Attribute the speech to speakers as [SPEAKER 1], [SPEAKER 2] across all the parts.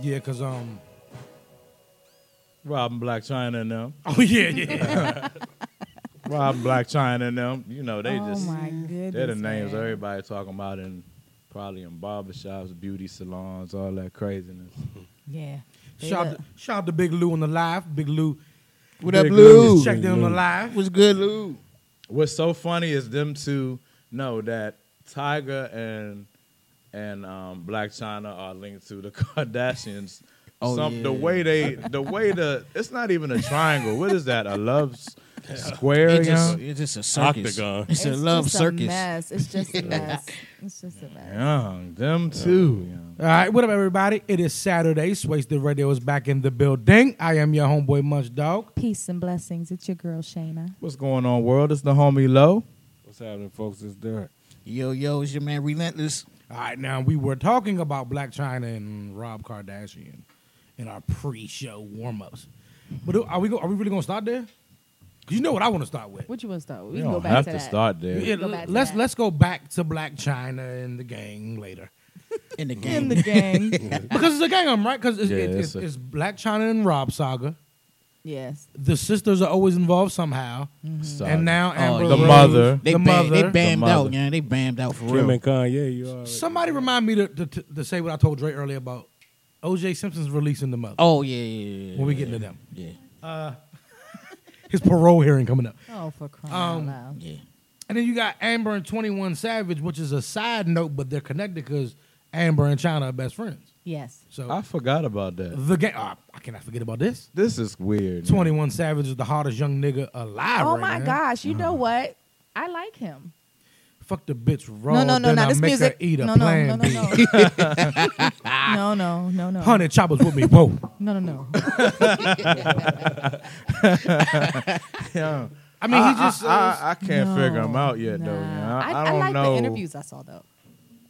[SPEAKER 1] Yeah, cause um.
[SPEAKER 2] Robbing Black China and them.
[SPEAKER 1] Oh yeah, yeah.
[SPEAKER 2] Robbing Black China and them. You know, they
[SPEAKER 3] oh
[SPEAKER 2] just
[SPEAKER 3] my goodness.
[SPEAKER 2] they're the names
[SPEAKER 3] man.
[SPEAKER 2] everybody talking about in probably in barbershops, beauty salons, all that craziness.
[SPEAKER 3] Yeah. They
[SPEAKER 1] shout
[SPEAKER 3] look-
[SPEAKER 1] out, shout out to Big Lou on the live. Big Lou,
[SPEAKER 4] What up,
[SPEAKER 2] Big
[SPEAKER 4] Lou?
[SPEAKER 1] just check them on the live.
[SPEAKER 4] What's good, Lou?
[SPEAKER 2] What's so funny is them two know that Tiger and and um, Black China are linked to the Kardashians.
[SPEAKER 4] Oh,
[SPEAKER 2] Some, The
[SPEAKER 4] yeah.
[SPEAKER 2] way they, the way the, it's not even a triangle. What is that? A love s- square?
[SPEAKER 4] It's just,
[SPEAKER 2] yeah?
[SPEAKER 4] it's just a circus.
[SPEAKER 5] Octagon.
[SPEAKER 4] It's, a
[SPEAKER 3] it's
[SPEAKER 4] love
[SPEAKER 3] just A
[SPEAKER 4] circus.
[SPEAKER 3] mess. It's just a mess. It's just a mess.
[SPEAKER 2] Young, them two. young.
[SPEAKER 1] All right, what up, everybody? It is Saturday. Wasted Radio is back in the building. I am your homeboy Munch Dog.
[SPEAKER 3] Peace and blessings. It's your girl Shayna.
[SPEAKER 2] What's going on, world? It's the homie Low.
[SPEAKER 5] What's happening, folks? It's Derek.
[SPEAKER 4] Yo, yo, it's your man Relentless.
[SPEAKER 1] All right, now we were talking about Black China and Rob Kardashian in our pre-show warm-ups. But are we go, are we really gonna start there? 'Cause you know what I want to start with.
[SPEAKER 3] What you want to start? with? We
[SPEAKER 2] You
[SPEAKER 3] can go
[SPEAKER 2] don't
[SPEAKER 3] back
[SPEAKER 2] have
[SPEAKER 3] to,
[SPEAKER 2] to,
[SPEAKER 3] that.
[SPEAKER 2] start there.
[SPEAKER 1] Yeah,
[SPEAKER 3] go back to
[SPEAKER 1] let's
[SPEAKER 3] that.
[SPEAKER 1] let's go back to Black China and the gang later
[SPEAKER 4] In the game.
[SPEAKER 3] in the gang.
[SPEAKER 1] because it's a gang, I'm right? Because it's,
[SPEAKER 2] Yeah,
[SPEAKER 1] it's,
[SPEAKER 2] it's
[SPEAKER 1] it's,
[SPEAKER 2] a-
[SPEAKER 1] it's Black China and Rob saga.
[SPEAKER 3] yes.
[SPEAKER 1] The sisters are always involved somehow,
[SPEAKER 2] Sorry.
[SPEAKER 1] and now Amber
[SPEAKER 4] Mm-hmm. Oh, the
[SPEAKER 1] Rose,
[SPEAKER 2] mother.
[SPEAKER 4] They,
[SPEAKER 1] the
[SPEAKER 4] bam,
[SPEAKER 1] mother.
[SPEAKER 4] they bammed
[SPEAKER 2] The mother.
[SPEAKER 4] out, man. They bammed out for
[SPEAKER 5] Kim
[SPEAKER 4] real.
[SPEAKER 5] and Kanye, you already.
[SPEAKER 1] Somebody remind me to, to, to, to say what I told Dre earlier about OJ Simpson's releasing the mother
[SPEAKER 4] Oh, yeah, yeah, yeah.
[SPEAKER 1] when we get into them.
[SPEAKER 4] Yeah,
[SPEAKER 1] His parole hearing coming up.
[SPEAKER 3] Oh, for crying
[SPEAKER 1] Um,
[SPEAKER 3] out loud.
[SPEAKER 4] yeah.
[SPEAKER 1] And then you got Amber and 21 Savage, which is a side note, but they're connected because Amber and China are best friends.
[SPEAKER 3] Yes. Oh
[SPEAKER 1] So
[SPEAKER 2] I forgot about that.
[SPEAKER 1] the game. Oh, I cannot forget about this.
[SPEAKER 2] This is weird.
[SPEAKER 1] 21 Savage is the hottest young nigga alive.
[SPEAKER 3] Oh
[SPEAKER 1] right
[SPEAKER 3] my
[SPEAKER 1] now.
[SPEAKER 3] gosh.
[SPEAKER 2] Uh-huh.
[SPEAKER 3] You know what? I like him.
[SPEAKER 1] Fuck the bitch Uh-huh. raw.
[SPEAKER 3] no, no, no,
[SPEAKER 1] then
[SPEAKER 3] not
[SPEAKER 1] I
[SPEAKER 3] this
[SPEAKER 1] make
[SPEAKER 3] music.
[SPEAKER 1] Her eat a
[SPEAKER 3] no,
[SPEAKER 1] plan
[SPEAKER 3] no, no, no, no, no, no, no, no,
[SPEAKER 1] Honey choppers with me. Whoa.
[SPEAKER 3] no, no, no.
[SPEAKER 2] Yeah.
[SPEAKER 1] I mean, he just.
[SPEAKER 2] I,
[SPEAKER 1] uh,
[SPEAKER 2] I, I can't
[SPEAKER 3] No,
[SPEAKER 2] figure him out yet, though.
[SPEAKER 3] nah.
[SPEAKER 2] yeah. I,
[SPEAKER 3] I,
[SPEAKER 2] don't
[SPEAKER 3] like
[SPEAKER 2] know.
[SPEAKER 3] the interviews I saw though.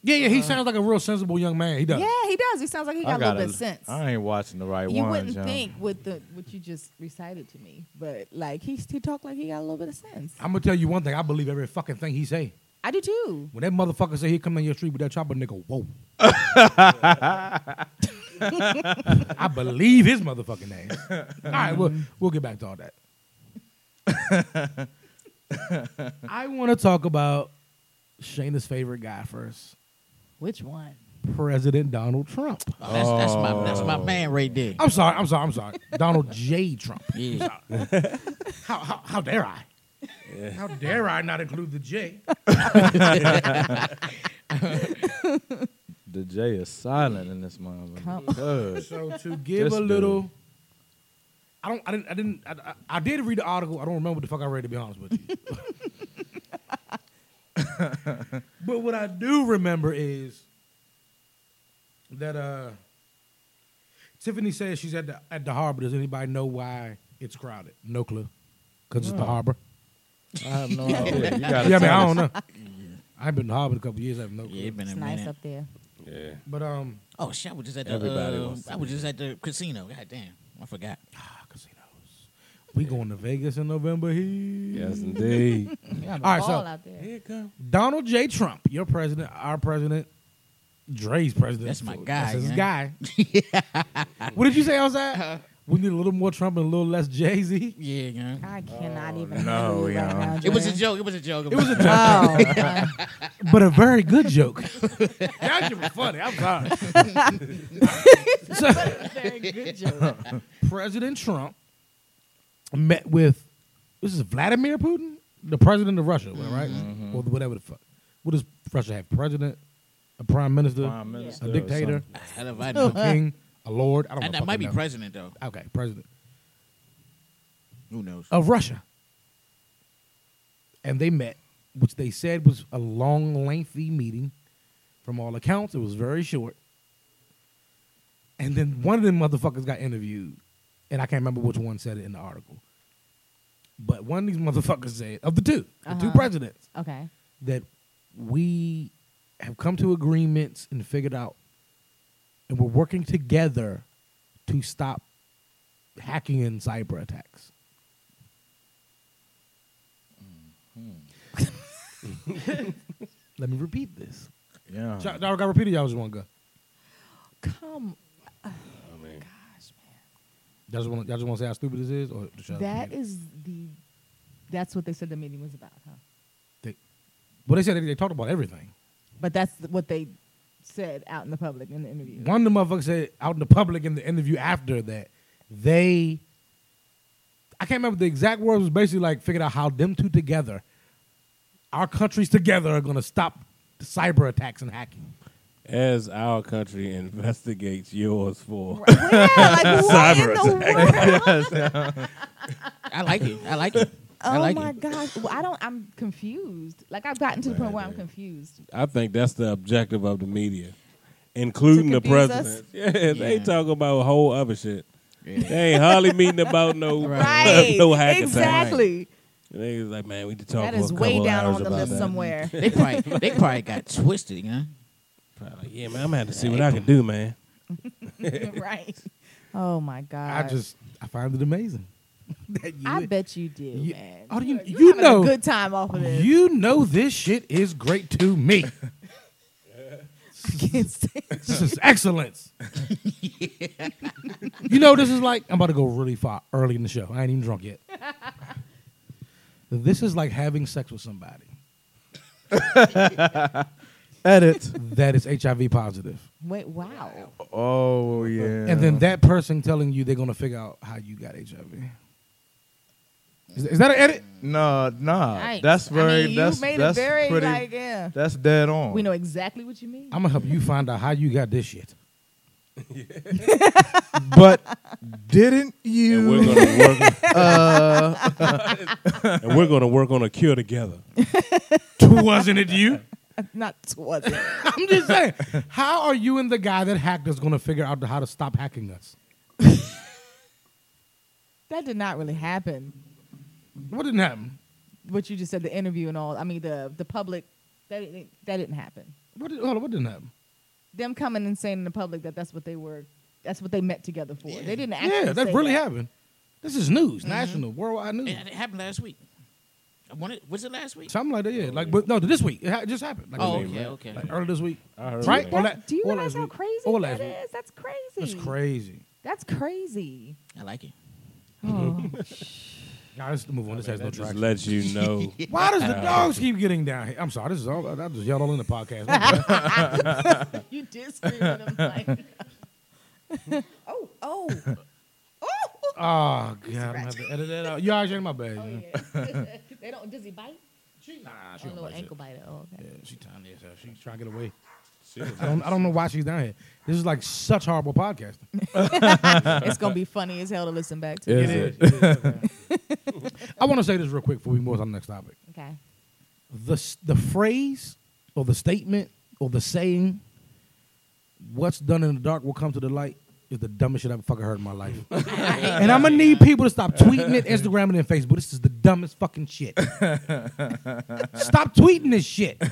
[SPEAKER 1] yeah, yeah. He sounds like a real sensible young man. He does.
[SPEAKER 3] Yeah, he does. He sounds like he
[SPEAKER 2] I
[SPEAKER 3] got a little bit
[SPEAKER 2] gotta-
[SPEAKER 3] of sense.
[SPEAKER 2] I ain't watching the right
[SPEAKER 3] You
[SPEAKER 2] ones.
[SPEAKER 3] wouldn't
[SPEAKER 2] yeah.
[SPEAKER 3] think with the what you just recited to me, but like he he talked like he got a little bit of sense.
[SPEAKER 1] I'm gonna tell you one thing. I believe every fucking thing he say.
[SPEAKER 3] I do too.
[SPEAKER 1] When that motherfucker say he come in your street with that chopper, nigga, whoa. I believe his motherfucking name. All right, we'll, we'll get back to all that. I want to talk about Shayna's favorite guy first,
[SPEAKER 3] Which one?
[SPEAKER 1] President Donald Trump.
[SPEAKER 4] Oh, that's, that's my that's my man right there.
[SPEAKER 1] I'm sorry, I'm sorry, I'm sorry. Donald J. Trump.
[SPEAKER 4] Yeah.
[SPEAKER 1] How, how, how dare I? How dare I not include the J?
[SPEAKER 2] The J is silent in this moment.
[SPEAKER 3] Come-
[SPEAKER 2] Good.
[SPEAKER 1] So to give
[SPEAKER 2] This
[SPEAKER 1] a
[SPEAKER 2] dude.
[SPEAKER 1] little, I don't, I didn't, I didn't, I, I, I did read the article. I don't remember what the fuck I read to be honest with you. but what I do remember is that uh, Tiffany says she's at the at the harbor. Does anybody know why it's crowded? No clue, because it's the harbor.
[SPEAKER 2] I have no idea. You gotta
[SPEAKER 1] Yeah, I mean,
[SPEAKER 2] tell
[SPEAKER 1] I
[SPEAKER 2] us.
[SPEAKER 1] don't know. I've been to the harbor a couple years. I have no clue.
[SPEAKER 4] Yeah, it been
[SPEAKER 3] It's
[SPEAKER 4] a
[SPEAKER 3] nice
[SPEAKER 4] minute.
[SPEAKER 3] up there.
[SPEAKER 5] Yeah.
[SPEAKER 1] But um,
[SPEAKER 4] Oh shit, I was just at the
[SPEAKER 5] Everybody
[SPEAKER 4] uh,
[SPEAKER 5] wants to
[SPEAKER 4] I was just at the casino. God damn, I forgot.
[SPEAKER 1] ah, casinos. We going to Vegas in November here.
[SPEAKER 5] Yes, indeed.
[SPEAKER 3] All
[SPEAKER 1] All right,
[SPEAKER 3] right,
[SPEAKER 1] so-
[SPEAKER 3] out there.
[SPEAKER 5] Here it come.
[SPEAKER 1] Donald J. Trump, your president, our president, Dre's president.
[SPEAKER 4] That's my guy,
[SPEAKER 1] That's his
[SPEAKER 4] yeah. Uh-huh.
[SPEAKER 1] guy. what did you say outside? We need a little more Trump and a little less Jay Z.
[SPEAKER 4] Yeah, yeah.
[SPEAKER 3] I
[SPEAKER 1] Oh,
[SPEAKER 3] cannot even.
[SPEAKER 2] no,
[SPEAKER 3] handle you
[SPEAKER 2] yeah.
[SPEAKER 3] right now,
[SPEAKER 4] It was a
[SPEAKER 3] Dre.
[SPEAKER 4] joke. It was a joke.
[SPEAKER 1] It was a joke,
[SPEAKER 3] Oh, my.
[SPEAKER 1] but a very good joke. that shit was funny. I'm sorry. so,
[SPEAKER 3] very good joke.
[SPEAKER 1] President Trump met with this is Vladimir Putin, the president of Russia, right?
[SPEAKER 3] Mm-hmm.
[SPEAKER 1] Or whatever the fuck. What does Russia have? President, a prime minister,
[SPEAKER 2] Prime minister
[SPEAKER 1] a
[SPEAKER 2] or
[SPEAKER 1] dictator,
[SPEAKER 2] something.
[SPEAKER 4] Hell if I
[SPEAKER 1] a
[SPEAKER 4] know.
[SPEAKER 1] king, a lord. I don't know.
[SPEAKER 4] And that might
[SPEAKER 1] fucking
[SPEAKER 4] be
[SPEAKER 1] know.
[SPEAKER 4] president though.
[SPEAKER 1] Okay, president
[SPEAKER 4] Who knows?
[SPEAKER 1] of Russia. And they met, which they said was a long, lengthy meeting. From all accounts, it was very short. And then one of them motherfuckers got interviewed, and I can't remember which one said it in the article. But one of these motherfuckers said, of the 2 the two
[SPEAKER 3] Uh-huh.
[SPEAKER 1] presidents,
[SPEAKER 3] Okay.
[SPEAKER 1] that we have come to agreements and figured out, and we're working together to stop hacking and cyber attacks. Hmm. Let me repeat this.
[SPEAKER 2] Yeah.
[SPEAKER 1] Y'all y'all got repeated. Y'all just want to go.
[SPEAKER 3] Come.
[SPEAKER 1] Y'all just want y'all just want to say how stupid this is, or should I
[SPEAKER 3] That
[SPEAKER 1] repeat it?
[SPEAKER 3] is the. That's what they said the meeting was about, huh?
[SPEAKER 1] They, well, they said they, they talked about everything.
[SPEAKER 3] But that's th- what they said out in the public in the interview.
[SPEAKER 1] One of the motherfuckers said out in the public in the interview after that, they I can't remember the exact words was basically like figured out how them two together, our countries together are gonna stop the cyber attacks and hacking.
[SPEAKER 5] As our country investigates yours for.
[SPEAKER 3] Right. Well, like, what in the world?
[SPEAKER 4] I like it. I like it. I
[SPEAKER 3] Oh
[SPEAKER 4] like
[SPEAKER 3] my
[SPEAKER 4] it.
[SPEAKER 3] gosh! Well, I don't. I'm confused. Like I've gotten to the point where I'm confused.
[SPEAKER 5] I think that's the objective of the media, including
[SPEAKER 3] To
[SPEAKER 5] the
[SPEAKER 3] confuse
[SPEAKER 5] president.
[SPEAKER 3] us?
[SPEAKER 5] Yeah, they
[SPEAKER 4] Yeah.
[SPEAKER 5] talking about a whole other shit.
[SPEAKER 4] Yeah.
[SPEAKER 5] They ain't hardly meeting about no
[SPEAKER 3] Right.
[SPEAKER 5] no hack
[SPEAKER 3] exactly.
[SPEAKER 5] attack. They was like, man, we need to talk.
[SPEAKER 3] That
[SPEAKER 5] for a
[SPEAKER 3] is way
[SPEAKER 5] couple
[SPEAKER 3] down
[SPEAKER 5] hours
[SPEAKER 3] on the
[SPEAKER 5] about
[SPEAKER 3] list
[SPEAKER 5] that.
[SPEAKER 3] somewhere.
[SPEAKER 4] They probably they probably got twisted, you know.
[SPEAKER 5] Probably like, yeah, man, I'm gonna have to see what I can do, man.
[SPEAKER 3] right. Oh my
[SPEAKER 1] I
[SPEAKER 3] god!
[SPEAKER 1] just I find it amazing. that you,
[SPEAKER 3] I bet you do,
[SPEAKER 1] You-
[SPEAKER 3] man.
[SPEAKER 1] Oh, you-
[SPEAKER 3] You're- you're
[SPEAKER 1] you
[SPEAKER 3] having
[SPEAKER 1] know-
[SPEAKER 3] a good time off of this.
[SPEAKER 1] you know this shit is great to me.
[SPEAKER 3] I can't stand-
[SPEAKER 1] This is excellence. you know, this is like I'm about to go really far early in the show. I ain't even drunk yet. this is like having sex with somebody
[SPEAKER 2] Edit.
[SPEAKER 1] that is HIV positive,
[SPEAKER 3] Wait, wow.
[SPEAKER 2] Oh yeah.
[SPEAKER 1] and then that person telling you they're gonna figure out how you got HIV. Is, is that an edit?
[SPEAKER 2] no, nah.
[SPEAKER 3] Yikes.
[SPEAKER 2] That's
[SPEAKER 3] I
[SPEAKER 2] very.
[SPEAKER 3] mean, you
[SPEAKER 2] that's
[SPEAKER 3] made
[SPEAKER 2] that's
[SPEAKER 3] it very
[SPEAKER 2] pretty.
[SPEAKER 3] like yeah.
[SPEAKER 2] that's dead on.
[SPEAKER 3] We know exactly what you mean.
[SPEAKER 1] I'm gonna help you find out how you got this shit.
[SPEAKER 2] But didn't
[SPEAKER 5] And we're
[SPEAKER 2] you?
[SPEAKER 5] gonna work. and we're gonna work on a cure together.
[SPEAKER 1] Wasn't it you?
[SPEAKER 3] Not towards it.
[SPEAKER 1] I'm just saying. How are you and the guy that hacked us gonna figure out how to stop hacking us?
[SPEAKER 3] That did not really happen.
[SPEAKER 1] What didn't happen?
[SPEAKER 3] What you just said, the interview and all. I mean, the the public that didn't, that didn't happen.
[SPEAKER 1] What, did, hold on, what didn't happen?
[SPEAKER 3] Them coming and saying in the public that that's what they were, that's what they met together for. They didn't actually.
[SPEAKER 1] yeah, that
[SPEAKER 3] say
[SPEAKER 1] really
[SPEAKER 3] that. Mm-hmm.
[SPEAKER 1] happened. This is news, national, worldwide news.
[SPEAKER 4] Yeah, Mm-hmm. it happened last week. I wanted, was it last week?
[SPEAKER 1] Something like that, yeah. Like, but no, this week it, ha- it just happened. Like,
[SPEAKER 4] Oh,
[SPEAKER 1] this week,
[SPEAKER 4] okay,
[SPEAKER 1] right?
[SPEAKER 4] okay.
[SPEAKER 1] Like, early this week,
[SPEAKER 5] I heard
[SPEAKER 1] right?
[SPEAKER 5] that.
[SPEAKER 1] Or
[SPEAKER 3] That-
[SPEAKER 1] la-
[SPEAKER 3] do you
[SPEAKER 1] or
[SPEAKER 3] realize
[SPEAKER 1] last
[SPEAKER 3] how
[SPEAKER 1] week.
[SPEAKER 3] crazy
[SPEAKER 1] Or
[SPEAKER 3] that
[SPEAKER 1] last week.
[SPEAKER 3] is? That's crazy.
[SPEAKER 1] That's crazy.
[SPEAKER 3] That's crazy.
[SPEAKER 4] I like it.
[SPEAKER 3] Oh,
[SPEAKER 1] Nah, let's move on. This has no
[SPEAKER 5] That just
[SPEAKER 1] traction.
[SPEAKER 5] lets you know. Uh,
[SPEAKER 1] Why does the dogs keep getting down here? I'm sorry. This is all. I just yelled all in the podcast.
[SPEAKER 3] you did scream and I'm like, oh, oh, oh.
[SPEAKER 1] oh God, I'm gonna have to edit that out. You already my bad.
[SPEAKER 3] Oh,
[SPEAKER 1] man.
[SPEAKER 3] yeah. they don't. Does he bite?
[SPEAKER 1] Nah, she
[SPEAKER 3] Oh,
[SPEAKER 1] don't
[SPEAKER 3] little
[SPEAKER 1] like shit.
[SPEAKER 3] ankle biter. Oh, okay.
[SPEAKER 1] Yeah, she tiny as hell. She's trying to get away. I don't, I don't know why she's down here. This is like such horrible podcasting.
[SPEAKER 3] it's gonna be funny as hell to listen back to.
[SPEAKER 5] Is
[SPEAKER 1] It
[SPEAKER 5] it?
[SPEAKER 1] is, it is, okay. I want to say this real quick before we move on to the next topic.
[SPEAKER 3] Okay.
[SPEAKER 1] The s- the phrase or the statement or the saying, "What's done in the dark will come to the light," is the dumbest shit I've fucking heard in my life. and I'm gonna need people to stop tweeting it, Instagramming it, and Facebook. This is the dumbest fucking shit. stop tweeting this shit.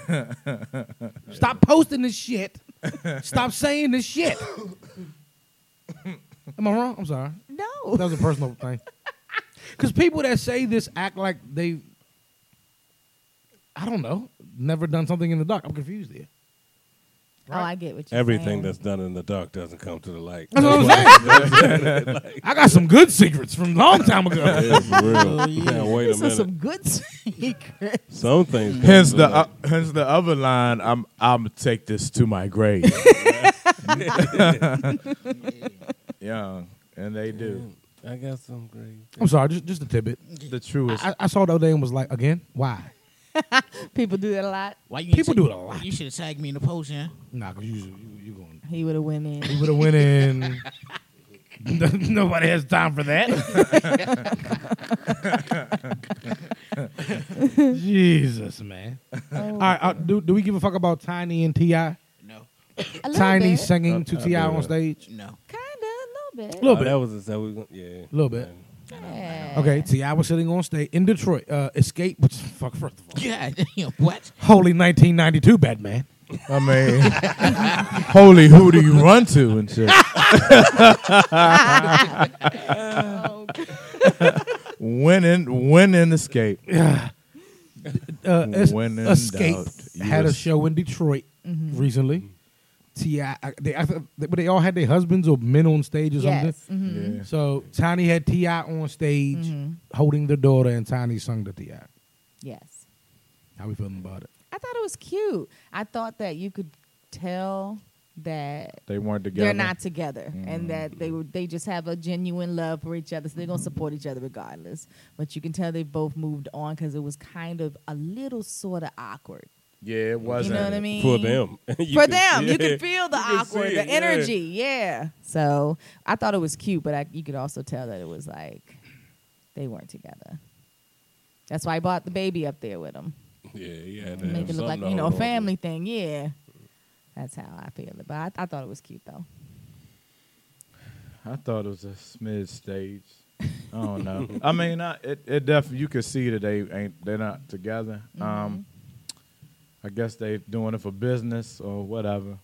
[SPEAKER 1] Stop posting this shit. Stop saying this shit. Am I wrong? I'm sorry.
[SPEAKER 3] No.
[SPEAKER 1] That was a personal thing. Because people that say this act like they, I don't know, never done something in the dark. I'm confused there.
[SPEAKER 3] Oh, I get what you're
[SPEAKER 5] Everything
[SPEAKER 3] saying.
[SPEAKER 5] that's done in the dark doesn't come to the light.
[SPEAKER 1] That's what I'm saying. I got some good secrets from a long time ago.
[SPEAKER 5] Yeah, for real. Now, wait a
[SPEAKER 3] This is
[SPEAKER 5] minute.
[SPEAKER 3] some good secret.
[SPEAKER 5] Some things. come
[SPEAKER 2] hence
[SPEAKER 5] to
[SPEAKER 2] the
[SPEAKER 5] light.
[SPEAKER 2] o- hence the other line. I'm I'm take this to my grave. yeah, and they do
[SPEAKER 5] I got some great.
[SPEAKER 1] I'm sorry, just, just a tidbit.
[SPEAKER 2] the truest.
[SPEAKER 1] I, I saw the other day and was like, again, why?
[SPEAKER 3] People do that a lot.
[SPEAKER 4] Why you ain't
[SPEAKER 1] People
[SPEAKER 4] tag-
[SPEAKER 1] do it a lot.
[SPEAKER 4] You should have tagged me in the post, yeah.
[SPEAKER 1] Nah, because you, you, you going,
[SPEAKER 3] He would have went in.
[SPEAKER 1] you would have went in. Nobody has time for that. Jesus, man.
[SPEAKER 3] Oh,
[SPEAKER 1] All right, uh, do, do we give a fuck about Tiny and Ti?
[SPEAKER 3] a
[SPEAKER 4] No,
[SPEAKER 3] little
[SPEAKER 1] Tiny
[SPEAKER 3] bit.
[SPEAKER 1] singing to
[SPEAKER 5] I- I
[SPEAKER 1] Ti on
[SPEAKER 5] believe
[SPEAKER 1] stage.
[SPEAKER 4] no.
[SPEAKER 3] Kinda, a little bit.
[SPEAKER 1] Look.
[SPEAKER 5] Oh, that was that we. Yeah.
[SPEAKER 1] A little bit.
[SPEAKER 3] Yeah.
[SPEAKER 1] Okay, Ti was sitting on stage in Detroit. Uh, Escape, which fuck first of all,
[SPEAKER 4] God damn, what?
[SPEAKER 1] holy 1992 Batman.
[SPEAKER 2] I mean, holy, who do you run to and shit?
[SPEAKER 3] Oh,
[SPEAKER 2] Winning, winning escape.
[SPEAKER 1] Uh, Es-
[SPEAKER 2] When in
[SPEAKER 3] uh,
[SPEAKER 1] Escape
[SPEAKER 2] doubt, you
[SPEAKER 1] Uh, had a
[SPEAKER 2] was-
[SPEAKER 3] Mm-hmm.
[SPEAKER 1] show in Detroit recently. Ti. I- They, I, thought- but they all had their husbands or men on stage or something.
[SPEAKER 3] Yes. hmm
[SPEAKER 5] Yeah.
[SPEAKER 1] So Tiny had Ti on stage
[SPEAKER 3] Mm-hmm.
[SPEAKER 1] holding the daughter, and Tiny sung the Ti.
[SPEAKER 3] Yes.
[SPEAKER 1] How we feeling about it?
[SPEAKER 3] I thought it was cute. I thought that you could tell that
[SPEAKER 2] They weren't together.
[SPEAKER 3] they're not together and that they were they just have a genuine love for each other so they're going to support each other regardless but you can tell they both moved on because it was kind of a little sort of awkward
[SPEAKER 2] Yeah, it
[SPEAKER 3] you
[SPEAKER 2] wasn't.
[SPEAKER 3] know what i mean
[SPEAKER 5] For them. You
[SPEAKER 3] for
[SPEAKER 5] could-
[SPEAKER 3] them
[SPEAKER 5] yeah.
[SPEAKER 3] you could feel the
[SPEAKER 5] You could
[SPEAKER 3] awkward
[SPEAKER 5] see
[SPEAKER 3] the
[SPEAKER 5] it, yeah.
[SPEAKER 3] energy yeah. so i thought it was cute but I, you could also tell that it was like they weren't together that's why i bought the baby up there with them
[SPEAKER 5] Yeah, yeah.
[SPEAKER 3] make it look like you know a family thing yeah that's how i feel it but I, I thought it was cute though
[SPEAKER 2] I thought it was a smidge stage. I don't know. I mean, I, it it definitely you could see that they ain't they're not together.
[SPEAKER 1] Mm-hmm.
[SPEAKER 2] Um, I guess they doing it for business or whatever.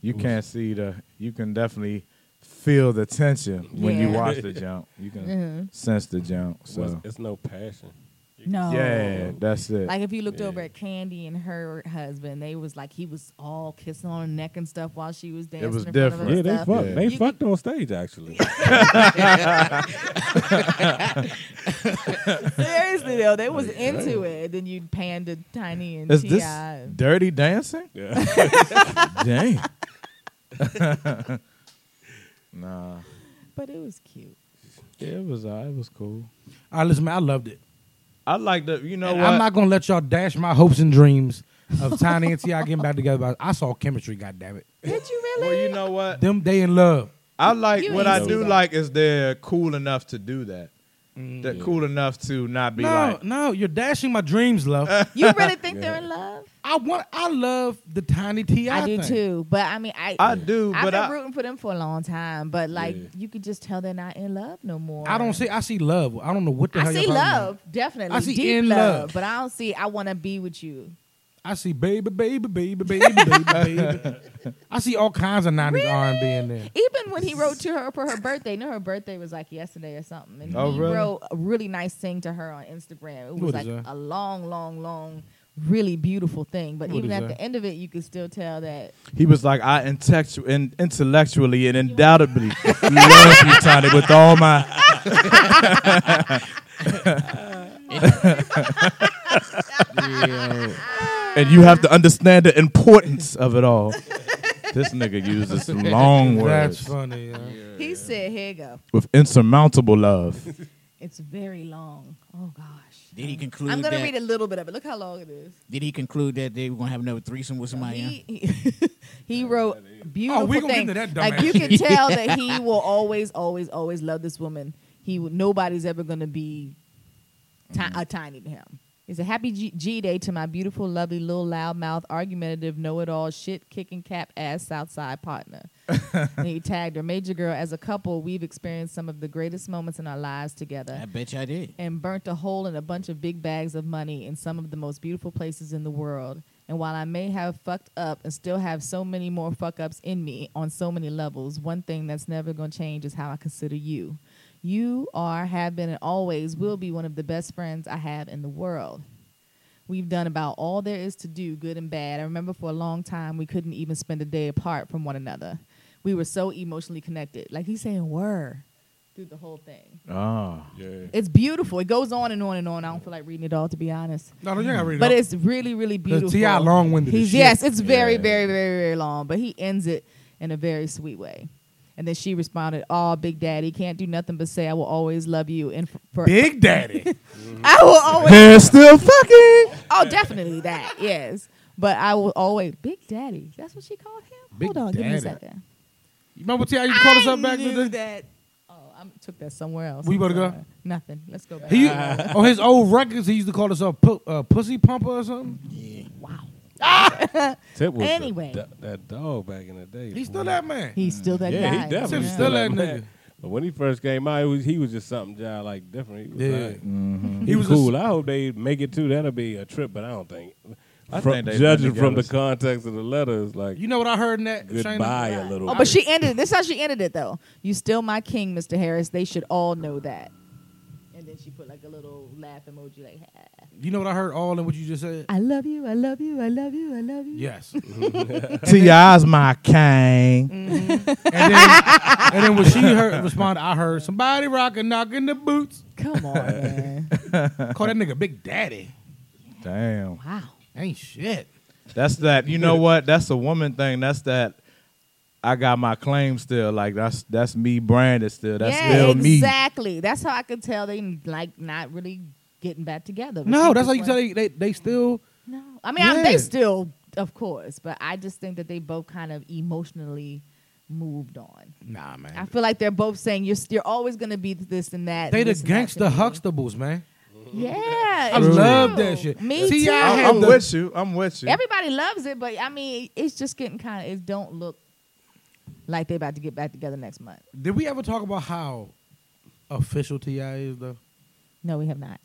[SPEAKER 2] You can't see the. You can definitely feel the tension when you
[SPEAKER 3] Yeah.
[SPEAKER 2] watch the jump. You can
[SPEAKER 3] Mhm.
[SPEAKER 2] sense the jump. So
[SPEAKER 5] It's no passion.
[SPEAKER 3] no
[SPEAKER 2] yeah, that's it.
[SPEAKER 3] Like if you looked over
[SPEAKER 5] Yeah.
[SPEAKER 3] at Candy and her husband, they was like he was all kissing on her neck and stuff while she was dancing.
[SPEAKER 2] was
[SPEAKER 3] in
[SPEAKER 2] different.
[SPEAKER 3] Front
[SPEAKER 5] Yeah,
[SPEAKER 3] of her
[SPEAKER 5] they
[SPEAKER 3] stuff.
[SPEAKER 5] fucked.
[SPEAKER 2] Yeah.
[SPEAKER 5] They
[SPEAKER 3] You-
[SPEAKER 5] fucked on stage actually.
[SPEAKER 3] Seriously though, they was into it. Then you panned to Tiny and
[SPEAKER 2] Is
[SPEAKER 3] Ti.
[SPEAKER 2] this dirty dancing?
[SPEAKER 5] yeah.
[SPEAKER 2] Dang. nah.
[SPEAKER 3] But it was cute.
[SPEAKER 2] Yeah, it was. Uh, it was cool.
[SPEAKER 1] All right, listen, man, I loved it.
[SPEAKER 2] I like the. You know
[SPEAKER 1] And
[SPEAKER 2] what?
[SPEAKER 1] I'm not gonna let y'all dash my hopes and dreams of Tiny and Ti getting back together. But I saw chemistry. God damn it,
[SPEAKER 3] Did you really?
[SPEAKER 2] Well, you know what?
[SPEAKER 1] them they in love.
[SPEAKER 2] I like
[SPEAKER 3] You
[SPEAKER 2] what I
[SPEAKER 3] ain't
[SPEAKER 5] see
[SPEAKER 2] do
[SPEAKER 3] that. Mm.
[SPEAKER 2] like is they're cool enough to do that. They're
[SPEAKER 5] Yeah.
[SPEAKER 2] cool enough to not be
[SPEAKER 1] no,
[SPEAKER 2] like. Uh,
[SPEAKER 1] no, you're dashing my dreams, love.
[SPEAKER 3] You really think they're in love?
[SPEAKER 1] I want. I love the Tiny Ti.
[SPEAKER 3] I do
[SPEAKER 1] thing.
[SPEAKER 3] too. But I mean, I
[SPEAKER 2] I do,
[SPEAKER 3] I've
[SPEAKER 2] but
[SPEAKER 3] been
[SPEAKER 2] I.
[SPEAKER 3] rooting for them for a long time. But like,
[SPEAKER 5] Yeah.
[SPEAKER 3] you could just tell they're not in love no more.
[SPEAKER 1] I don't see. I see love. I don't know what the
[SPEAKER 3] I
[SPEAKER 1] hell.
[SPEAKER 3] see
[SPEAKER 1] y'all talking about.
[SPEAKER 3] love, definitely.
[SPEAKER 1] I see
[SPEAKER 3] deep
[SPEAKER 1] in love.
[SPEAKER 3] but I don't see. I want to be with you.
[SPEAKER 1] I see baby, baby, baby, baby, baby, baby. I see all kinds of '90s R&B in there.
[SPEAKER 3] Even when he wrote to her for her birthday, you know her birthday was like yesterday or something, and
[SPEAKER 2] Oh,
[SPEAKER 3] he
[SPEAKER 2] really?
[SPEAKER 3] wrote a really nice thing to her on Instagram. It was
[SPEAKER 1] What is
[SPEAKER 3] like
[SPEAKER 1] that?
[SPEAKER 3] a long, long, long, really beautiful thing. But
[SPEAKER 1] What
[SPEAKER 3] even
[SPEAKER 1] is
[SPEAKER 3] at
[SPEAKER 1] that?
[SPEAKER 3] the end of it, you could still tell that
[SPEAKER 2] He was like, I intellectu- in- intellectually and undoubtedly love you, Tony, with all my. And you have to understand the importance of it all. This nigga uses some long words
[SPEAKER 1] That's funny. Yeah.
[SPEAKER 3] he said, "Here you go,
[SPEAKER 2] with insurmountable love.
[SPEAKER 3] it's very long. Oh gosh."
[SPEAKER 4] Did he conclude
[SPEAKER 3] I'm gonna
[SPEAKER 4] that?
[SPEAKER 3] read a little bit of it. Look how long it is.
[SPEAKER 4] Did he conclude that they were gonna have another threesome with somebody? else?
[SPEAKER 3] He, he, he wrote beautiful
[SPEAKER 1] Oh, we gonna get
[SPEAKER 3] things.
[SPEAKER 1] into that
[SPEAKER 3] like
[SPEAKER 1] dumbass
[SPEAKER 3] you can tell that he will always, always, always love this woman. He will- nobody's ever gonna be ti- a tiny to him. It's a happy G-, G day to my beautiful, lovely, little loudmouth, argumentative, know-it-all, shit-kicking, cap-ass Southside partner. and he tagged her, major girl. As a couple, we've experienced some of the greatest moments in our lives together
[SPEAKER 4] I bet you I did.
[SPEAKER 3] and burnt a hole in a bunch of big bags of money in some of the most beautiful places in the world. And while I may have fucked up and still have so many more fuck ups in me on so many levels, one thing that's never going to change is how I consider you. You are, have been, and always will be one of the best friends I have in the world. We've done about all there is to do, good and bad. I remember for a long time we couldn't even spend a day apart from one another. We were so emotionally connected. Like he's saying, were through the whole thing.
[SPEAKER 2] Oh.
[SPEAKER 5] yeah.
[SPEAKER 3] It's beautiful. It goes on and on and on. I don't feel like reading it all to be honest.
[SPEAKER 1] No, no, you gotta read it.
[SPEAKER 3] But
[SPEAKER 1] all.
[SPEAKER 3] it's really, really beautiful.
[SPEAKER 1] T.I. long-winded as
[SPEAKER 3] He's
[SPEAKER 1] shit.
[SPEAKER 3] yes, it's very,
[SPEAKER 2] Yeah.
[SPEAKER 3] very, very, very long. But he ends it in a very sweet way. And then she responded, "Oh, Big Daddy can't do nothing but say I will always love you and f- for
[SPEAKER 1] Big Daddy.
[SPEAKER 3] I will always
[SPEAKER 2] They're still fucking.
[SPEAKER 3] oh definitely that yes, but I will always Big Daddy. That's what she called him.
[SPEAKER 1] Big
[SPEAKER 3] Hold on, give me
[SPEAKER 1] Daddy.
[SPEAKER 3] a second.
[SPEAKER 1] You remember T.I. You called us up back
[SPEAKER 3] I knew
[SPEAKER 1] to the.
[SPEAKER 3] that. Oh, I took that somewhere else.
[SPEAKER 1] Where you
[SPEAKER 3] I'm
[SPEAKER 1] about to go?
[SPEAKER 3] sorry. Nothing. Let's go back.
[SPEAKER 1] He, on his old records, he used to call himself pu- uh, Pussy Pumper or something.
[SPEAKER 3] wow,
[SPEAKER 5] Tip was the
[SPEAKER 3] Anyway.
[SPEAKER 5] do- that dog back in the day.
[SPEAKER 1] He's still that man.
[SPEAKER 3] he's still that
[SPEAKER 5] yeah,
[SPEAKER 3] guy.
[SPEAKER 5] he definitely
[SPEAKER 1] Tip's
[SPEAKER 5] was
[SPEAKER 1] still
[SPEAKER 5] still that
[SPEAKER 1] that
[SPEAKER 5] man.
[SPEAKER 1] nigga.
[SPEAKER 5] But when he first came out, it was, he was just something jive, like different. He was
[SPEAKER 1] Yeah.
[SPEAKER 5] like,
[SPEAKER 1] He
[SPEAKER 5] he,
[SPEAKER 1] was
[SPEAKER 5] was
[SPEAKER 1] a-
[SPEAKER 5] cool. I hope they make it too. That'll be a trip, but I don't think.
[SPEAKER 2] I
[SPEAKER 5] From-
[SPEAKER 2] think they've been
[SPEAKER 5] judging from the
[SPEAKER 2] together.
[SPEAKER 5] context of the letters, like
[SPEAKER 1] You know what I heard in that? Shayna?
[SPEAKER 5] goodbye a little.
[SPEAKER 3] Oh,
[SPEAKER 5] bit.
[SPEAKER 3] but she ended. This is how she ended it, though. You still my king, Mr. Harris. They should all know that. And then she put like a little laugh emoji, like.
[SPEAKER 1] You know what I heard all in what you just said?
[SPEAKER 3] I love you. I love you. I love you. I love you.
[SPEAKER 1] Yes. and,
[SPEAKER 2] T.I.'s my
[SPEAKER 3] Mm.
[SPEAKER 2] king.
[SPEAKER 1] then, and then when she heard responded, I heard somebody rocking knocking the boots.
[SPEAKER 3] Come on, man.
[SPEAKER 1] Call that nigga Big Daddy.
[SPEAKER 2] Damn.
[SPEAKER 3] Wow.
[SPEAKER 1] Ain't shit.
[SPEAKER 2] That's that. You know what? That's a woman thing. That's that. I got my claim still. Like that's that's me branded still. That's
[SPEAKER 3] yeah,
[SPEAKER 2] still me.
[SPEAKER 3] exactly. That's how I could tell they like not really getting back together.
[SPEAKER 1] No, that's how
[SPEAKER 3] how
[SPEAKER 1] you tell they, they, they still.
[SPEAKER 3] No, I mean I,
[SPEAKER 1] Yeah.
[SPEAKER 3] they still, of course, but I just think that they both kind of emotionally moved on.
[SPEAKER 1] Nah, man.
[SPEAKER 3] I feel like they're both saying you're you're always gonna be this and that.
[SPEAKER 1] they
[SPEAKER 3] and
[SPEAKER 1] the
[SPEAKER 3] this and that
[SPEAKER 1] gangster
[SPEAKER 3] to me."
[SPEAKER 1] huckstables, man.
[SPEAKER 3] Yeah,
[SPEAKER 1] I
[SPEAKER 3] it's
[SPEAKER 1] love
[SPEAKER 3] true.
[SPEAKER 1] that shit.
[SPEAKER 3] Me
[SPEAKER 1] See,
[SPEAKER 3] too.
[SPEAKER 1] I
[SPEAKER 2] I'm,
[SPEAKER 1] had
[SPEAKER 2] I'm
[SPEAKER 1] the-
[SPEAKER 2] with you. I'm with you.
[SPEAKER 3] Everybody loves it, but I mean, it's just getting kind of. It don't look like they about to get back together next month.
[SPEAKER 1] Did we ever talk about how official Ti is though?
[SPEAKER 3] No, we have not.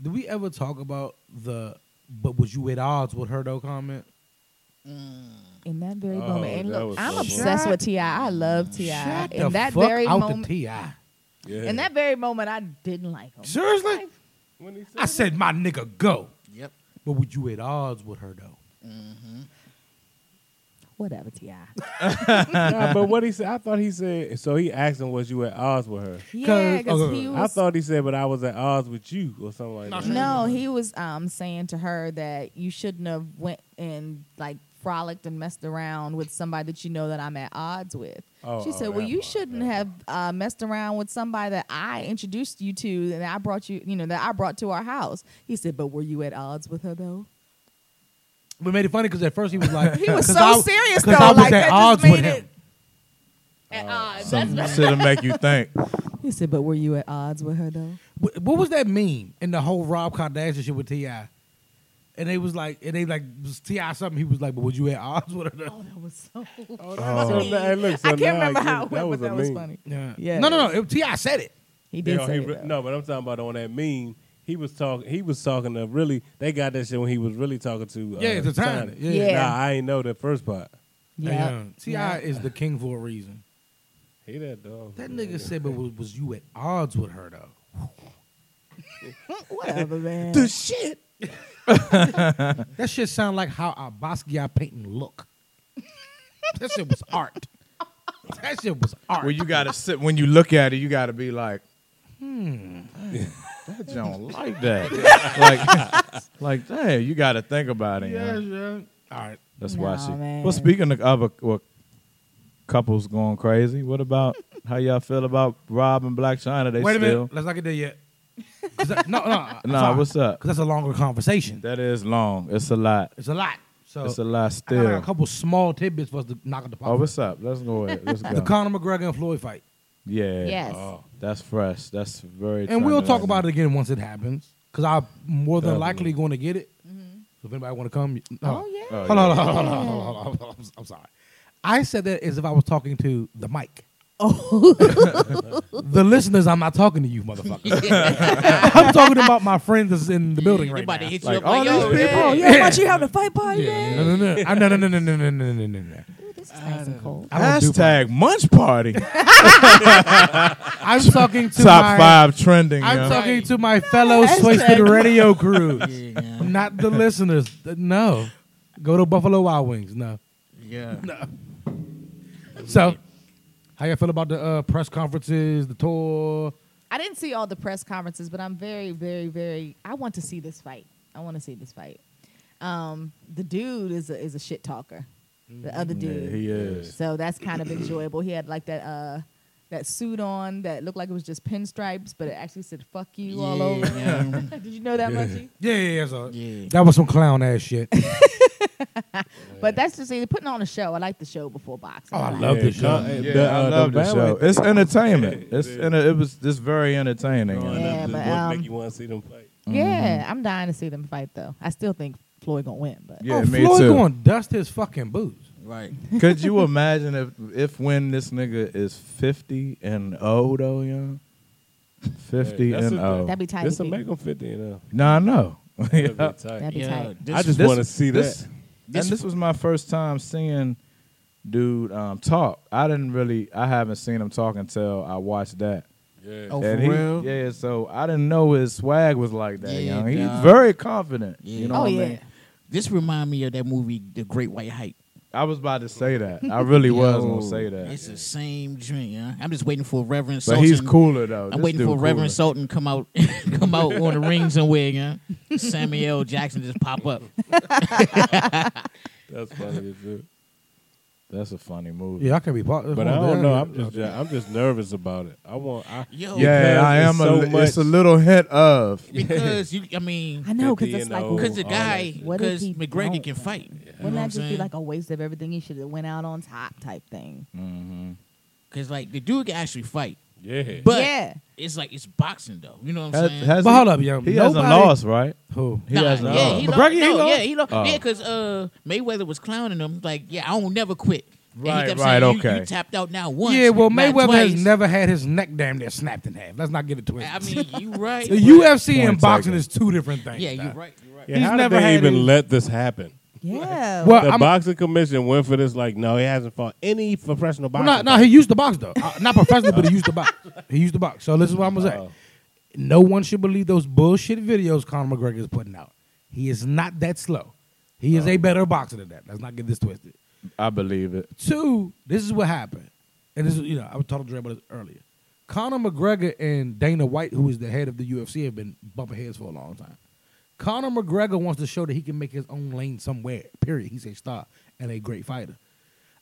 [SPEAKER 1] Did we ever talk about the but was you at odds with her though comment?
[SPEAKER 3] In that very
[SPEAKER 5] Oh,
[SPEAKER 3] moment, and
[SPEAKER 5] that
[SPEAKER 3] look,
[SPEAKER 5] was
[SPEAKER 3] I'm
[SPEAKER 5] so
[SPEAKER 3] obsessed
[SPEAKER 1] funny.
[SPEAKER 3] with Ti. I love Ti.
[SPEAKER 1] Shut
[SPEAKER 3] In
[SPEAKER 1] the
[SPEAKER 3] that
[SPEAKER 1] fuck
[SPEAKER 3] very
[SPEAKER 1] out
[SPEAKER 3] moment,
[SPEAKER 1] the Ti.
[SPEAKER 5] Yeah.
[SPEAKER 3] in that very moment, I didn't like him.
[SPEAKER 1] Seriously,
[SPEAKER 5] When he
[SPEAKER 1] I said my nigga go.
[SPEAKER 4] Yep.
[SPEAKER 1] But would you at odds with her though?
[SPEAKER 3] Mm-hmm. Whatever, Ti.
[SPEAKER 5] nah, but what he said, I thought he said. So he asked him, "Was you at odds with her?"
[SPEAKER 3] Yeah, because
[SPEAKER 1] okay,
[SPEAKER 3] he was.
[SPEAKER 5] I thought he said, "But I was at odds with you" or something like that.
[SPEAKER 3] No, he was um, saying to her that you shouldn't have went and like frolicked and messed around with somebody that you know that I'm at odds with.
[SPEAKER 5] Oh,
[SPEAKER 3] she
[SPEAKER 5] oh,
[SPEAKER 3] said, "Well,
[SPEAKER 5] that
[SPEAKER 3] you
[SPEAKER 5] part,
[SPEAKER 3] shouldn't
[SPEAKER 5] that
[SPEAKER 3] have uh, messed around with somebody that I introduced you to and I brought you, you know, that I brought to our house." He said, "But were you at odds with her though?"
[SPEAKER 1] We made it funny because at first he was like
[SPEAKER 3] He was
[SPEAKER 1] 'cause
[SPEAKER 3] so
[SPEAKER 1] I-
[SPEAKER 3] serious
[SPEAKER 1] 'cause
[SPEAKER 3] though.
[SPEAKER 1] I was
[SPEAKER 3] like
[SPEAKER 1] at
[SPEAKER 3] that
[SPEAKER 1] odds
[SPEAKER 3] just
[SPEAKER 1] with
[SPEAKER 3] made
[SPEAKER 1] him.
[SPEAKER 3] it. At
[SPEAKER 5] Oh.
[SPEAKER 3] odds.
[SPEAKER 2] Some shit'll make you think.
[SPEAKER 3] He said, "But were you at odds with her though?"
[SPEAKER 1] Wh- What was that meme in the whole Rob Kardashian shit with Ti? And they was like, and they like was Ti something. He was like, but would you at odds with her? though?
[SPEAKER 3] Oh, that was so.
[SPEAKER 5] So now- hey, look, so
[SPEAKER 3] I can't
[SPEAKER 5] now
[SPEAKER 3] remember
[SPEAKER 5] get
[SPEAKER 3] how
[SPEAKER 5] it.
[SPEAKER 3] it went, but that
[SPEAKER 5] a
[SPEAKER 3] was
[SPEAKER 5] meme.
[SPEAKER 3] funny.
[SPEAKER 1] Yeah.
[SPEAKER 3] Yes.
[SPEAKER 1] No, no, no. It- Ti said it.
[SPEAKER 3] He
[SPEAKER 5] They
[SPEAKER 3] did
[SPEAKER 5] don't-
[SPEAKER 3] say
[SPEAKER 5] he
[SPEAKER 3] it,
[SPEAKER 5] re-
[SPEAKER 3] though.
[SPEAKER 5] no, but I'm talking about on that meme. He was talking. He was talking to really. They got that shit when he was really talking to. Uh,
[SPEAKER 1] Yeah, it's a time.
[SPEAKER 5] China.
[SPEAKER 1] Yeah.
[SPEAKER 3] Yeah.
[SPEAKER 5] Nah, I ain't know the first part.
[SPEAKER 1] Yeah.
[SPEAKER 3] Yeah.
[SPEAKER 1] Ti
[SPEAKER 3] Yeah.
[SPEAKER 1] is the king for a reason.
[SPEAKER 5] He that dog.
[SPEAKER 1] That nigga said, but was, was you at odds with her though?
[SPEAKER 3] Whatever, man.
[SPEAKER 1] shit. that shit sound like how our Basquiat painting look. that shit was art. That shit was art.
[SPEAKER 2] Well, you gotta sit when you look at it. You gotta be like, hmm, that don't like that.
[SPEAKER 3] Oh,
[SPEAKER 2] like, like, damn, you gotta think about it. you know?
[SPEAKER 1] yeah, yeah. All right.
[SPEAKER 2] That's why
[SPEAKER 3] Nah,
[SPEAKER 2] she.
[SPEAKER 3] man.
[SPEAKER 2] Well, speaking of other well, couples going crazy, what about how y'all feel about Rob and Black China? They
[SPEAKER 1] Wait a
[SPEAKER 2] still.
[SPEAKER 1] minute. Let's not get there yet. 'Cause that- no, no.
[SPEAKER 2] Nah, what's up?
[SPEAKER 1] Because that's a longer conversation.
[SPEAKER 2] That is long. It's a lot.
[SPEAKER 1] It's a lot. So
[SPEAKER 2] It's a lot
[SPEAKER 1] I got like
[SPEAKER 2] still.
[SPEAKER 1] a couple small tidbits for us to knock at the
[SPEAKER 2] Oh,
[SPEAKER 1] pop.
[SPEAKER 2] what's up? Let's go ahead. Let's
[SPEAKER 1] the
[SPEAKER 2] go.
[SPEAKER 1] Conor McGregor and Floyd fight.
[SPEAKER 2] yeah.
[SPEAKER 3] Yes.
[SPEAKER 5] Oh,
[SPEAKER 2] That's fresh. That's very.
[SPEAKER 1] And we'll
[SPEAKER 2] trendy
[SPEAKER 1] talk
[SPEAKER 2] right
[SPEAKER 1] about
[SPEAKER 2] now.
[SPEAKER 1] it again once it happens. Because I'm more than
[SPEAKER 2] Definitely.
[SPEAKER 1] likely going to get it. So if anybody want to come. you-
[SPEAKER 3] Mm-hmm. Oh yeah.
[SPEAKER 2] Oh,
[SPEAKER 1] Hold
[SPEAKER 2] yeah.
[SPEAKER 1] on, hold on, hold on, hold on, hold on, hold on. I'm, I'm sorry. I said that as if I was talking to the mic. Oh. the listeners, I'm not talking to you, motherfucker. I'm talking about my friends that's in the building right
[SPEAKER 4] Everybody
[SPEAKER 1] now.
[SPEAKER 4] hit you
[SPEAKER 2] Like,
[SPEAKER 4] up like,
[SPEAKER 2] all
[SPEAKER 4] yo,
[SPEAKER 2] these people,
[SPEAKER 4] yeah.
[SPEAKER 3] Oh, you
[SPEAKER 1] Yeah.
[SPEAKER 3] yeah. you having a fight party,
[SPEAKER 1] Yeah,
[SPEAKER 3] man?
[SPEAKER 1] no, no, no, I, no, no, no, no, no, no, no, no, no, no.
[SPEAKER 3] Ooh, this is nice and cold.
[SPEAKER 1] I don't do
[SPEAKER 2] Hashtag Munch Party.
[SPEAKER 1] I'm talking to
[SPEAKER 2] Top
[SPEAKER 1] my,
[SPEAKER 2] five trending.
[SPEAKER 1] I'm
[SPEAKER 2] yo.
[SPEAKER 1] talking to my fellow Twisted Radio crew, not the listeners. No, go to Buffalo Wild Wings. No.
[SPEAKER 4] Yeah.
[SPEAKER 1] So, how you feel about the uh, press conferences, the tour?
[SPEAKER 3] I didn't see all the press conferences, but I'm very, very, very. I want to see this fight. I want to see this fight. Um, the dude is a, is a shit talker. The other dude.
[SPEAKER 2] Mm-hmm. he is.
[SPEAKER 3] So that's kind of enjoyable. He had like that uh, that suit on that looked like it was just pinstripes, but it actually said "fuck you" all over. it.
[SPEAKER 4] Yeah.
[SPEAKER 3] Did you know that, Munchie?
[SPEAKER 1] Yeah, yeah, yeah. So
[SPEAKER 4] Yeah.
[SPEAKER 1] that was some clown ass shit.
[SPEAKER 3] But that's just they're putting on a show. I like the show before boxing.
[SPEAKER 1] Oh, I love this
[SPEAKER 5] Yeah,
[SPEAKER 1] show.
[SPEAKER 5] come- hey,
[SPEAKER 2] Yeah,
[SPEAKER 5] the,
[SPEAKER 2] I
[SPEAKER 5] uh,
[SPEAKER 2] love the
[SPEAKER 5] Bama-
[SPEAKER 2] show. It's entertainment. It's enter- it was it's very entertaining.
[SPEAKER 5] Growing
[SPEAKER 2] yo.
[SPEAKER 3] Yeah,
[SPEAKER 5] up just
[SPEAKER 3] but,
[SPEAKER 5] would
[SPEAKER 3] um,
[SPEAKER 5] make you want to see them fight.
[SPEAKER 3] Yeah, I'm dying to see them fight though. I still think Floyd gonna win, but
[SPEAKER 2] Yeah,
[SPEAKER 1] oh,
[SPEAKER 2] me
[SPEAKER 1] Floyd
[SPEAKER 2] too.
[SPEAKER 1] going dust his fucking boots.
[SPEAKER 4] Right.
[SPEAKER 2] Could you imagine if if when this nigga is fifty and old though, young? Fifty
[SPEAKER 5] Hey, that's
[SPEAKER 2] and
[SPEAKER 5] a-
[SPEAKER 2] old.
[SPEAKER 3] that'd be tight.
[SPEAKER 5] This
[SPEAKER 3] to
[SPEAKER 5] will
[SPEAKER 3] beat.
[SPEAKER 5] make them 50 and up.
[SPEAKER 2] No, I know.
[SPEAKER 5] That'd
[SPEAKER 2] Yeah.
[SPEAKER 5] be tight.
[SPEAKER 3] That'd be
[SPEAKER 4] Yeah.
[SPEAKER 3] tight.
[SPEAKER 5] I just
[SPEAKER 2] This-
[SPEAKER 5] want to see
[SPEAKER 2] this-
[SPEAKER 5] that.
[SPEAKER 2] and this was my first time seeing dude um, talk. I didn't really, I haven't seen him talk until I watched that.
[SPEAKER 5] Yeah.
[SPEAKER 4] Oh,
[SPEAKER 2] And
[SPEAKER 4] for
[SPEAKER 2] he-
[SPEAKER 4] real?
[SPEAKER 2] Yeah, so I didn't know his swag was like that.
[SPEAKER 4] Yeah,
[SPEAKER 2] young. He's
[SPEAKER 4] dog.
[SPEAKER 2] very confident. You
[SPEAKER 4] Yeah.
[SPEAKER 2] know
[SPEAKER 3] Oh
[SPEAKER 2] what
[SPEAKER 3] yeah.
[SPEAKER 2] I mean?
[SPEAKER 4] This remind me of that movie, The Great White Hype.
[SPEAKER 2] I was about to say that. I really was gonna
[SPEAKER 4] Yo,
[SPEAKER 2] say that.
[SPEAKER 4] It's the same drink. Huh? I'm just waiting for Reverend.
[SPEAKER 2] But
[SPEAKER 4] Sultan.
[SPEAKER 2] he's cooler though.
[SPEAKER 4] I'm
[SPEAKER 2] This
[SPEAKER 4] waiting
[SPEAKER 2] dude
[SPEAKER 4] for Reverend
[SPEAKER 2] cooler.
[SPEAKER 4] Sultan to come out, come out on the ring somewhere. Huh? Samuel L. Jackson just pop up.
[SPEAKER 5] That's funny as shit.
[SPEAKER 2] That's a funny movie.
[SPEAKER 1] Yeah, I can be part.
[SPEAKER 5] But I don't know. I'm just I'm just nervous about it. I want. I,
[SPEAKER 4] Yo,
[SPEAKER 2] Yeah,
[SPEAKER 5] Because
[SPEAKER 2] I
[SPEAKER 5] it's
[SPEAKER 2] am. A,
[SPEAKER 5] so
[SPEAKER 2] li- it's a
[SPEAKER 5] much-
[SPEAKER 2] little hint of.
[SPEAKER 4] because you, I mean,
[SPEAKER 3] I know
[SPEAKER 5] The
[SPEAKER 3] because it's like
[SPEAKER 5] DNO.
[SPEAKER 4] because the
[SPEAKER 5] all
[SPEAKER 4] guy,
[SPEAKER 5] that
[SPEAKER 3] What if
[SPEAKER 4] because
[SPEAKER 3] he
[SPEAKER 4] McGregor
[SPEAKER 3] don't?
[SPEAKER 4] can fight.
[SPEAKER 3] Wouldn't that just be
[SPEAKER 4] saying?
[SPEAKER 3] like a waste of everything? He should have went out on top, type thing.
[SPEAKER 4] Because like the dude can actually fight,
[SPEAKER 5] yeah.
[SPEAKER 4] but
[SPEAKER 3] yeah,
[SPEAKER 4] it's like it's boxing though. You know what I'm
[SPEAKER 2] Has-
[SPEAKER 4] saying?
[SPEAKER 2] has
[SPEAKER 1] But
[SPEAKER 2] he-
[SPEAKER 1] hold up, young.
[SPEAKER 2] He hasn't
[SPEAKER 1] Nobody-
[SPEAKER 2] lost, right?
[SPEAKER 1] Who?
[SPEAKER 2] He
[SPEAKER 4] Nah,
[SPEAKER 2] hasn't
[SPEAKER 4] yeah,
[SPEAKER 2] lost.
[SPEAKER 4] he
[SPEAKER 1] McGregor,
[SPEAKER 4] lost.
[SPEAKER 1] he
[SPEAKER 4] no,
[SPEAKER 1] lost?
[SPEAKER 4] yeah, he lost.
[SPEAKER 2] Oh.
[SPEAKER 4] Yeah, because uh, Mayweather was clowning him like, "Yeah, I don't never quit." And he
[SPEAKER 2] Right,
[SPEAKER 4] kept
[SPEAKER 2] right,
[SPEAKER 4] saying, You,
[SPEAKER 2] okay.
[SPEAKER 4] you tapped out now once.
[SPEAKER 1] yeah, well,
[SPEAKER 4] not
[SPEAKER 1] Mayweather
[SPEAKER 4] twice.
[SPEAKER 1] has never had his neck damn near snapped in half. Let's not get it twisted.
[SPEAKER 4] I mean, you right.
[SPEAKER 1] the UFC
[SPEAKER 2] Point
[SPEAKER 1] and boxing
[SPEAKER 2] taken.
[SPEAKER 1] is two different things.
[SPEAKER 4] yeah, you
[SPEAKER 1] dog.
[SPEAKER 4] right. You right.
[SPEAKER 5] Yeah,
[SPEAKER 1] He's
[SPEAKER 5] how
[SPEAKER 1] never
[SPEAKER 5] did they
[SPEAKER 1] had
[SPEAKER 5] even
[SPEAKER 1] any-
[SPEAKER 5] let this happen?
[SPEAKER 3] yeah.
[SPEAKER 1] Well,
[SPEAKER 5] The
[SPEAKER 1] I'm-
[SPEAKER 5] boxing commission went for this. Like, no, he hasn't fought any professional
[SPEAKER 1] Well,
[SPEAKER 5] boxing.
[SPEAKER 1] no, no, he used to box though. Uh, not professionally, but he used to box. He used to box. So this is what I'm gonna
[SPEAKER 5] Oh.
[SPEAKER 1] say. No one should believe those bullshit videos Conor McGregor is putting out. He is not that slow. He
[SPEAKER 5] Oh.
[SPEAKER 1] is a better boxer than that. Let's not get this twisted.
[SPEAKER 2] I believe it.
[SPEAKER 1] Two, this is what happened. And this is, you know, I was talking to Dre about this earlier. Conor McGregor and Dana White, who is the head of the UFC, have been bumping heads for a long time. Conor McGregor wants to show that he can make his own lane somewhere, period. He's a star and a great fighter.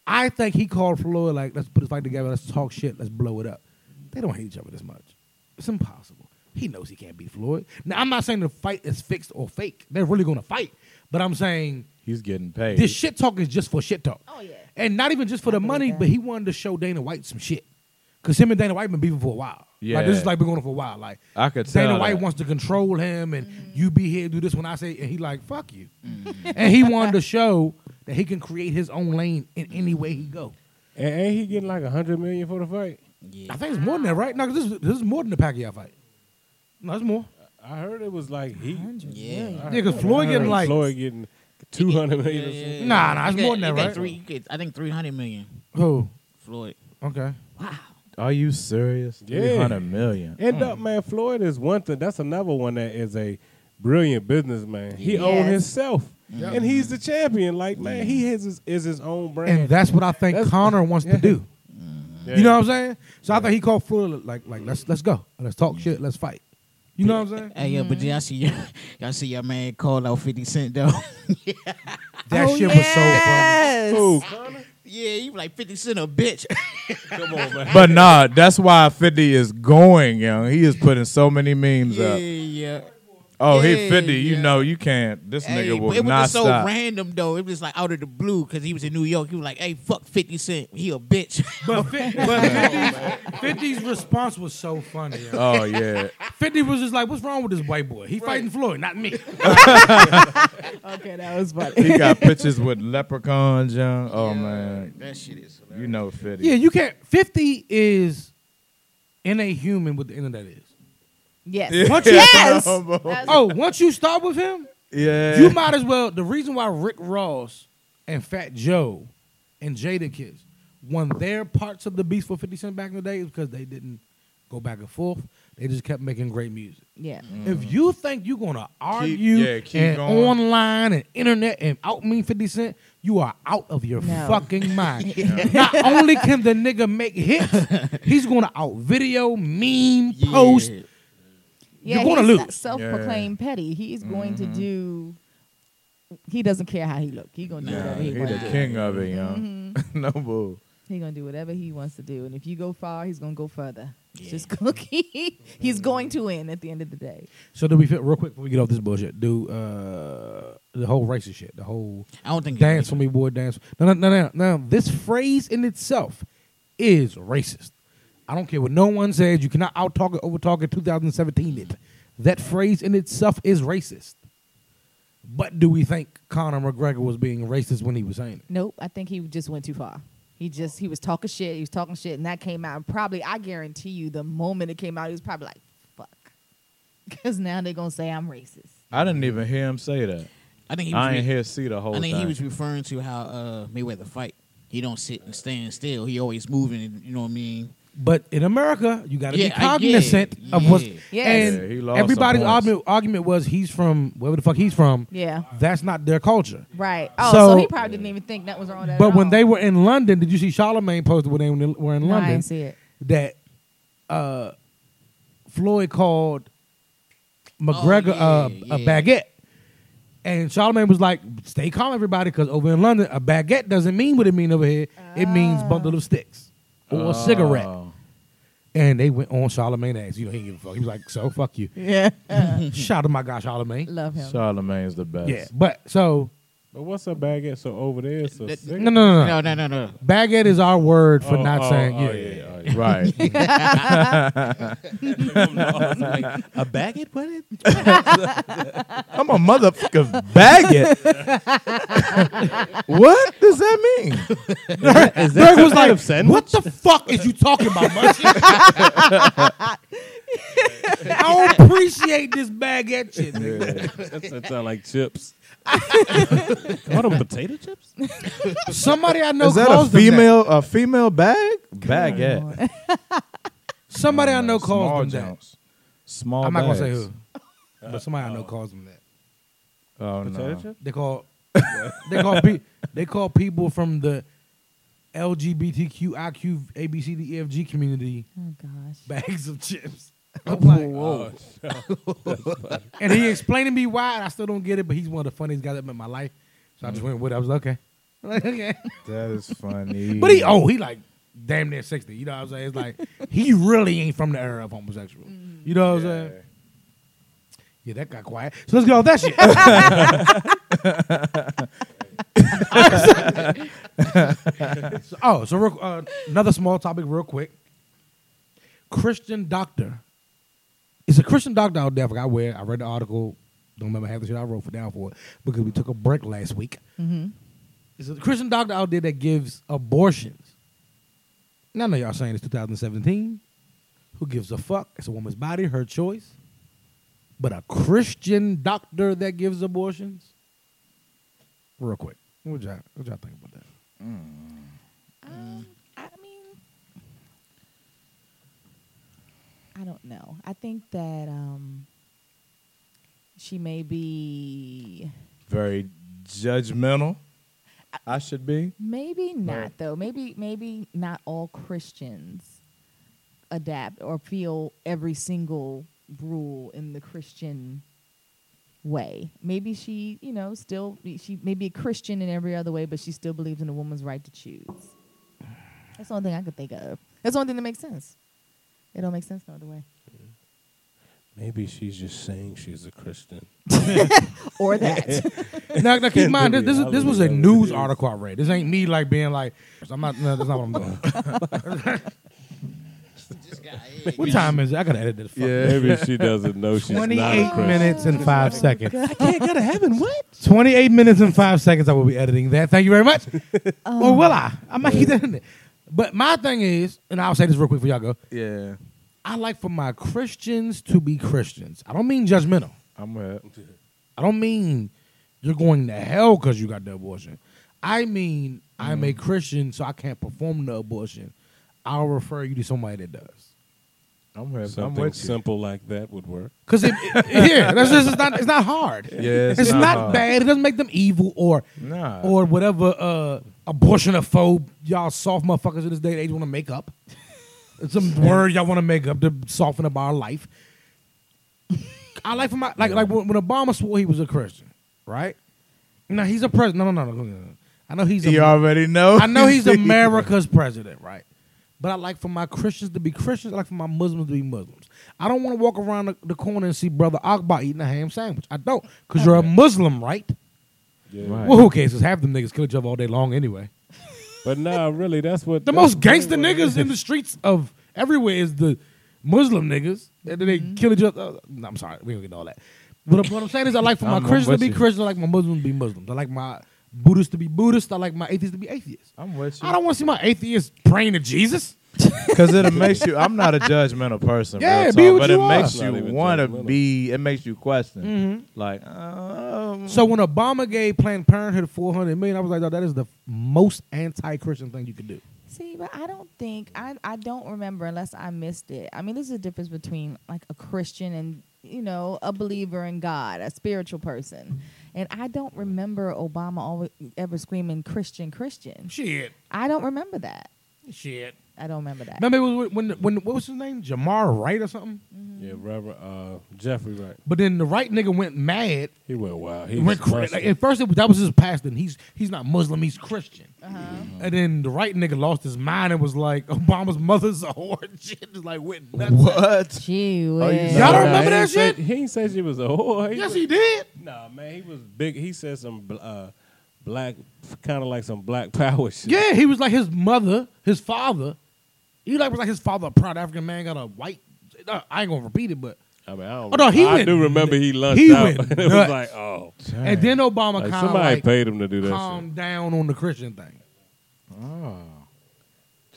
[SPEAKER 1] I think he called Floyd, like, let's put this fight together, let's talk shit, let's blow it up. They don't hate each other this much. It's impossible. He knows he can't beat Floyd. Now, I'm not saying the fight is fixed or fake. They're really going to fight. But I'm saying
[SPEAKER 2] He's getting paid.
[SPEAKER 1] this shit talk is just for shit talk.
[SPEAKER 3] Oh, yeah.
[SPEAKER 1] And not even just for the
[SPEAKER 3] believe
[SPEAKER 1] money,
[SPEAKER 3] that.
[SPEAKER 1] but he wanted to show Dana White some shit. Cause him and Dana White been beefing for a while. Like this
[SPEAKER 2] Yeah.
[SPEAKER 1] is like been going on for a while. Like
[SPEAKER 2] I could tell.
[SPEAKER 1] Dana White
[SPEAKER 2] that.
[SPEAKER 1] wants to control him and you be here, do this when I say and he like, fuck you. and he wanted to show that he can create his own lane in any way he go.
[SPEAKER 5] And ain't he getting like a hundred million for the fight?
[SPEAKER 1] I think it's more than that, right? No, 'cause this is this is more than the Pacquiao fight. No, it's more.
[SPEAKER 5] I heard it was like he.
[SPEAKER 4] Yeah.
[SPEAKER 5] I
[SPEAKER 1] Yeah, 'cause
[SPEAKER 5] heard-
[SPEAKER 1] Floyd
[SPEAKER 5] I
[SPEAKER 1] getting
[SPEAKER 5] heard
[SPEAKER 1] like-
[SPEAKER 5] Floyd getting two hundred million. or something.
[SPEAKER 1] Nah, nah, it's
[SPEAKER 4] You
[SPEAKER 1] more than
[SPEAKER 4] got-
[SPEAKER 1] that,
[SPEAKER 4] you got
[SPEAKER 1] right?
[SPEAKER 4] Three, you got- I think three hundred million.
[SPEAKER 1] Oh,
[SPEAKER 4] Floyd.
[SPEAKER 1] okay.
[SPEAKER 2] Are you serious?
[SPEAKER 5] Yeah.
[SPEAKER 2] Three hundred million.
[SPEAKER 5] End
[SPEAKER 1] Hmm.
[SPEAKER 5] up, man. Floyd is one thing. That's another one that is a brilliant businessman. He
[SPEAKER 3] Yes.
[SPEAKER 5] own himself, and he's the champion. Like, man, he has his, is his own brand.
[SPEAKER 1] And that's what I think
[SPEAKER 5] That's-
[SPEAKER 1] Connor wants to do.
[SPEAKER 5] Yeah.
[SPEAKER 1] You know what I'm saying? So I think he called Floyd like like let's let's go. Let's talk shit. Let's fight. You know what I'm saying?
[SPEAKER 4] Hey, yeah, but y'all see, y'all, y'all see your man call out Fifty Cent though.
[SPEAKER 1] That
[SPEAKER 3] Oh,
[SPEAKER 1] shit
[SPEAKER 3] yes.
[SPEAKER 5] Who, Conor?
[SPEAKER 4] yeah, you like Fifty Cent a bitch.
[SPEAKER 5] Come on, man.
[SPEAKER 2] But nah, that's why Fifty is going young. He is putting so many memes
[SPEAKER 4] yeah,
[SPEAKER 2] up.
[SPEAKER 4] yeah.
[SPEAKER 2] Oh, he
[SPEAKER 4] yeah,
[SPEAKER 2] Fifty. You
[SPEAKER 4] yeah.
[SPEAKER 2] know you can't. This
[SPEAKER 4] Hey,
[SPEAKER 2] nigga will
[SPEAKER 4] but it was
[SPEAKER 2] not
[SPEAKER 4] just so
[SPEAKER 2] stop.
[SPEAKER 4] random though. It was like out of the blue because he was in New York. He was like, "Hey, fuck Fifty Cent. He a bitch." Oh,
[SPEAKER 1] was funny. But 50's, 50's response was so funny. yo.
[SPEAKER 2] Oh yeah.
[SPEAKER 1] 50 was just like, what's wrong with this white boy? He fighting Floyd, not me.
[SPEAKER 3] Okay, that was funny.
[SPEAKER 2] he got pictures with leprechauns, young. Oh man,
[SPEAKER 4] that shit is. hilarious.
[SPEAKER 2] you know Fifty.
[SPEAKER 1] yeah, you can't. 50 is in a human what the internet is.
[SPEAKER 3] yes.
[SPEAKER 1] Once you-
[SPEAKER 3] Yes.
[SPEAKER 1] Oh, once you start with him,
[SPEAKER 2] yeah.
[SPEAKER 1] you might as well. The reason why Rick Ross and Fat Joe and Jada Kiss won their parts of the beast for 50 Cent back in the day is because they didn't go back and forth. They just kept making great music.
[SPEAKER 3] yeah.
[SPEAKER 1] If you think you're gonna argue
[SPEAKER 2] yeah, Mm. keep
[SPEAKER 1] and
[SPEAKER 2] going.
[SPEAKER 1] online and internet and out mean 50 Cent, you are out of your
[SPEAKER 3] No.
[SPEAKER 1] fucking mind. Not only can the nigga make hits, he's gonna out video, meme,
[SPEAKER 4] Yeah.
[SPEAKER 1] post.
[SPEAKER 3] Yeah,
[SPEAKER 1] You're gonna
[SPEAKER 3] he's
[SPEAKER 1] lose.
[SPEAKER 3] Self-proclaimed petty. He's going to do. He doesn't care how he look. He gonna do
[SPEAKER 2] Nah,
[SPEAKER 3] whatever
[SPEAKER 2] he
[SPEAKER 3] he, wants.
[SPEAKER 2] the
[SPEAKER 3] to do.
[SPEAKER 2] king of it, young.
[SPEAKER 1] Mm-hmm.
[SPEAKER 2] no bull.
[SPEAKER 3] He gonna do whatever he wants to do, and if you go far, he's gonna go further. It's just cookie. he's going to win at the end of the day.
[SPEAKER 1] So do we fit real quick before we get off this bullshit? Do uh, the whole racist shit, the whole
[SPEAKER 4] I don't think
[SPEAKER 1] dance for me, boy, dance. No, no, no, no, no. This phrase in itself is racist. I don't care what no one says. You cannot out talk it, over talk it. 2017 it. That phrase in itself is racist. But do we think Conor McGregor was being racist when he was saying it?
[SPEAKER 3] Nope, I think he just went too far. He just he was talking shit. He was talking shit, and that came out. And probably, I guarantee you, the moment it came out, he was probably like, "Fuck," because now they're gonna say I'm racist.
[SPEAKER 2] I didn't even hear him say that.
[SPEAKER 4] I think he was
[SPEAKER 2] I ain't
[SPEAKER 4] re-
[SPEAKER 2] hear see the whole
[SPEAKER 4] I think
[SPEAKER 2] thing.
[SPEAKER 4] he was referring to how uh, Mayweather fight. He don't sit and stand still. He always moving. and You know what I mean?
[SPEAKER 1] But in America, you got to
[SPEAKER 4] Yeah,
[SPEAKER 1] be
[SPEAKER 4] I- yeah,
[SPEAKER 1] cognizant of what's.
[SPEAKER 3] Yes.
[SPEAKER 2] Yeah, he
[SPEAKER 1] And
[SPEAKER 2] lost some
[SPEAKER 1] everybody's
[SPEAKER 2] points.
[SPEAKER 1] argument, argument was he's from wherever the fuck he's from.
[SPEAKER 3] Yeah.
[SPEAKER 1] That's not their culture.
[SPEAKER 3] Right. Oh, so,
[SPEAKER 1] So-
[SPEAKER 3] he probably didn't even think that was wrong.
[SPEAKER 1] But when they were in London, did you see Charlemagne posted when they were in
[SPEAKER 3] No, I
[SPEAKER 1] London?
[SPEAKER 3] didn't see it.
[SPEAKER 1] That uh, Floyd called McGregor
[SPEAKER 4] Oh, yeah,
[SPEAKER 1] a, a
[SPEAKER 4] yeah.
[SPEAKER 1] baguette. And Charlemagne was like, stay calm, everybody, because over in London, a baguette doesn't mean what it means over here. It means
[SPEAKER 3] Oh.
[SPEAKER 1] bundle of sticks or a cigarette.
[SPEAKER 2] Oh.
[SPEAKER 1] And they went on Charlemagne ass. You know, he didn't give a fuck. He was like, so fuck you.
[SPEAKER 3] Yeah.
[SPEAKER 1] Shout out to my guy, Charlemagne.
[SPEAKER 3] Love him.
[SPEAKER 2] Charlemagne's the best.
[SPEAKER 1] Yeah. But so,
[SPEAKER 5] But what's a baguette? So over there, it's a
[SPEAKER 4] That-
[SPEAKER 5] cigarette.
[SPEAKER 1] no, no, no, no.
[SPEAKER 4] No, no, no, no.
[SPEAKER 1] Baguette is our word for
[SPEAKER 5] Oh,
[SPEAKER 1] not
[SPEAKER 5] oh,
[SPEAKER 1] saying
[SPEAKER 5] oh,
[SPEAKER 1] yeah.
[SPEAKER 5] yeah.
[SPEAKER 2] Right.
[SPEAKER 6] a baguette with it?
[SPEAKER 2] I'm a motherfucker baguette. what does that mean?
[SPEAKER 5] Is
[SPEAKER 1] Berg was
[SPEAKER 5] kind
[SPEAKER 1] like,
[SPEAKER 5] of sandwich?
[SPEAKER 1] "What the fuck is you talking about, Munchie? I don't appreciate this baguette shit." nigga."
[SPEAKER 5] That's- that sound like chips. What them potato chips?
[SPEAKER 1] Somebody I know
[SPEAKER 2] Is that a
[SPEAKER 1] calls them that.
[SPEAKER 2] female a female bag? Baguette.
[SPEAKER 1] Somebody I know
[SPEAKER 2] Small
[SPEAKER 1] calls them that.
[SPEAKER 2] jumps. Small
[SPEAKER 1] I'm not gonna say
[SPEAKER 2] bags.
[SPEAKER 1] who, but somebody I know calls them that.
[SPEAKER 2] Oh,
[SPEAKER 5] Potato
[SPEAKER 2] no.
[SPEAKER 5] chips?
[SPEAKER 1] They call they call pe- they call people from the LGBTQIQ ABCDEFG E, community
[SPEAKER 3] Oh gosh.
[SPEAKER 1] bags of chips. I'm like, oh.
[SPEAKER 5] Oh,
[SPEAKER 1] And he explained to me why, and I still don't get it, but he's one of the funniest guys I've met in my life. So I
[SPEAKER 2] Mm.
[SPEAKER 1] just went with it. I was like, okay. Like, okay.
[SPEAKER 2] That is funny.
[SPEAKER 1] But he, oh, he like damn near 60. You know what I'm saying? It's like, he really ain't from the era of homosexual. You know what I'm saying? Yeah, that got quiet. So let's get off that shit. So- oh, so real, uh, another small topic, real quick. Christian doctor. It's a Christian doctor out there. I forgot where. I read the article. Don't remember half the shit I wrote for down for it because we took a break last week.
[SPEAKER 3] Mm-hmm.
[SPEAKER 1] It's a Christian doctor out there that gives abortions. Now I know y'all saying it's 2017. Who gives a fuck? It's a woman's body, her choice. But a Christian doctor that gives abortions? Real quick. What y'all, what y'all think about that?
[SPEAKER 3] Um, I mean, I don't know. I think that um, she may be,
[SPEAKER 2] Very judgmental. I should be.
[SPEAKER 3] maybe not though. Maybe maybe not all Christians adapt or feel every single rule in the Christian way. Maybe she, you know, still she may be a Christian in every other way, but she still believes in a woman's right to choose. That's the only thing I could think of. That's the only thing that makes sense. It don't make sense no other way.
[SPEAKER 5] Maybe she's just saying she's a Christian.
[SPEAKER 3] Or that.
[SPEAKER 1] now, now keep in mind, this, this, is- this was a
[SPEAKER 5] Hallelujah.
[SPEAKER 1] news article I read. This ain't me like being like, I'm not, no, that's not what I'm doing. what time is it? I gotta edit this. fuck.
[SPEAKER 5] Maybe she doesn't know she's not a
[SPEAKER 1] 28
[SPEAKER 5] Christian.
[SPEAKER 1] minutes and five seconds. I can't go to heaven. What? 28 minutes and five seconds. I will be editing that. Thank you very much. Or will I?
[SPEAKER 2] Oh.
[SPEAKER 1] I might keep that in there. But my thing is, and I'll say this real quick for y'all go.
[SPEAKER 2] Yeah.
[SPEAKER 1] I like for my Christians to be Christians. I don't mean judgmental.
[SPEAKER 2] I'm with.
[SPEAKER 1] I don't mean you're going to hell because you got the abortion. I mean I'm
[SPEAKER 2] Mm-hmm.
[SPEAKER 1] a Christian, so I can't perform the abortion. I'll refer you to somebody that does.
[SPEAKER 2] I'm with. I'm
[SPEAKER 5] Something
[SPEAKER 2] with you.
[SPEAKER 5] simple like that would work.
[SPEAKER 1] Cause it, it- here, that's just it's not it's not hard.
[SPEAKER 2] Yeah,
[SPEAKER 1] it's, not, bad. It doesn't make them evil or
[SPEAKER 2] Nah.
[SPEAKER 1] or whatever uh, abortionophobe y'all soft motherfuckers of this day and age want to make up. It's some word y'all want to make up to soften up our life. I like for my like like when, when Obama swore he was a Christian, right? Now he's a president. No, no, no, no, no, no. I know he's a
[SPEAKER 2] You already know.
[SPEAKER 1] I know he's America's president, right? But I like for my Christians to be Christians. I like for my Muslims to be Muslims. I don't want to walk around the, the corner and see Brother Akbar eating a ham sandwich. I don't, because you're a Muslim, right?
[SPEAKER 2] Right.
[SPEAKER 1] Well, who cares? 'Cause half them niggas kill each other all day long anyway.
[SPEAKER 5] But nah, really, that's what
[SPEAKER 1] The
[SPEAKER 5] that's
[SPEAKER 1] most gangster
[SPEAKER 5] really what it
[SPEAKER 1] niggas in
[SPEAKER 5] is.
[SPEAKER 1] the streets of everywhere is the Muslim niggas. And then they
[SPEAKER 2] Mm-hmm.
[SPEAKER 1] kill each other. No, I'm sorry. We don't get all that. But what I'm saying is I like for my
[SPEAKER 2] I'm- I'm
[SPEAKER 1] Christians to
[SPEAKER 2] with
[SPEAKER 1] be
[SPEAKER 2] you.
[SPEAKER 1] Christians. I like my Muslims to be Muslims. I like my Buddhists to be Buddhists. I like my atheists to be atheists.
[SPEAKER 2] I'm with you.
[SPEAKER 1] I don't want to see my atheists praying to Jesus.
[SPEAKER 2] Because it makes you. I'm not a judgmental person.
[SPEAKER 1] Yeah,
[SPEAKER 2] real
[SPEAKER 1] be
[SPEAKER 2] talk,
[SPEAKER 1] what
[SPEAKER 2] but
[SPEAKER 1] you
[SPEAKER 2] it
[SPEAKER 1] are.
[SPEAKER 2] makes
[SPEAKER 5] Not
[SPEAKER 2] you
[SPEAKER 5] even
[SPEAKER 2] want to
[SPEAKER 5] judgmental.
[SPEAKER 2] be. It makes you question.
[SPEAKER 1] Mm-hmm.
[SPEAKER 2] Like, um,
[SPEAKER 1] So when Obama gave Planned Parenthood 400 million, I was like, oh, that is the most anti-Christian thing you could do.
[SPEAKER 3] See, but I don't think I I don't remember unless I missed it. I mean, there's a difference between like a Christian and you know a believer in God, a spiritual person. And I don't remember Obama always, ever screaming Christian, Christian.
[SPEAKER 1] Shit.
[SPEAKER 3] I don't remember that.
[SPEAKER 1] Shit.
[SPEAKER 3] I don't remember that.
[SPEAKER 1] Remember it was when, when what was his name? Jamar Wright or something?
[SPEAKER 5] Yeah, Reverend uh, Jeffrey Wright.
[SPEAKER 1] But then the right nigga went mad.
[SPEAKER 5] He went wild. He
[SPEAKER 1] He went
[SPEAKER 5] was
[SPEAKER 1] cra-
[SPEAKER 5] busting.
[SPEAKER 1] like, at first, it, was- that was his pastor. And he's he's not Muslim. He's Christian.
[SPEAKER 3] Uh-huh. Mm-hmm.
[SPEAKER 1] And then the right nigga lost his mind and was like, "Obama's mother's a whore." and Shit, just like went nuts.
[SPEAKER 2] What?
[SPEAKER 3] Gee
[SPEAKER 5] Oh,
[SPEAKER 2] you
[SPEAKER 3] whiz.
[SPEAKER 1] Y'all don't
[SPEAKER 5] Nah,
[SPEAKER 1] remember
[SPEAKER 5] he
[SPEAKER 1] that
[SPEAKER 5] ain't say-
[SPEAKER 1] shit?
[SPEAKER 5] he ain't say she was a whore.
[SPEAKER 1] Yes,
[SPEAKER 5] was-
[SPEAKER 1] he did.
[SPEAKER 5] Nah, man, he was big. He said some bl- uh, black, kind of like some black power shit.
[SPEAKER 1] Yeah, he was like his mother, his father. He like was like his father, a proud African man, got a white. uh, I ain't gonna repeat it, but
[SPEAKER 5] I mean, I don't.
[SPEAKER 1] Oh, no, he
[SPEAKER 5] I
[SPEAKER 1] went-
[SPEAKER 5] do remember he lunched
[SPEAKER 1] he
[SPEAKER 5] out.
[SPEAKER 1] went
[SPEAKER 5] it was
[SPEAKER 1] nuts.
[SPEAKER 5] like, oh,
[SPEAKER 1] and then Obama
[SPEAKER 5] like,
[SPEAKER 1] kind of
[SPEAKER 5] somebody
[SPEAKER 1] like
[SPEAKER 5] paid him to do that.
[SPEAKER 1] calmed down on the Christian thing.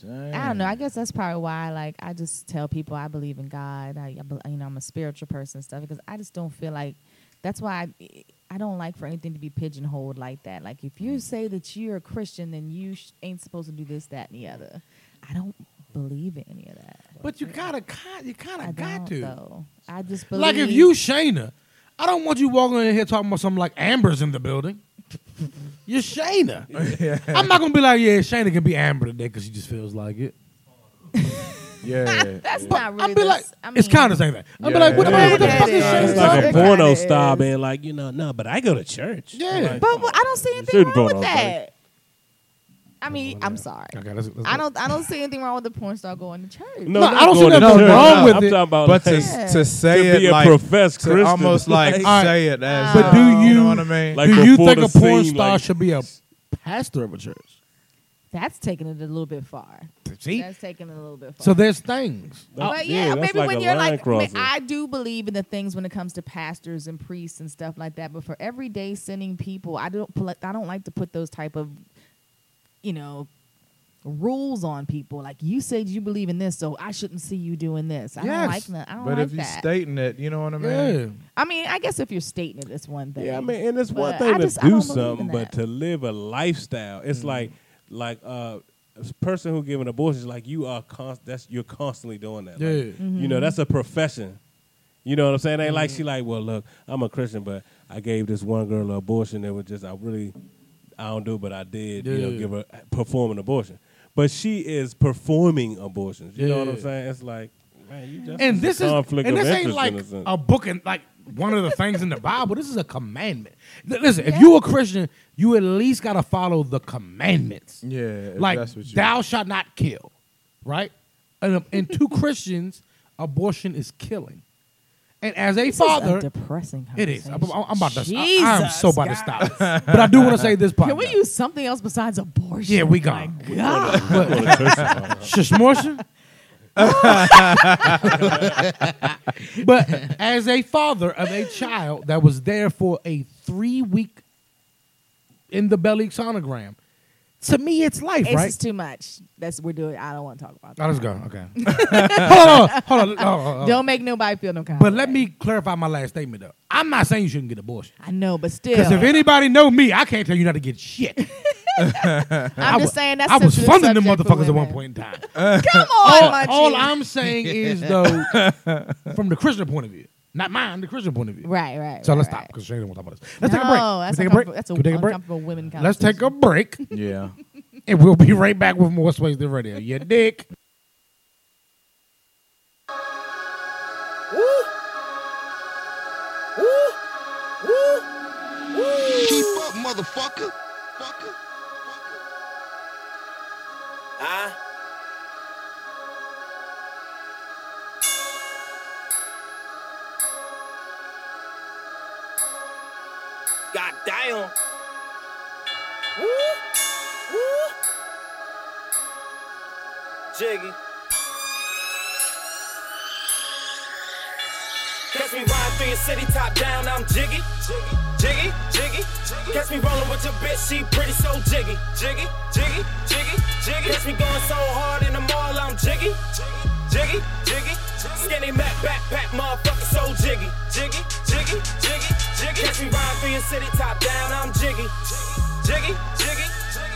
[SPEAKER 2] Dang.
[SPEAKER 3] I don't know. I guess that's probably why, like, I just tell people I believe in God. I, I bel- you know, I'm a spiritual person and stuff because I just don't feel like that's why I, I don't like for anything to be pigeonholed like that. Like, if
[SPEAKER 1] Mm.
[SPEAKER 3] you say that you're a Christian, then you sh- ain't supposed to do this, that, and the other. I don't believe in any of that.
[SPEAKER 1] But you gotta, ki- you kind
[SPEAKER 3] I
[SPEAKER 1] of got
[SPEAKER 3] don't,
[SPEAKER 1] to.
[SPEAKER 3] Though. I just believe.
[SPEAKER 1] Like if you Shayna, I don't want you walking in here talking about something like Amber's in the building. You're Shayna. I'm not gonna be like, yeah, Shayna can be Amber today because she just feels like it.
[SPEAKER 2] Yeah.
[SPEAKER 3] that's not really.
[SPEAKER 1] I'll be
[SPEAKER 3] the
[SPEAKER 1] like,
[SPEAKER 3] s- I
[SPEAKER 1] it's
[SPEAKER 3] mean,
[SPEAKER 1] kind of the same thing. I'll
[SPEAKER 2] Yeah,
[SPEAKER 1] be like, what,
[SPEAKER 2] yeah,
[SPEAKER 1] about- what the
[SPEAKER 3] yeah,
[SPEAKER 1] fuck is
[SPEAKER 3] yeah.
[SPEAKER 5] shit.
[SPEAKER 1] Shayna
[SPEAKER 5] It's
[SPEAKER 3] It's
[SPEAKER 5] like
[SPEAKER 1] talking
[SPEAKER 5] a
[SPEAKER 3] kinda
[SPEAKER 1] about?
[SPEAKER 5] porno
[SPEAKER 3] is.
[SPEAKER 5] star being like, you know, no, but I go to church.
[SPEAKER 1] Yeah.
[SPEAKER 5] Like,
[SPEAKER 3] But, but I don't see anything
[SPEAKER 5] shouldn't
[SPEAKER 3] wrong with
[SPEAKER 5] vote on that.
[SPEAKER 3] that. I mean, I'm sorry.
[SPEAKER 1] Okay, that's- that's-
[SPEAKER 3] I don't. I don't see anything wrong with the porn star going to church.
[SPEAKER 1] No, I
[SPEAKER 5] not
[SPEAKER 1] don't see
[SPEAKER 5] going to
[SPEAKER 1] nothing
[SPEAKER 5] church.
[SPEAKER 1] wrong with
[SPEAKER 5] I'm
[SPEAKER 1] it.
[SPEAKER 5] talking about
[SPEAKER 2] But to,
[SPEAKER 5] like,
[SPEAKER 3] Yeah.
[SPEAKER 2] to say
[SPEAKER 5] to be
[SPEAKER 2] it
[SPEAKER 5] a
[SPEAKER 2] like
[SPEAKER 5] professed
[SPEAKER 2] to
[SPEAKER 5] Christian,
[SPEAKER 2] almost like
[SPEAKER 1] Alright.
[SPEAKER 2] say it as uh,
[SPEAKER 1] But do
[SPEAKER 2] you
[SPEAKER 1] you-
[SPEAKER 2] know what I mean?
[SPEAKER 5] Like
[SPEAKER 1] Do you
[SPEAKER 5] before
[SPEAKER 1] think
[SPEAKER 5] the
[SPEAKER 1] a porn
[SPEAKER 5] scene,
[SPEAKER 1] star
[SPEAKER 5] like-
[SPEAKER 1] should be a pastor of a church?
[SPEAKER 3] That's taking it a little bit far.
[SPEAKER 1] See,
[SPEAKER 3] That's taking it a little bit far.
[SPEAKER 1] so there's things.
[SPEAKER 3] but yeah,
[SPEAKER 5] that's
[SPEAKER 3] maybe
[SPEAKER 5] like
[SPEAKER 3] when
[SPEAKER 5] a
[SPEAKER 3] you're
[SPEAKER 5] line
[SPEAKER 3] like, I, mean,
[SPEAKER 5] crossing.
[SPEAKER 3] I do believe in the things when it comes to pastors and priests and stuff like that. But for everyday sinning people, I don't. pl- I don't like to put those type of, you know, rules on people. Like you said, you believe in this, so I shouldn't see you doing this. I
[SPEAKER 1] Yes,
[SPEAKER 3] don't like that. I don't
[SPEAKER 2] But
[SPEAKER 3] like
[SPEAKER 2] if you
[SPEAKER 3] that.
[SPEAKER 2] stating it, you know what I
[SPEAKER 1] Yeah.
[SPEAKER 2] mean?
[SPEAKER 3] I mean, I guess if you're stating it, it's one thing.
[SPEAKER 5] Yeah, I mean, and it's one
[SPEAKER 3] But
[SPEAKER 5] thing
[SPEAKER 3] I
[SPEAKER 5] to
[SPEAKER 3] just- I
[SPEAKER 5] do
[SPEAKER 3] don't believe in
[SPEAKER 5] something, but
[SPEAKER 3] that. Mm.
[SPEAKER 5] to live a lifestyle, it's like, like uh, a person who giving abortions, like you are const- that's you're constantly doing that. Like,
[SPEAKER 1] Yeah.
[SPEAKER 5] you know, that's a profession. You know what I'm saying? Ain't like
[SPEAKER 3] Mm.
[SPEAKER 5] she like, well, look, I'm a Christian, but I gave this one girl an abortion that was just I really, I don't do, it, but I did. You know,
[SPEAKER 1] Yeah.
[SPEAKER 5] give her perform an abortion, but she is performing abortions. You know what I'm
[SPEAKER 1] Yeah.
[SPEAKER 5] saying? It's like, man, you just
[SPEAKER 1] and this is
[SPEAKER 5] conflict
[SPEAKER 1] and
[SPEAKER 5] of
[SPEAKER 1] this ain't
[SPEAKER 5] interest
[SPEAKER 1] like
[SPEAKER 5] in a sense.
[SPEAKER 1] a book and like one of the things in the Bible. This is a commandment. L- listen, if you a Christian, you at least gotta follow the commandments.
[SPEAKER 2] Yeah, if
[SPEAKER 1] like
[SPEAKER 2] that's what you-
[SPEAKER 1] thou shalt not kill, right? And, um, and to Christians, abortion is killing. And as a
[SPEAKER 3] This is
[SPEAKER 1] father,
[SPEAKER 3] a depressing
[SPEAKER 1] it is. I'm,
[SPEAKER 3] conversation.
[SPEAKER 1] I'm about to. I, I'm so
[SPEAKER 3] Jesus,
[SPEAKER 1] about to
[SPEAKER 3] guys.
[SPEAKER 1] stop. But I do want to say this part.
[SPEAKER 3] Can we use something else besides abortion?
[SPEAKER 1] Yeah, we gone.
[SPEAKER 3] My God.
[SPEAKER 1] Shishmorsha? but as a father of a child that was there for a three week in the belly sonogram, to me it's life,
[SPEAKER 3] Ace
[SPEAKER 1] right?
[SPEAKER 3] is too much. That's we're doing. I don't want to talk about that.
[SPEAKER 1] Oh, let's go. Okay. hold on, hold on, oh, hold on. hold on, hold on.
[SPEAKER 3] Don't make nobody feel no kind.
[SPEAKER 1] But
[SPEAKER 3] of
[SPEAKER 1] let
[SPEAKER 3] way.
[SPEAKER 1] me clarify my last statement though. I'm not saying you shouldn't get abortion.
[SPEAKER 3] I know, but still.
[SPEAKER 1] Because if anybody know me, I can't tell you not to get shit.
[SPEAKER 3] I'm just saying that's
[SPEAKER 1] I was
[SPEAKER 3] sensitive
[SPEAKER 1] funding them
[SPEAKER 3] subject for
[SPEAKER 1] motherfuckers at one
[SPEAKER 3] women.
[SPEAKER 1] point in time.
[SPEAKER 3] Come on,
[SPEAKER 1] all,
[SPEAKER 3] my
[SPEAKER 1] all
[SPEAKER 3] G.
[SPEAKER 1] I'm saying is though, from the Christian point of view, not mine, the Christian point of view.
[SPEAKER 3] Right, right.
[SPEAKER 1] So
[SPEAKER 3] right,
[SPEAKER 1] let's
[SPEAKER 3] right.
[SPEAKER 1] stop because Shane won't talk about this. Let's take a
[SPEAKER 3] No,
[SPEAKER 1] break.
[SPEAKER 3] That's
[SPEAKER 1] Can we take a break.
[SPEAKER 3] uncomfortable- That's a
[SPEAKER 1] Can we take a break.
[SPEAKER 3] uncomfortable women
[SPEAKER 1] Let's take a
[SPEAKER 3] conversation.
[SPEAKER 1] break,
[SPEAKER 2] Yeah.
[SPEAKER 1] and we'll be right back with more Swings Than Radio. You dick.
[SPEAKER 7] Keep up, motherfucker. Fucker.
[SPEAKER 8] Huh? God damn. Woo! Woo! Jiggy. Catch me riding through your city top down, I'm jiggy. Jiggy, jiggy, jiggy. Catch me rolling with your bitch, she pretty so jiggy. Jiggy, jiggy, jiggy, jiggy. Catch me going so hard in the mall, I'm jiggy. Jiggy, jiggy, skinny Mac backpack, motherfucker so jiggy. Jiggy, jiggy, jiggy, jiggy. Catch me riding through your city top down, I'm jiggy. Jiggy, jiggy, jiggy.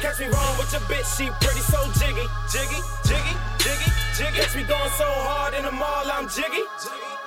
[SPEAKER 8] Catch me rolling with your bitch, she pretty so jiggy. Jiggy, jiggy, jiggy, jiggy. Catch me going so hard in the mall, I'm jiggy.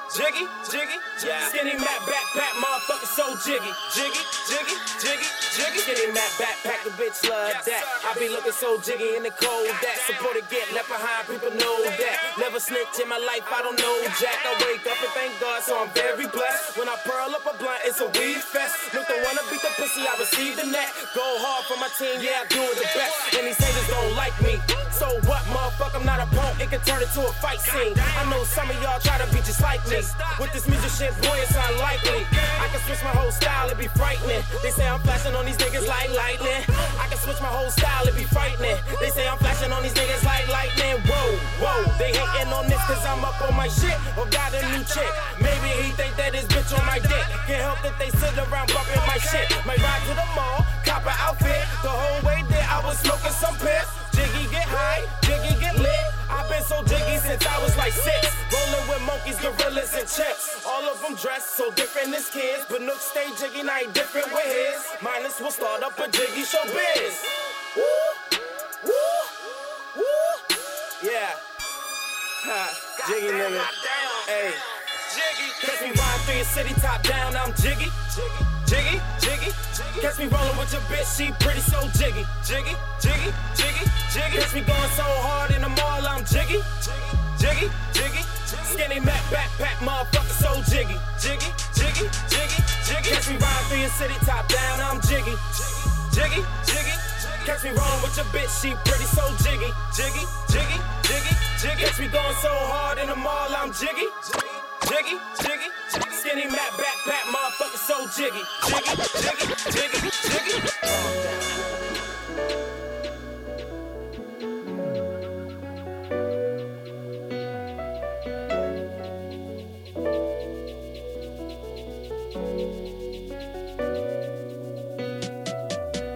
[SPEAKER 8] Jiggy, jiggy, yeah. Skinny mat backpack, motherfucker so jiggy. Jiggy, jiggy, jiggy, jiggy. Skinny mat backpack, the bitch love that. I be looking so jiggy in the cold that. Support it get left behind, people know that. Never snitch in my life, I don't know jack. I wake up and thank God, so I'm very blessed. When I pearl up a blunt, it's a weed fest. Look, the wanna beat the pussy, I receive the net. Go hard for my team, yeah, I do it the best. And these haters don't like me. So what, motherfucker, I'm not a punk, it can turn into a fight scene. I know some of y'all try to be just like me. With this music shit, boy, it's unlikely. I can switch my whole style, it'd be frightening. They say I'm flashing on these niggas like lightning. I can switch my whole style, it'd be frightening. They say I'm flashing on these niggas like lightning. Whoa, whoa, they hating on this cause I'm up on my shit. Or got a new chick. Maybe he think that his bitch on my dick. Can't help that they sit around bumping my shit. Might ride to the mall, cop an outfit. The whole way there, I was smoking some piss. Jiggy get high, jiggy get lit. I've been so jiggy since I was like six. Rolling with monkeys, gorillas, and chips. All of them dressed so different as kids. But Nook stay jiggy, and I ain't different with his. Minus will start up a jiggy show biz. Woo, woo, woo. Yeah. Ha, jiggy nigga. Hey. Catch me riding through your city top down, I'm jiggy. Jiggy, jiggy, Catch me rolling with your bitch, she pretty so jiggy. Jiggy, jiggy, jiggy, jiggy. Catch me going so hard in the mall, I'm jiggy. Jiggy, jiggy, skinny mat backpack, motherfucker so jiggy. Jiggy, jiggy, jiggy, jiggy. Catch me riding through your city top down, I'm jiggy. Jiggy, jiggy, Catch me rolling with your bitch, she pretty so jiggy. Jiggy, jiggy, jiggy, jiggy. Catch me going so hard in the mall, I'm jiggy. Jiggy, jiggy, jiggy. Skinny mat backpack, motherfucker so jiggy. Jiggy, jiggy, jiggy, jiggy.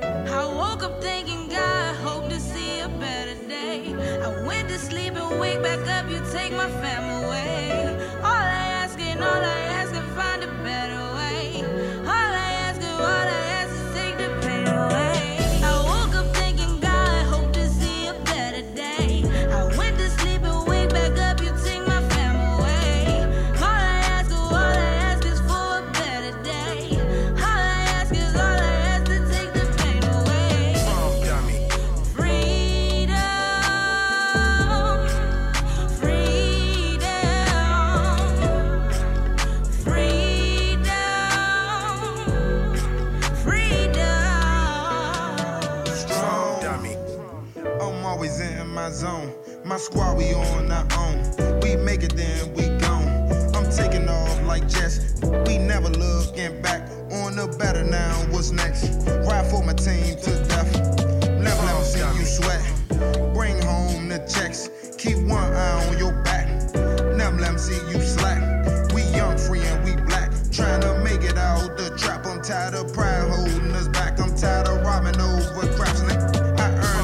[SPEAKER 9] I woke up thinking, God, hope to see a better day. I went to sleep and wake back up, you take my fam away. All I ask and all I ask is find a better way. All I ask and all I ask is take the pain away. I woke up thinking, God, hope to see a better day. I went to sleep and wake back up, you take my fam away. All I ask, oh, all I ask is for a better day. All I ask is all I ask to take the pain away. Freedom, freedom, freedom, freedom.
[SPEAKER 7] strong dummy. I'm always in my zone. My squad, we on our own. We make it, then we gone. I'm taking off like jets. We never looking back. On the battle now, what's next? Ride for my team to death. Never let 'em see you sweat. Bring home the checks. Keep one eye on your back. Never let 'em see you slack. We young, free, and we black. Trying to make it out the trap. I'm tired of pride holding us back. I'm tired of robbing over craps. I earn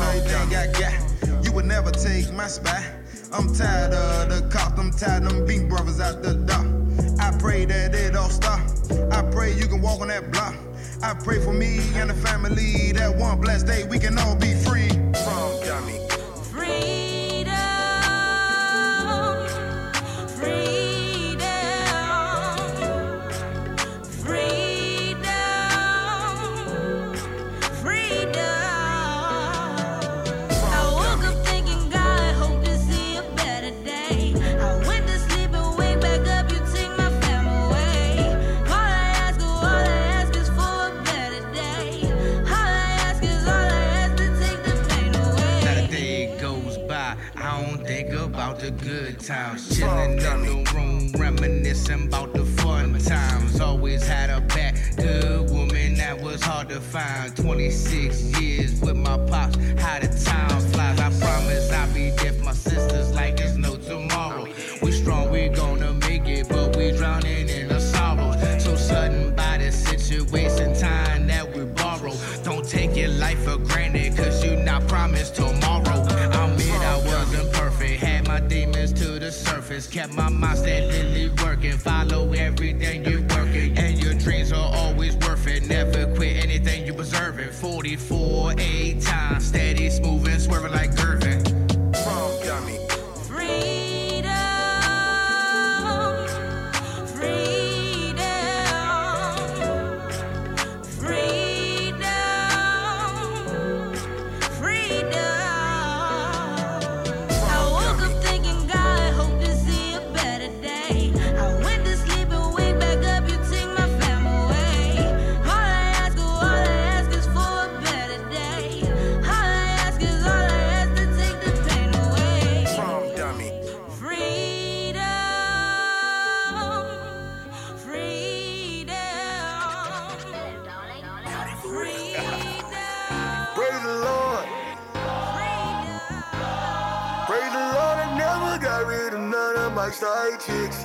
[SPEAKER 7] everything I got. You would never take my spot. I'm tired of the cops. I'm tired of them beat brothers out the dock. I pray that it all stop. I pray you can walk on that block. I pray for me and the family that one blessed day we can all be free from dummy.
[SPEAKER 9] Freedom, freedom, freedom, freedom. I woke up thinking, God, hope to see a better day. I went to sleep and wake back up, you take my fam away. All I ask, all I ask is for a better day. All I ask is all I ask to take the pain away.
[SPEAKER 10] Not a day goes by, I don't think about the good times. Chilling in the room, reminiscing about the fun times. Always had a back, good woman that was hard to find. 26 years with my pops, how the time flies. I promise I'll be there for my sisters like there's no tomorrow. We strong, we gonna make it, but we drowning in our sorrows. So sudden by the situation, time that we borrow. Don't take your life for granted, cause you not promised tomorrow. I admit I wasn't perfect, had my demons to the surface. Kept my mind steadily working, follow everything you're working. And your dreams are always worth it, never quit anything you deserve it.
[SPEAKER 11] 44, eight times. Steady, smooth, and swerving like Irvin. From gummy.
[SPEAKER 9] Freedom, freedom, freedom, freedom. I woke up thinking, God, hope to see a better day. I went to sleep and wake back up. You take my fam away. All I ask, all I ask is for a better day. All I ask is, all I ask to take the pain away.
[SPEAKER 12] From dummy.
[SPEAKER 9] Freedom, freedom,
[SPEAKER 12] Praise the Lord. Praise the Lord, I never got rid of none of my side chicks.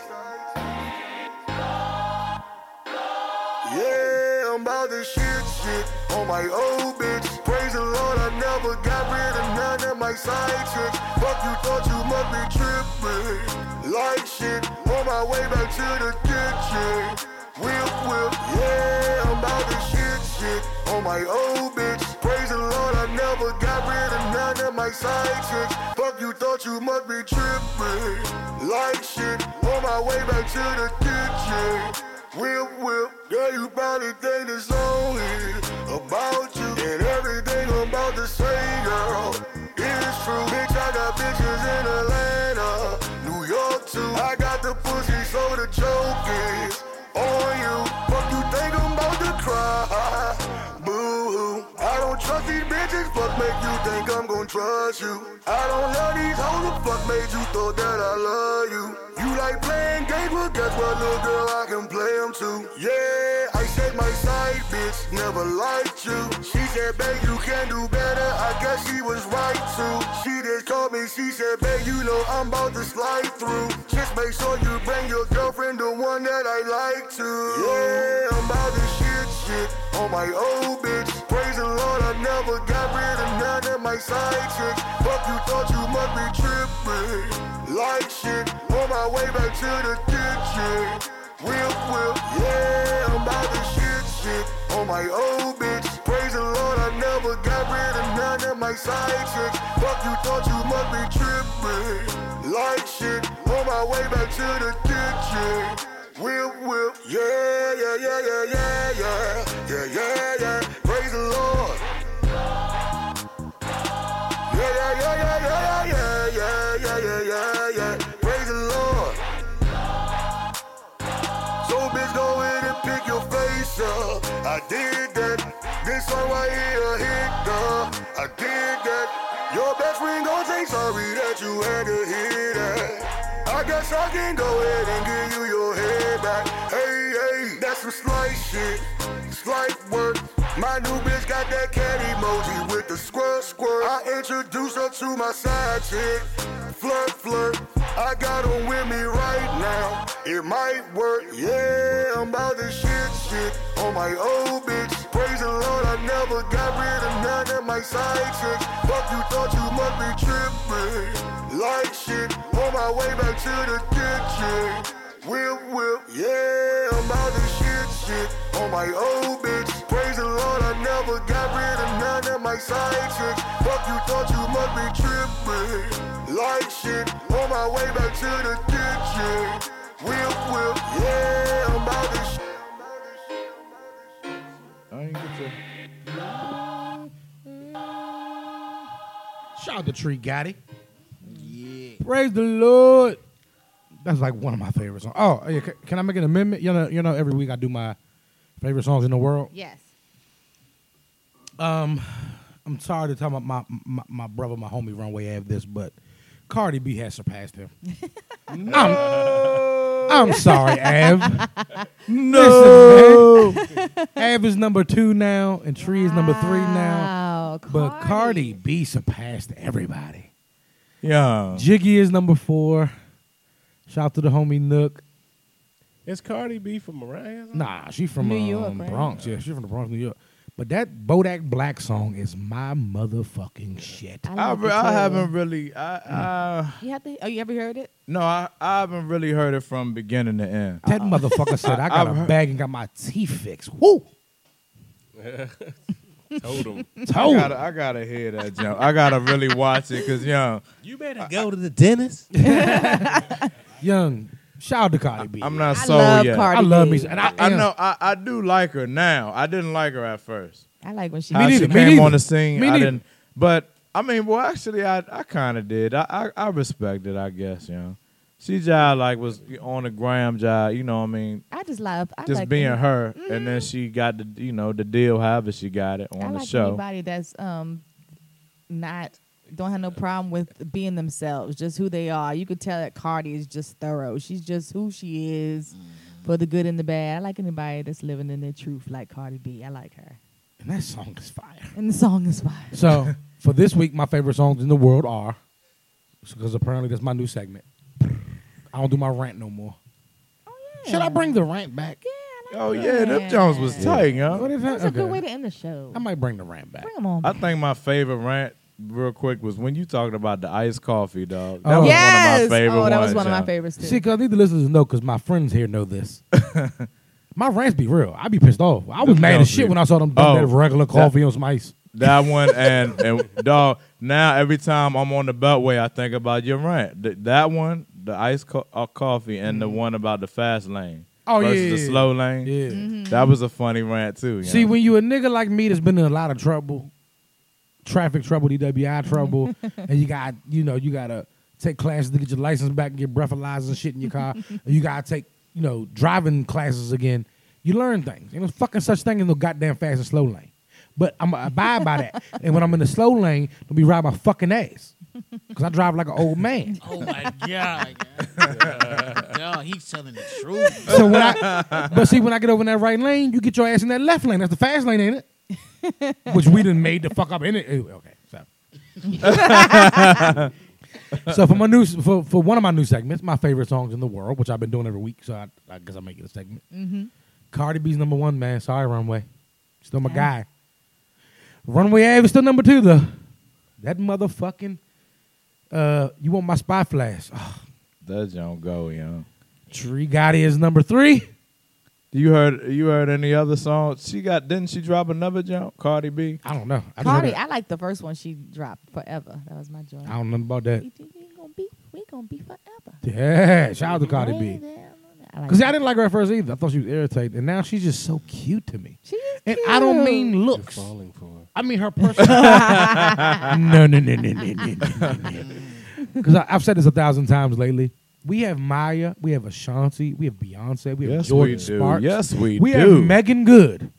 [SPEAKER 12] Yeah, I'm about to shit shit on my old bitch. Praise the Lord, I never got rid of none of my side chicks. Fuck you, thought you must be tripping. Like shit, on my way back to the kitchen. Whip, whip, yeah, I'm about to shit shit on my old bitch. Praise the Lord, I never got rid of none of my side chicks. Fuck you, thought you must be tripping. Like shit, on my way back to the kitchen. Whip, whip, girl, you probably think it's only about you and everything I'm about to say, girl. It's true, bitch, I got bitches in Atlanta, New York too. I got the pussy, so the joke is on you. Fuck you think I'm about to cry? Boo hoo. I don't trust these bitches, fuck make you think I'm gonna trust you. I don't love these hoes, the fuck made you thought that I love you. You like playing games, well guess what, little girl, I can play them too. Yeah, I said my side bitch never liked you. She said, babe, you can do better, I guess she was right too. She just called me, she said, babe, you know I'm about to slide through. Just make sure you bring your girlfriend, the one that I like to. Yeah, I'm about to shit shit on my old bitch. Praise the Lord, I never got rid of none of my side chicks. Fuck you, thought you must be tripping. Like shit, on my way back to the kitchen. Whip, whip, yeah, I'm about to shit shit on my old bitch. Praise the Lord, I never got rid of none of my side chicks. Fuck you, thought you must be tripping. Like shit, on my way back to the kitchen. Whip, whip, yeah, yeah, yeah, yeah, yeah, yeah, yeah, yeah, yeah. Praise the Lord. Yeah, yeah, yeah, yeah, yeah, yeah, yeah, yeah, yeah, yeah, yeah. Praise the Lord. So bitch, go in and pick your face up. I did that. This song right here a hit, duh. I did that. Your best friend gon' say sorry that you had to hear that. I guess I can go ahead and give you your head back. Hey, hey, that's some slight shit, slight work. My new bitch got that cat emoji with the squirt, squirt. I introduced her to my side chick, flirt, flirt. I got her with me right now. It might work, yeah. I'm about to shit, shit on my old bitch. Praise the Lord, I never got rid of none of my side chicks. Fuck you, thought you must be tripping. Like shit on my way back to the kitchen. Whip, whip, yeah. I'm about to shit, shit on my old bitch. Praise the Lord, I never got rid of none of my side chicks. Fuck you, thought you must be tripping. Like shit on my way back to the kitchen. Whip, whip, yeah. I'm about to shit.
[SPEAKER 2] I ain't get your.
[SPEAKER 1] Shout out to Tree Gotti. Yeah. Praise the Lord. That's like one of my favorite songs. Oh, yeah, ca- can I make an amendment? You know, you know, every week I do my favorite songs in the world.
[SPEAKER 3] Yes.
[SPEAKER 1] Um, I'm sorry to tell my my, my, my brother, my homie, Runway have this, but Cardi B has surpassed him. I'm, I'm sorry, Av. no, Av is number two now, and Tree is number three now. But Cardi B surpassed everybody.
[SPEAKER 2] Yeah.
[SPEAKER 1] Jiggy is number four. Shout out to the homie Nook.
[SPEAKER 5] Is Cardi B from Mariah?
[SPEAKER 1] Nah, she from
[SPEAKER 5] New
[SPEAKER 1] um,
[SPEAKER 5] York, right?
[SPEAKER 1] Bronx. Yeah, she from the Bronx, New York. But that Bodak Black song is my motherfucking shit.
[SPEAKER 2] I, re- I haven't really. I, I
[SPEAKER 3] You have to. Oh, you ever heard it?
[SPEAKER 2] no, I, I haven't really heard it from beginning to end. Uh,
[SPEAKER 1] That motherfucker said I
[SPEAKER 2] I've
[SPEAKER 1] got a
[SPEAKER 2] heard-
[SPEAKER 1] bag and got my teeth fixed. Woo!
[SPEAKER 5] Totem.
[SPEAKER 2] I gotta, I gotta hear that jump. I gotta really watch it because you know.
[SPEAKER 5] You better go to the dentist.
[SPEAKER 1] Young, shout out to Cardi B.
[SPEAKER 2] I'm not
[SPEAKER 1] I
[SPEAKER 2] sold
[SPEAKER 1] love
[SPEAKER 2] yet.
[SPEAKER 1] Cardi I love B. me- and I
[SPEAKER 2] I
[SPEAKER 1] am.
[SPEAKER 2] know. I, I do like her now. I didn't like her at first.
[SPEAKER 3] I like when she.
[SPEAKER 2] How she
[SPEAKER 1] neither, me
[SPEAKER 2] came
[SPEAKER 1] neither.
[SPEAKER 2] on the scene.
[SPEAKER 1] Me
[SPEAKER 2] I
[SPEAKER 1] neither.
[SPEAKER 2] didn't. But I mean, well, actually, I, I kind of did. I, I I respect it. I guess you know. She jive like was on the gram jive. You know, what I mean,
[SPEAKER 3] I just love. I
[SPEAKER 2] just
[SPEAKER 3] like
[SPEAKER 2] being
[SPEAKER 3] any-
[SPEAKER 2] her, and then she got the you know the deal. However, she got it on
[SPEAKER 3] I
[SPEAKER 2] the
[SPEAKER 3] like
[SPEAKER 2] show.
[SPEAKER 3] anybody that's um not don't have no problem with being themselves, just who they are. You could tell that Cardi is just thorough. She's just who she is
[SPEAKER 1] Mm-hmm.
[SPEAKER 3] for the good and the bad. I like anybody that's living in their truth, like Cardi B. I like her.
[SPEAKER 1] And that song is fire.
[SPEAKER 3] And the song is fire.
[SPEAKER 1] So for this week, my favorite songs in the world are because apparently that's my new segment. I don't do my rant no more. Should I bring the rant back?
[SPEAKER 2] Oh yeah, them Jones was tight, huh?
[SPEAKER 1] What is that?
[SPEAKER 3] That's a good way to end the show.
[SPEAKER 1] I might bring the rant back.
[SPEAKER 3] Bring 'em on.
[SPEAKER 2] I think my favorite rant, real quick, was when you talking about the iced coffee, dog. That
[SPEAKER 1] Oh.
[SPEAKER 2] was one
[SPEAKER 1] Yes!
[SPEAKER 2] of my favorite
[SPEAKER 1] Oh,
[SPEAKER 3] that was
[SPEAKER 2] ones,
[SPEAKER 3] one of my
[SPEAKER 2] y'all.
[SPEAKER 3] favorites, too.
[SPEAKER 1] See, because I need the listeners to know, because my friends here know this. my rants be real. I be pissed off. I was
[SPEAKER 2] Them
[SPEAKER 1] mad as
[SPEAKER 2] Jones
[SPEAKER 1] shit
[SPEAKER 2] be-
[SPEAKER 1] when I saw them dump
[SPEAKER 2] Oh,
[SPEAKER 1] that regular
[SPEAKER 2] that-
[SPEAKER 1] coffee on some ice.
[SPEAKER 2] That one and and dog. Now every time I'm on the Beltway, I think about your rant. Th- that one, the iced co- uh, coffee, and the one about the fast lane.
[SPEAKER 1] Mm-hmm. Oh,
[SPEAKER 2] versus
[SPEAKER 1] yeah,
[SPEAKER 2] the
[SPEAKER 1] yeah,
[SPEAKER 2] slow lane.
[SPEAKER 1] yeah. Mhm.
[SPEAKER 2] That was a funny rant too. you
[SPEAKER 1] See,
[SPEAKER 2] know?
[SPEAKER 1] when you a nigga like me that's been in a lot of trouble, traffic trouble, DWI trouble, and you got, you know, you gotta take classes to get your license back and get breathalyzers and shit in your car. and you gotta take, you know, driving classes again. You learn things. Ain't no fucking such thing as no goddamn fast and slow lane. But I'm gonna abide by that. and when I'm in the slow lane, don't be riding my fucking ass. Cause I drive like an old man.
[SPEAKER 4] Oh my god. Dog, he's telling the truth.
[SPEAKER 1] So when I, but see, when I get over in that right lane, you get your ass in that left lane. That's the fast lane, ain't it? Which we done made the fuck up in it. Anyway, Okay, so. so for my new, for, for one of my new segments, my favorite songs in the world, which I've been doing every week, so I, I guess I make it a segment.
[SPEAKER 3] Mhm.
[SPEAKER 1] Cardi B's number one, man. Sorry, Runway, still my guy. Runway Ave is still number two though. That motherfucking, uh, you want my spy flash? Oh, Ugh.
[SPEAKER 2] that don't go, young.
[SPEAKER 1] Tree Gotti is number three.
[SPEAKER 2] You heard you heard any other song? She got didn't she drop another jump? Cardi B.
[SPEAKER 1] I don't know. I just heard
[SPEAKER 3] Cardi,
[SPEAKER 1] it.
[SPEAKER 3] I like the first one she dropped forever. That was my joint.
[SPEAKER 1] I don't know about that.
[SPEAKER 3] We, we gonna be, we gonna be forever.
[SPEAKER 1] Yeah, shout out to Cardi B.
[SPEAKER 3] I like
[SPEAKER 1] Cause
[SPEAKER 3] that.
[SPEAKER 1] I didn't like her at first either. I thought she was irritated, and now she's just so cute to me.
[SPEAKER 3] She is
[SPEAKER 1] and I don't
[SPEAKER 3] cute.
[SPEAKER 1] mean
[SPEAKER 3] You're
[SPEAKER 1] looks.
[SPEAKER 5] falling for her.
[SPEAKER 1] I mean her personality. no, no, no, no, no, no, no, Because I've said this a thousand times lately. We have Maya, we have Ashanti, we have Beyonce, we have
[SPEAKER 2] Yes, we
[SPEAKER 1] Jordan
[SPEAKER 2] do.
[SPEAKER 1] Sparks.
[SPEAKER 2] Yes, we
[SPEAKER 1] we
[SPEAKER 2] do.
[SPEAKER 1] have Megan Good.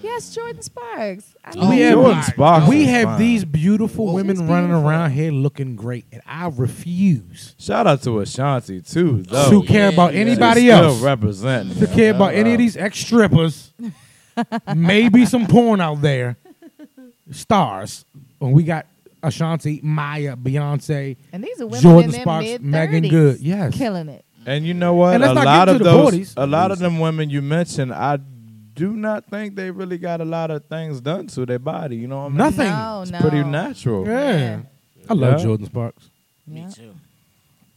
[SPEAKER 3] Yes, Jordan Sparks. I
[SPEAKER 1] we have,
[SPEAKER 2] Oh, Jordan Sparks
[SPEAKER 1] we
[SPEAKER 2] is
[SPEAKER 1] have
[SPEAKER 2] fine.
[SPEAKER 1] these beautiful women
[SPEAKER 3] She's
[SPEAKER 1] running
[SPEAKER 3] beautiful.
[SPEAKER 1] around here looking great, and I refuse
[SPEAKER 2] Shout out to Ashanti too, though.
[SPEAKER 1] to care about
[SPEAKER 2] She
[SPEAKER 1] anybody
[SPEAKER 2] still
[SPEAKER 1] else.
[SPEAKER 2] representing,
[SPEAKER 1] to
[SPEAKER 2] yo.
[SPEAKER 1] care about any of these ex strippers, maybe some porn out there, stars. When we got Ashanti, Maya, Beyonce,
[SPEAKER 3] And these are women
[SPEAKER 1] Jordan
[SPEAKER 3] in their
[SPEAKER 1] Sparks,
[SPEAKER 3] mid
[SPEAKER 1] Megan Good, yes,
[SPEAKER 3] killing it.
[SPEAKER 2] And you know what?
[SPEAKER 1] And let's
[SPEAKER 2] A
[SPEAKER 1] not
[SPEAKER 2] lot
[SPEAKER 1] get
[SPEAKER 2] of
[SPEAKER 1] to the
[SPEAKER 2] those,
[SPEAKER 1] 40s.
[SPEAKER 2] a lot of them women you mentioned, I do not think they really got a lot of things done to their body. You know what I mean?
[SPEAKER 1] Nothing.
[SPEAKER 3] No,
[SPEAKER 2] It's
[SPEAKER 3] no.
[SPEAKER 2] pretty natural.
[SPEAKER 1] Yeah. I love
[SPEAKER 2] Yeah.
[SPEAKER 1] Jordan Sparks.
[SPEAKER 3] Yeah.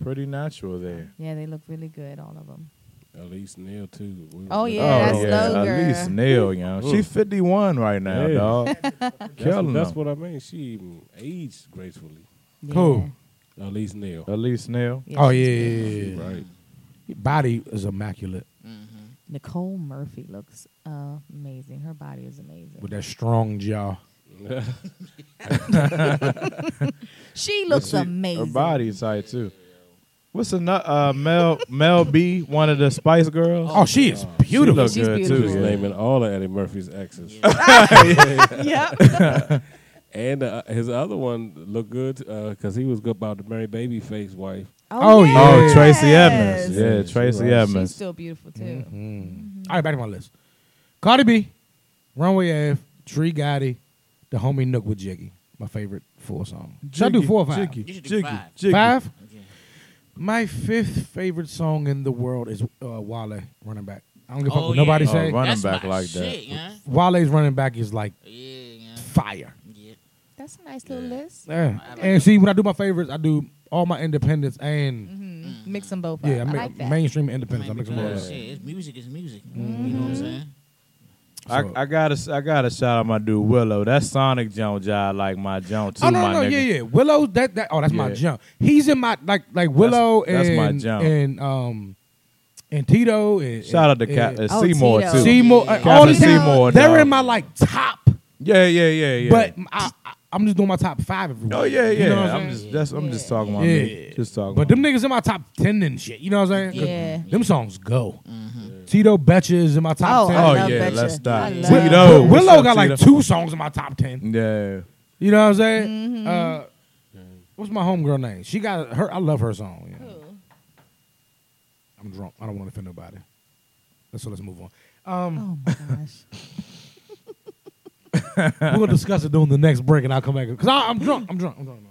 [SPEAKER 2] Pretty natural there.
[SPEAKER 3] yeah, they look really good, all of them.
[SPEAKER 5] At least Neil too. We-
[SPEAKER 3] Oh, yeah. that's low, girl.
[SPEAKER 2] at least Neil, you know, she's fifty one right now,
[SPEAKER 5] Yeah.
[SPEAKER 2] dog.
[SPEAKER 5] That's,
[SPEAKER 2] Killing
[SPEAKER 5] that's
[SPEAKER 2] them.
[SPEAKER 5] what I mean. She even aged gracefully.
[SPEAKER 1] Who?
[SPEAKER 5] At least Neil.
[SPEAKER 2] At least Neil.
[SPEAKER 1] Oh yeah, yeah, yeah, yeah.
[SPEAKER 5] Right.
[SPEAKER 1] Your Body is immaculate
[SPEAKER 3] Nicole Murphy looks amazing. Her body is amazing.
[SPEAKER 1] with that strong jaw.
[SPEAKER 3] She looks
[SPEAKER 2] She-
[SPEAKER 3] amazing.
[SPEAKER 2] Her body is tight too. What's another uh, Mel Mel B, one of the Spice Girls?
[SPEAKER 1] Oh, she
[SPEAKER 5] Uh,
[SPEAKER 1] is beautiful.
[SPEAKER 2] She look good
[SPEAKER 5] Just
[SPEAKER 2] too. yeah.
[SPEAKER 5] naming all of Eddie Murphy's exes. and uh, his other one looked good because he was good about to marry Babyface wife.
[SPEAKER 1] Oh, yeah.
[SPEAKER 2] Oh, Tracy
[SPEAKER 3] yes.
[SPEAKER 2] Edmonds. Yeah,
[SPEAKER 5] she
[SPEAKER 2] Tracy
[SPEAKER 5] right.
[SPEAKER 3] She's
[SPEAKER 2] Edmonds.
[SPEAKER 3] still beautiful too. Mm-hmm.
[SPEAKER 1] All right, back to my list. Cardi B, Runway Ave, Tree Gotti, the homie Nook with Jiggy. My favorite four song. Should I do
[SPEAKER 2] Jiggy,
[SPEAKER 1] four or five?
[SPEAKER 2] Jiggy,
[SPEAKER 4] You should do
[SPEAKER 2] Jiggy,
[SPEAKER 4] five.
[SPEAKER 2] Jiggy.
[SPEAKER 1] Five. My fifth favorite song in the world is uh, Wale running back. I don't give a fuck
[SPEAKER 4] Oh,
[SPEAKER 1] what nobody
[SPEAKER 4] yeah.
[SPEAKER 1] say.
[SPEAKER 2] Oh, running
[SPEAKER 4] That's
[SPEAKER 2] back
[SPEAKER 4] my
[SPEAKER 2] like that.
[SPEAKER 4] shit, Yeah.
[SPEAKER 1] Wale's running back is like
[SPEAKER 4] Yeah,
[SPEAKER 1] fire.
[SPEAKER 4] yeah.
[SPEAKER 3] That's a nice little list.
[SPEAKER 1] Yeah. And see, when I do my favorites, I do all my independents and
[SPEAKER 3] Mm-hmm. Mix them both up.
[SPEAKER 1] yeah, I
[SPEAKER 3] I
[SPEAKER 1] ma-
[SPEAKER 3] like that.
[SPEAKER 1] mainstream and independents. I mix them all
[SPEAKER 4] Because,
[SPEAKER 1] up.
[SPEAKER 3] Mm-hmm.
[SPEAKER 4] shit, it's music is music. You know what I'm saying?
[SPEAKER 2] I, I gotta I gotta shout out my dude Willow. That Sonic Jones job like my Jones too,
[SPEAKER 1] Oh no,
[SPEAKER 2] my
[SPEAKER 1] no,
[SPEAKER 2] nigga.
[SPEAKER 1] yeah, yeah. Willow, that that. Oh, that's my
[SPEAKER 2] Yeah.
[SPEAKER 1] jump. He's in my like like Willow
[SPEAKER 2] that's
[SPEAKER 1] and
[SPEAKER 2] my jump.
[SPEAKER 1] and um and Tito and
[SPEAKER 2] Shout out to
[SPEAKER 1] and-
[SPEAKER 2] Cap-
[SPEAKER 1] and-
[SPEAKER 2] uh, Oh, Seymour, Tito. too.
[SPEAKER 1] Seymour,
[SPEAKER 2] Yeah.
[SPEAKER 1] uh, all these
[SPEAKER 2] Captain
[SPEAKER 1] Seymour.
[SPEAKER 2] Seymour,
[SPEAKER 1] They're
[SPEAKER 2] dog.
[SPEAKER 1] in my like top.
[SPEAKER 2] Yeah, yeah, yeah, yeah.
[SPEAKER 1] But I, I, I'm just doing my top five every week.
[SPEAKER 2] oh yeah, yeah.
[SPEAKER 1] You know what
[SPEAKER 2] I'm
[SPEAKER 1] saying?
[SPEAKER 2] just that's, I'm just talking about me. Just talking.
[SPEAKER 1] But them niggas in my top ten and shit. You know what I'm saying? 'Cause
[SPEAKER 3] Yeah.
[SPEAKER 1] Them songs go. Mm. Tito Betcha is in my top
[SPEAKER 3] Oh, I
[SPEAKER 1] ten.
[SPEAKER 3] love Oh, yeah, Betcha. let's stop. I love-
[SPEAKER 1] Willow,
[SPEAKER 2] What's
[SPEAKER 1] Willow
[SPEAKER 2] up,
[SPEAKER 1] got like
[SPEAKER 2] Tito?
[SPEAKER 1] two songs in my top ten.
[SPEAKER 2] Yeah.
[SPEAKER 1] You know what I'm saying?
[SPEAKER 3] Mm-hmm.
[SPEAKER 1] Uh, what's my homegirl name? She got her. I love her song. yeah. I'm drunk. I don't want to offend nobody. So let's move on. Um,
[SPEAKER 3] oh my gosh.
[SPEAKER 1] We're gonna discuss it during the next break, and I'll come back because I'm drunk. I'm drunk. I'm drunk.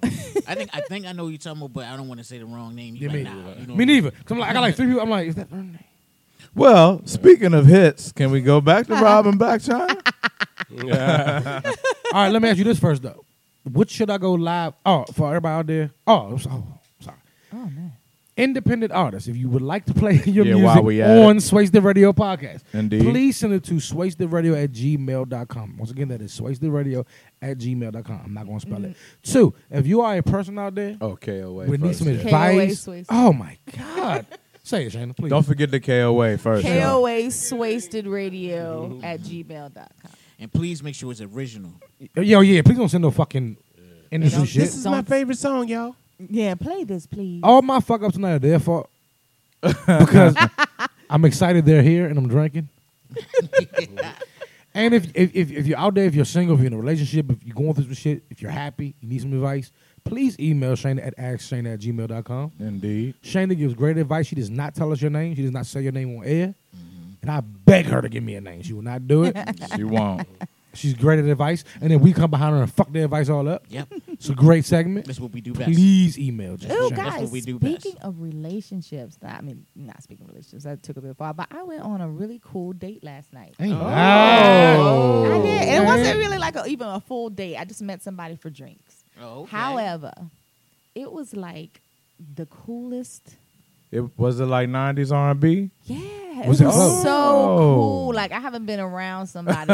[SPEAKER 4] I think I think I know who you're talking about, but I don't want to say the wrong name. You
[SPEAKER 1] Yeah,
[SPEAKER 4] like,
[SPEAKER 1] me,
[SPEAKER 4] nah, you know
[SPEAKER 1] me neither. 'Cause I'm like, I got like three people. I'm like, is that her name?
[SPEAKER 2] Well, speaking of hits, can we go back to Robin back time?
[SPEAKER 1] All right, let me ask you this first though. What should I go live? Oh, for everybody out there. Oh, I'm so- oh, I'm sorry.
[SPEAKER 3] Oh man.
[SPEAKER 1] Independent artists, if you would like to play your
[SPEAKER 2] Yeah, while
[SPEAKER 1] music
[SPEAKER 2] we at
[SPEAKER 1] on
[SPEAKER 2] it.
[SPEAKER 1] Swayze the Radio podcast,
[SPEAKER 2] Indeed.
[SPEAKER 1] please send it to swayzetheradio at gmail.com. Once again, that is swayzetheradio at gmail.com. I'm not going to spell it. Two, if you are a person out there
[SPEAKER 2] Oh, KOA.
[SPEAKER 1] would need
[SPEAKER 2] first,
[SPEAKER 1] some
[SPEAKER 2] yeah.
[SPEAKER 1] advice,
[SPEAKER 3] Swayze.
[SPEAKER 1] oh my God. Say it, Shana, please.
[SPEAKER 2] Don't forget the KOA first. y'all.
[SPEAKER 3] KOA Swasted Radio at gmail.com.
[SPEAKER 4] And please make sure it's original.
[SPEAKER 1] Yo, yeah, please don't send no fucking industry
[SPEAKER 3] don't-
[SPEAKER 1] shit.
[SPEAKER 3] this is my
[SPEAKER 6] favorite song, y'all.
[SPEAKER 3] Yeah, play this, please.
[SPEAKER 1] All my fuck ups tonight are their fault because I'm excited they're here and I'm drinking. and if, if if if you're out there, if you're single, if you're in a relationship, if you're going through some shit, if you're happy, you need some advice, please email Shana at askshana at gmail.com.
[SPEAKER 2] Indeed.
[SPEAKER 1] Shana gives great advice. She does not tell us your name. She does not say your name on air. And I beg her to give me a name. She will not do it.
[SPEAKER 2] Mm-hmm. She won't.
[SPEAKER 1] She's great at advice. And then we come behind her and fuck their advice all up.
[SPEAKER 4] Yep.
[SPEAKER 1] It's a great segment.
[SPEAKER 4] That's what we do best.
[SPEAKER 1] Please email Jess.
[SPEAKER 3] Oh,
[SPEAKER 1] Shana.
[SPEAKER 4] That's
[SPEAKER 3] guys,
[SPEAKER 4] what we do best.
[SPEAKER 3] speaking of relationships, I mean, not speaking of relationships, that took a bit far, but I went on a really cool date last night.
[SPEAKER 1] Ain't
[SPEAKER 3] Oh.
[SPEAKER 1] no.
[SPEAKER 3] I did. It
[SPEAKER 1] Man.
[SPEAKER 3] wasn't really like a, even a full date. I just met somebody for drinks.
[SPEAKER 4] Oh, okay.
[SPEAKER 3] However, it was like the coolest.
[SPEAKER 2] It was it like '90s R&B.
[SPEAKER 3] Yeah, it
[SPEAKER 1] Was
[SPEAKER 3] was,
[SPEAKER 1] it close?
[SPEAKER 3] so
[SPEAKER 2] Oh.
[SPEAKER 3] cool. Like I haven't been around somebody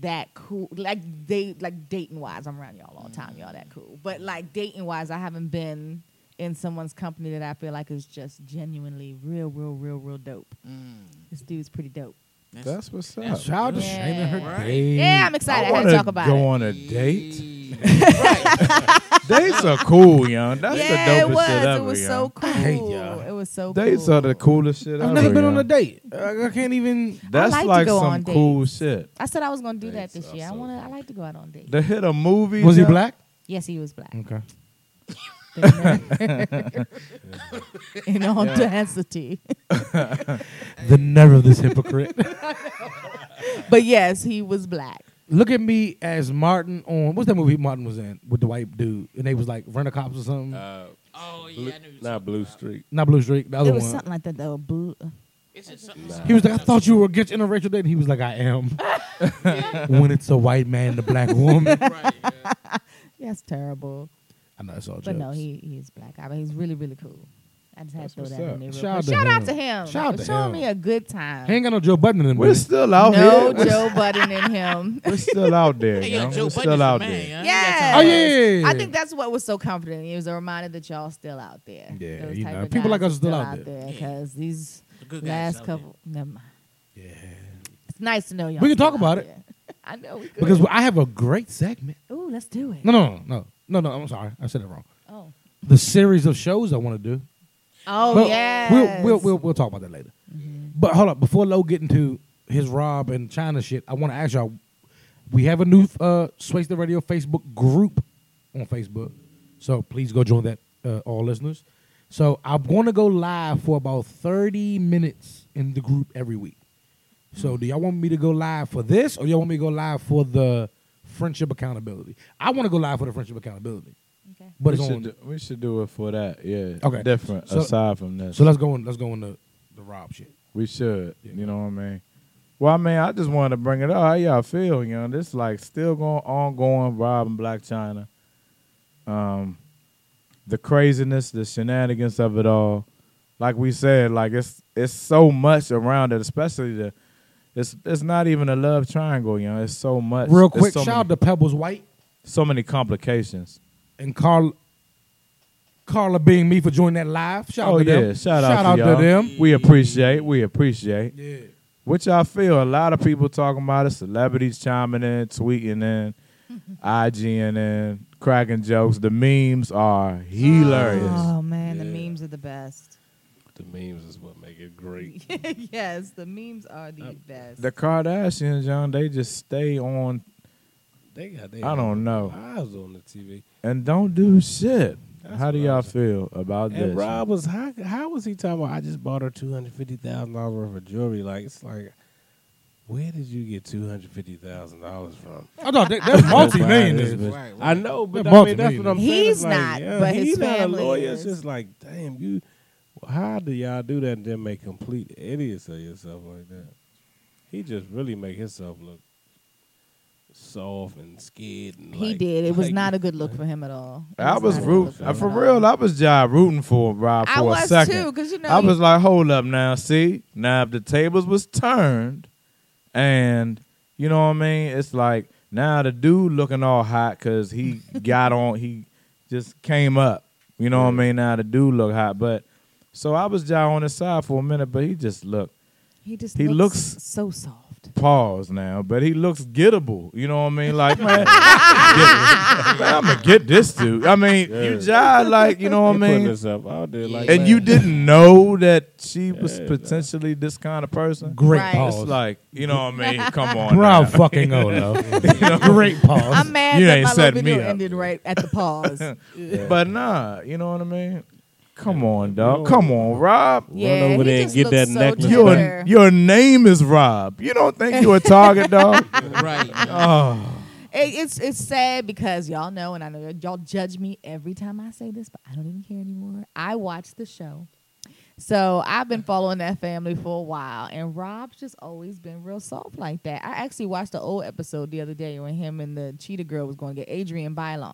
[SPEAKER 3] that cool. Like they like dating wise, I'm around y'all all the time. Y'all that cool,
[SPEAKER 2] Mm-hmm.
[SPEAKER 3] but like dating wise, I haven't been in someone's company that I feel like is just genuinely real, real, real, real dope. This dude's pretty dope.
[SPEAKER 2] Mm. That's what's up.
[SPEAKER 1] Shout out to
[SPEAKER 3] Yeah.
[SPEAKER 1] Shana her
[SPEAKER 4] Right.
[SPEAKER 1] day.
[SPEAKER 3] Yeah, I'm excited. I, had
[SPEAKER 2] wanna
[SPEAKER 3] to talk about
[SPEAKER 2] go
[SPEAKER 3] it.
[SPEAKER 2] on a date. Dates are cool, young. That's
[SPEAKER 3] yeah,
[SPEAKER 2] the
[SPEAKER 3] it
[SPEAKER 2] dopest
[SPEAKER 3] was.
[SPEAKER 2] shit ever,
[SPEAKER 3] it was
[SPEAKER 2] young.
[SPEAKER 3] so cool.
[SPEAKER 1] hate y'all.
[SPEAKER 3] It was so
[SPEAKER 2] Dates
[SPEAKER 3] cool.
[SPEAKER 2] are the coolest shit
[SPEAKER 1] I've
[SPEAKER 2] ever.
[SPEAKER 1] never been on
[SPEAKER 2] young.
[SPEAKER 1] a date. I, I can't even.
[SPEAKER 2] That's
[SPEAKER 3] like to
[SPEAKER 2] like
[SPEAKER 3] go on
[SPEAKER 2] some
[SPEAKER 3] dates.
[SPEAKER 2] cool shit.
[SPEAKER 3] I said I was gonna do that this year. I wanna. I like to go out on dates.
[SPEAKER 2] They hit a movie.
[SPEAKER 1] Was he
[SPEAKER 2] young.
[SPEAKER 1] black?
[SPEAKER 3] Yes, he was black.
[SPEAKER 1] Okay.
[SPEAKER 3] In all audacity.
[SPEAKER 1] The nerve of this hypocrite.
[SPEAKER 3] but yes, he was black.
[SPEAKER 1] Look at me as Martin on what's that movie Martin was in with the white dude, and they was like rent a cops or something.
[SPEAKER 2] Uh,
[SPEAKER 4] Oh yeah, I knew.
[SPEAKER 5] Not Blue Street.
[SPEAKER 1] Not Blue Streak, the other
[SPEAKER 3] It was
[SPEAKER 1] one.
[SPEAKER 3] something like that though. Blue.
[SPEAKER 4] It's just something.
[SPEAKER 1] He was like, I thought you were against interracial dating. He was like, I am. when it's a white man, and a black woman.
[SPEAKER 3] That's terrible.
[SPEAKER 1] I know it's all jokes.
[SPEAKER 3] But no, he he is black. I mean, he's really really cool. I just had to throw
[SPEAKER 2] what's
[SPEAKER 3] that
[SPEAKER 2] up.
[SPEAKER 3] in there. real
[SPEAKER 1] Shout
[SPEAKER 3] quick.
[SPEAKER 1] out to
[SPEAKER 3] Shout out to
[SPEAKER 1] him.
[SPEAKER 3] him.
[SPEAKER 1] Shout out
[SPEAKER 3] for
[SPEAKER 1] to
[SPEAKER 3] showing
[SPEAKER 1] him. Oh,
[SPEAKER 3] me a good time.
[SPEAKER 1] He ain't got no Joe Budden in him.
[SPEAKER 2] We're still out
[SPEAKER 3] no
[SPEAKER 2] here. We're-
[SPEAKER 3] Joe Budden in him.
[SPEAKER 2] We're still out there.
[SPEAKER 4] Hey,
[SPEAKER 2] young.
[SPEAKER 4] yo, Joe
[SPEAKER 2] We're
[SPEAKER 4] Budden's
[SPEAKER 2] still
[SPEAKER 4] the
[SPEAKER 2] out
[SPEAKER 4] man,
[SPEAKER 2] there.
[SPEAKER 4] huh?
[SPEAKER 3] Yeah.
[SPEAKER 1] Oh, yeah, yeah, yeah,
[SPEAKER 3] I
[SPEAKER 1] yeah.
[SPEAKER 3] think that's what was so comforting. It was a reminder that y'all still out there.
[SPEAKER 1] Yeah,
[SPEAKER 3] Those
[SPEAKER 1] you
[SPEAKER 3] type
[SPEAKER 1] know,
[SPEAKER 3] of
[SPEAKER 1] people
[SPEAKER 3] guys
[SPEAKER 1] like us
[SPEAKER 3] are
[SPEAKER 1] still out there.
[SPEAKER 3] because these
[SPEAKER 4] The good guys
[SPEAKER 3] last
[SPEAKER 4] out there.
[SPEAKER 3] couple. Never mind. Yeah. It's nice to know y'all.
[SPEAKER 1] We can
[SPEAKER 3] still
[SPEAKER 1] talk about
[SPEAKER 3] out
[SPEAKER 1] it.
[SPEAKER 3] there. I know we could.
[SPEAKER 1] because I have a great segment.
[SPEAKER 3] ooh, let's do it.
[SPEAKER 1] No, no, no, no, no. I'm sorry, I said it wrong.
[SPEAKER 3] Oh.
[SPEAKER 1] The series of shows I want to do.
[SPEAKER 3] Oh Mm-hmm.
[SPEAKER 1] But
[SPEAKER 3] yeah.
[SPEAKER 1] We'll, we'll we'll we'll talk about that later. But hold up, before Low get into his Rob and China shit, I want to ask y'all. We have a new uh, Swayze the Radio Facebook group on Facebook, so please go join that, uh, all listeners. So I'm going to go live for about 30 minutes in the group every week. So do y'all want me to go live for this, or y'all want me to go live for the friendship accountability? I want to go live for the friendship accountability,
[SPEAKER 3] Okay.
[SPEAKER 1] but
[SPEAKER 2] we
[SPEAKER 1] it's on.
[SPEAKER 2] should, do, we should do it for that. Yeah.
[SPEAKER 1] Okay.
[SPEAKER 2] Different
[SPEAKER 1] So-
[SPEAKER 2] aside from this.
[SPEAKER 1] so let's go on. Let's go on the the Rob shit.
[SPEAKER 2] we should. You know what I mean? Well, I mean, I just wanted to bring it up. How y'all feel, you know? This like still going ongoing Rob and Black China. Um the craziness, the shenanigans of it all. Like we said, like it's it's so much around it, especially the It's it's not even a love triangle, you know. It's so much.
[SPEAKER 1] Real
[SPEAKER 2] it's
[SPEAKER 1] quick,
[SPEAKER 2] so
[SPEAKER 1] shout out
[SPEAKER 2] many,
[SPEAKER 1] to Pebbles White
[SPEAKER 2] so many complications.
[SPEAKER 1] and Carl, Carla being me for joining that live. Shout
[SPEAKER 2] oh
[SPEAKER 1] out to
[SPEAKER 2] yeah,
[SPEAKER 1] them.
[SPEAKER 2] shout out, to, y'all.
[SPEAKER 1] them.
[SPEAKER 2] We appreciate, we appreciate. Yeah. Which I feel a lot of people talking about it. Celebrities chiming in, tweeting in, IGing in, cracking jokes. The memes are hilarious.
[SPEAKER 1] Ah.
[SPEAKER 3] Oh man, the memes are the best.
[SPEAKER 5] The memes is what make it great.
[SPEAKER 3] yes, the memes are the best.
[SPEAKER 2] The Kardashians, John, they just stay on
[SPEAKER 5] They got their
[SPEAKER 2] I don't know.
[SPEAKER 5] eyes on the TV.
[SPEAKER 2] and don't do shit. How do y'all feel about this?
[SPEAKER 5] And Rob was how how was he talking about I just bought her two hundred fifty thousand dollars worth of jewelry? Like it's like where did you get two hundred fifty thousand dollars from?
[SPEAKER 1] I thought they- they're multi-millionaires.
[SPEAKER 5] Nobody is, but-
[SPEAKER 1] Right,
[SPEAKER 5] I know, but
[SPEAKER 1] They're
[SPEAKER 5] I mean, that's what I'm
[SPEAKER 1] multi-millionaires.
[SPEAKER 5] saying.
[SPEAKER 3] He's
[SPEAKER 5] It's like,
[SPEAKER 3] not,
[SPEAKER 5] yeah,
[SPEAKER 3] but his
[SPEAKER 5] he's not a
[SPEAKER 3] family
[SPEAKER 5] lawyer. It's
[SPEAKER 3] is.
[SPEAKER 5] just like, damn, you. How do y'all do that and then make complete idiots of yourself like that? He just really make himself look soft and scared. And
[SPEAKER 3] he
[SPEAKER 5] like-
[SPEAKER 3] did. It was
[SPEAKER 5] like-
[SPEAKER 3] not a good look for him at all. It
[SPEAKER 2] I was
[SPEAKER 3] not a good look
[SPEAKER 2] root uh,
[SPEAKER 3] him
[SPEAKER 2] for
[SPEAKER 3] at all.
[SPEAKER 2] real. I was job rooting for Rob for
[SPEAKER 3] I was
[SPEAKER 2] a
[SPEAKER 3] too,
[SPEAKER 2] second.
[SPEAKER 3] 'cause you know
[SPEAKER 2] I
[SPEAKER 3] you-
[SPEAKER 2] was like, hold up now. See now, if the tables was turned, and you know what I mean, it's like now the dude looking all hot because he got on. He just came up. You know what I mean. Now the dude look hot, but so I was job on his side for a minute, but he just looked
[SPEAKER 3] He just
[SPEAKER 2] he
[SPEAKER 3] looks,
[SPEAKER 2] looks-
[SPEAKER 3] so soft.
[SPEAKER 2] pause now, but he looks gettable. You know what I mean? Like, man, I'm gonna get this dude. I mean, you jive like, you know what I
[SPEAKER 5] He putting
[SPEAKER 2] mean?
[SPEAKER 5] himself out there like
[SPEAKER 2] And
[SPEAKER 5] that.
[SPEAKER 2] you didn't know that she was
[SPEAKER 5] Yeah,
[SPEAKER 2] potentially this kind of person.
[SPEAKER 1] Great
[SPEAKER 3] Right.
[SPEAKER 1] pause.
[SPEAKER 2] It's like, you know what I mean? Come on,
[SPEAKER 1] Bro,
[SPEAKER 2] now.
[SPEAKER 1] fucking Olo. Great pause.
[SPEAKER 3] I'm mad
[SPEAKER 2] You
[SPEAKER 3] that
[SPEAKER 2] ain't
[SPEAKER 3] my little
[SPEAKER 2] setting me
[SPEAKER 3] video
[SPEAKER 2] up.
[SPEAKER 3] ended right at the pause.
[SPEAKER 2] But nah, you know what I mean? Come on, dog. Come on, Rob.
[SPEAKER 3] yeah,
[SPEAKER 5] over
[SPEAKER 3] he
[SPEAKER 5] there and
[SPEAKER 3] just
[SPEAKER 5] get
[SPEAKER 3] looks
[SPEAKER 5] that
[SPEAKER 3] so
[SPEAKER 5] necklace back.
[SPEAKER 2] Your
[SPEAKER 3] Demure.
[SPEAKER 2] your name is Rob. You don't think you're a target, dog?
[SPEAKER 4] right.
[SPEAKER 2] Oh,
[SPEAKER 3] It, it's it's sad because y'all know, and I know y'all judge me every time I say this, but I don't even care anymore. I watch the show, so I've been following that family for a while, and Rob's just always been real soft like that. I actually watched the old episode the other day when him and the cheetah girl was going to get Adrian Bylon,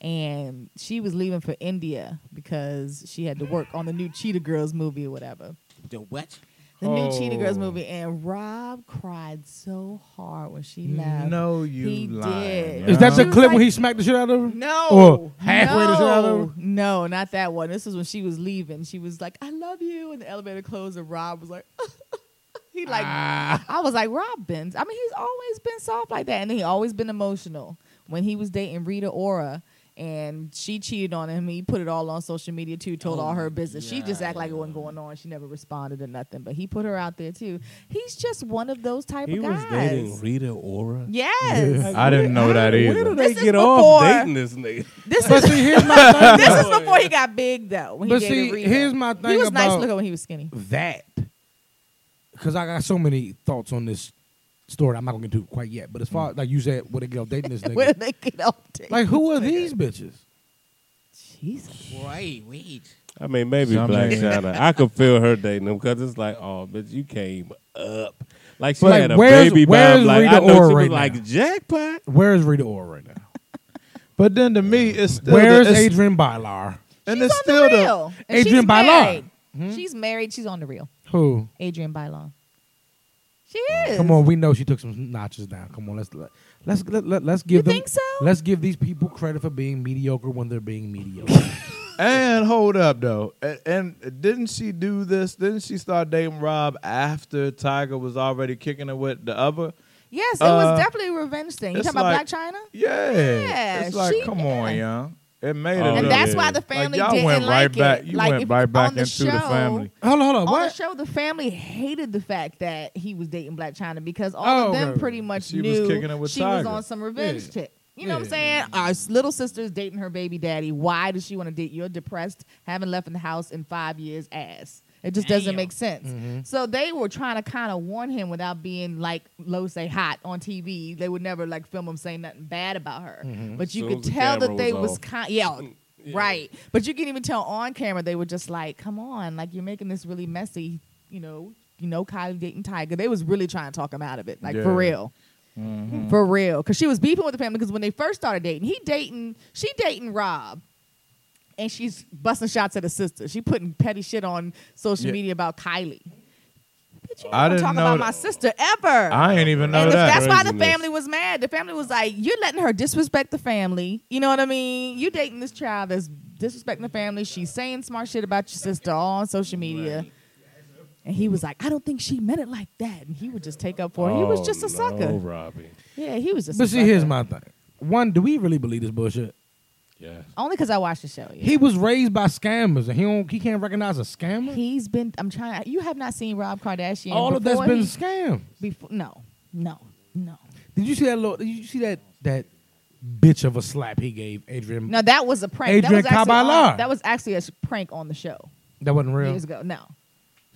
[SPEAKER 3] and she was leaving for India because she had to work on the new Cheetah Girls movie or whatever
[SPEAKER 4] The what?
[SPEAKER 3] the new Cheetah Girls
[SPEAKER 2] Oh.
[SPEAKER 3] movie, and Rob cried so hard when she left.
[SPEAKER 2] Oh, no, you
[SPEAKER 3] he
[SPEAKER 2] lying.
[SPEAKER 3] did.
[SPEAKER 1] Is that the
[SPEAKER 3] She was
[SPEAKER 1] clip when
[SPEAKER 3] like,
[SPEAKER 1] he smacked the shit out of her?
[SPEAKER 3] No,
[SPEAKER 1] Or halfway to shit out of
[SPEAKER 3] no, no, not that one. This is when she was leaving. She was like, "I love you," and the elevator closed, and Rob was like. He like
[SPEAKER 1] Ah.
[SPEAKER 3] I was like Rob Ben's. I mean, he's always been soft like that, and he always been emotional. When he was dating Rita Ora, and she cheated on him, he put it all on social media too. Told
[SPEAKER 1] Oh
[SPEAKER 3] all her business. She just act like it wasn't going on. She never responded or nothing. But he put her out there too. He's just one of those type
[SPEAKER 5] He
[SPEAKER 3] of
[SPEAKER 5] was
[SPEAKER 3] guys.
[SPEAKER 5] dating Rita Ora.
[SPEAKER 3] Yes,
[SPEAKER 2] I didn't know
[SPEAKER 5] Where
[SPEAKER 2] that
[SPEAKER 5] do
[SPEAKER 2] either.
[SPEAKER 5] they
[SPEAKER 3] This is
[SPEAKER 5] get off
[SPEAKER 3] before-
[SPEAKER 5] dating this nigga?
[SPEAKER 3] this
[SPEAKER 1] But
[SPEAKER 3] is
[SPEAKER 1] see, here's my thing.
[SPEAKER 3] this is before he got big though. When he
[SPEAKER 1] But
[SPEAKER 3] dated
[SPEAKER 1] see,
[SPEAKER 3] Rita.
[SPEAKER 1] here's my thing
[SPEAKER 3] He was nice
[SPEAKER 1] about-
[SPEAKER 3] looking when he was skinny.
[SPEAKER 1] that because I got so many thoughts on this story. I'm not gonna get to quite yet, but as
[SPEAKER 2] Mm.
[SPEAKER 1] far like you said, where they get off dating this
[SPEAKER 3] Where
[SPEAKER 1] nigga,
[SPEAKER 3] they get off dating?
[SPEAKER 1] like who are these bitches?
[SPEAKER 3] Jesus.
[SPEAKER 4] Right. Wait.
[SPEAKER 5] I mean, maybe
[SPEAKER 2] Some
[SPEAKER 5] Black
[SPEAKER 2] nigga.
[SPEAKER 5] China. I could feel her dating him because it's like, oh, bitch, you came up. Like she
[SPEAKER 1] Like,
[SPEAKER 5] had a
[SPEAKER 1] where's-
[SPEAKER 5] baby by
[SPEAKER 1] where's
[SPEAKER 5] him. Like I
[SPEAKER 1] Rita
[SPEAKER 5] know
[SPEAKER 1] Ora
[SPEAKER 5] she
[SPEAKER 1] right
[SPEAKER 5] was
[SPEAKER 1] now?
[SPEAKER 5] like jackpot.
[SPEAKER 1] Where is Rita Ora right now?
[SPEAKER 2] But then to me, it's still
[SPEAKER 1] Where
[SPEAKER 2] the,
[SPEAKER 1] is
[SPEAKER 2] it's-
[SPEAKER 1] Adrian Bylar?
[SPEAKER 2] And
[SPEAKER 3] She's
[SPEAKER 2] it's
[SPEAKER 3] on
[SPEAKER 2] still
[SPEAKER 3] the real. And
[SPEAKER 1] Adrian
[SPEAKER 3] she's
[SPEAKER 1] Bylon.
[SPEAKER 3] married. She's married. She's on the real.
[SPEAKER 1] Who?
[SPEAKER 3] Adrian Bylon. She is.
[SPEAKER 1] Come on, we know she took some notches down. Come on, let's let, let's let, let, let's give
[SPEAKER 3] You
[SPEAKER 1] them
[SPEAKER 3] think so?
[SPEAKER 1] let's give these people credit for being mediocre when they're being mediocre.
[SPEAKER 2] And hold up though, and, and didn't she do this? Didn't she start dating Rob after Tiger was already kicking it with the other?
[SPEAKER 3] Yes, it
[SPEAKER 2] Uh,
[SPEAKER 3] was definitely a revenge thing. You
[SPEAKER 2] it's
[SPEAKER 3] talking about Black
[SPEAKER 2] like-
[SPEAKER 3] China?
[SPEAKER 2] Yeah,
[SPEAKER 3] Yeah,
[SPEAKER 2] it's like
[SPEAKER 3] she-
[SPEAKER 2] come
[SPEAKER 3] yeah.
[SPEAKER 2] on, young. It made it,
[SPEAKER 5] And
[SPEAKER 2] look-
[SPEAKER 3] And that's
[SPEAKER 5] yeah.
[SPEAKER 3] why the
[SPEAKER 2] like
[SPEAKER 3] family
[SPEAKER 2] y'all
[SPEAKER 3] didn't
[SPEAKER 2] went right
[SPEAKER 3] like
[SPEAKER 2] back.
[SPEAKER 3] it.
[SPEAKER 2] You
[SPEAKER 3] like
[SPEAKER 2] went
[SPEAKER 3] if-
[SPEAKER 2] right back
[SPEAKER 3] on the
[SPEAKER 2] into the
[SPEAKER 3] show-
[SPEAKER 2] family.
[SPEAKER 1] hold on, hold on.
[SPEAKER 3] On
[SPEAKER 1] What?
[SPEAKER 3] the show, the family hated the fact that he was dating Black China because all
[SPEAKER 1] Oh,
[SPEAKER 3] of them
[SPEAKER 1] okay.
[SPEAKER 3] pretty much
[SPEAKER 2] She was
[SPEAKER 3] knew
[SPEAKER 2] kicking it with
[SPEAKER 3] she was
[SPEAKER 2] Tiger.
[SPEAKER 3] on some revenge
[SPEAKER 1] Yeah.
[SPEAKER 3] tip. You know what I'm
[SPEAKER 1] Yeah.
[SPEAKER 3] saying? Our s- little sister's dating her baby daddy. Why does she want to date your depressed, haven't left in the house in five years ass? It just doesn't
[SPEAKER 4] Damn.
[SPEAKER 3] make sense.
[SPEAKER 2] Mm-hmm.
[SPEAKER 3] So they were trying to kind of warn him without being like low say hot on TV. They would never like film him saying nothing bad about her, but you
[SPEAKER 5] Soon
[SPEAKER 3] could
[SPEAKER 5] as the
[SPEAKER 3] tell
[SPEAKER 5] camera
[SPEAKER 3] that they
[SPEAKER 5] was
[SPEAKER 3] was
[SPEAKER 5] off.
[SPEAKER 3] kind yeah, right. But you can even tell on camera they were just like, "Come on, like you're making this really messy." You know, you know, Kylie dating Tiger. They was really trying to talk him out of it, like for
[SPEAKER 2] Yeah.
[SPEAKER 3] real.
[SPEAKER 2] Mm-hmm.
[SPEAKER 3] For real, because she was beefing with the family. Because when they first started dating, he dating, she dating Rob, and she's busting shots at her sister. She putting petty shit on social
[SPEAKER 2] Yeah.
[SPEAKER 3] media about Kylie. at you.
[SPEAKER 2] I
[SPEAKER 3] I didn't
[SPEAKER 2] didn't
[SPEAKER 3] talk
[SPEAKER 2] know
[SPEAKER 3] about
[SPEAKER 2] that-
[SPEAKER 3] my sister ever.
[SPEAKER 2] I ain't even know
[SPEAKER 3] and the-
[SPEAKER 2] that.
[SPEAKER 3] That's why the
[SPEAKER 2] Craziness.
[SPEAKER 3] family was mad. The family was like, "You're letting her disrespect the family. You know what I mean? You dating this child that's disrespecting the family. She's saying smart shit about your sister all on social media." And he was like, "I don't think she meant it like that." And he would just take up for her. he
[SPEAKER 1] Oh,
[SPEAKER 3] was just a sucker.
[SPEAKER 5] Robbie.
[SPEAKER 3] Yeah, he was just.
[SPEAKER 1] But
[SPEAKER 3] a
[SPEAKER 1] see,
[SPEAKER 3] sucker.
[SPEAKER 1] here's my thing. One, do we really believe this bullshit?
[SPEAKER 5] Yeah.
[SPEAKER 3] Only because I watched the show. yeah.
[SPEAKER 1] He was raised by scammers, and he don't, he can't recognize a scammer.
[SPEAKER 3] He's been. I'm trying. You have not seen Rob Kardashian.
[SPEAKER 1] All of that's
[SPEAKER 3] before
[SPEAKER 1] been
[SPEAKER 3] he-
[SPEAKER 1] scams.
[SPEAKER 3] Before, no, no, no,
[SPEAKER 1] Did you see that? Little, did you see that that bitch of a slap he gave Adrian?
[SPEAKER 3] no. That was a prank.
[SPEAKER 1] Mm. Adrian
[SPEAKER 3] that was actually
[SPEAKER 1] Kabalar.
[SPEAKER 3] on- That was actually a sh- prank on the show
[SPEAKER 1] That wasn't real.
[SPEAKER 3] years ago. No,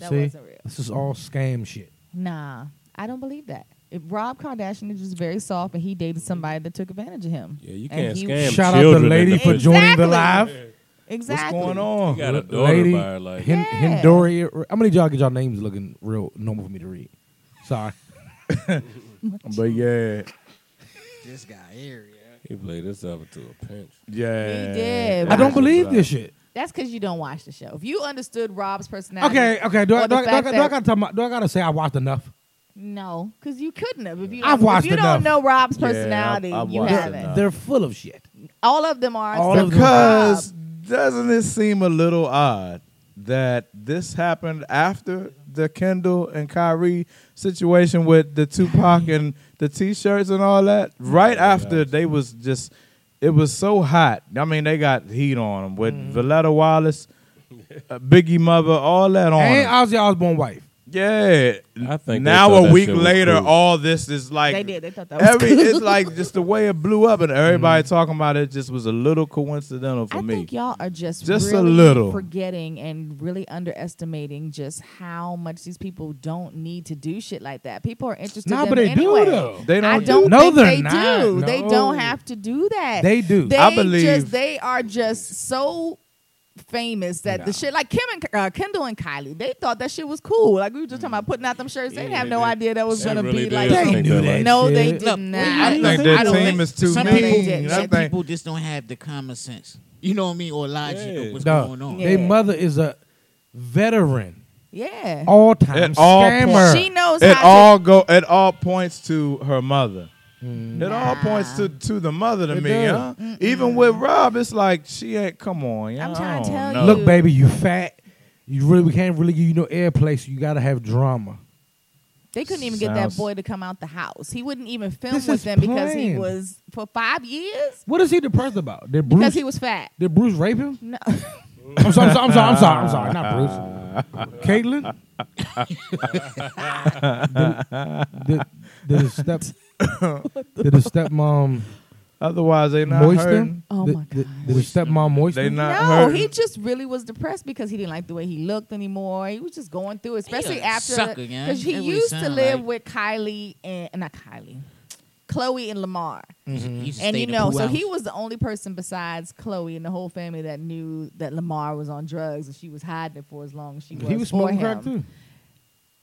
[SPEAKER 3] that
[SPEAKER 1] see,
[SPEAKER 3] wasn't real.
[SPEAKER 1] this is all scam shit.
[SPEAKER 3] Nah, I don't believe that. If Rob Kardashian is just very soft, and he dated somebody that took advantage of him. Yeah,
[SPEAKER 5] you
[SPEAKER 1] can't scam Shout out to children lady in the for picture. joining the live.
[SPEAKER 3] Exactly.
[SPEAKER 2] What's going on?
[SPEAKER 5] You got a daughter
[SPEAKER 1] Lady
[SPEAKER 5] by her, like-
[SPEAKER 1] Hen-
[SPEAKER 5] Yeah.
[SPEAKER 1] Hendoria. How many of y'all get y'all names looking real normal for me to read? Sorry,
[SPEAKER 2] but yeah,
[SPEAKER 6] This guy here.
[SPEAKER 5] He played this up to a pinch.
[SPEAKER 2] yeah.
[SPEAKER 3] He did.
[SPEAKER 1] I don't believe this shit.
[SPEAKER 3] That's because you don't watch the show. If you understood Rob's personality,
[SPEAKER 1] Okay, okay. Do I do
[SPEAKER 3] or the
[SPEAKER 1] I, do I,
[SPEAKER 3] fact
[SPEAKER 1] do I,
[SPEAKER 3] that-
[SPEAKER 1] gotta tell my, do I gotta say I watched enough?
[SPEAKER 3] No, because you couldn't have. If you,
[SPEAKER 1] I've
[SPEAKER 3] don't-
[SPEAKER 1] watched
[SPEAKER 3] if you
[SPEAKER 1] enough.
[SPEAKER 3] don't know Rob's personality, you haven't.
[SPEAKER 1] They're, they're full of shit.
[SPEAKER 3] All of them are.
[SPEAKER 1] All
[SPEAKER 3] except
[SPEAKER 1] of
[SPEAKER 3] for Rob.
[SPEAKER 2] Because doesn't it seem a little odd that this happened after the Kendall and Kyrie situation with the Tupac and the T-shirts and all that? Right after they was just, it was so hot. I mean, they got heat on them with Valletta Wallace, uh, Biggie Mother, all that on.
[SPEAKER 1] And
[SPEAKER 2] 'em.
[SPEAKER 1] Ozzy Osbourne wife.
[SPEAKER 2] Yeah,
[SPEAKER 5] I think they
[SPEAKER 2] now
[SPEAKER 5] thought
[SPEAKER 2] a
[SPEAKER 5] that
[SPEAKER 2] week
[SPEAKER 5] shit was
[SPEAKER 2] later,
[SPEAKER 5] cool.
[SPEAKER 2] all this is like
[SPEAKER 3] They did. They thought that was
[SPEAKER 2] every
[SPEAKER 3] cool.
[SPEAKER 2] it's like just the way it blew up, and everybody
[SPEAKER 1] Mm-hmm.
[SPEAKER 2] talking about it just was a little coincidental for
[SPEAKER 3] I
[SPEAKER 2] me.
[SPEAKER 3] think y'all are just
[SPEAKER 2] Just a
[SPEAKER 3] really
[SPEAKER 2] little.
[SPEAKER 3] forgetting and really underestimating just how much these people don't need to do shit like that. People are interested.
[SPEAKER 1] Nah,
[SPEAKER 3] in
[SPEAKER 1] but
[SPEAKER 3] them
[SPEAKER 1] they do,
[SPEAKER 3] anyway.
[SPEAKER 1] though.
[SPEAKER 2] They
[SPEAKER 3] I
[SPEAKER 2] don't
[SPEAKER 3] don't
[SPEAKER 2] do- No,
[SPEAKER 3] think
[SPEAKER 2] they're
[SPEAKER 3] they
[SPEAKER 2] not.
[SPEAKER 3] do. They don't
[SPEAKER 2] No.
[SPEAKER 3] have to do that.
[SPEAKER 1] They do.
[SPEAKER 3] They
[SPEAKER 2] I believe-
[SPEAKER 3] Just, they are just so famous that the shit like Kim and uh, Kendall and Kylie, they thought that shit was cool. Like we were just talking about putting out them shirts. They didn't have no idea that was
[SPEAKER 5] They
[SPEAKER 3] gonna
[SPEAKER 5] really
[SPEAKER 3] be
[SPEAKER 5] did
[SPEAKER 3] like.
[SPEAKER 5] think
[SPEAKER 3] something.
[SPEAKER 5] they knew that
[SPEAKER 3] no, they
[SPEAKER 1] shit.
[SPEAKER 3] did
[SPEAKER 4] Look,
[SPEAKER 3] not.
[SPEAKER 4] I
[SPEAKER 2] I think
[SPEAKER 4] I
[SPEAKER 2] their
[SPEAKER 4] don't
[SPEAKER 2] team
[SPEAKER 4] think-
[SPEAKER 2] is too
[SPEAKER 4] some
[SPEAKER 2] mean.
[SPEAKER 4] people,
[SPEAKER 2] I
[SPEAKER 4] some
[SPEAKER 2] think
[SPEAKER 4] people just don't have the common sense. You know what I mean, or logic of what's
[SPEAKER 1] Duh.
[SPEAKER 4] going on.
[SPEAKER 1] Their mother is a veteran,
[SPEAKER 3] Yeah.
[SPEAKER 1] all time
[SPEAKER 2] at all
[SPEAKER 1] scammer.
[SPEAKER 2] points,
[SPEAKER 3] She knows
[SPEAKER 2] it
[SPEAKER 3] how to-
[SPEAKER 2] all go it all points to her mother. It all points to, to the mother to
[SPEAKER 1] Mm. It
[SPEAKER 2] me,
[SPEAKER 1] does.
[SPEAKER 2] huh? Even with Rob, it's like she ain't. Come on, y'all.
[SPEAKER 3] I'm
[SPEAKER 4] Oh,
[SPEAKER 3] trying to tell
[SPEAKER 2] know.
[SPEAKER 3] you.
[SPEAKER 1] Look, baby, you fat. You really we can't really give you no airplay, so you gotta have drama.
[SPEAKER 3] They couldn't even get that
[SPEAKER 2] Sounds-
[SPEAKER 3] boy to come out the house. He wouldn't even film
[SPEAKER 1] This
[SPEAKER 3] with
[SPEAKER 1] is
[SPEAKER 3] them because he
[SPEAKER 1] planned.
[SPEAKER 3] was for five years
[SPEAKER 1] What is he depressed about? Did Bruce?
[SPEAKER 3] because he was fat.
[SPEAKER 1] did Bruce rape him?
[SPEAKER 3] No,
[SPEAKER 1] I'm sorry. I'm sorry. I'm sorry. I'm sorry. I'm sorry not Bruce. Caitlin. did, did his step? did his stepmom
[SPEAKER 2] Otherwise, they not
[SPEAKER 1] moist
[SPEAKER 2] hurting.
[SPEAKER 1] him?
[SPEAKER 3] Oh
[SPEAKER 1] did,
[SPEAKER 3] my
[SPEAKER 1] Did, did his stepmom moist
[SPEAKER 2] They
[SPEAKER 1] him?
[SPEAKER 2] not
[SPEAKER 3] no,
[SPEAKER 2] hurting.
[SPEAKER 3] he just really was depressed because he didn't like the way he looked anymore. He was just going through, it, especially
[SPEAKER 4] a
[SPEAKER 3] after
[SPEAKER 4] sucker, yeah.
[SPEAKER 3] because he
[SPEAKER 4] That's what he
[SPEAKER 3] used to
[SPEAKER 4] sound
[SPEAKER 3] live
[SPEAKER 4] like.
[SPEAKER 3] with Kylie and not Kylie, Chloe and Lamar.
[SPEAKER 1] Mm-hmm.
[SPEAKER 4] You just
[SPEAKER 3] And
[SPEAKER 4] stay
[SPEAKER 3] you
[SPEAKER 4] the
[SPEAKER 3] know,
[SPEAKER 4] poo
[SPEAKER 3] so
[SPEAKER 4] out.
[SPEAKER 3] he was the only person besides Chloe and the whole family that knew that Lamar was on drugs and she was hiding it for as long as she was.
[SPEAKER 1] He was
[SPEAKER 3] for
[SPEAKER 1] smoking crack
[SPEAKER 3] him.
[SPEAKER 1] too.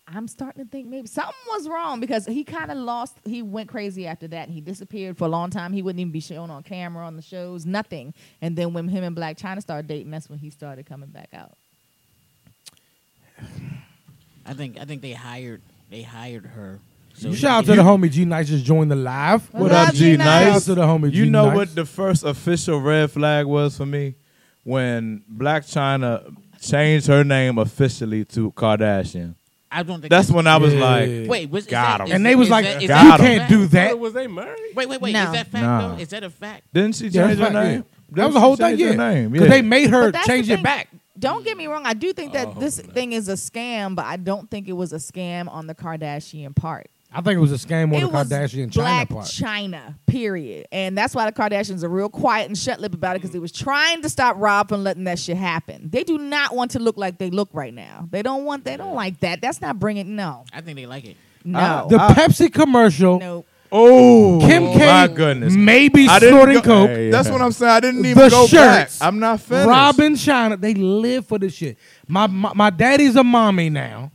[SPEAKER 3] I'm starting to think maybe something was wrong because he kind of lost. He went crazy after that. He disappeared for a long time. He wouldn't even be shown on camera on the shows, nothing. And then when him and Black China started dating, that's when he started coming back out.
[SPEAKER 4] I think I think they hired they hired her. So
[SPEAKER 1] Shout out to the homie G Nice just joined the live.
[SPEAKER 3] What up, G G Nice? Nice?
[SPEAKER 1] Shout out to the homie G
[SPEAKER 2] You know
[SPEAKER 1] Nice.
[SPEAKER 2] what the first official red flag was for me when Black China changed her name officially to Kardashian.
[SPEAKER 4] I don't think
[SPEAKER 2] That's when I was
[SPEAKER 1] Yeah.
[SPEAKER 2] like,
[SPEAKER 4] Wait, was, is
[SPEAKER 2] Got
[SPEAKER 4] that-
[SPEAKER 2] him.
[SPEAKER 4] is
[SPEAKER 1] And
[SPEAKER 4] that-
[SPEAKER 1] they was
[SPEAKER 4] is
[SPEAKER 1] like,
[SPEAKER 4] that-
[SPEAKER 1] you
[SPEAKER 4] is that a
[SPEAKER 1] can't
[SPEAKER 4] fact?
[SPEAKER 1] do that.
[SPEAKER 5] Was they married?
[SPEAKER 4] Wait, wait, wait.
[SPEAKER 3] No.
[SPEAKER 4] Is that fact
[SPEAKER 2] Nah.
[SPEAKER 4] though? Is that a fact?
[SPEAKER 2] didn't she change
[SPEAKER 1] Yeah, that's
[SPEAKER 2] her
[SPEAKER 1] right, yeah.
[SPEAKER 2] name?
[SPEAKER 1] That was
[SPEAKER 2] Didn't
[SPEAKER 1] the whole
[SPEAKER 2] she
[SPEAKER 1] thing.
[SPEAKER 2] change her
[SPEAKER 1] Yeah,
[SPEAKER 2] name.
[SPEAKER 1] because
[SPEAKER 2] Yeah.
[SPEAKER 1] they made her
[SPEAKER 3] But that's
[SPEAKER 1] change
[SPEAKER 3] the
[SPEAKER 1] it
[SPEAKER 3] thing.
[SPEAKER 1] back.
[SPEAKER 3] Don't get me wrong. I do think that this thing is a scam, but I don't think it was a scam on the Kardashian part.
[SPEAKER 1] I think it was a scam on
[SPEAKER 3] it
[SPEAKER 1] the
[SPEAKER 3] was
[SPEAKER 1] Kardashian China
[SPEAKER 3] Black
[SPEAKER 1] part.
[SPEAKER 3] China, period. And that's why the Kardashians are real quiet and shut lip about it because
[SPEAKER 4] Mm.
[SPEAKER 3] they was trying to stop Rob from letting that shit happen. They do not want to look like they look right now. They don't want. They don't like that. That's not bringing. No,
[SPEAKER 4] I think they like it.
[SPEAKER 3] no,
[SPEAKER 1] Ah, the Pepsi commercial,
[SPEAKER 3] no.
[SPEAKER 2] Oh,
[SPEAKER 1] Kim K,
[SPEAKER 2] my goodness.
[SPEAKER 1] maybe
[SPEAKER 2] I didn't
[SPEAKER 1] snorting
[SPEAKER 2] go-
[SPEAKER 1] coke.
[SPEAKER 2] Hey, That's what I'm saying. I didn't even
[SPEAKER 1] The
[SPEAKER 2] go
[SPEAKER 1] shirts.
[SPEAKER 2] back. I'm not finished.
[SPEAKER 1] Robin China, they live for this shit. My my, my daddy's a mommy now.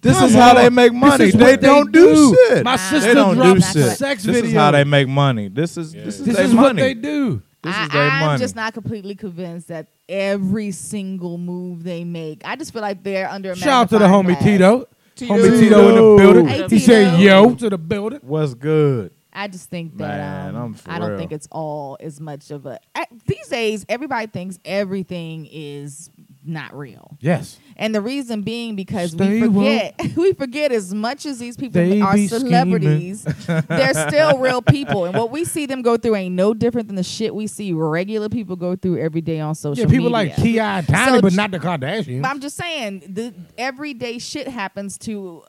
[SPEAKER 2] This
[SPEAKER 1] Come
[SPEAKER 2] is how
[SPEAKER 1] on.
[SPEAKER 2] they make money.
[SPEAKER 1] This is
[SPEAKER 2] they
[SPEAKER 1] what they
[SPEAKER 2] don't do,
[SPEAKER 1] do.
[SPEAKER 2] shit.
[SPEAKER 1] My
[SPEAKER 2] they
[SPEAKER 1] sister
[SPEAKER 2] don't do
[SPEAKER 1] dropped
[SPEAKER 2] shit.
[SPEAKER 1] sex
[SPEAKER 2] this is
[SPEAKER 1] video.
[SPEAKER 2] how they make money. This is this is
[SPEAKER 1] This
[SPEAKER 2] their
[SPEAKER 1] is what
[SPEAKER 2] money.
[SPEAKER 1] they do.
[SPEAKER 2] This
[SPEAKER 3] I,
[SPEAKER 2] is their
[SPEAKER 3] I'm
[SPEAKER 2] money.
[SPEAKER 3] just not completely convinced that every single move they make. I just feel like they're under. A
[SPEAKER 1] Shout out to the homie
[SPEAKER 3] magnifying glass.
[SPEAKER 1] Tito.
[SPEAKER 3] Tito.
[SPEAKER 1] Homie Tito in the building.
[SPEAKER 3] Hey,
[SPEAKER 1] he said,
[SPEAKER 3] Tito.
[SPEAKER 1] yo, to the building.
[SPEAKER 2] What's good?
[SPEAKER 3] I just think that
[SPEAKER 2] Man,
[SPEAKER 3] um,
[SPEAKER 2] I'm for
[SPEAKER 3] I don't
[SPEAKER 2] real.
[SPEAKER 3] think it's all as much of a. I- these days, everybody thinks everything is not real,
[SPEAKER 1] Yes.
[SPEAKER 3] and the reason being because
[SPEAKER 1] Stay
[SPEAKER 3] we
[SPEAKER 1] woke.
[SPEAKER 3] forget we forget as much as these people
[SPEAKER 1] They
[SPEAKER 3] are
[SPEAKER 1] be
[SPEAKER 3] celebrities,
[SPEAKER 1] scheming.
[SPEAKER 3] they're still real people, and what we see them go through ain't no different than the shit we see regular people go through every day on social.
[SPEAKER 1] Yeah, people
[SPEAKER 3] media.
[SPEAKER 1] like Ti and Tiny,
[SPEAKER 3] So
[SPEAKER 1] but
[SPEAKER 3] j-
[SPEAKER 1] not the Kardashians.
[SPEAKER 3] But I'm just saying, the everyday shit happens to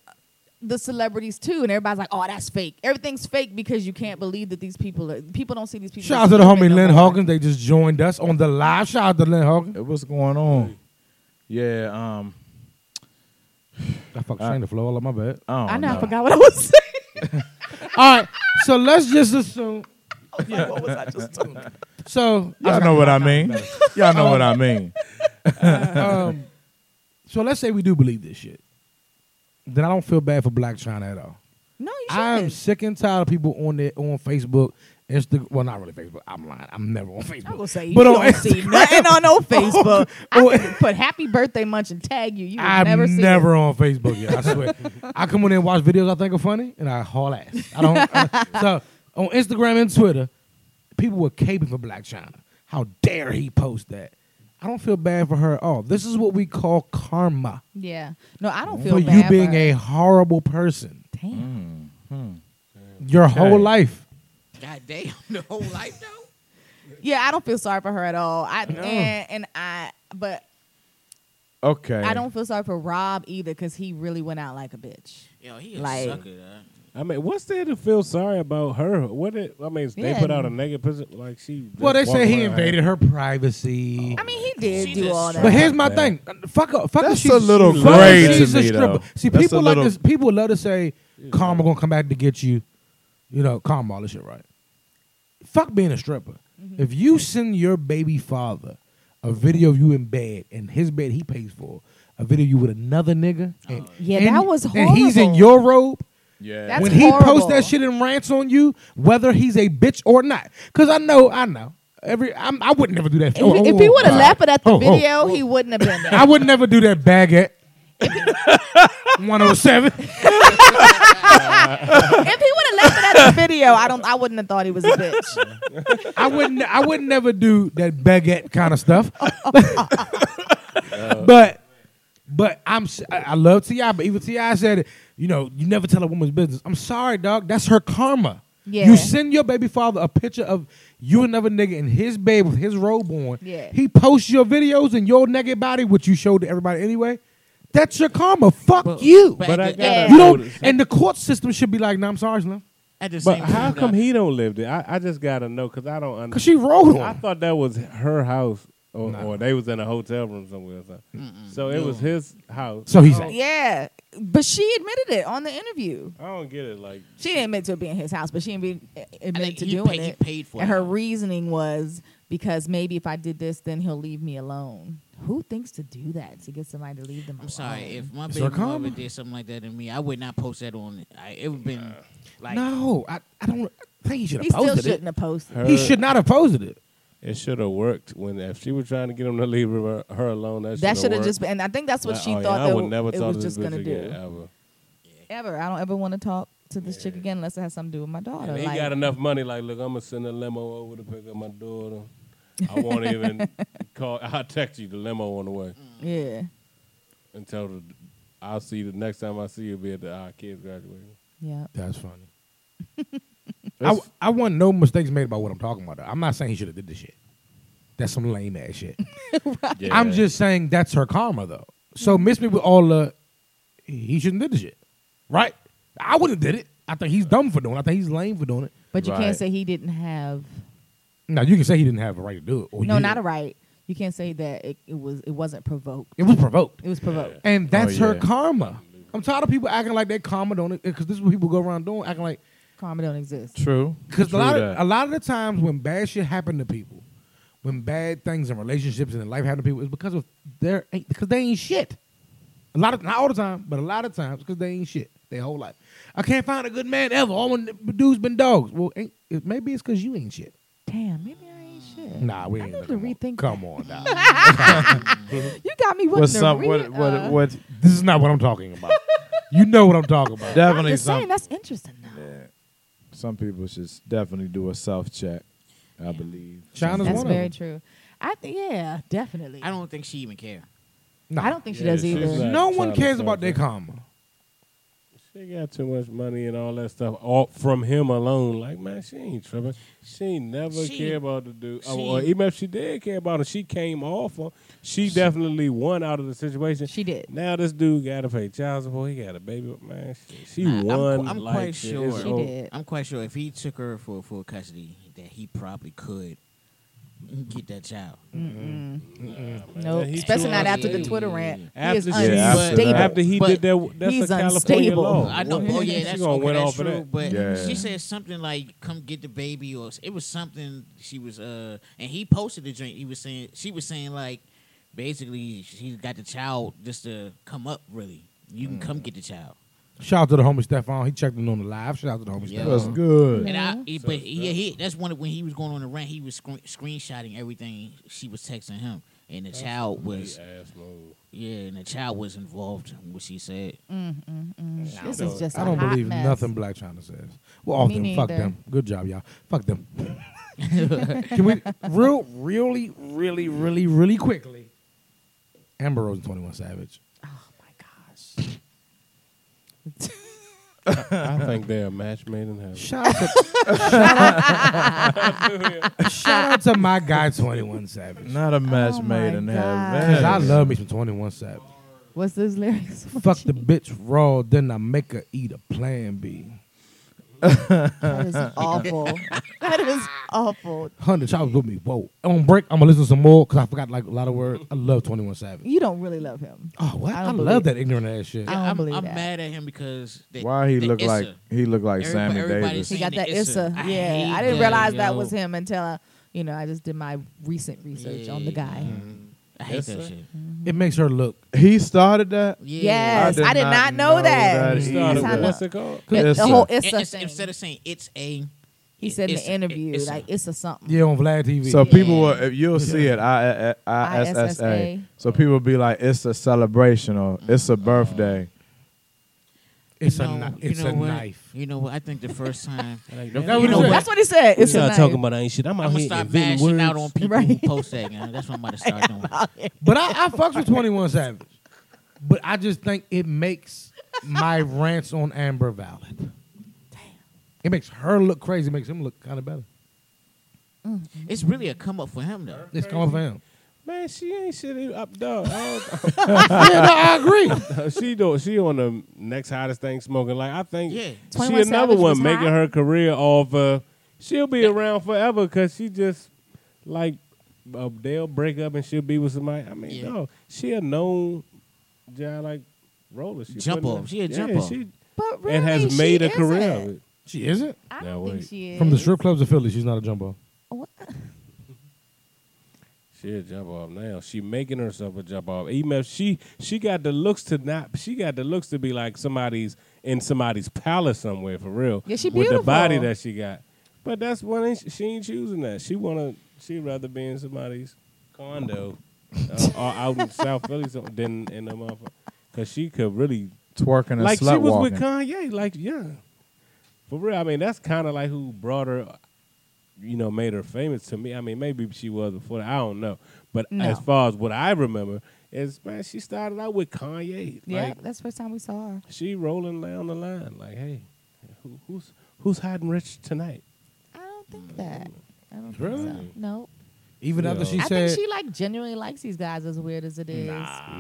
[SPEAKER 3] the celebrities too, and everybody's like, "Oh, that's fake. Everything's fake because you can't believe that these people are, people don't see these people."
[SPEAKER 1] Shout out to the homie Lynn Hawkins. They just joined us on the live. Shout out to Lynn Hawkins.
[SPEAKER 2] What's going on? Yeah, um.
[SPEAKER 1] I fucked Shane the flow all on my bed.
[SPEAKER 2] Oh,
[SPEAKER 3] I know.
[SPEAKER 2] no.
[SPEAKER 3] I forgot what I was saying.
[SPEAKER 1] All right, so let's just assume.
[SPEAKER 3] what was I just talking? about?
[SPEAKER 1] So
[SPEAKER 2] Y'all know what I mean. Y'all know what I mean.
[SPEAKER 1] um, so let's say we do believe this shit. Then I don't feel bad for Black China at all.
[SPEAKER 3] No, you
[SPEAKER 1] I am sick and tired of people on there on Facebook, Instagram. Well, not really Facebook. I'm lying. I'm never on Facebook.
[SPEAKER 3] I'm gonna say you
[SPEAKER 1] But on
[SPEAKER 3] don't see
[SPEAKER 1] Instagram- Oh,
[SPEAKER 3] nothing on no Facebook. I can put happy birthday munch and tag you. You will
[SPEAKER 1] I'm
[SPEAKER 3] never
[SPEAKER 1] never,
[SPEAKER 3] see it.
[SPEAKER 1] on Facebook yet. I swear. I come on there and watch videos I think are funny, and I haul ass. I don't. I- so on Instagram and Twitter, people were caping for Black China. How dare he post that? I don't feel bad for her at all. This is what we call karma
[SPEAKER 3] Yeah, no, I don't feel
[SPEAKER 1] for
[SPEAKER 3] bad
[SPEAKER 1] you being
[SPEAKER 3] for
[SPEAKER 1] a horrible person
[SPEAKER 3] damn.
[SPEAKER 2] Hmm.
[SPEAKER 1] your whole
[SPEAKER 2] Okay.
[SPEAKER 1] life.
[SPEAKER 6] God damn, the whole life though.
[SPEAKER 3] Yeah, I don't feel sorry for her at all. I and, and I, but
[SPEAKER 2] Okay.
[SPEAKER 3] I don't feel sorry for Rob either because he really went out like a bitch.
[SPEAKER 6] Yo, Oh, he a
[SPEAKER 3] Like-
[SPEAKER 6] sucker. Though.
[SPEAKER 5] I mean, what's there to feel sorry about her? What it? I mean,
[SPEAKER 3] Yeah.
[SPEAKER 5] they put out a negative picture like she.
[SPEAKER 1] Well, they
[SPEAKER 5] just
[SPEAKER 1] say
[SPEAKER 5] walked
[SPEAKER 1] he
[SPEAKER 5] around.
[SPEAKER 1] invaded her privacy.
[SPEAKER 3] I mean, he did
[SPEAKER 6] She
[SPEAKER 3] do
[SPEAKER 6] just
[SPEAKER 3] all that.
[SPEAKER 1] But here's my
[SPEAKER 5] That-
[SPEAKER 1] thing. Fuck up. Fuck her,
[SPEAKER 2] That's
[SPEAKER 1] she's
[SPEAKER 2] a little
[SPEAKER 1] fuck her,
[SPEAKER 2] gray to
[SPEAKER 1] she's a
[SPEAKER 2] me, though.
[SPEAKER 1] stripper. See,
[SPEAKER 2] That's a
[SPEAKER 1] people like
[SPEAKER 2] little-
[SPEAKER 1] this. People love to say karma gonna come back to get you. You know, karma all this shit, right? Fuck being a stripper.
[SPEAKER 3] Mm-hmm.
[SPEAKER 1] If you send your baby father a video of you in bed and his bed he pays for, a video of you with another nigga, and,
[SPEAKER 3] Oh. Yeah,
[SPEAKER 1] and-
[SPEAKER 3] that was
[SPEAKER 1] And he's in
[SPEAKER 3] horrible.
[SPEAKER 1] your robe.
[SPEAKER 2] Yeah.
[SPEAKER 3] That's
[SPEAKER 1] when he posts
[SPEAKER 3] horrible.
[SPEAKER 1] that shit and rants on you, whether he's a bitch or not, because I know, I know. Every I'm, I would never do that.
[SPEAKER 3] If, if he would have laughed at the
[SPEAKER 1] Oh, oh,
[SPEAKER 3] video, he wouldn't have been there.
[SPEAKER 1] I would never do that bag oh at 107.
[SPEAKER 3] if he would have laughed at the video, I don't. I wouldn't have thought he was a bitch.
[SPEAKER 1] I wouldn't. I would never do that baguette kind of stuff. but, but I'm. s- I I love Ti, but even Ti said, you know, you never tell a woman's business. I'm sorry, dog. That's her karma.
[SPEAKER 3] Yeah.
[SPEAKER 1] You send your baby father a picture of you another nigga in his bed with his robe on.
[SPEAKER 3] Yeah.
[SPEAKER 1] He posts your videos and your naked body, which you showed to everybody anyway. That's your karma. Fuck you.
[SPEAKER 4] But,
[SPEAKER 5] But
[SPEAKER 4] at,
[SPEAKER 5] I
[SPEAKER 4] the,
[SPEAKER 5] gotta
[SPEAKER 3] Yeah.
[SPEAKER 1] You don't.
[SPEAKER 5] notice-
[SPEAKER 1] And the court system should be like, nah, I'm sorry, Slim.
[SPEAKER 4] at the
[SPEAKER 5] But
[SPEAKER 4] same
[SPEAKER 5] how
[SPEAKER 4] time,
[SPEAKER 5] come
[SPEAKER 4] though,
[SPEAKER 5] he don't live there? I, I just gotta know because I don't
[SPEAKER 1] Because
[SPEAKER 5] understand.
[SPEAKER 1] she rolled
[SPEAKER 5] I
[SPEAKER 1] on.
[SPEAKER 5] thought that was her house, or, or they was in a hotel room somewhere. Or something. So it was his house.
[SPEAKER 1] So he's
[SPEAKER 5] I don't,
[SPEAKER 3] Yeah, but she admitted it on the interview.
[SPEAKER 5] I don't get it. Like
[SPEAKER 3] She didn't admit to it being his house, but she admitted, admitted to
[SPEAKER 4] he
[SPEAKER 3] doing
[SPEAKER 4] paid- he
[SPEAKER 3] it.
[SPEAKER 4] paid for
[SPEAKER 3] and
[SPEAKER 4] it.
[SPEAKER 3] her reasoning was because maybe if I did this, then he'll leave me alone. Who thinks to do that to get somebody to leave them alone?
[SPEAKER 4] I'm sorry if my
[SPEAKER 1] Is
[SPEAKER 4] baby
[SPEAKER 1] there karma?
[SPEAKER 4] mother did something like that to me, I would not post that on. I, it would been like
[SPEAKER 1] No, I, I don't I think he should
[SPEAKER 3] he
[SPEAKER 1] have
[SPEAKER 3] still
[SPEAKER 1] posted
[SPEAKER 3] shouldn't
[SPEAKER 1] it.
[SPEAKER 3] have posted.
[SPEAKER 5] her,
[SPEAKER 1] He should not have posted it.
[SPEAKER 5] It should have worked when if she was trying to get him to leave her, her alone. That,
[SPEAKER 3] That should
[SPEAKER 5] should
[SPEAKER 3] have just been. And I think that's what she
[SPEAKER 5] oh, yeah,
[SPEAKER 3] thought
[SPEAKER 5] I
[SPEAKER 3] that
[SPEAKER 5] would never
[SPEAKER 3] it
[SPEAKER 5] talk
[SPEAKER 3] was
[SPEAKER 5] to this
[SPEAKER 3] just
[SPEAKER 5] bitch
[SPEAKER 3] gonna
[SPEAKER 5] again,
[SPEAKER 3] do.
[SPEAKER 5] ever.
[SPEAKER 3] Ever. I don't ever want to talk to this chick again unless it has something to do with my daughter.
[SPEAKER 5] And he
[SPEAKER 3] like,
[SPEAKER 5] got enough money. Like, look, I'm gonna send a limo over to pick up my daughter. I won't even call. I'll text you the limo on the way
[SPEAKER 3] yeah,
[SPEAKER 5] and tell her. I'll see you the next time I see you. Be at the, our kids graduating.
[SPEAKER 3] yeah.
[SPEAKER 1] That's funny. I, I want no mistakes made about what I'm talking about. though. I'm not saying he should have did this shit. That's some lame ass shit. I'm just saying that's her karma though. So
[SPEAKER 3] Mm-hmm.
[SPEAKER 1] miss me with all the he shouldn't did this shit, right? I would have did it. I think he's dumb for doing. it. I think he's lame for doing it.
[SPEAKER 3] But you
[SPEAKER 2] Right.
[SPEAKER 3] can't say he didn't have.
[SPEAKER 1] Now you can say he didn't have a right to do it. Or
[SPEAKER 3] No,
[SPEAKER 1] you
[SPEAKER 3] not a
[SPEAKER 1] did.
[SPEAKER 3] right. You can't say that it, it was. It wasn't provoked.
[SPEAKER 1] It was provoked.
[SPEAKER 3] It was provoked.
[SPEAKER 1] And that's her
[SPEAKER 2] yeah.
[SPEAKER 1] karma. I'm tired of people acting like they karma don't because this is what people go around doing, acting like
[SPEAKER 3] Karma don't exist.
[SPEAKER 2] True.
[SPEAKER 1] because a
[SPEAKER 2] True
[SPEAKER 1] lot
[SPEAKER 2] that.
[SPEAKER 1] of, a lot of the times when bad shit happen to people, when bad things in relationships and in life happen to people, it's because of their eh, because they ain't shit. A lot of not all the time, but a lot of times because they ain't shit their whole life. I can't find a good man ever. All when the dudes been dogs. Well, ain't, it, maybe it's because you ain't shit.
[SPEAKER 3] Damn, maybe I ain't shit.
[SPEAKER 1] Nah, we
[SPEAKER 3] I
[SPEAKER 1] ain't.
[SPEAKER 3] need
[SPEAKER 1] come
[SPEAKER 3] to rethink
[SPEAKER 1] On. Come on, dog.
[SPEAKER 3] You got me. wanting
[SPEAKER 2] What's
[SPEAKER 3] to
[SPEAKER 2] some
[SPEAKER 3] read,
[SPEAKER 2] what what
[SPEAKER 3] uh,
[SPEAKER 2] what
[SPEAKER 1] this is not what I'm talking about. You know what I'm talking about.
[SPEAKER 2] Definitely
[SPEAKER 3] I'm just saying
[SPEAKER 2] some,
[SPEAKER 3] that's interesting. Though.
[SPEAKER 2] some people should definitely do a self check, I believe.
[SPEAKER 3] that's very true. I th- yeah, definitely. I
[SPEAKER 4] don't think she even care.
[SPEAKER 1] No.
[SPEAKER 3] I don't think she
[SPEAKER 5] Yeah,
[SPEAKER 3] does
[SPEAKER 5] she's
[SPEAKER 3] either.
[SPEAKER 5] not
[SPEAKER 1] No one
[SPEAKER 5] trying to
[SPEAKER 1] cares about
[SPEAKER 5] sell
[SPEAKER 1] their
[SPEAKER 5] them.
[SPEAKER 1] karma.
[SPEAKER 5] She got too much money and all that stuff all from him alone. Like, man, she ain't tripping. She never
[SPEAKER 4] She-
[SPEAKER 5] cared about the dude. Oh,
[SPEAKER 4] she-
[SPEAKER 5] or even if she did care about him, she came off him. She, definitely won out of the situation.
[SPEAKER 3] She did.
[SPEAKER 5] Now this dude got to pay child support. He got a baby. Man, she, she
[SPEAKER 4] Nah, I'm qu-
[SPEAKER 5] won.
[SPEAKER 4] I'm,
[SPEAKER 5] like
[SPEAKER 4] quite
[SPEAKER 5] shit.
[SPEAKER 4] sure.
[SPEAKER 5] It's over.
[SPEAKER 4] I'm quite sure if he took her for full custody, that he probably could get that child.
[SPEAKER 3] Mm-mm.
[SPEAKER 5] man.
[SPEAKER 3] No,
[SPEAKER 5] He
[SPEAKER 3] especially
[SPEAKER 5] too
[SPEAKER 3] not after the
[SPEAKER 5] unstable.
[SPEAKER 3] Twitter rant.
[SPEAKER 5] After
[SPEAKER 3] he is
[SPEAKER 5] she- Yeah, after
[SPEAKER 3] unstable.
[SPEAKER 5] that. After he
[SPEAKER 3] But
[SPEAKER 5] did that- that's
[SPEAKER 3] he's
[SPEAKER 5] a California
[SPEAKER 3] unstable.
[SPEAKER 5] law.
[SPEAKER 4] I know.
[SPEAKER 5] Well,
[SPEAKER 4] Oh
[SPEAKER 5] yeah,
[SPEAKER 4] yeah,
[SPEAKER 5] she
[SPEAKER 4] that's
[SPEAKER 5] gonna
[SPEAKER 4] okay,
[SPEAKER 5] win
[SPEAKER 4] that's
[SPEAKER 5] off of
[SPEAKER 4] true.
[SPEAKER 5] that.
[SPEAKER 4] But
[SPEAKER 5] Yeah.
[SPEAKER 4] she said something like, "Come get the baby," or it was something. She was uh, and he posted the drink. He was saying she was saying like, basically, she got the child just to come up. Really, you can come get the child.
[SPEAKER 1] Shout out to the homie Stefan. He checked in on the live. Shout out to the homie
[SPEAKER 4] Yeah.
[SPEAKER 1] Stefan.
[SPEAKER 4] That's
[SPEAKER 2] good.
[SPEAKER 4] And
[SPEAKER 3] Mm-hmm.
[SPEAKER 4] I, he- but yeah, he, that's one of when he was going on the rant. He was screen, screenshotting everything she was texting him, and the child was, yeah, and the child was involved in what she said.
[SPEAKER 3] Mm, mm, mm.
[SPEAKER 4] I
[SPEAKER 3] This
[SPEAKER 4] don't-
[SPEAKER 3] is just
[SPEAKER 1] I
[SPEAKER 3] a
[SPEAKER 1] don't
[SPEAKER 3] hot
[SPEAKER 1] believe
[SPEAKER 3] mess.
[SPEAKER 1] nothing Black China says. Well, off
[SPEAKER 3] Me
[SPEAKER 1] them. Fuck
[SPEAKER 3] neither.
[SPEAKER 1] them. Good job, y'all. Fuck them. Can we real, really, really, really, really quickly? Amber Rose and Twenty One Savage.
[SPEAKER 3] Oh,
[SPEAKER 5] I think they're a match made in heaven.
[SPEAKER 1] Shout out to shout out, shout out to my guy Twenty One Savage.
[SPEAKER 2] Not a match
[SPEAKER 3] Oh
[SPEAKER 2] made
[SPEAKER 3] my
[SPEAKER 2] in
[SPEAKER 3] God.
[SPEAKER 2] heaven.
[SPEAKER 1] Cause I love me some Twenty One Savage.
[SPEAKER 3] What's those lyrics?
[SPEAKER 1] Fuck the bitch raw, then I make her eat a Plan B.
[SPEAKER 3] That is awful. that is awful.
[SPEAKER 1] Hundred chops with me. Whoa. On break, I'm gonna listen to some more because I forgot like a lot of words. I love Twenty One Savage.
[SPEAKER 3] You don't really love him.
[SPEAKER 1] Oh, what?
[SPEAKER 3] I
[SPEAKER 1] I,
[SPEAKER 3] don't
[SPEAKER 1] love
[SPEAKER 3] believe-
[SPEAKER 1] that ignorant ass shit.
[SPEAKER 3] I don't
[SPEAKER 4] I'm,
[SPEAKER 3] believe
[SPEAKER 4] I'm
[SPEAKER 3] that.
[SPEAKER 4] mad at him because the,
[SPEAKER 2] Why he
[SPEAKER 4] the
[SPEAKER 2] look like
[SPEAKER 4] Issa.
[SPEAKER 2] he look like
[SPEAKER 4] Everybody-
[SPEAKER 2] Sammy
[SPEAKER 4] everybody's
[SPEAKER 2] Davis?
[SPEAKER 3] He
[SPEAKER 4] saying
[SPEAKER 3] got
[SPEAKER 4] the
[SPEAKER 3] that Issa.
[SPEAKER 4] I hate
[SPEAKER 3] yeah, I didn't realize that
[SPEAKER 4] yo.
[SPEAKER 3] was him until I, you know, I just did my recent research on the guy.
[SPEAKER 4] I hate that
[SPEAKER 5] Issa?
[SPEAKER 4] shit.
[SPEAKER 1] It makes her look.
[SPEAKER 2] He started that.
[SPEAKER 4] Yeah.
[SPEAKER 3] Yes, I did, not know, that.
[SPEAKER 2] he
[SPEAKER 5] He started
[SPEAKER 3] Time
[SPEAKER 5] with,
[SPEAKER 3] out.
[SPEAKER 5] what's it called?
[SPEAKER 3] The, the
[SPEAKER 2] Issa.
[SPEAKER 3] whole
[SPEAKER 4] And
[SPEAKER 3] Issa
[SPEAKER 4] it's-
[SPEAKER 3] thing.
[SPEAKER 4] Instead of saying it's a,
[SPEAKER 3] he said in the
[SPEAKER 4] Issa,
[SPEAKER 3] interview,
[SPEAKER 4] Issa.
[SPEAKER 3] like Issa something.
[SPEAKER 1] Yeah, on Vlad TV.
[SPEAKER 2] So
[SPEAKER 1] So,
[SPEAKER 2] people will, if you'll see it, I I S S A.
[SPEAKER 3] ISSA.
[SPEAKER 2] So people will be like, it's a celebration or it's a
[SPEAKER 1] Uh-huh.
[SPEAKER 2] birthday.
[SPEAKER 1] it's
[SPEAKER 4] you
[SPEAKER 1] a
[SPEAKER 4] know-
[SPEAKER 1] kni-
[SPEAKER 4] you
[SPEAKER 1] it's
[SPEAKER 4] know
[SPEAKER 1] a
[SPEAKER 4] what?
[SPEAKER 1] knife.
[SPEAKER 4] You know what? I think the first time
[SPEAKER 1] That's what he said.
[SPEAKER 3] That's what he said.
[SPEAKER 5] We
[SPEAKER 3] It's a
[SPEAKER 5] start
[SPEAKER 3] knife.
[SPEAKER 5] talking about that shit. I'm out
[SPEAKER 4] I'm gonna
[SPEAKER 5] here
[SPEAKER 4] start
[SPEAKER 5] inventing
[SPEAKER 4] bashing
[SPEAKER 5] words.
[SPEAKER 4] out on people who
[SPEAKER 3] Right.
[SPEAKER 4] post that. man. That's what I'm about to start doing.
[SPEAKER 1] But I, I fucks with Twenty One Savage. But I just think it makes my rants on Amber valid. Damn. It makes her look crazy. It makes him look kind of better.
[SPEAKER 3] Mm.
[SPEAKER 4] It's really a come up for him though.
[SPEAKER 1] It's coming for him.
[SPEAKER 5] Man, she ain't shit up, dog. I don't-
[SPEAKER 1] yeah, no, I agree.
[SPEAKER 5] she do she on the next hottest thing smoking. Like I think
[SPEAKER 4] Yeah.
[SPEAKER 5] she
[SPEAKER 3] 21
[SPEAKER 5] another
[SPEAKER 3] Savage was
[SPEAKER 5] one making
[SPEAKER 3] hot.
[SPEAKER 5] her career off. Uh, she'll be around forever because she just like uh, they'll break up and she'll be with somebody. I mean,
[SPEAKER 4] Yeah.
[SPEAKER 5] no, she a known guy like roller. She
[SPEAKER 4] Jump
[SPEAKER 5] putting
[SPEAKER 4] off.
[SPEAKER 5] it-
[SPEAKER 4] She a
[SPEAKER 5] yeah,
[SPEAKER 4] jump off.
[SPEAKER 5] She,
[SPEAKER 3] But really,
[SPEAKER 5] and has
[SPEAKER 3] she
[SPEAKER 5] made a
[SPEAKER 3] isn't.
[SPEAKER 5] career of it.
[SPEAKER 1] She isn't
[SPEAKER 3] I
[SPEAKER 5] Now
[SPEAKER 3] don't think
[SPEAKER 5] wait.
[SPEAKER 3] she is.
[SPEAKER 1] from the strip clubs of Philly. She's not a jumbo.
[SPEAKER 3] What?
[SPEAKER 5] She a jump off now. She making herself a jump off. Even if she she got the looks to not she got the looks to be like somebody's in somebody's palace somewhere for real.
[SPEAKER 3] Yeah, she
[SPEAKER 5] With the body
[SPEAKER 3] beautiful.
[SPEAKER 5] that she got. But that's what ain't, she ain't choosing that. She wanna she rather be in somebody's condo uh, or out in South Philly something than in the motherfucker. Cause she could really
[SPEAKER 2] Twerking and
[SPEAKER 5] like she
[SPEAKER 2] slut
[SPEAKER 5] was
[SPEAKER 2] walking.
[SPEAKER 5] with Kanye, like yeah, for real. I mean, that's kind of like who brought her, you know, made her famous to me. I mean, maybe she was before. I don't know, but
[SPEAKER 3] No.
[SPEAKER 5] as far as what I remember is, man, she started out with Kanye.
[SPEAKER 3] Yeah,
[SPEAKER 5] Like,
[SPEAKER 3] that's the first time we saw her.
[SPEAKER 5] she rolling down the line, like, hey, who, who's who's hot and rich tonight?
[SPEAKER 3] I don't think that. I don't
[SPEAKER 5] Really?
[SPEAKER 3] think so. No.
[SPEAKER 1] Even after she
[SPEAKER 5] Yeah.
[SPEAKER 3] I
[SPEAKER 1] said,
[SPEAKER 3] think she like genuinely likes these guys as weird as it is.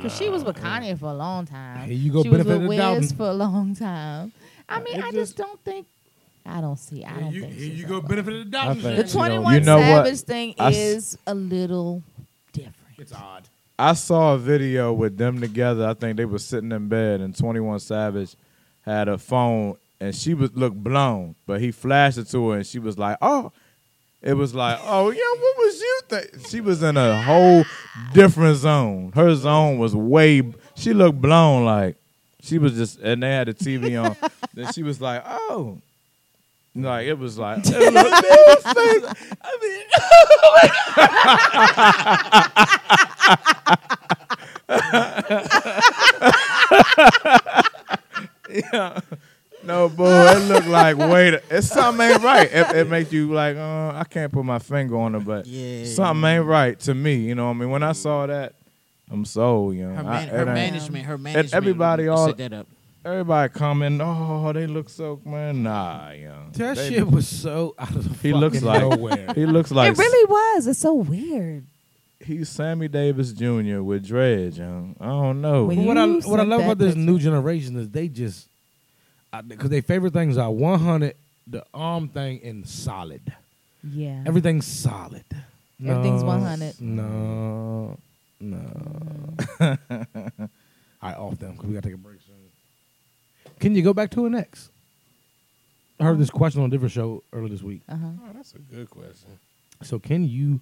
[SPEAKER 3] Cause she was with Kanye for a long time.
[SPEAKER 1] Here you go,
[SPEAKER 3] she was
[SPEAKER 1] benefit
[SPEAKER 3] with
[SPEAKER 1] of the
[SPEAKER 3] Wiz
[SPEAKER 1] doubt.
[SPEAKER 3] for a long time. I
[SPEAKER 5] Uh,
[SPEAKER 3] mean,
[SPEAKER 5] it
[SPEAKER 3] I
[SPEAKER 5] just-
[SPEAKER 3] just don't think. I don't see. I don't think she's that way.
[SPEAKER 1] benefit of the doubt.
[SPEAKER 2] and I think-
[SPEAKER 3] The
[SPEAKER 2] You know-
[SPEAKER 3] twenty one
[SPEAKER 2] you know what?
[SPEAKER 3] Savage thing
[SPEAKER 2] I s-
[SPEAKER 3] is a little different. It's odd.
[SPEAKER 2] I saw a video with them together. I think they were sitting in bed, and Twenty One Savage had a phone, and she was looked blown, but he flashed it to her, and she was like, "Oh." It was like, oh yeah, what was you think? She was in a whole different zone. Her zone was way. She looked blown, like she was just. And they had the TV on. then she was like, oh, like it was like. It looked- like, wait, a- it's something ain't right. It, it makes you like, uh, I can't put my finger on it, but
[SPEAKER 4] Yeah.
[SPEAKER 2] something ain't right to me. You know what I mean? When I saw that, I'm sold. You know,
[SPEAKER 4] Her,
[SPEAKER 2] I-
[SPEAKER 4] man,
[SPEAKER 2] it
[SPEAKER 4] her
[SPEAKER 2] ain't-
[SPEAKER 4] management, her
[SPEAKER 2] and
[SPEAKER 4] management.
[SPEAKER 2] everybody
[SPEAKER 4] would
[SPEAKER 2] all
[SPEAKER 4] set that up.
[SPEAKER 2] Everybody comment, oh, they look so man. Nah, you know,
[SPEAKER 1] That
[SPEAKER 2] they-
[SPEAKER 1] shit was so out of the
[SPEAKER 2] He looks like
[SPEAKER 1] fucking nowhere.
[SPEAKER 2] he looks like
[SPEAKER 3] it really was. It's so weird.
[SPEAKER 2] he's Sammy Davis Jr. with dreads. You know? I don't know.
[SPEAKER 1] But what I what I love about this new generation is they just because their favorite things are 100, the arm thing, and solid.
[SPEAKER 3] Yeah.
[SPEAKER 1] Everything's solid. No,
[SPEAKER 3] Everything's 100.
[SPEAKER 1] No, no.
[SPEAKER 3] Mm-hmm.
[SPEAKER 1] I off them because we gotta take a break soon. Can you go back to an ex? I heard this question on a different show earlier this week.
[SPEAKER 3] Uh-huh.
[SPEAKER 5] Oh, that's a good question.
[SPEAKER 1] So can you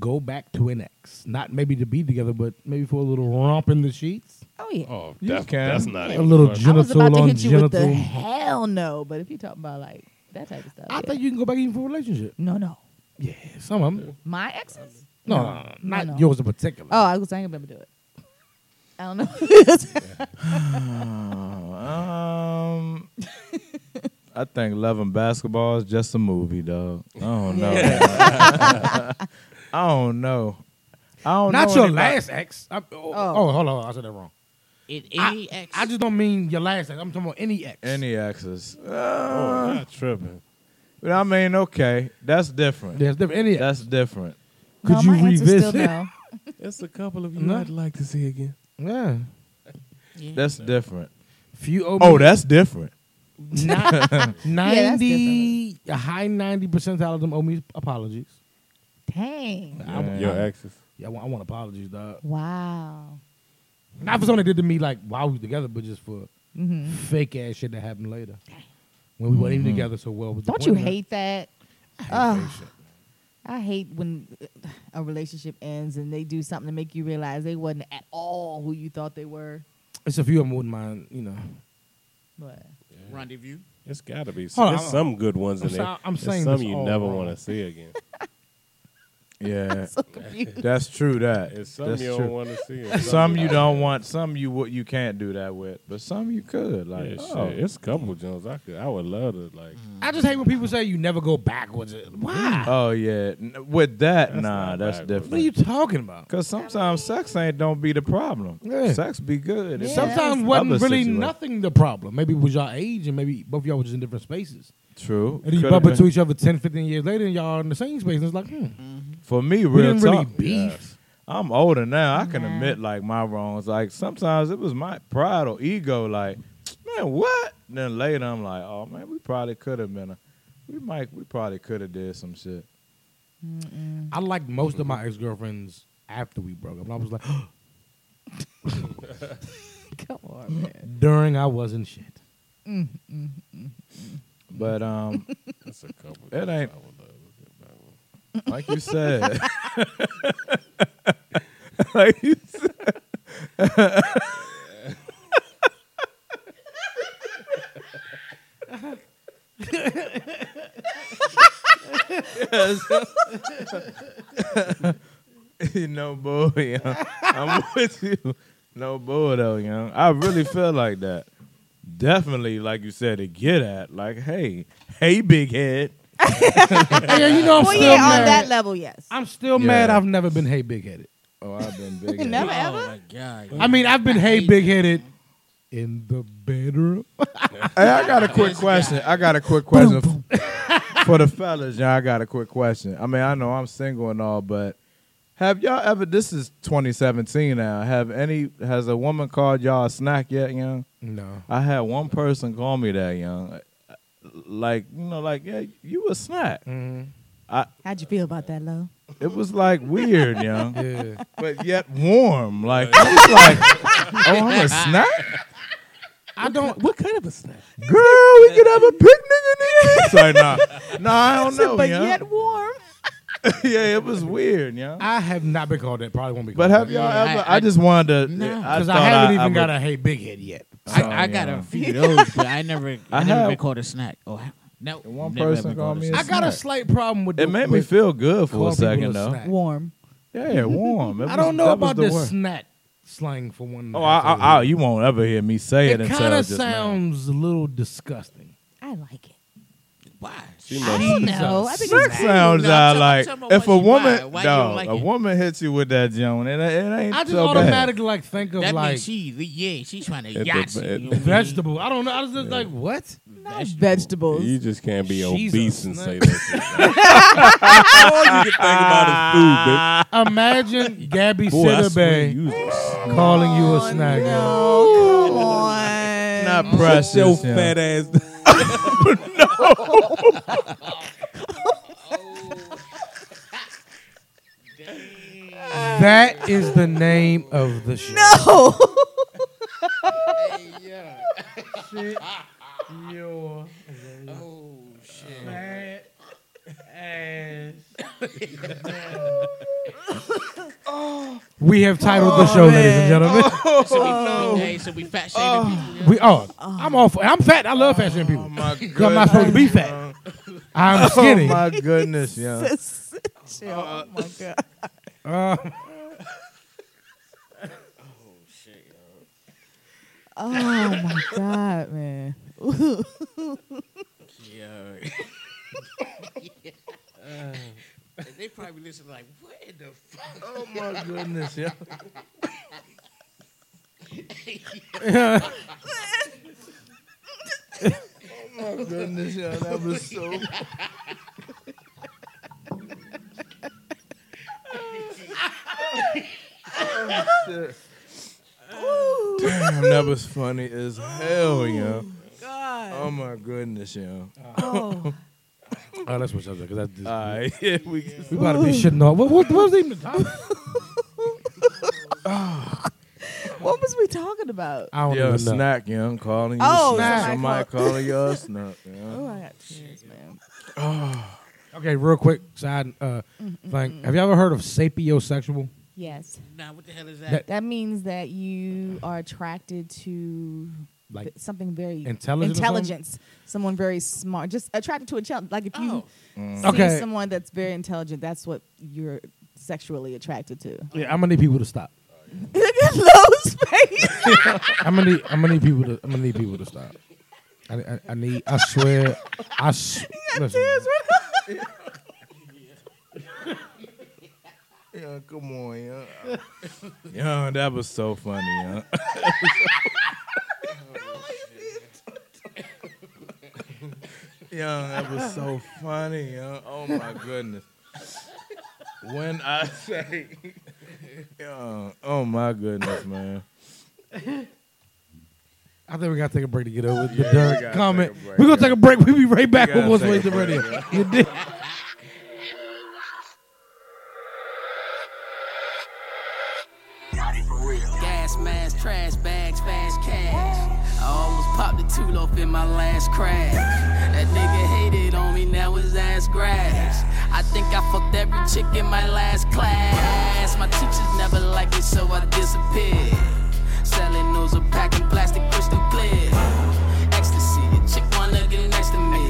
[SPEAKER 1] go back to an ex? Not maybe to be together, but maybe for a little romp in the sheets.
[SPEAKER 3] Oh yeah.
[SPEAKER 5] Oh,
[SPEAKER 2] You
[SPEAKER 5] that's,
[SPEAKER 2] can.
[SPEAKER 5] that's not
[SPEAKER 1] A
[SPEAKER 5] even
[SPEAKER 1] little
[SPEAKER 5] funny.
[SPEAKER 1] genital
[SPEAKER 3] I was about to
[SPEAKER 1] on
[SPEAKER 3] hit you with the
[SPEAKER 1] genital.
[SPEAKER 3] hell no, but if you talk about like that type of stuff,
[SPEAKER 1] I
[SPEAKER 3] yeah.
[SPEAKER 1] think you can go back even for a relationship.
[SPEAKER 3] no, no,
[SPEAKER 1] Yeah, some of them.
[SPEAKER 3] my exes.
[SPEAKER 1] No, no, no, not yours in particular.
[SPEAKER 3] Oh, I was I ain't gonna do it. I don't know.
[SPEAKER 5] Uh,
[SPEAKER 2] Um, I think loving basketball is just a movie, dog. I don't know. I don't know. I
[SPEAKER 5] Oh,
[SPEAKER 2] don't
[SPEAKER 1] not
[SPEAKER 2] know
[SPEAKER 1] your
[SPEAKER 2] anybody-
[SPEAKER 1] last ex. I, oh, oh, hold on, I said that wrong.
[SPEAKER 4] It, any ex,
[SPEAKER 1] I just don't mean your last ex. I'm talking about any ex.
[SPEAKER 2] Any exes? Uh,
[SPEAKER 5] Oh, you're not tripping.
[SPEAKER 2] but I mean, okay, that's different.
[SPEAKER 1] There's different. Any ex.
[SPEAKER 2] That's different.
[SPEAKER 1] Could
[SPEAKER 3] no,
[SPEAKER 1] you
[SPEAKER 3] my answer's
[SPEAKER 1] revisit?
[SPEAKER 3] Still no.
[SPEAKER 5] It's a couple of you
[SPEAKER 1] No.
[SPEAKER 5] I'd like to see again.
[SPEAKER 1] Yeah.
[SPEAKER 2] That's different.
[SPEAKER 1] If you owe
[SPEAKER 2] Oh,
[SPEAKER 1] me
[SPEAKER 2] that's different.
[SPEAKER 1] ni- ninety,
[SPEAKER 3] different.
[SPEAKER 1] a high ninety percentile of them owe me apologies.
[SPEAKER 3] Dang.
[SPEAKER 1] I, want-
[SPEAKER 5] Your exes.
[SPEAKER 1] yeah, I want, I want apologies, dog.
[SPEAKER 3] Wow.
[SPEAKER 1] Not for something they did to me like while we were together, but just for
[SPEAKER 3] hmm
[SPEAKER 1] fake ass shit that happened later when we weren't even
[SPEAKER 5] Mm-hmm.
[SPEAKER 1] together. So well, was the
[SPEAKER 3] Don't
[SPEAKER 1] point
[SPEAKER 3] you
[SPEAKER 1] of that?
[SPEAKER 3] hate that? Ugh. I hate when a relationship ends and they do something to make you realize they wasn't at all who you thought they were.
[SPEAKER 1] It's a few of them wouldn't mind, you know.
[SPEAKER 3] But
[SPEAKER 4] rendezvous.
[SPEAKER 5] It's got to be.
[SPEAKER 1] Hold on,
[SPEAKER 5] there's
[SPEAKER 1] I'm-
[SPEAKER 5] some good ones
[SPEAKER 1] I'm
[SPEAKER 5] in there.
[SPEAKER 1] so- I'm
[SPEAKER 5] There's
[SPEAKER 1] saying
[SPEAKER 5] some
[SPEAKER 1] this
[SPEAKER 5] you
[SPEAKER 1] all
[SPEAKER 5] never
[SPEAKER 1] wrong.
[SPEAKER 5] want to see again.
[SPEAKER 2] Yeah,
[SPEAKER 3] so confused.
[SPEAKER 2] that's true. That
[SPEAKER 5] It's some
[SPEAKER 2] that's
[SPEAKER 5] you
[SPEAKER 2] true.
[SPEAKER 5] don't want to see. and
[SPEAKER 2] Some you don't want. Some you what you can't do that with, but some you could.
[SPEAKER 5] Yeah,
[SPEAKER 2] Like,
[SPEAKER 5] shit,
[SPEAKER 2] oh,
[SPEAKER 5] It's a couple Jones. I could. I would love to like.
[SPEAKER 1] I just hate when people say you never go backwards. Why?
[SPEAKER 2] Oh yeah, N- with that,
[SPEAKER 5] That's
[SPEAKER 2] nah,
[SPEAKER 5] not
[SPEAKER 2] that's
[SPEAKER 5] backwards.
[SPEAKER 1] what are you
[SPEAKER 2] different.
[SPEAKER 1] talking about?
[SPEAKER 2] Cause sometimes sex ain't don't be the problem.
[SPEAKER 1] Yeah.
[SPEAKER 2] Sex be good. It's
[SPEAKER 1] Sometimes
[SPEAKER 2] other
[SPEAKER 1] wasn't really
[SPEAKER 2] situations.
[SPEAKER 1] nothing the problem. Maybe it was your age, and maybe both of y'all were just in different spaces.
[SPEAKER 2] True.
[SPEAKER 1] And then you
[SPEAKER 2] Could've
[SPEAKER 1] bump
[SPEAKER 2] been.
[SPEAKER 1] into each other 10, 15 years later, and y'all in the same space, and it's like, hmm,
[SPEAKER 2] For me,
[SPEAKER 1] we
[SPEAKER 2] real
[SPEAKER 1] didn't really
[SPEAKER 2] talk.
[SPEAKER 1] beef.
[SPEAKER 2] I'm older now. I can
[SPEAKER 3] Nah.
[SPEAKER 2] admit like my wrongs. Like sometimes it was my pride or ego. Like, man, what? Then later I'm like, oh man, we probably could have been. A, we might. We probably could have did some shit.
[SPEAKER 1] I liked most of my ex girlfriends after we broke up. And I was like,
[SPEAKER 3] Come on, man.
[SPEAKER 1] during I wasn't shit.
[SPEAKER 2] But um,
[SPEAKER 5] That's a couple.
[SPEAKER 2] it ain't
[SPEAKER 5] I would love to get back with.
[SPEAKER 2] like you said. like you said. Yes. no bull, young. I'm with you. No bull though, young. I really feel like that. Definitely, like you said, to get at, like, hey, hey, big head.
[SPEAKER 1] yeah, you know I'm
[SPEAKER 3] Well,
[SPEAKER 1] still
[SPEAKER 3] yeah,
[SPEAKER 1] mad.
[SPEAKER 3] on that level, yes.
[SPEAKER 1] I'm still mad
[SPEAKER 2] Yeah.
[SPEAKER 1] I've never been hey big headed.
[SPEAKER 2] Oh, I've been big. headed.
[SPEAKER 3] Never
[SPEAKER 4] Oh
[SPEAKER 3] ever.
[SPEAKER 4] my god.
[SPEAKER 1] I mean, I've been hey
[SPEAKER 4] hate
[SPEAKER 1] big headed in the bedroom.
[SPEAKER 2] Hey, I got a quick question. I got a quick question for the fellas. Y'all, I got a quick question. I mean, I know I'm single and all, but have y'all ever? This is 2017 now. Have any? Has a woman called y'all a snack yet, young?
[SPEAKER 1] no.
[SPEAKER 2] I had one person call me that, young. Like you know, like yeah, you a snack.
[SPEAKER 1] Mm-hmm.
[SPEAKER 3] How'd you feel about that, Lo?
[SPEAKER 2] It was like weird, young,
[SPEAKER 1] Yeah.
[SPEAKER 2] but yet warm. Like it was like, oh, I'm a snack.
[SPEAKER 1] I don't.
[SPEAKER 5] What kind of a snack?
[SPEAKER 2] Girl, we could have a picnic in here. It's like, nah, nah, I don't know,
[SPEAKER 3] but
[SPEAKER 2] young.
[SPEAKER 3] yet warm.
[SPEAKER 2] yeah, it was weird, yeah.
[SPEAKER 1] I have not been called that. Probably won't be.
[SPEAKER 2] but have y'all
[SPEAKER 4] Yeah,
[SPEAKER 2] ever? I,
[SPEAKER 4] I- I-
[SPEAKER 2] just wanted to.
[SPEAKER 4] No.
[SPEAKER 2] I,
[SPEAKER 1] Because
[SPEAKER 2] thought
[SPEAKER 1] I, haven't even
[SPEAKER 2] would-
[SPEAKER 1] got a hey big head yet.
[SPEAKER 4] I,
[SPEAKER 2] Oh,
[SPEAKER 4] I got
[SPEAKER 2] yeah.
[SPEAKER 4] a few of those, but I never, I,
[SPEAKER 2] I
[SPEAKER 4] never
[SPEAKER 2] have-
[SPEAKER 4] been called a snack. Oh, I- no.
[SPEAKER 2] One
[SPEAKER 4] never
[SPEAKER 2] person
[SPEAKER 4] ever
[SPEAKER 2] called me.
[SPEAKER 4] a
[SPEAKER 2] A
[SPEAKER 1] I
[SPEAKER 2] snack.
[SPEAKER 1] got a slight problem with
[SPEAKER 2] It
[SPEAKER 1] the-
[SPEAKER 2] made me
[SPEAKER 1] with
[SPEAKER 2] feel good for
[SPEAKER 1] calling
[SPEAKER 2] a
[SPEAKER 1] people
[SPEAKER 2] second
[SPEAKER 1] a
[SPEAKER 2] though.
[SPEAKER 1] snack.
[SPEAKER 3] Warm.
[SPEAKER 2] Yeah, warm. It
[SPEAKER 1] I
[SPEAKER 2] was-
[SPEAKER 1] don't know
[SPEAKER 2] that was
[SPEAKER 1] about
[SPEAKER 2] the
[SPEAKER 1] this
[SPEAKER 2] word.
[SPEAKER 1] snack slang for one.
[SPEAKER 2] Oh, I, I, I, you won't ever hear me say it,
[SPEAKER 1] it
[SPEAKER 2] until
[SPEAKER 1] kind of
[SPEAKER 2] just now.
[SPEAKER 1] sounds a little disgusting.
[SPEAKER 3] I like it.
[SPEAKER 4] Why?
[SPEAKER 2] She
[SPEAKER 4] I
[SPEAKER 2] must-
[SPEAKER 4] don't know. I think
[SPEAKER 2] That
[SPEAKER 4] it's-
[SPEAKER 2] sounds
[SPEAKER 4] No, I'm
[SPEAKER 2] out
[SPEAKER 4] talking-
[SPEAKER 2] like
[SPEAKER 4] I'm talking about
[SPEAKER 2] if a
[SPEAKER 4] what you
[SPEAKER 2] woman,
[SPEAKER 4] buy. Why you don't
[SPEAKER 2] dog,
[SPEAKER 4] like
[SPEAKER 2] a
[SPEAKER 4] it?
[SPEAKER 2] woman hits you with that Joan, it, it ain't
[SPEAKER 1] I just
[SPEAKER 2] so bad.
[SPEAKER 1] automatically like think of
[SPEAKER 4] that
[SPEAKER 1] like
[SPEAKER 4] means she, yeah, she's trying to
[SPEAKER 2] It-
[SPEAKER 4] yacht you.
[SPEAKER 2] it-
[SPEAKER 4] you know what I mean?
[SPEAKER 1] vegetable. I don't know. I was just like, what?
[SPEAKER 3] Not vegetables.
[SPEAKER 5] You just can't be
[SPEAKER 1] She's
[SPEAKER 5] obese
[SPEAKER 1] a
[SPEAKER 5] and say
[SPEAKER 1] snack.
[SPEAKER 5] that. shit. All you can think
[SPEAKER 1] Ah,
[SPEAKER 5] about is food, bitch.
[SPEAKER 1] Imagine Gabby
[SPEAKER 5] Boy, I swear
[SPEAKER 1] Sidibe
[SPEAKER 5] you was a snack.
[SPEAKER 1] calling you a snack.
[SPEAKER 3] Oh, come on.
[SPEAKER 2] Not
[SPEAKER 5] Press
[SPEAKER 2] precious.
[SPEAKER 5] your
[SPEAKER 2] yeah.
[SPEAKER 5] fat ass.
[SPEAKER 1] That is the name of the show.
[SPEAKER 3] No.
[SPEAKER 1] Sit your fat ass down. We have titled
[SPEAKER 3] Oh,
[SPEAKER 1] the show, ladies and gentlemen. Oh.
[SPEAKER 4] So we, hey, so we fat shaming people.
[SPEAKER 1] We are. I'm all for. I'm fat. I love fat shaming people.
[SPEAKER 2] Oh, My
[SPEAKER 1] 'Cause I'm not supposed to be
[SPEAKER 2] goodness,
[SPEAKER 1] fat.
[SPEAKER 2] yo.
[SPEAKER 1] I'm
[SPEAKER 2] Oh
[SPEAKER 1] skinny.
[SPEAKER 2] my goodness, yeah.
[SPEAKER 3] Chill. Oh my god.
[SPEAKER 1] Uh,
[SPEAKER 3] Oh my god, man.
[SPEAKER 4] Yeah. And they probably listen like, what in the fuck?
[SPEAKER 2] Oh my goodness, yeah. oh my goodness, yeah. That was so. Oh, shit. Damn, that was funny as hell, yo.
[SPEAKER 3] God.
[SPEAKER 2] Oh my goodness, yo.
[SPEAKER 3] Oh.
[SPEAKER 1] oh, that's what subject. Cause that's just,
[SPEAKER 2] All right, here we go.
[SPEAKER 1] we about to be shitting all. What, what, what was even the topic?
[SPEAKER 3] What was we talking about?
[SPEAKER 1] I don't
[SPEAKER 2] Yo,
[SPEAKER 1] even know.
[SPEAKER 2] snack, yo. I'm calling you.
[SPEAKER 3] Oh,
[SPEAKER 2] a snack.
[SPEAKER 3] somebody
[SPEAKER 2] Somebody calling you a snack,
[SPEAKER 3] Oh,
[SPEAKER 2] yo.
[SPEAKER 3] I got tears, man.
[SPEAKER 1] Okay, real quick side uh, thing. Have you ever heard of sapiosexual?
[SPEAKER 3] Yes.
[SPEAKER 4] Nah, what the hell is that?
[SPEAKER 1] That-
[SPEAKER 3] That means that you are attracted to
[SPEAKER 1] Like
[SPEAKER 3] th- something very
[SPEAKER 1] intelligent or something?
[SPEAKER 3] intelligence. Someone very smart. Just attracted to a child. Like if you
[SPEAKER 4] Oh.
[SPEAKER 3] see
[SPEAKER 1] Mm. Okay.
[SPEAKER 3] someone that's very intelligent, that's what you're sexually attracted to.
[SPEAKER 1] yeah, I'm gonna need people to stop.
[SPEAKER 3] Look at Lowe's face.
[SPEAKER 1] I'm gonna need, I'm gonna need people to I'm gonna need people to stop. I, I, I need I swear I s- listen,
[SPEAKER 2] Yeah, come on, yo. yo, that was so funny, yo. yo, that was so funny, yo. Oh my goodness. When I say, yo, oh my goodness, man.
[SPEAKER 1] I think we gotta take a break to get over the
[SPEAKER 2] Yeah, we gotta
[SPEAKER 1] Derek
[SPEAKER 2] take a
[SPEAKER 1] comment.
[SPEAKER 2] break,
[SPEAKER 1] We're gonna
[SPEAKER 2] yeah.
[SPEAKER 1] take a break. We'll be right back
[SPEAKER 2] We
[SPEAKER 1] with
[SPEAKER 2] gotta
[SPEAKER 1] What's
[SPEAKER 2] take a break,
[SPEAKER 1] Wasted Radio. You dig?
[SPEAKER 13] Gas mask, trash bags, fast cash. I almost popped a two loaf in my last crash. That nigga hated on me, now his ass grass. I think I fucked every chick in my last class. My teachers never liked it, so I disappeared. Selling those a pack in plastic crystal clear. Ecstasy, a chick wanna get next to me.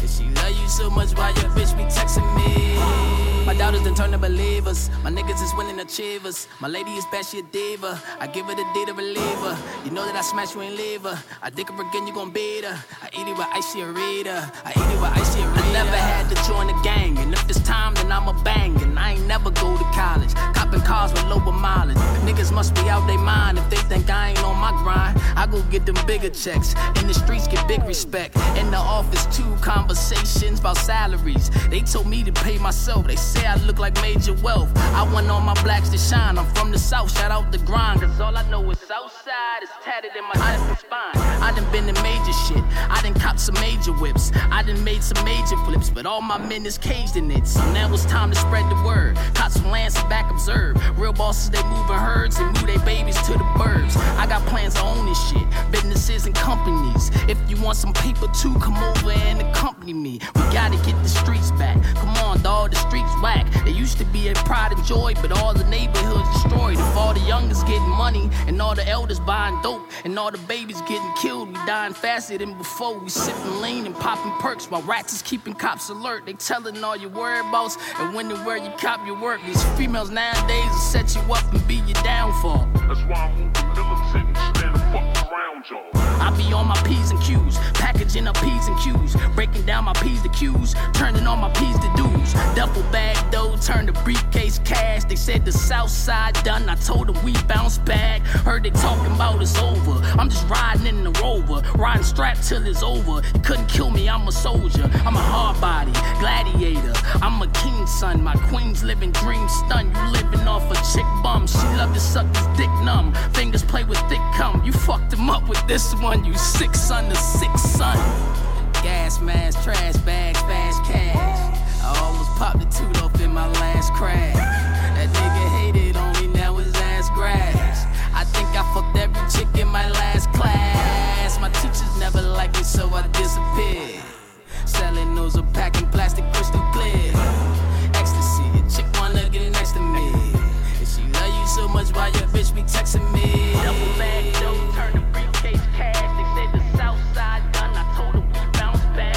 [SPEAKER 13] And she love you so much, why your bitch be texting me? My daughters done turn to believers. My niggas is winning achievers. My lady is bad, she a diva. I give her the D to believe her. You know that I smash you and leave her. I dick her again, you gon' beat her. I eat it with ice, she a reader. I eat it with ice, she a reader. I never had to join a gang. And if it's time, then I'ma bang. And I ain't never go to college. Copping cars with lower mileage. Niggas must be out they mind if they think I ain't on my grind. I go get them bigger checks. In the streets, get big respect. In the office, two conversations about salaries. They told me to pay myself. They say I look like major wealth. I want all my blacks to shine. I'm from the south. Shout out the grind. Cause all I know is Southside is tatted in my eyes spine. I done been to major shit. I done copped some major whips. I done made some major flips. But all my men is caged in it. So now it's time to spread the word. Cops from Lance and back observe. Real bosses, they moving herds and move their babies to the birds. I got plans to own this shit. Businesses and companies. If you want some paper too, come over and accompany me. We gotta get the streets back. Come on, dawg, the streets whack. They used to be a pride and joy, but all the neighborhoods destroyed. If all the youngest getting money and all the elders buying dope and all the babies getting killed, we dying faster than before. We sipping lean and popping perks while rats is keeping cops alert. They telling all your whereabouts and when and where you cop your work. These females nowadays will set you up and be your downfall.
[SPEAKER 14] That's why I won't be militant. Instead of fucking around
[SPEAKER 13] I be on my P's and Q's, packaging up P's and Q's, breaking down my P's to Q's, turning all my P's to dues. Duffel bag though, turn the briefcase cash. They said the South Side done. I told them we bounce back. Heard they talking about it's over. I'm just riding in the rover, riding strapped till it's over. You couldn't kill me, I'm a soldier. I'm a hard body, gladiator. I'm a king's son, my queen's living dream stun. You living off a chick bum. She love to suck his dick numb. Fingers play with thick cum. You fucked him up with this one, you sick son to sick son. Gas mask, trash bags, fast cash. I almost popped a tooth off in my last crash. That nigga hated on me, now his ass grass. I think I fucked every chick in my last class. My teachers never liked me, so I disappeared. Selling those a pack in plastic crystal clear. Ecstasy, a chick wanna get next to me. And she love you so much, why your bitch be texting me? Double back, dope, turn the briefcase cash. They said the south side done, I told them we bounce back.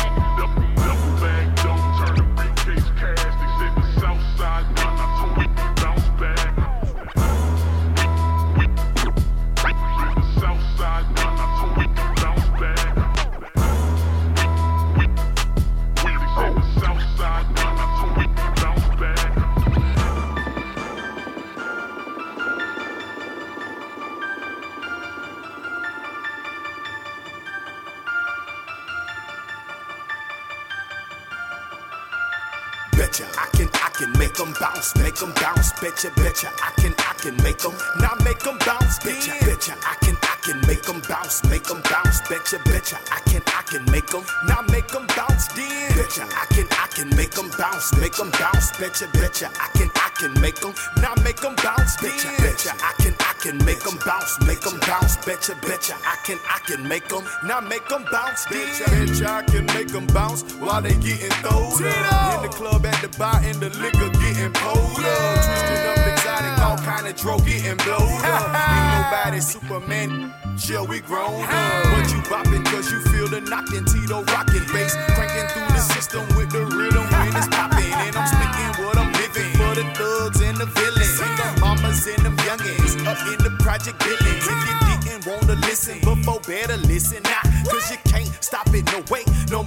[SPEAKER 14] Betcha I can, I can make them bounce, make them bounce. Betcha, betcha I can, I can make them, not make them bounce. Betcha, betcha I can, I can make them bounce, make them bounce. Betcha, betcha I can, I can make them, not make them bounce. Then betcha I can, I can make them bounce, make them bounce. Betcha, betcha I can, I can make them, not make them bounce. Betcha, betcha I can, I can make them bounce, make them bounce. Betcha, betcha I can, I can make them, not make them bounce. Betcha,
[SPEAKER 15] bitch, I can make them bounce while they getting throwed up. In the club at the bar and the liquor getting pulled up. Twisted up exotic, all kind of dro getting blowed up. Ain't nobody Superman, chill, we grown up. But you bopping cause you feel the knocking, Tito rocking bass. Cranking through the system with the rhythm when it's popping. And I'm speaking what I'm living for the thugs and the villains. The mamas and the youngins up in the project buildings. If you didn't wanna listen before, better listen now. Cause you can't stop it, no way, no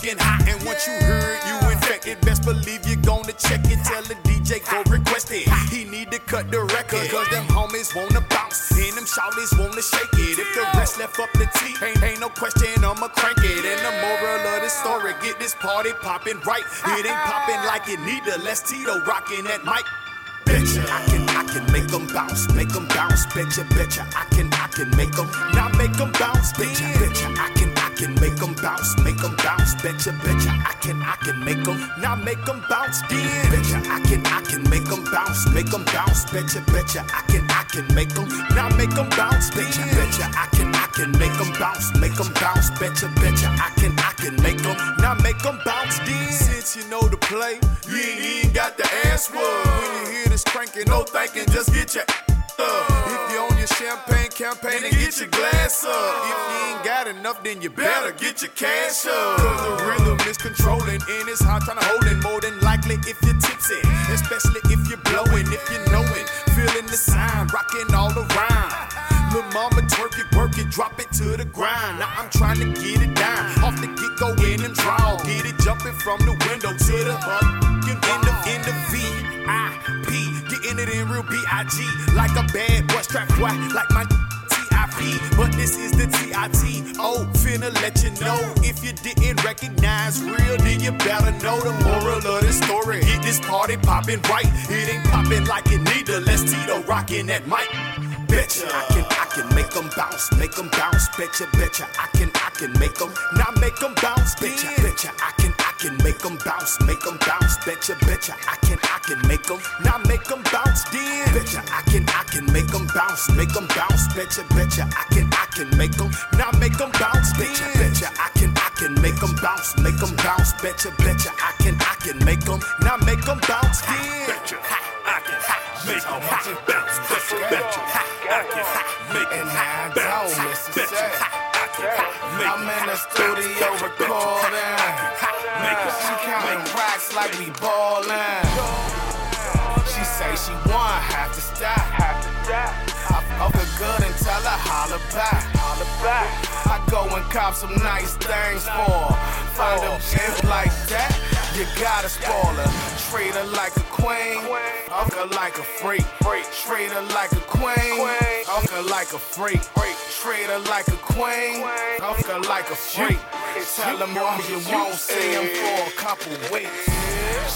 [SPEAKER 15] getting hot. And once you heard, you infected. Best believe you're gonna check it. Tell the DJ go request it. He need to cut the record. Cause them homies wanna bounce. And them shouties wanna shake it. If the rest left up the T, ain't, ain't no question, I'ma crank it. And the moral of the story, get this party poppin' right. It ain't poppin' like it need to. Let's Tito rockin' that mic.
[SPEAKER 14] betcha I can, I can make them bounce, make them bounce. Betcha, betcha I can, I can make them, not make them bounce. Betcha, betcha I can, I can make them bounce, make them bounce. Betcha, betcha I can, I can make them, not make them bounce. Then betcha I can, I can make them bounce, make them bounce. Betcha, betcha I can, I can make them, not make them bounce. Betcha, betcha I can, I can make them bounce, make them bounce. Betcha, betcha I can, I can make them, not make them bounce. Then
[SPEAKER 15] Since you know the play, you ain't even got the ass whoop. When you hear this cranking, no thinking, just get your up. Uh, If you own your champagne campaign, then get your glass up. If you ain't got enough, then you better get your cash up. Cause the rhythm is controlling, and it's hard trying to hold it. More than likely if you're tipsy, especially if you're blowing, if you know it. Feeling the sign, rocking all around. Lil' mama twerk it, work it, drop it to the grind. Now I'm trying to get it down. Off the get go in and draw. Get it jumping from the window to the up. End of, end of VIP. Getting it in real B.I.G. Like a bad boy, strap white, like my T.I.P. But this is the T.I.T. Oh, finna let you know. If you didn't recognize real, then you better know the moral of the story. Get this party poppin' right. It ain't poppin' like it need to. Let's Tito rockin' that mic
[SPEAKER 14] betcha I can, I can make them bounce, make them bounce, betcha, betcha I can, I can make them, not make them bounce, betcha, betcha I can, I can make them bounce, make them bounce, betcha, betcha I can, I can make them, not make them bounce, then betcha I can, I can make them bounce, make them bounce, betcha, betcha I can, I can make them, not make them bounce, betcha, betcha I can, I can make them bounce, make them bounce, betcha, betcha I can, I can make them, not make them bounce, then betcha, I can, make them bounce, betcha, betcha
[SPEAKER 15] and now it's all necessary. I'm in the studio recording. She counting rocks like we ballin'. She say she want have to stop. I fuck her good until I holler back. back. I go and cop some nice things for her. Find a gem like that, you gotta spoil her. Treat her like a queen, fuck her like a freak. Treat her like a queen, fuck her like a freak. Treat her like a queen, fuck her like a freak. Tell them all you won't see them for a couple weeks.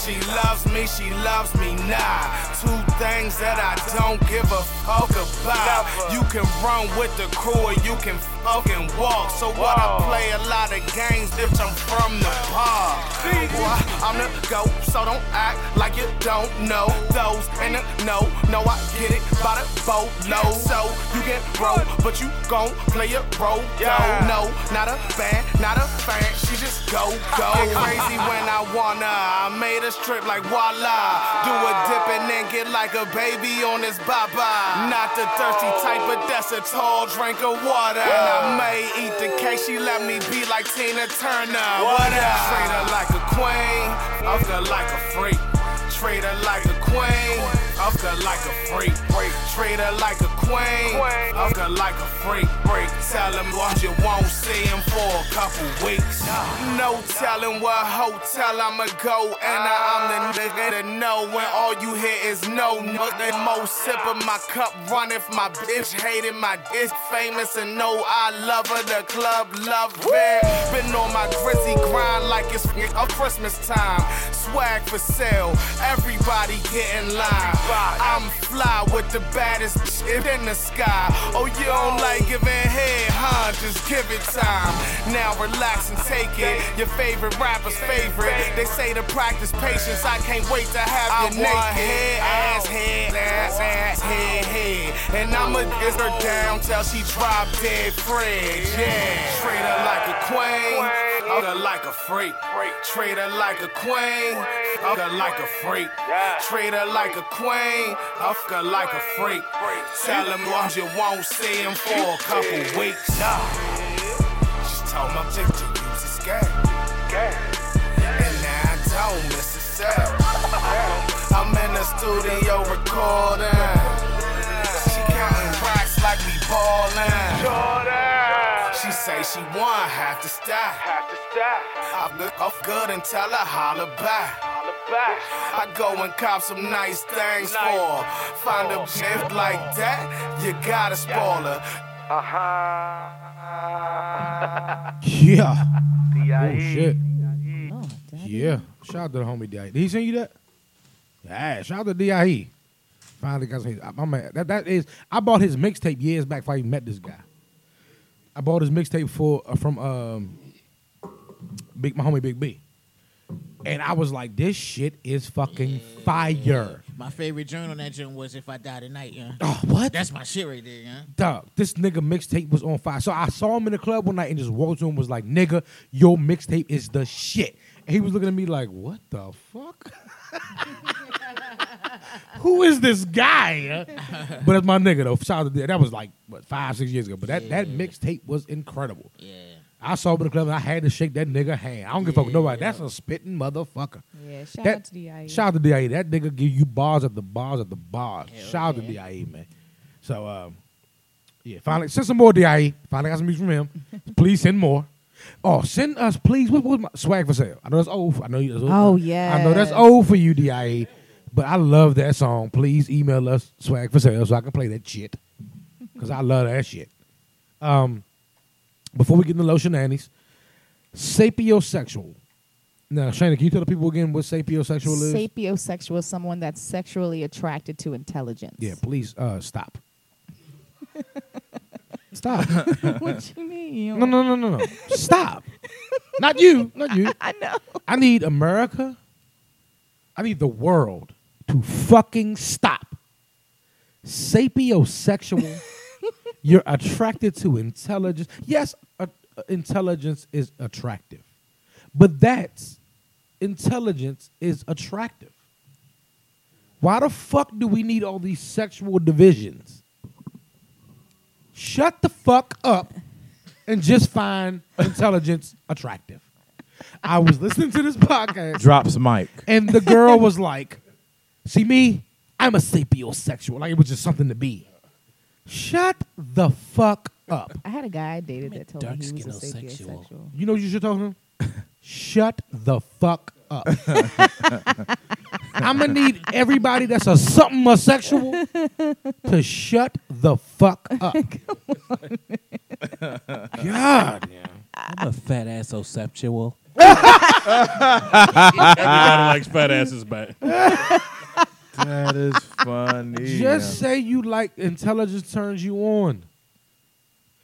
[SPEAKER 15] She loves me, she loves me now. Two things that I don't give a fuck about. You can run with the crew or you can fucking walk. So what I play a lot of games, bitch, I'm from the park. Boy, I'm the GOAT, so don't act like you don't know. Those in the know, no, I get it by the boat low. So you can roll, but you gon' play your role.
[SPEAKER 12] Yeah.
[SPEAKER 15] No, not a fan, not a fan. She just go, go. crazy when I wanna. I made a strip like voila. Do a dip and then get like a baby on this baba. Not the thirsty type, but that's a tall drink of water. And I may eat the cake. She let me be like Tina Turner. What up? Treat her like a queen. Fuck her like a freak. Treat her like a queen. Fuck her like a freak. Treat her like a queen. Fuck her like a freak. Tell him what you won't see him for a couple weeks. No telling what hotel I'ma go. And I- I'm the nigga to know when all you hear is no. Nothing more sip of my cup run if my bitch hated my dish. Famous and know I love her. The club love it. Been on my grizzy grind like it's a Christmas time. Swag for sale. Everybody get in line. I'm fly with the baddest shit in the sky. Oh, you don't like giving head, huh? Just give it time. Now relax and take it. Your favorite rapper's favorite. They say to practice patience. I can't wait to have you
[SPEAKER 12] I
[SPEAKER 15] naked.
[SPEAKER 12] want head,
[SPEAKER 15] ass, head, ass, ass, head, head. And I'ma get her down till she drop dead Fred. Yeah. Treat her like a queen. Fuck her like a freak. Treat her like a queen. Fuck her like a freak. Treat her like a queen. Fuck her like a freak. Tell him what you won't see him for a couple weeks. Nah. She told my chick to use this game. And now I don't miss a sound. I'm in the studio recording. She counting racks like we ballin'. She say she want half the stack. Half the stack. I look off good and tell her holla back. I go and cop some nice Oh. things for her. Find a gift like that, you gotta spoil her. Uh huh.
[SPEAKER 1] Yeah.
[SPEAKER 15] D.I.E..
[SPEAKER 1] Oh shit. yeah. Shout out to the homie D.I.E. Did he send you that? Yeah. Shout out to D.I.E. Finally got some. My man, that, that is. I bought his mixtape years back before I even met this guy. I bought his mixtape for uh, from um, Big my homie Big B, and I was like, this shit is fucking fire.
[SPEAKER 4] My favorite joint on that joint was If I Die Tonight, yeah.
[SPEAKER 1] Oh, what?
[SPEAKER 4] That's my shit right there, yeah.
[SPEAKER 1] Dog, this nigga mixtape was on fire. So I saw him in the club one night and just walked to him and was like, nigga, your mixtape is the shit. And he was looking at me like, what the fuck? Who is this guy? but that's my nigga though. Shout out to that. That was like what five, six years ago. But that, that mixtape was incredible. Yeah. I saw him in the club and I had to shake that nigga hand. I don't give a fuck with nobody. That's a spitting motherfucker.
[SPEAKER 3] Yeah, shout
[SPEAKER 1] That-
[SPEAKER 3] out to E. the IA.
[SPEAKER 1] Shout out to DIA. That nigga give you bars at the bars at the bars. shout out to DIA, man. So um, yeah, finally send some more DIA. Finally got some music from him. please send more. Oh, send us please. What was my swag for sale? I know that's old. I know you.
[SPEAKER 3] Oh,
[SPEAKER 1] I know that's
[SPEAKER 3] yes.
[SPEAKER 1] old for you, DIA. But I love that song. Please email us swag for sale so I can play that shit because I love that shit. Um, before we get into lotion nannies, sapiosexual. Now, Shana, can you tell the people again what sapiosexual is?
[SPEAKER 3] Sapiosexual is someone that's sexually attracted to intelligence.
[SPEAKER 1] Yeah, please uh, stop. stop.
[SPEAKER 3] what you mean?
[SPEAKER 1] No, no, no, no, no. Stop. Not you. Not you.
[SPEAKER 3] I know.
[SPEAKER 1] I need America. I need the world to fucking stop. Sapiosexual. You're attracted to intelligence. Yes, uh, uh, intelligence is attractive, but that's intelligence is attractive. Why the fuck do we need all these sexual divisions? Shut the fuck up and just find intelligence attractive. I was listening to this podcast.
[SPEAKER 2] Drops mic.
[SPEAKER 1] And the girl was like, See me? I'm a sapiosexual. Like it was just something to be. Shut the fuck up.
[SPEAKER 3] I had a guy I dated that told me he was a sapiosexual.
[SPEAKER 1] You know what you should tell him? Shut the fuck up. I'm gonna need everybody that's a something asexual to shut the fuck up. God.
[SPEAKER 16] I'm a fat assosexual.
[SPEAKER 5] Everybody likes fat asses back.
[SPEAKER 2] That is funny.
[SPEAKER 1] Just say you like intelligence turns you on.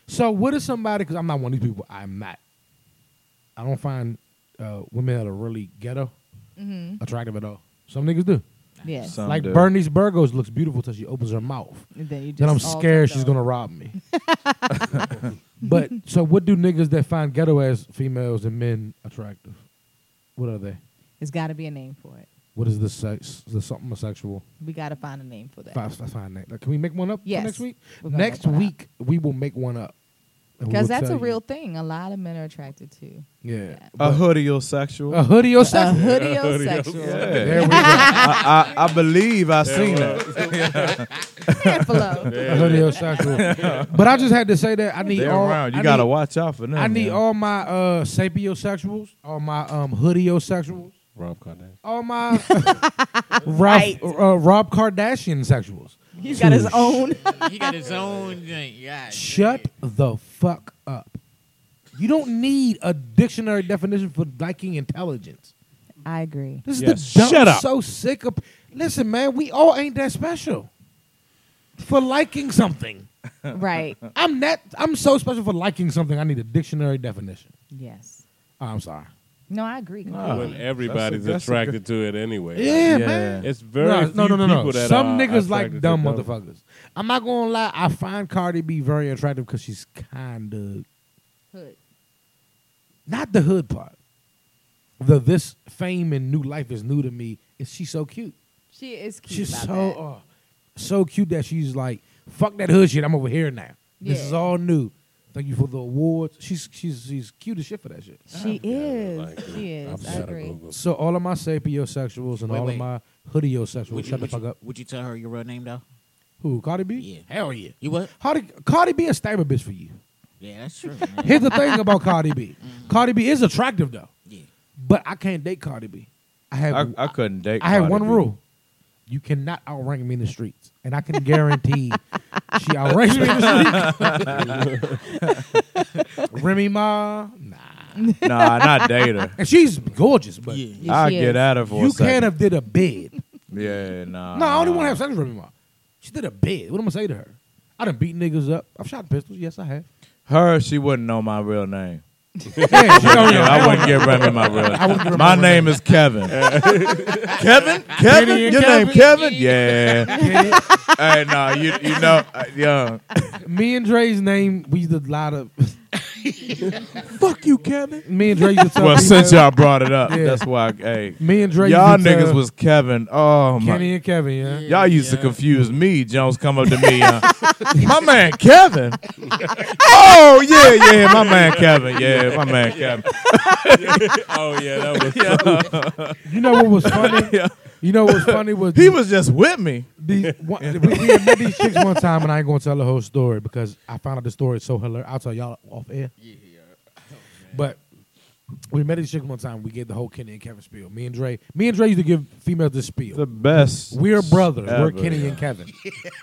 [SPEAKER 1] So what is somebody? Because I'm not one of these people. I'm not. I don't find uh, women that are really ghetto
[SPEAKER 3] Mhm.
[SPEAKER 1] attractive at all. Some niggas do.
[SPEAKER 3] Yes. Some
[SPEAKER 1] Like
[SPEAKER 3] do.
[SPEAKER 1] Bernice Burgos looks beautiful till she opens her mouth.
[SPEAKER 3] And then you
[SPEAKER 1] I'm
[SPEAKER 3] just all
[SPEAKER 1] scared
[SPEAKER 3] jumped
[SPEAKER 1] she's
[SPEAKER 3] on.
[SPEAKER 1] gonna rob me. but so what do niggas that find ghetto ass females and men attractive? What are they?
[SPEAKER 3] There's got to be a name for it.
[SPEAKER 1] What is the sex? The something sexual?
[SPEAKER 3] We got to find a name for that.
[SPEAKER 1] Five, that's fine. Like, Can we make one up for
[SPEAKER 3] Yes.
[SPEAKER 1] next week?
[SPEAKER 3] We're gonna
[SPEAKER 1] Next
[SPEAKER 3] make one up.
[SPEAKER 1] week we will make one up. And we
[SPEAKER 3] Because
[SPEAKER 1] will
[SPEAKER 3] that's a
[SPEAKER 1] tell you.
[SPEAKER 3] real thing. A lot of men are attracted to.
[SPEAKER 1] Yeah.
[SPEAKER 2] A hoodiosexual.
[SPEAKER 1] A hoodiosexual. A
[SPEAKER 3] hoodiosexual.
[SPEAKER 2] Yeah.
[SPEAKER 3] There we go.
[SPEAKER 2] I, I, I believe I seen that.
[SPEAKER 1] A hoodiosexual. but I just had to say that I need
[SPEAKER 2] They're
[SPEAKER 1] all.
[SPEAKER 2] around. You
[SPEAKER 1] I
[SPEAKER 2] gotta
[SPEAKER 1] need-
[SPEAKER 2] watch out for them,
[SPEAKER 1] I need
[SPEAKER 2] man.
[SPEAKER 1] all my uh, sapiosexuals, all my um, hoodiosexuals,
[SPEAKER 5] Rob Kardashian.
[SPEAKER 1] all my right. uh, Rob Kardashian sexuals.
[SPEAKER 3] He's
[SPEAKER 1] To
[SPEAKER 3] got his
[SPEAKER 1] sh-
[SPEAKER 3] own.
[SPEAKER 4] he got his own thing. Yeah.
[SPEAKER 1] Shut the fuck up. You don't need a dictionary definition for liking intelligence.
[SPEAKER 3] I agree.
[SPEAKER 1] This is
[SPEAKER 5] Yes.
[SPEAKER 1] the dumb,
[SPEAKER 5] Shut up.
[SPEAKER 1] so sick of. Listen, man, we all ain't that special for liking something.
[SPEAKER 3] Right.
[SPEAKER 1] I'm that. I'm so special for liking something. I need a dictionary definition.
[SPEAKER 3] Yes.
[SPEAKER 1] Oh, I'm sorry.
[SPEAKER 3] No, I agree.
[SPEAKER 1] Nah.
[SPEAKER 3] completely.
[SPEAKER 5] when everybody's
[SPEAKER 1] that's a
[SPEAKER 5] attracted to it anyway.
[SPEAKER 1] Yeah, man.
[SPEAKER 5] It's very
[SPEAKER 1] no, no,
[SPEAKER 5] few
[SPEAKER 1] no, no,
[SPEAKER 5] people
[SPEAKER 1] no.
[SPEAKER 5] that
[SPEAKER 1] Some
[SPEAKER 5] are
[SPEAKER 1] niggas
[SPEAKER 5] attracted
[SPEAKER 1] like
[SPEAKER 5] to
[SPEAKER 1] dumb motherfuckers. I'm not gonna lie. I find Cardi B very attractive because she's kind of
[SPEAKER 3] Hood.
[SPEAKER 1] not the hood part. The this fame and new life is new to me. Is she so cute?
[SPEAKER 3] She is cute.
[SPEAKER 1] She's
[SPEAKER 3] about
[SPEAKER 1] so
[SPEAKER 3] that.
[SPEAKER 1] uh, so cute that she's like, fuck that hood shit. I'm over here now. This
[SPEAKER 3] Yeah.
[SPEAKER 1] is all new. Thank you for the awards. She's she's she's cute as shit for that shit.
[SPEAKER 3] She is. she is. I agree.
[SPEAKER 1] So all of my sapiosexuals and
[SPEAKER 4] Wait,
[SPEAKER 1] all
[SPEAKER 4] wait.
[SPEAKER 1] of my hoodiosexuals,
[SPEAKER 4] Would you,
[SPEAKER 1] shut the
[SPEAKER 4] would,
[SPEAKER 1] fuck
[SPEAKER 4] you,
[SPEAKER 1] up.
[SPEAKER 4] would you tell her your real name though?
[SPEAKER 1] Who Cardi B? Yeah, hell yeah.
[SPEAKER 4] You what?
[SPEAKER 1] Cardi Cardi B a stabber bitch for you.
[SPEAKER 4] Yeah, that's true.
[SPEAKER 1] Here's the thing about Cardi B. Cardi B is attractive though. Yeah. But I can't date Cardi B. I have
[SPEAKER 2] I, I couldn't date.
[SPEAKER 1] I had
[SPEAKER 2] Cardi
[SPEAKER 1] one
[SPEAKER 2] B.
[SPEAKER 1] rule. You cannot outrank me in the streets. And I can guarantee she outranks me in the streets. Remy Ma, nah.
[SPEAKER 2] Nah, not date her.
[SPEAKER 1] And she's gorgeous, but
[SPEAKER 2] Yeah, I'll she get is. at her for a
[SPEAKER 1] You
[SPEAKER 2] second.
[SPEAKER 1] can't have did a bid.
[SPEAKER 2] Yeah, nah.
[SPEAKER 1] no, I only want to have sex with Remy Ma. She did a bid. What am I going to say to her? I done beat niggas up. I've shot pistols. Yes, I have.
[SPEAKER 2] Her, she wouldn't know my real name.
[SPEAKER 1] Yeah, she don't know.
[SPEAKER 2] I wouldn't give Remy my real
[SPEAKER 1] I wouldn't
[SPEAKER 2] name.
[SPEAKER 1] give
[SPEAKER 2] My
[SPEAKER 1] Remy my
[SPEAKER 2] name is Kevin. Kevin? Kevin?
[SPEAKER 1] Kenny
[SPEAKER 2] Your
[SPEAKER 1] and
[SPEAKER 2] name Kevin?
[SPEAKER 1] Kevin?
[SPEAKER 2] Yeah. hey, no, you you know, uh, yeah.
[SPEAKER 1] Me and Dre's name, we used a lot of. Fuck you, Kevin. Me and Dre used to tell
[SPEAKER 2] Well,
[SPEAKER 1] people-
[SPEAKER 2] since y'all brought it up,
[SPEAKER 1] Yeah.
[SPEAKER 2] that's why. I, hey,
[SPEAKER 1] Me and Dre
[SPEAKER 2] y'all
[SPEAKER 1] used to
[SPEAKER 2] niggas
[SPEAKER 1] tell-
[SPEAKER 2] was Kevin. Oh my,
[SPEAKER 1] Kenny and Kevin, yeah.
[SPEAKER 2] y'all used to confuse me. Jones come up to me, huh? my man Kevin. oh yeah, yeah, my man Kevin. Yeah, my man Kevin.
[SPEAKER 5] oh yeah, that was.
[SPEAKER 1] You know what was funny? You know what was funny was
[SPEAKER 2] He was just with me.
[SPEAKER 1] These, one, we, we had met these chicks one time, and I ain't gonna tell the whole story because I found out the story is so hilarious. I'll tell y'all off air. Yeah. but we met these chicks one time. We gave the whole Kenny and Kevin spiel. Me and Dre, me and Dre used to give females this spiel.
[SPEAKER 2] The best
[SPEAKER 1] We're brothers.
[SPEAKER 2] ever.
[SPEAKER 1] We're Kenny and Kevin.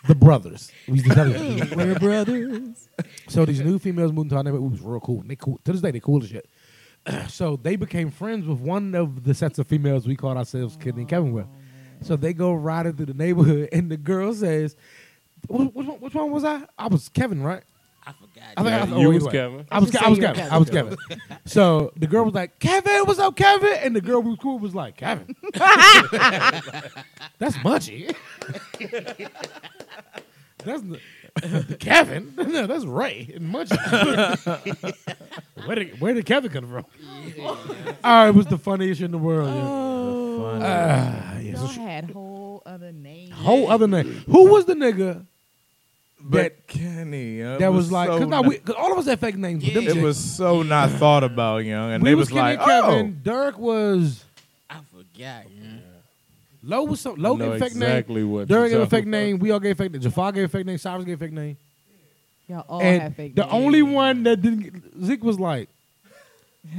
[SPEAKER 1] the brothers. We used to tell them,
[SPEAKER 3] We're brothers.
[SPEAKER 1] So these new females moved into our neighborhood. We was real cool. They cool to this day. They cool as shit. so they became friends with one of the sets of females we called ourselves Kid and Kevin with. So they go riding through the neighborhood, and the girl says, "Which, which, one- which one was I? I was Kevin, right?" I forgot. I think I,
[SPEAKER 5] Yeah,
[SPEAKER 1] oh,
[SPEAKER 5] you
[SPEAKER 1] wait,
[SPEAKER 5] was
[SPEAKER 1] wait.
[SPEAKER 5] Kevin.
[SPEAKER 1] I was,
[SPEAKER 5] Just
[SPEAKER 1] Ke- I
[SPEAKER 5] say
[SPEAKER 1] was
[SPEAKER 5] you were
[SPEAKER 1] Kevin.
[SPEAKER 5] Kevin.
[SPEAKER 1] I was Kevin. so the girl was like, "Kevin, what's up, Kevin?" And the girl we was cool was like, "Kevin, that's Munchie." That's the, Kevin. No, that's Ray and Munchie. where did where did Kevin come from? oh, it was the funniest shit in the world. yeah. Ah, yeah, so
[SPEAKER 3] Y'all
[SPEAKER 1] she-
[SPEAKER 3] had whole other names.
[SPEAKER 1] whole other name. Who was the nigga?
[SPEAKER 2] But Kenny, uh, it
[SPEAKER 1] that was,
[SPEAKER 2] was
[SPEAKER 1] like
[SPEAKER 2] so
[SPEAKER 1] cause, now
[SPEAKER 2] ni-
[SPEAKER 1] we, 'cause all of us had fake names. But them
[SPEAKER 2] It
[SPEAKER 1] chicks-
[SPEAKER 2] was so not thought about, young, and
[SPEAKER 1] we
[SPEAKER 2] they
[SPEAKER 1] was,
[SPEAKER 2] was,
[SPEAKER 1] Kenny
[SPEAKER 2] like,
[SPEAKER 1] and
[SPEAKER 2] "Oh,
[SPEAKER 1] Kevin. Dirk was.
[SPEAKER 4] yeah, yeah.
[SPEAKER 1] Low was so Low
[SPEAKER 5] know
[SPEAKER 1] gave a fake
[SPEAKER 5] exactly
[SPEAKER 1] name.
[SPEAKER 5] what you're
[SPEAKER 1] Dirk gave a
[SPEAKER 5] talking
[SPEAKER 1] fake name. We all gave a fake name. Jafar gave a fake name. Cyrus gave a fake name.
[SPEAKER 3] Y'all all
[SPEAKER 1] and
[SPEAKER 3] have fake
[SPEAKER 1] the
[SPEAKER 3] names.
[SPEAKER 1] only one that didn't get, Zeke was like,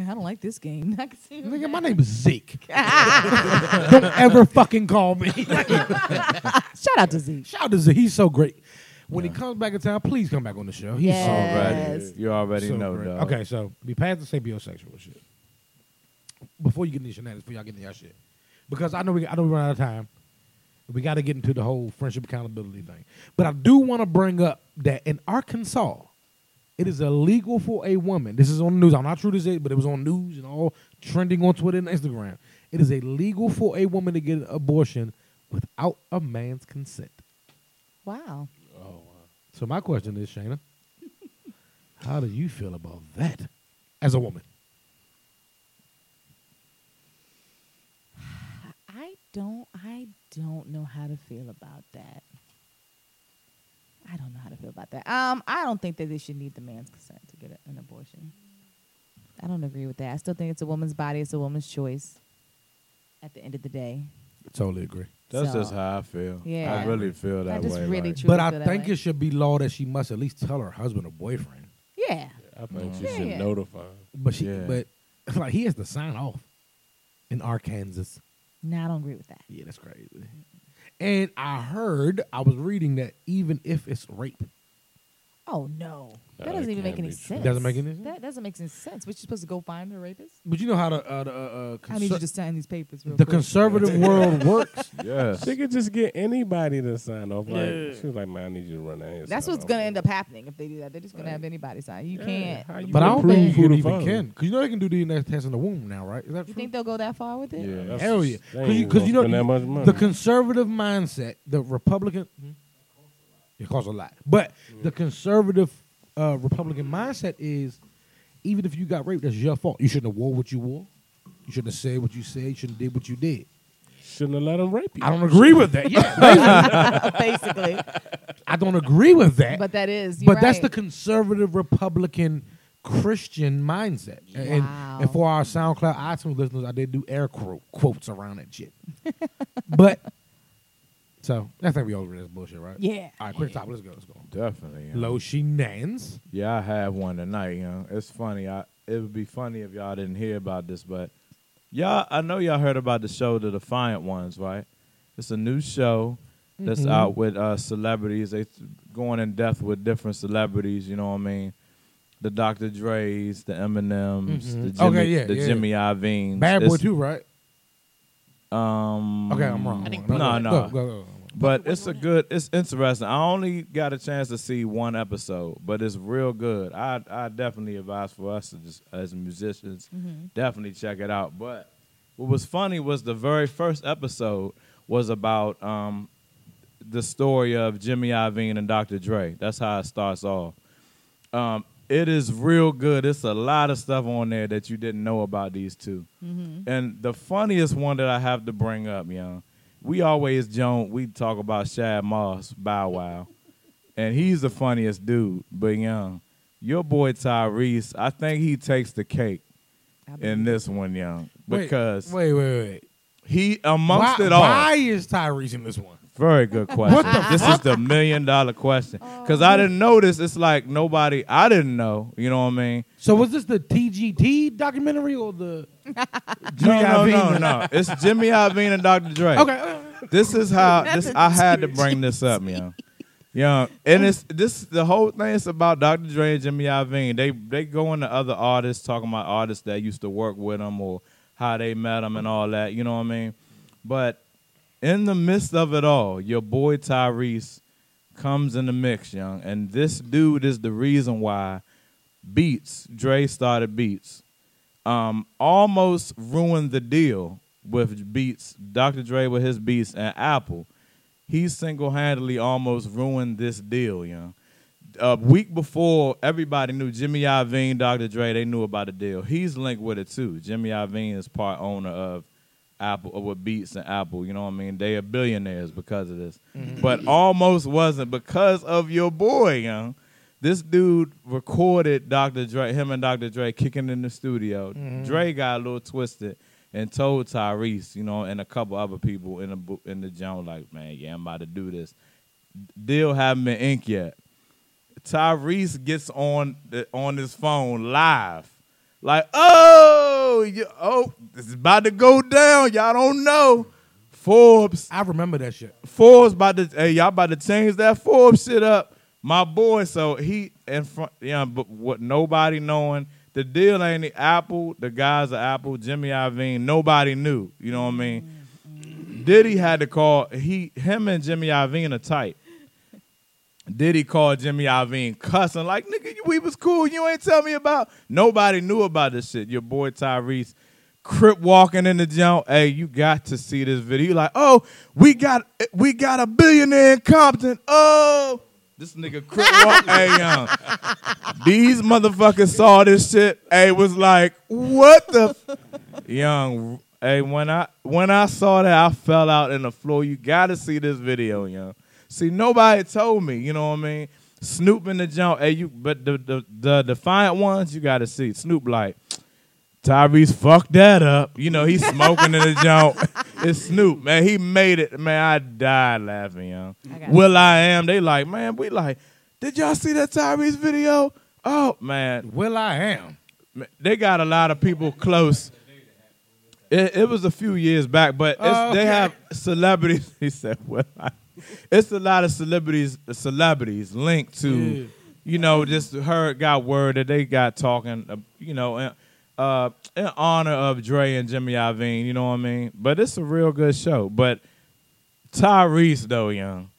[SPEAKER 3] I don't like this game. I can see
[SPEAKER 1] nigga, my name is Zeke. Don't ever fucking call me.
[SPEAKER 3] Shout out to Zeke.
[SPEAKER 1] Shout out to Zeke. He's so great. When he comes back in town, please come back on the show. He's so
[SPEAKER 2] Already.
[SPEAKER 1] great.
[SPEAKER 2] You already
[SPEAKER 1] So
[SPEAKER 2] know,
[SPEAKER 1] great.
[SPEAKER 2] dog.
[SPEAKER 1] Okay, so we passed the sapiosexual shit. Before you get into your shenanigans, before y'all get into your shit. Because I know we I know we run out of time. We got to get into the whole friendship accountability thing. But I do want to bring up that in Arkansas, it is illegal for a woman. This is on the news. I'm not sure this is, but it was on news and all trending on Twitter and Instagram. It is illegal for a woman to get an abortion without a man's consent.
[SPEAKER 3] Wow.
[SPEAKER 5] Oh,
[SPEAKER 1] So my question is, Shayna, how do you feel about that as a woman?
[SPEAKER 3] I don't I don't know how to feel about that. I don't know how to feel about that. Um, I don't think that they should need the man's consent to get a, an abortion. I don't agree with that. I still think it's a woman's body, it's a woman's choice. At the end of the day,
[SPEAKER 1] Totally agree.
[SPEAKER 2] That's
[SPEAKER 3] So-
[SPEAKER 2] just how I feel.
[SPEAKER 3] Yeah.
[SPEAKER 2] I really feel
[SPEAKER 3] I
[SPEAKER 2] that
[SPEAKER 3] just
[SPEAKER 2] way.
[SPEAKER 3] really
[SPEAKER 2] like-
[SPEAKER 3] truly
[SPEAKER 1] But I
[SPEAKER 3] feel that
[SPEAKER 1] think
[SPEAKER 3] way.
[SPEAKER 1] it should be law that she must at least tell her husband or boyfriend.
[SPEAKER 3] yeah,
[SPEAKER 5] I think
[SPEAKER 3] Yeah,
[SPEAKER 5] you should
[SPEAKER 3] yeah.
[SPEAKER 5] notify. him.
[SPEAKER 1] But she,
[SPEAKER 5] Yeah.
[SPEAKER 1] but like he has to sign off in Arkansas.
[SPEAKER 3] no, I don't agree with that.
[SPEAKER 1] Yeah, that's crazy. And I heard, I was reading that even if it's rape,
[SPEAKER 3] Oh no, that
[SPEAKER 1] That
[SPEAKER 3] doesn't
[SPEAKER 1] can't
[SPEAKER 3] even make any
[SPEAKER 1] be true.
[SPEAKER 3] sense.
[SPEAKER 1] Doesn't make any sense?
[SPEAKER 3] That doesn't make any sense. We're supposed to go find the rapist.
[SPEAKER 1] but you know how the uh, the, uh, uh,
[SPEAKER 3] I need you
[SPEAKER 1] conser-
[SPEAKER 3] to sign these papers. Real
[SPEAKER 1] the
[SPEAKER 3] quick.
[SPEAKER 1] conservative world works.
[SPEAKER 2] Yes.
[SPEAKER 5] She could just get anybody to sign off. Like
[SPEAKER 3] Yeah.
[SPEAKER 5] she was like, "Man, I need you to run out here."
[SPEAKER 3] That's
[SPEAKER 5] sign
[SPEAKER 3] what's
[SPEAKER 5] off."
[SPEAKER 3] gonna end up happening if they do that. They're just gonna have anybody sign. You can't.
[SPEAKER 5] how you
[SPEAKER 1] But I don't
[SPEAKER 5] Prove
[SPEAKER 1] think
[SPEAKER 5] who
[SPEAKER 1] you
[SPEAKER 5] the
[SPEAKER 1] even
[SPEAKER 5] father.
[SPEAKER 1] can, because you know they can do DNA test in the womb now, right? Is that
[SPEAKER 3] You
[SPEAKER 1] true?
[SPEAKER 3] think they'll go that far with it?
[SPEAKER 5] Yeah, that's-
[SPEAKER 1] Hell yeah,
[SPEAKER 5] they
[SPEAKER 1] because you,
[SPEAKER 5] ain't
[SPEAKER 1] 'cause you know
[SPEAKER 5] gonna spend that much money.
[SPEAKER 1] the conservative mindset, the Republican, hmm? it costs a lot, but the conservative uh, Republican mindset is even if you got raped, that's your fault. You shouldn't have wore what you wore. You shouldn't have said what you said. You shouldn't have did what you did.
[SPEAKER 5] Shouldn't have let him rape you.
[SPEAKER 1] I don't agree with that. Yeah,
[SPEAKER 3] basically.
[SPEAKER 1] I don't agree with that.
[SPEAKER 3] But that is-
[SPEAKER 1] But
[SPEAKER 3] you're
[SPEAKER 1] that's
[SPEAKER 3] right.
[SPEAKER 1] the conservative Republican Christian mindset. And, and for our SoundCloud iTunes listeners, I did do air quote, quotes around that shit. but so I think we all read this bullshit, right?
[SPEAKER 2] Yeah.
[SPEAKER 1] All right, quick topic. Let's go. Let's go.
[SPEAKER 2] Definitely.
[SPEAKER 1] Low she nans.
[SPEAKER 2] Yeah, I have one tonight. You know, it's funny. I it would be funny if y'all didn't hear about this, but y'all, I know y'all heard about the show The Defiant Ones, right? It's a new show that's
[SPEAKER 5] Mhm.
[SPEAKER 1] Mm-hmm.
[SPEAKER 2] out with uh, celebrities. They th- going in depth with different celebrities. You know what I mean? The Dr. Dre's, the Eminems,
[SPEAKER 1] Mhm.
[SPEAKER 2] Mm-hmm. the Jimmy,
[SPEAKER 1] Okay, yeah,
[SPEAKER 2] the
[SPEAKER 1] yeah.
[SPEAKER 2] Jimmy Iovines.
[SPEAKER 1] Bad boy
[SPEAKER 2] It's-
[SPEAKER 1] too, right?
[SPEAKER 2] um,
[SPEAKER 1] Okay, I'm wrong. I think-
[SPEAKER 2] no,
[SPEAKER 1] Go,
[SPEAKER 2] no.
[SPEAKER 1] go, go, go.
[SPEAKER 2] Um, But it's a good. It's interesting. I only got a chance to see one episode, but it's real good. I I definitely advise for us to just, as musicians,
[SPEAKER 1] Mm-hmm.
[SPEAKER 5] Mhm.
[SPEAKER 2] definitely check it out. But what was funny was the very first episode was about um, the story of Jimmy Iovine and Dr. Dre. That's how it starts off. Um, it is real good. It's a lot of stuff on there that you didn't know about these two.
[SPEAKER 1] Mm-hmm.
[SPEAKER 5] Mhm.
[SPEAKER 2] And the funniest one that I have to bring up, you know, we always joke, we talk about Shad Moss, Bow Wow, and he's the funniest dude. But young, your boy Tyrese, I think he takes the cake in this one, young,
[SPEAKER 1] Wait,
[SPEAKER 2] because
[SPEAKER 1] wait, wait, wait.
[SPEAKER 2] he amongst
[SPEAKER 1] why,
[SPEAKER 2] it all.
[SPEAKER 1] Why is Tyrese in this one?
[SPEAKER 2] Very good question.
[SPEAKER 1] What the
[SPEAKER 2] this is the million dollar question. Because I didn't notice. It's like nobody, I didn't know. You know what I mean?
[SPEAKER 1] So was this the TGT documentary or the
[SPEAKER 2] No, no, no,
[SPEAKER 1] Iovine.
[SPEAKER 2] no. It's Jimmy Iovine and Dr. Dre.
[SPEAKER 1] Okay.
[SPEAKER 2] This is how this.
[SPEAKER 1] That's
[SPEAKER 2] I had to bring this up, man. Yeah, and it's this the whole thing is about Dr. Dre and Jimmy Iovine. They they go into other artists talking about artists that used to work with them or how they met them and all that. You know what I mean? But in the midst of it all, your boy Tyrese comes in the mix, young, and this dude is the reason why Beats Dre started Beats um, almost ruined the deal with Beats, Dr. Dre with his Beats and Apple. He single handedly almost ruined this deal, you know. A week before, everybody knew Jimmy Iovine, Dr. Dre, they knew about the deal. He's linked with it too. Jimmy Iovine is part owner of Apple, or with Beats and Apple, you know what I mean? They are billionaires because of this.
[SPEAKER 5] Mhm.
[SPEAKER 2] But almost wasn't because of your boy, you know. This dude recorded Dr. Dre, him and Dr. Dre kicking in the studio.
[SPEAKER 5] Mhm.
[SPEAKER 2] Dre got a little twisted and told Tyrese, you know, and a couple other people in the bo- in the joint, like, man, yeah, I'm about to do this. Deal haven't been inked yet. Tyrese gets on the, on his phone live, like, oh, you, oh, it's about to go down. Y'all don't know. Forbes.
[SPEAKER 1] I remember that shit.
[SPEAKER 2] Forbes about to hey, y'all about to change that Forbes shit up. My boy, so he in front yeah, but what nobody knowing. The deal ain't the Apple, the guys at Apple, Jimmy Iovine, nobody knew. You know what I mean?
[SPEAKER 1] Mm-hmm.
[SPEAKER 2] Diddy had to call he him and Jimmy Iovine are tight. Diddy called Jimmy Iovine cussing like nigga, you- we was cool. You ain't tell me about. Nobody knew about this shit. Your boy Tyrese, crip walking in the jump. Hey, you got to see this video. You like, oh, we got we got a billionaire in Compton. Oh, this nigga crip walk. hey, young. These motherfuckers saw this shit. Hey, was like, what the f-? young. Hey, when I when I saw that, I fell out in the floor. You got to see this video, young. See, nobody told me. You know what I mean? Snoop in the jump. Hey, you. But the the, the defiant ones, you got to see. Snoop like. Tyrese fucked that up. You know, he's smoking in the joint. It's Snoop, man. He made it. Man, I died laughing, yo.
[SPEAKER 15] got
[SPEAKER 2] Will I am. They like, man, we like, did y'all see that Tyrese video? Oh, man.
[SPEAKER 1] Will I am.
[SPEAKER 2] They got a lot of people close. It, it was a few years back, but it's,
[SPEAKER 15] Oh,
[SPEAKER 2] they
[SPEAKER 15] okay.
[SPEAKER 2] have celebrities. He said, "Well, I, it's a lot of celebrities, celebrities linked to,
[SPEAKER 15] Yeah.
[SPEAKER 2] you know, just heard got word that they got talking, uh, you know, in, uh, in honor of Dre and Jimmy Iovine. You know what I mean? But it's a real good show. But Tyrese though, young,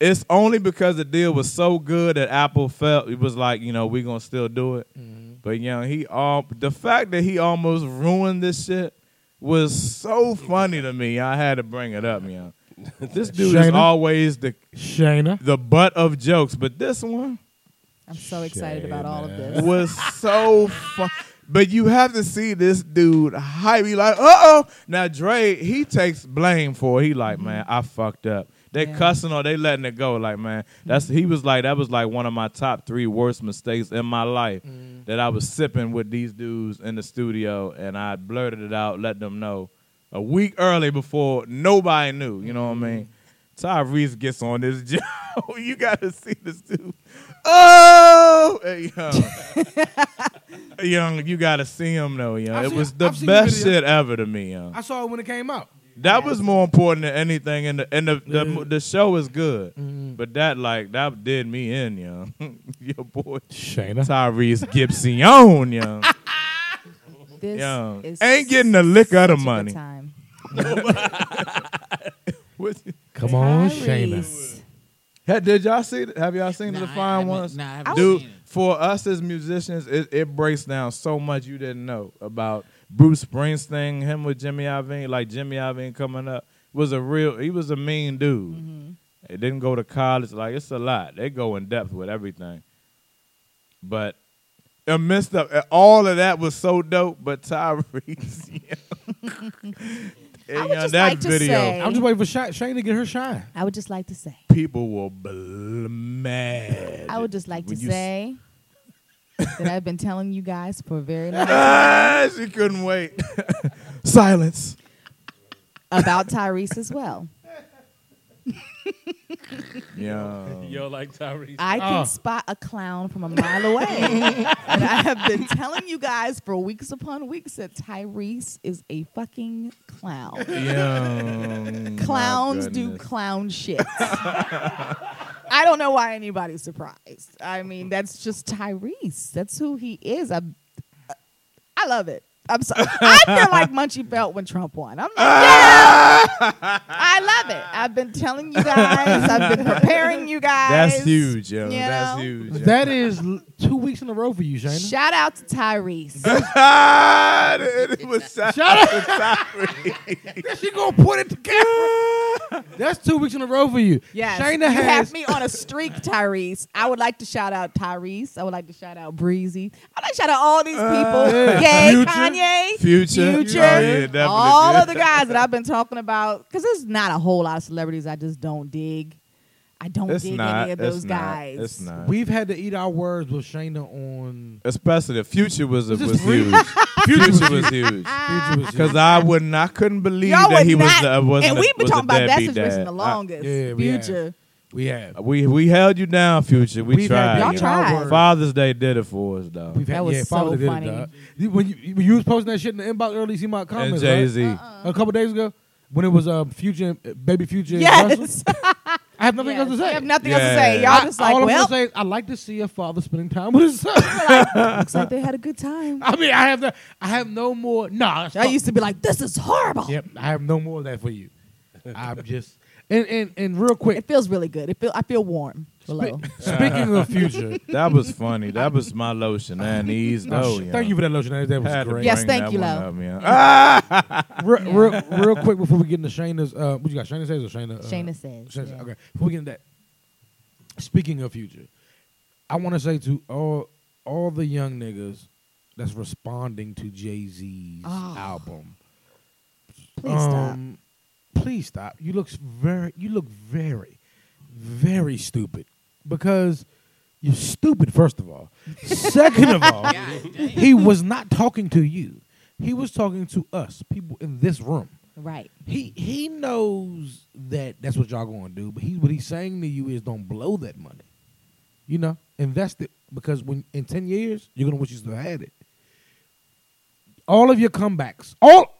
[SPEAKER 2] it's only because the deal was so good that Apple felt it was like, you know, we gonna still do it. But young, he all the fact that he almost ruined this shit was so funny to me. I had to bring it up, young. This dude is
[SPEAKER 1] Shayna?
[SPEAKER 2] always the
[SPEAKER 1] Shayna.
[SPEAKER 2] the butt of jokes, but this one
[SPEAKER 3] I'm so excited about all of this.
[SPEAKER 2] was so fun. But you have to see this dude hype. He like, uh oh. Now Dre, he takes blame for. It. He
[SPEAKER 1] Mm-hmm.
[SPEAKER 2] like, man, I fucked up. They cussing or they letting it go. Like, man,
[SPEAKER 1] Mm-hmm.
[SPEAKER 2] that's he was like, that was like one of my top three worst mistakes in my life
[SPEAKER 1] Mm.
[SPEAKER 2] that I was sipping with these dudes in the studio, and I blurted it out, let them know a week early before nobody knew. You know what
[SPEAKER 1] Mm-hmm.
[SPEAKER 2] I mean? Tyrese gets on this job. oh, you got to see this dude. Oh, Hey, young. young, you got to see him though, young.
[SPEAKER 1] I've
[SPEAKER 2] it
[SPEAKER 1] seen-
[SPEAKER 2] was the
[SPEAKER 1] I've seen the
[SPEAKER 2] best
[SPEAKER 1] video.
[SPEAKER 2] shit ever to me, young.
[SPEAKER 1] I saw it when it came out.
[SPEAKER 2] That was more important than anything, and the and the the, the show is good, but that like that did me in, young. Your boy
[SPEAKER 1] Shayna
[SPEAKER 2] Tyrese Gibson, young.
[SPEAKER 3] This
[SPEAKER 2] Young.
[SPEAKER 3] is
[SPEAKER 2] ain't getting a lick of the money.
[SPEAKER 3] time.
[SPEAKER 2] What's it-
[SPEAKER 1] Come on, Shayna.
[SPEAKER 2] Hey, did y'all see? th- Have y'all seen
[SPEAKER 4] Nah,
[SPEAKER 2] the
[SPEAKER 4] I
[SPEAKER 2] fine
[SPEAKER 4] haven't-
[SPEAKER 2] ones?
[SPEAKER 4] nah, I haven't
[SPEAKER 2] dude.
[SPEAKER 4] seen it.
[SPEAKER 2] For us as musicians, it, it breaks down so much you didn't know about Bruce Springsteen, him with Jimmy Iovine, like Jimmy Iovine coming up was a real. He was a mean dude.
[SPEAKER 4] Mm-hmm.
[SPEAKER 2] It didn't go to college. Like it's a lot. They go in depth with everything. But amidst of uh, all of that was so dope. But Tyrese, yeah.
[SPEAKER 3] I would
[SPEAKER 2] Yeah,
[SPEAKER 3] just
[SPEAKER 2] that
[SPEAKER 3] like to
[SPEAKER 2] video.
[SPEAKER 3] say,
[SPEAKER 1] I'm just waiting for Shay- Shayna to get her shine.
[SPEAKER 3] I would just like to say,
[SPEAKER 2] people were bl- mad.
[SPEAKER 3] I would just like to
[SPEAKER 2] When you
[SPEAKER 3] say that I've been telling you guys for a very long time
[SPEAKER 2] Ah, she couldn't wait. Silence.
[SPEAKER 3] about Tyrese as well.
[SPEAKER 2] Yeah.
[SPEAKER 5] Yo, like Tyrese.
[SPEAKER 3] I can
[SPEAKER 5] Oh.
[SPEAKER 3] spot a clown from a mile away. and I have been telling you guys for weeks upon weeks that Tyrese is a fucking clown.
[SPEAKER 2] Yo, Oh, my
[SPEAKER 3] Clowns do
[SPEAKER 2] goodness.
[SPEAKER 3] clown shit. I don't know why anybody's surprised. I mean, that's just Tyrese. That's who he is. I, I love it. I'm sorry. I feel like Munchie felt when Trump won. I'm like,
[SPEAKER 2] Ah!
[SPEAKER 3] yeah. I love it. I've been telling you guys. I've been preparing you guys.
[SPEAKER 2] That's huge, yo.
[SPEAKER 3] You
[SPEAKER 2] That's
[SPEAKER 3] know?
[SPEAKER 2] huge. yo.
[SPEAKER 1] That is l- two weeks in a row for you, Shayna.
[SPEAKER 3] Shout out to Tyrese.
[SPEAKER 2] it was shout,
[SPEAKER 1] out
[SPEAKER 2] to Tyrese.
[SPEAKER 1] she gonna put it together. That's two weeks in a row for you.
[SPEAKER 3] Yes.
[SPEAKER 1] Shayna
[SPEAKER 3] you
[SPEAKER 1] has
[SPEAKER 3] have me on a streak, Tyrese. I would like to shout out Tyrese. I would like to shout out Breezy. I'd like to shout out all these people.
[SPEAKER 2] Uh, yeah.
[SPEAKER 3] Yay,
[SPEAKER 2] Future.
[SPEAKER 3] Kanye.
[SPEAKER 2] Future.
[SPEAKER 3] Future.
[SPEAKER 2] Oh, yeah, definitely.
[SPEAKER 3] all of the guys that I've been talking about. Because there's not a whole lot of celebrities I just don't dig. I don't
[SPEAKER 2] It's
[SPEAKER 3] dig
[SPEAKER 2] not,
[SPEAKER 3] any of
[SPEAKER 2] it's
[SPEAKER 3] those
[SPEAKER 2] not,
[SPEAKER 3] guys.
[SPEAKER 2] it's not.
[SPEAKER 1] We've had to eat our words with Shayna on.
[SPEAKER 2] Especially the future was was,
[SPEAKER 1] This is
[SPEAKER 2] huge.
[SPEAKER 1] real.
[SPEAKER 2] future
[SPEAKER 1] Future
[SPEAKER 2] was
[SPEAKER 1] was
[SPEAKER 2] huge.
[SPEAKER 1] huge. Future was huge.
[SPEAKER 2] Because I wouldn't, I couldn't believe
[SPEAKER 3] Y'all
[SPEAKER 2] that
[SPEAKER 3] was
[SPEAKER 2] he was
[SPEAKER 3] not-
[SPEAKER 2] the was
[SPEAKER 3] and
[SPEAKER 2] the,
[SPEAKER 3] we've been
[SPEAKER 2] was
[SPEAKER 3] talking
[SPEAKER 2] the
[SPEAKER 3] about that
[SPEAKER 2] deadbeat
[SPEAKER 3] situation
[SPEAKER 2] dad.
[SPEAKER 3] the
[SPEAKER 2] I-
[SPEAKER 3] longest.
[SPEAKER 1] yeah, we have.
[SPEAKER 3] Future
[SPEAKER 1] We have.
[SPEAKER 2] We we held you down, Future. We
[SPEAKER 1] We've had-
[SPEAKER 2] tried.
[SPEAKER 1] Y'all tried.
[SPEAKER 2] Father's Day did it for us, though.
[SPEAKER 1] We've had, yeah, Father did it, dog. You- When you, when you was posting that shit in the inbox earlier, you see my comments. right?
[SPEAKER 2] Jay-Z.
[SPEAKER 1] A couple days ago, when it was uh, Future, and- uh, Baby Future. and
[SPEAKER 17] Yes.
[SPEAKER 1] Russell, I have nothing else to
[SPEAKER 17] Yes,
[SPEAKER 1] say.
[SPEAKER 17] we have nothing else to say. Yeah. Y'all
[SPEAKER 1] I-
[SPEAKER 17] just like,
[SPEAKER 1] all I'm
[SPEAKER 17] well.
[SPEAKER 1] gonna say is I like to see a father spending time with his son.
[SPEAKER 3] Looks like they had a good time.
[SPEAKER 1] I mean, I have no, I have no more. No, nah,
[SPEAKER 3] I used to be like, this is horrible.
[SPEAKER 1] Yep, I have no more of that for you. I'm just and and, and real quick.
[SPEAKER 3] It feels really good. It feel I feel warm below.
[SPEAKER 1] Speaking of Future.
[SPEAKER 2] that was funny. That was my lotion and these.
[SPEAKER 1] Oh,
[SPEAKER 2] though,
[SPEAKER 1] shit.
[SPEAKER 2] yeah.
[SPEAKER 1] Thank you for that lotion. That- that was
[SPEAKER 2] Had to
[SPEAKER 1] great.
[SPEAKER 3] Yes,
[SPEAKER 2] bring
[SPEAKER 3] thank
[SPEAKER 2] that
[SPEAKER 3] you,
[SPEAKER 2] one
[SPEAKER 3] Lo.
[SPEAKER 2] up, yeah.
[SPEAKER 1] real, real, real quick before we get into Shayna's, uh, what you got? Shayna says or Shayna? Uh,
[SPEAKER 3] Shayna Says, yeah.
[SPEAKER 1] Okay, before we get into that. Speaking of future, I want to say to all all the young niggas that's responding to Jay Z's
[SPEAKER 17] Oh.
[SPEAKER 1] album.
[SPEAKER 17] Please stop.
[SPEAKER 1] stop. Please stop. You look very, you look very, very stupid because you're stupid. First of all, second of all,
[SPEAKER 17] God damn.
[SPEAKER 1] he was not talking to you. He was talking to us, people in this room.
[SPEAKER 3] Right.
[SPEAKER 1] He he knows that that's what y'all going to do, but he what he's saying to you is don't blow that money. You know, invest it because when in ten years you're gonna wish you still had it. All of your comebacks, all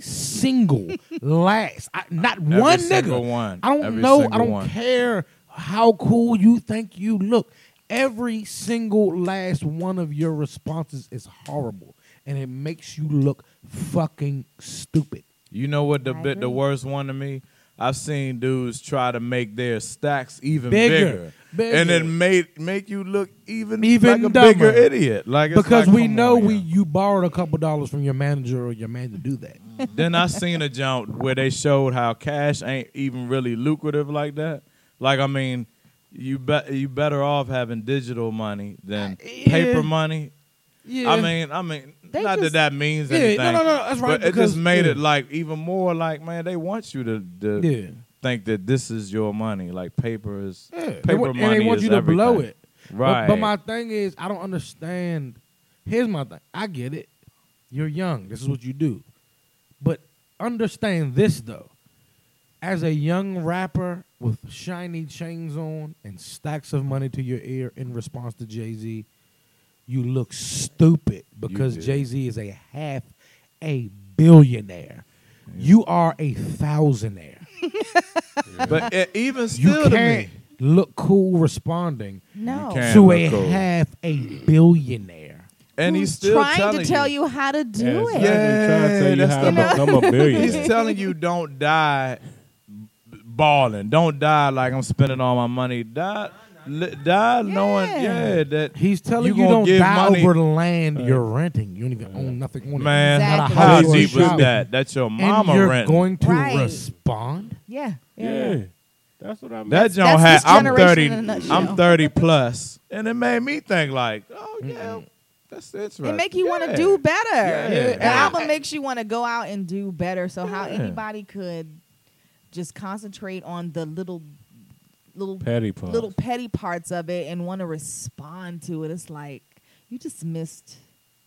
[SPEAKER 1] single last, I, not
[SPEAKER 2] Every
[SPEAKER 1] one
[SPEAKER 2] single
[SPEAKER 1] nigga.
[SPEAKER 2] one.
[SPEAKER 1] I don't
[SPEAKER 2] Every
[SPEAKER 1] know. I
[SPEAKER 2] single
[SPEAKER 1] don't
[SPEAKER 2] one.
[SPEAKER 1] care how cool you think you look. Every single last one of your responses is horrible, and it makes you look fucking stupid.
[SPEAKER 2] You know what the
[SPEAKER 1] I
[SPEAKER 2] bit the
[SPEAKER 1] agree.
[SPEAKER 2] worst one to me? I've seen dudes try to make their stacks even
[SPEAKER 1] Bigger,
[SPEAKER 2] bigger,
[SPEAKER 1] bigger.
[SPEAKER 2] and then make make you look even
[SPEAKER 1] Even
[SPEAKER 2] like a
[SPEAKER 1] dumber.
[SPEAKER 2] bigger idiot. Like it's
[SPEAKER 1] because
[SPEAKER 2] like,
[SPEAKER 1] we
[SPEAKER 2] come
[SPEAKER 1] know
[SPEAKER 2] on,
[SPEAKER 1] we you borrowed a couple dollars from your manager or your man to do that.
[SPEAKER 2] yeah. then I seen a jump where they showed how cash ain't even really lucrative like that. Like I mean, you bet you better off having digital money than paper money.
[SPEAKER 1] Uh, Yeah.
[SPEAKER 2] I mean, I mean,
[SPEAKER 1] They
[SPEAKER 2] not
[SPEAKER 1] just-
[SPEAKER 2] that that means
[SPEAKER 1] Yeah, no,
[SPEAKER 2] anything.
[SPEAKER 1] no, no, that's right,
[SPEAKER 2] But it
[SPEAKER 1] because-
[SPEAKER 2] just made
[SPEAKER 1] yeah.
[SPEAKER 2] it like even more like, man, they want you to, to
[SPEAKER 1] Yeah.
[SPEAKER 2] think that this is your money. Like paper is paper
[SPEAKER 1] They want-
[SPEAKER 2] money.
[SPEAKER 1] and they want
[SPEAKER 2] is
[SPEAKER 1] you to blow
[SPEAKER 2] everything.
[SPEAKER 1] it. But-
[SPEAKER 2] Right.
[SPEAKER 1] But, my thing is, I don't understand. Here's my thing. I get it. You're young. This is what you do. But understand this though. As a young rapper with shiny chains on and stacks of money to your ear in response to Jay Z, you look stupid because
[SPEAKER 2] do.
[SPEAKER 1] Jay Z is a half a billionaire. You are a thousandaire.
[SPEAKER 2] But it, even
[SPEAKER 1] You
[SPEAKER 2] still to me.
[SPEAKER 1] can't look cool responding
[SPEAKER 3] No. You
[SPEAKER 2] can't
[SPEAKER 1] to
[SPEAKER 2] look
[SPEAKER 1] a
[SPEAKER 2] cool.
[SPEAKER 1] half a billionaire.
[SPEAKER 2] And he's still
[SPEAKER 3] trying
[SPEAKER 2] telling
[SPEAKER 3] to tell you. how to do
[SPEAKER 2] Yeah, exactly.
[SPEAKER 3] it.
[SPEAKER 2] Trying to tell you
[SPEAKER 5] that's
[SPEAKER 2] how
[SPEAKER 5] the-
[SPEAKER 2] to become a
[SPEAKER 5] You know?
[SPEAKER 2] billionaire. He's telling you don't die b- balling. Don't die like I'm spending all my money. Die, li- die knowing yeah that
[SPEAKER 1] he's telling you,
[SPEAKER 2] gonna
[SPEAKER 1] don't
[SPEAKER 2] give
[SPEAKER 1] die
[SPEAKER 2] money.
[SPEAKER 1] over the land you're renting. You don't even own nothing on it.
[SPEAKER 2] Man,
[SPEAKER 1] Not a
[SPEAKER 2] how
[SPEAKER 1] house or
[SPEAKER 2] deep
[SPEAKER 1] a
[SPEAKER 2] is
[SPEAKER 1] shop.
[SPEAKER 2] that? That's your mama
[SPEAKER 1] and you're
[SPEAKER 2] renting.
[SPEAKER 1] going to
[SPEAKER 3] Right.
[SPEAKER 1] respond.
[SPEAKER 3] Yeah.
[SPEAKER 5] Yeah.
[SPEAKER 3] Yeah.
[SPEAKER 5] That's what I mean.
[SPEAKER 2] That John
[SPEAKER 3] that's
[SPEAKER 2] had.
[SPEAKER 3] this
[SPEAKER 2] I'm
[SPEAKER 3] generation
[SPEAKER 2] thirty.
[SPEAKER 3] in a nutshell.
[SPEAKER 2] I'm thirty plus, and it made me think like, oh yeah, that's interesting.
[SPEAKER 3] It make you want
[SPEAKER 2] Yeah.
[SPEAKER 3] to do better.
[SPEAKER 2] Yeah.
[SPEAKER 3] The album makes you want to go out and do better. So how
[SPEAKER 2] Yeah.
[SPEAKER 3] anybody could just concentrate on the little little
[SPEAKER 5] Petty parts.
[SPEAKER 3] little petty parts of it and want to respond to it. It's like you just missed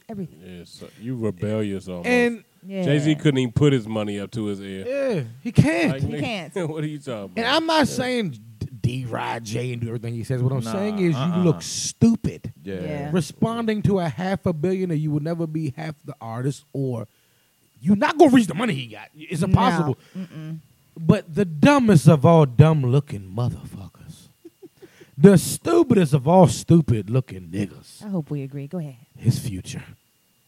[SPEAKER 3] everything.
[SPEAKER 5] Yeah, so you rebellious almost.
[SPEAKER 3] And- Yeah.
[SPEAKER 5] Jay Z couldn't even put his money up to his ear.
[SPEAKER 1] Yeah, he can't.
[SPEAKER 5] Like,
[SPEAKER 1] He
[SPEAKER 5] nigga, what are you talking
[SPEAKER 1] And
[SPEAKER 5] about?
[SPEAKER 1] I'm not saying D Rod J and do everything he says. What I'm
[SPEAKER 5] Nah,
[SPEAKER 1] saying is
[SPEAKER 5] uh-uh.
[SPEAKER 1] you look stupid.
[SPEAKER 5] Yeah. Yeah.
[SPEAKER 1] Responding to a half a billionaire, you will never be half the artist, or you're not gonna reach the money he got. It's impossible. But the dumbest of all dumb looking motherfuckers, the stupidest of all stupid looking niggas,
[SPEAKER 3] I hope we agree. Go ahead.
[SPEAKER 1] his future.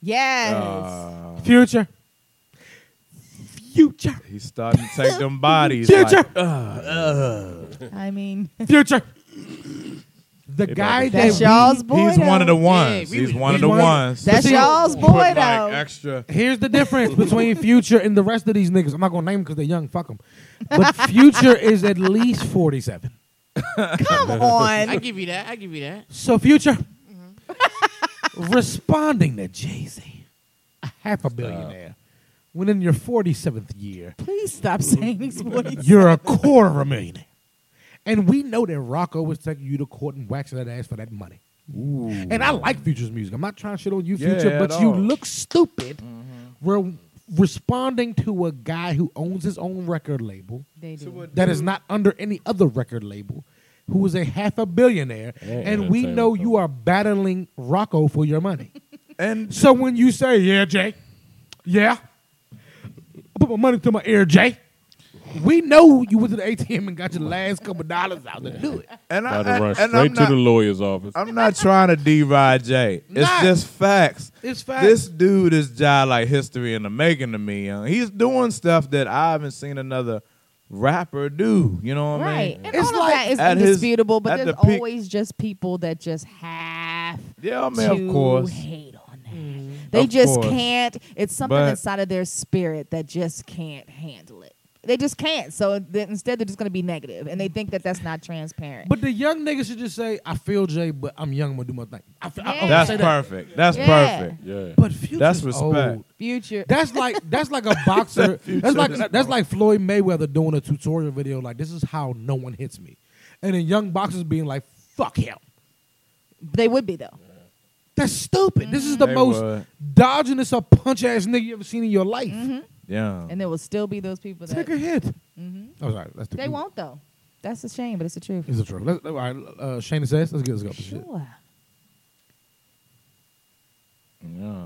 [SPEAKER 3] Yes.
[SPEAKER 2] Uh,
[SPEAKER 1] Future. Future.
[SPEAKER 2] He's starting to take them bodies.
[SPEAKER 1] Future.
[SPEAKER 2] Like, uh, uh.
[SPEAKER 3] I mean,
[SPEAKER 1] Future. The
[SPEAKER 2] They
[SPEAKER 1] guy
[SPEAKER 2] about to-
[SPEAKER 1] that
[SPEAKER 2] That's y'all's
[SPEAKER 1] we-
[SPEAKER 2] boy, He's one of the though. ones. He's one of the ones. That's
[SPEAKER 1] But see,
[SPEAKER 2] y'all's boy, Put, like, though. extra-
[SPEAKER 1] Here's the difference between Future and the rest of these niggas. I'm not gonna name them because they're young. Fuck them. But Future is at least 47. Come
[SPEAKER 4] I give you that. I give you that.
[SPEAKER 1] So Future
[SPEAKER 3] Mm-hmm.
[SPEAKER 1] responding to Jay Z, a half a billionaire, when in your 47th year,
[SPEAKER 3] please stop saying these words.
[SPEAKER 1] you're a quarter of a millionaire. And we know that Rocco was taking you to court and waxing that ass for that money. And I like Future's music. I'm not trying to shit on you,
[SPEAKER 2] Yeah,
[SPEAKER 1] Future,
[SPEAKER 2] at Mm-hmm.
[SPEAKER 1] but you
[SPEAKER 2] all.
[SPEAKER 1] look stupid. We're responding to a guy who owns his own record label
[SPEAKER 3] They do. So what
[SPEAKER 1] that is
[SPEAKER 3] do-
[SPEAKER 1] not under any other record label, who is a half a billionaire, and we
[SPEAKER 2] entertainment
[SPEAKER 1] know you are battling Rocco for your money. and so when you say, "Yeah, Jay, yeah, I put my money to my ear, Jay," we know you went to the ATM and got your last couple dollars out to do it.
[SPEAKER 2] And
[SPEAKER 5] About to run
[SPEAKER 2] and I'm
[SPEAKER 5] straight to
[SPEAKER 2] not-
[SPEAKER 5] the lawyer's office.
[SPEAKER 2] I'm not trying to deride Jay. It's
[SPEAKER 1] Nah.
[SPEAKER 2] just facts.
[SPEAKER 1] It's facts.
[SPEAKER 2] This dude is Jai like history in the making to me. uh, He's doing stuff that I haven't seen another rapper do. You know what I
[SPEAKER 3] Right.
[SPEAKER 2] mean?
[SPEAKER 3] And all of that is
[SPEAKER 2] at his-
[SPEAKER 3] indisputable, but
[SPEAKER 2] at
[SPEAKER 3] there's
[SPEAKER 2] the peak-
[SPEAKER 3] always just people that just have
[SPEAKER 2] Yeah, I mean, of
[SPEAKER 3] to
[SPEAKER 2] course. Mm-hmm.
[SPEAKER 3] hate on that. They
[SPEAKER 2] Of
[SPEAKER 3] just
[SPEAKER 2] course.
[SPEAKER 3] can't. It's something
[SPEAKER 2] But-
[SPEAKER 3] inside of their spirit that just can't handle it. They just can't. So then instead, they're just going to be negative, and they think that that's not transparent.
[SPEAKER 1] But the young niggas should just say, "I feel Jay, but I'm young. I'm gonna do my thing." I feel, I always
[SPEAKER 2] That's
[SPEAKER 1] say that.
[SPEAKER 2] perfect. That's
[SPEAKER 3] Yeah.
[SPEAKER 2] perfect.
[SPEAKER 5] Yeah.
[SPEAKER 1] But Future's
[SPEAKER 2] That's respect.
[SPEAKER 1] old.
[SPEAKER 3] Future.
[SPEAKER 1] That's like that's like a boxer. that's like
[SPEAKER 2] Future's
[SPEAKER 1] that's like Floyd Mayweather doing a tutorial video. Like this is how no one hits me, and then young boxers being like, "Fuck him."
[SPEAKER 3] They would be though.
[SPEAKER 1] That's stupid. This is the
[SPEAKER 2] They
[SPEAKER 1] most
[SPEAKER 2] would.
[SPEAKER 1] dodging this a punch ass nigga you ever seen in your life.
[SPEAKER 2] Yeah.
[SPEAKER 3] Mm-hmm. And there will still be those people that
[SPEAKER 1] Take a hit.
[SPEAKER 3] Mhm.
[SPEAKER 1] Oh, sorry. That's the
[SPEAKER 3] They won't though. That's a shame, but it's the truth. ah.
[SPEAKER 1] Is the truth. Let's, all right, uh, Shayna says, "Let's get let's go." for shit.
[SPEAKER 3] Sure.
[SPEAKER 2] Yeah.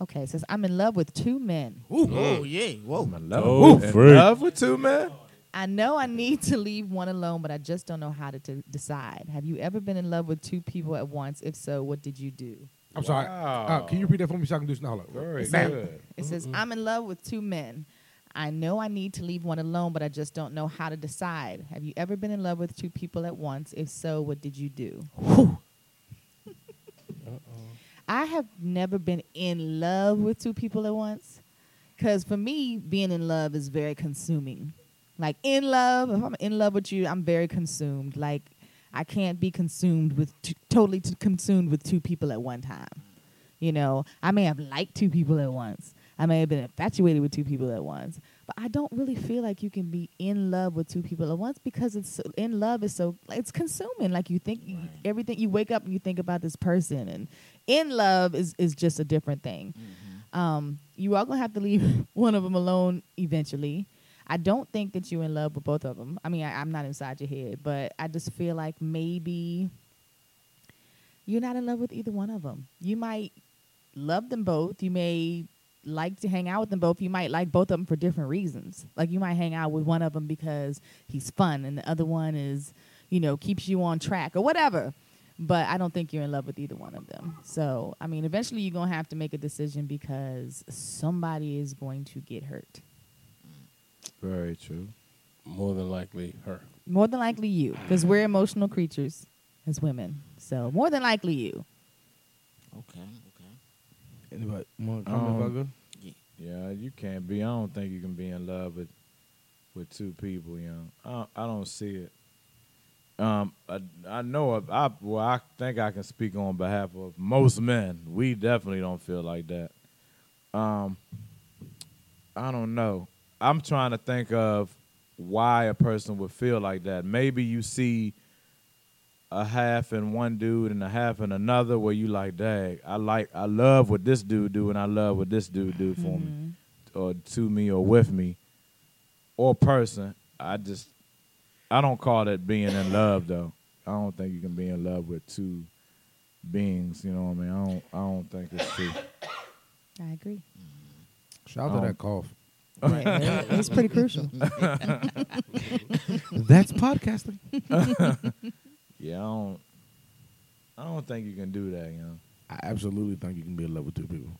[SPEAKER 3] Okay, it says I'm in love with two men.
[SPEAKER 4] Oh yeah. Whoa.
[SPEAKER 2] My love.
[SPEAKER 5] Oh,
[SPEAKER 2] and
[SPEAKER 5] freak.
[SPEAKER 2] love with two man.
[SPEAKER 3] I know I need to leave one alone, but I just don't know how to, to decide. Have you ever been in love with two people at once? If so, what did you do?
[SPEAKER 1] I'm sorry. Uh, can you repeat that for me so I can do this now? Hold on.
[SPEAKER 2] Very
[SPEAKER 1] Bam.
[SPEAKER 2] good. Mm-hmm.
[SPEAKER 3] It says, I'm in love with two men. I know I need to leave one alone, but I just don't know how to decide. Have you ever been in love with two people at once? If so, what did you do? I have never been in love with two people at once. Because for me, being in love is very consuming. Like, in love, if I'm in love with you, I'm very consumed. Like, I can't be consumed with, t- totally t- consumed with two people at one time. You know, I may have liked two people at once. I may have been infatuated with two people at once, but I don't really feel like you can be in love with two people at once because it's so, in love is so like, it's consuming. Like you think you- everything you wake up and you think about this person, and in love is is just a different thing. Um, you are gonna have to leave one of them alone eventually. I don't think that you're in love with both of them. I mean, I, I'm not inside your head, but I just feel like maybe you're not in love with either one of them. You might love them both. You may like to hang out with them both. You might like both of them for different reasons. Like you might hang out with one of them because he's fun, and the other one is, you know, keeps you on track or whatever. But I don't think you're in love with either one of them. So I mean, eventually you're gonna have to make a decision because somebody is going to get hurt.
[SPEAKER 2] Very true.
[SPEAKER 5] More than likely, her.
[SPEAKER 3] More than likely you, because we're emotional creatures as women. So more than likely you.
[SPEAKER 4] Okay. Okay.
[SPEAKER 1] Anybody want to
[SPEAKER 2] Um,
[SPEAKER 1] comment, if I go?
[SPEAKER 2] Yeah, you can't be. I don't think you can be in love with with two people. You know, I don't, I don't see it. Um, I, I know. of- I well, I think I can speak on behalf of most men. We definitely don't feel like that. Um, I don't know. I'm trying to think of why a person would feel like that. Maybe you see a half in one dude and a half in another where you like, dang, I like I love what this dude do and I love what this dude do for me or to me or with me or person. I just I don't call that being in love though. I don't think you can be in love with two beings, you know what I mean? I don't I don't think it's true.
[SPEAKER 3] I agree.
[SPEAKER 1] Shout out
[SPEAKER 2] Um,
[SPEAKER 1] to that cough.
[SPEAKER 3] Yeah, it was pretty crucial.
[SPEAKER 1] That's podcasting.
[SPEAKER 2] Yeah, I don't I don't think you can do that, you know.
[SPEAKER 1] I absolutely think you can be in love with two people.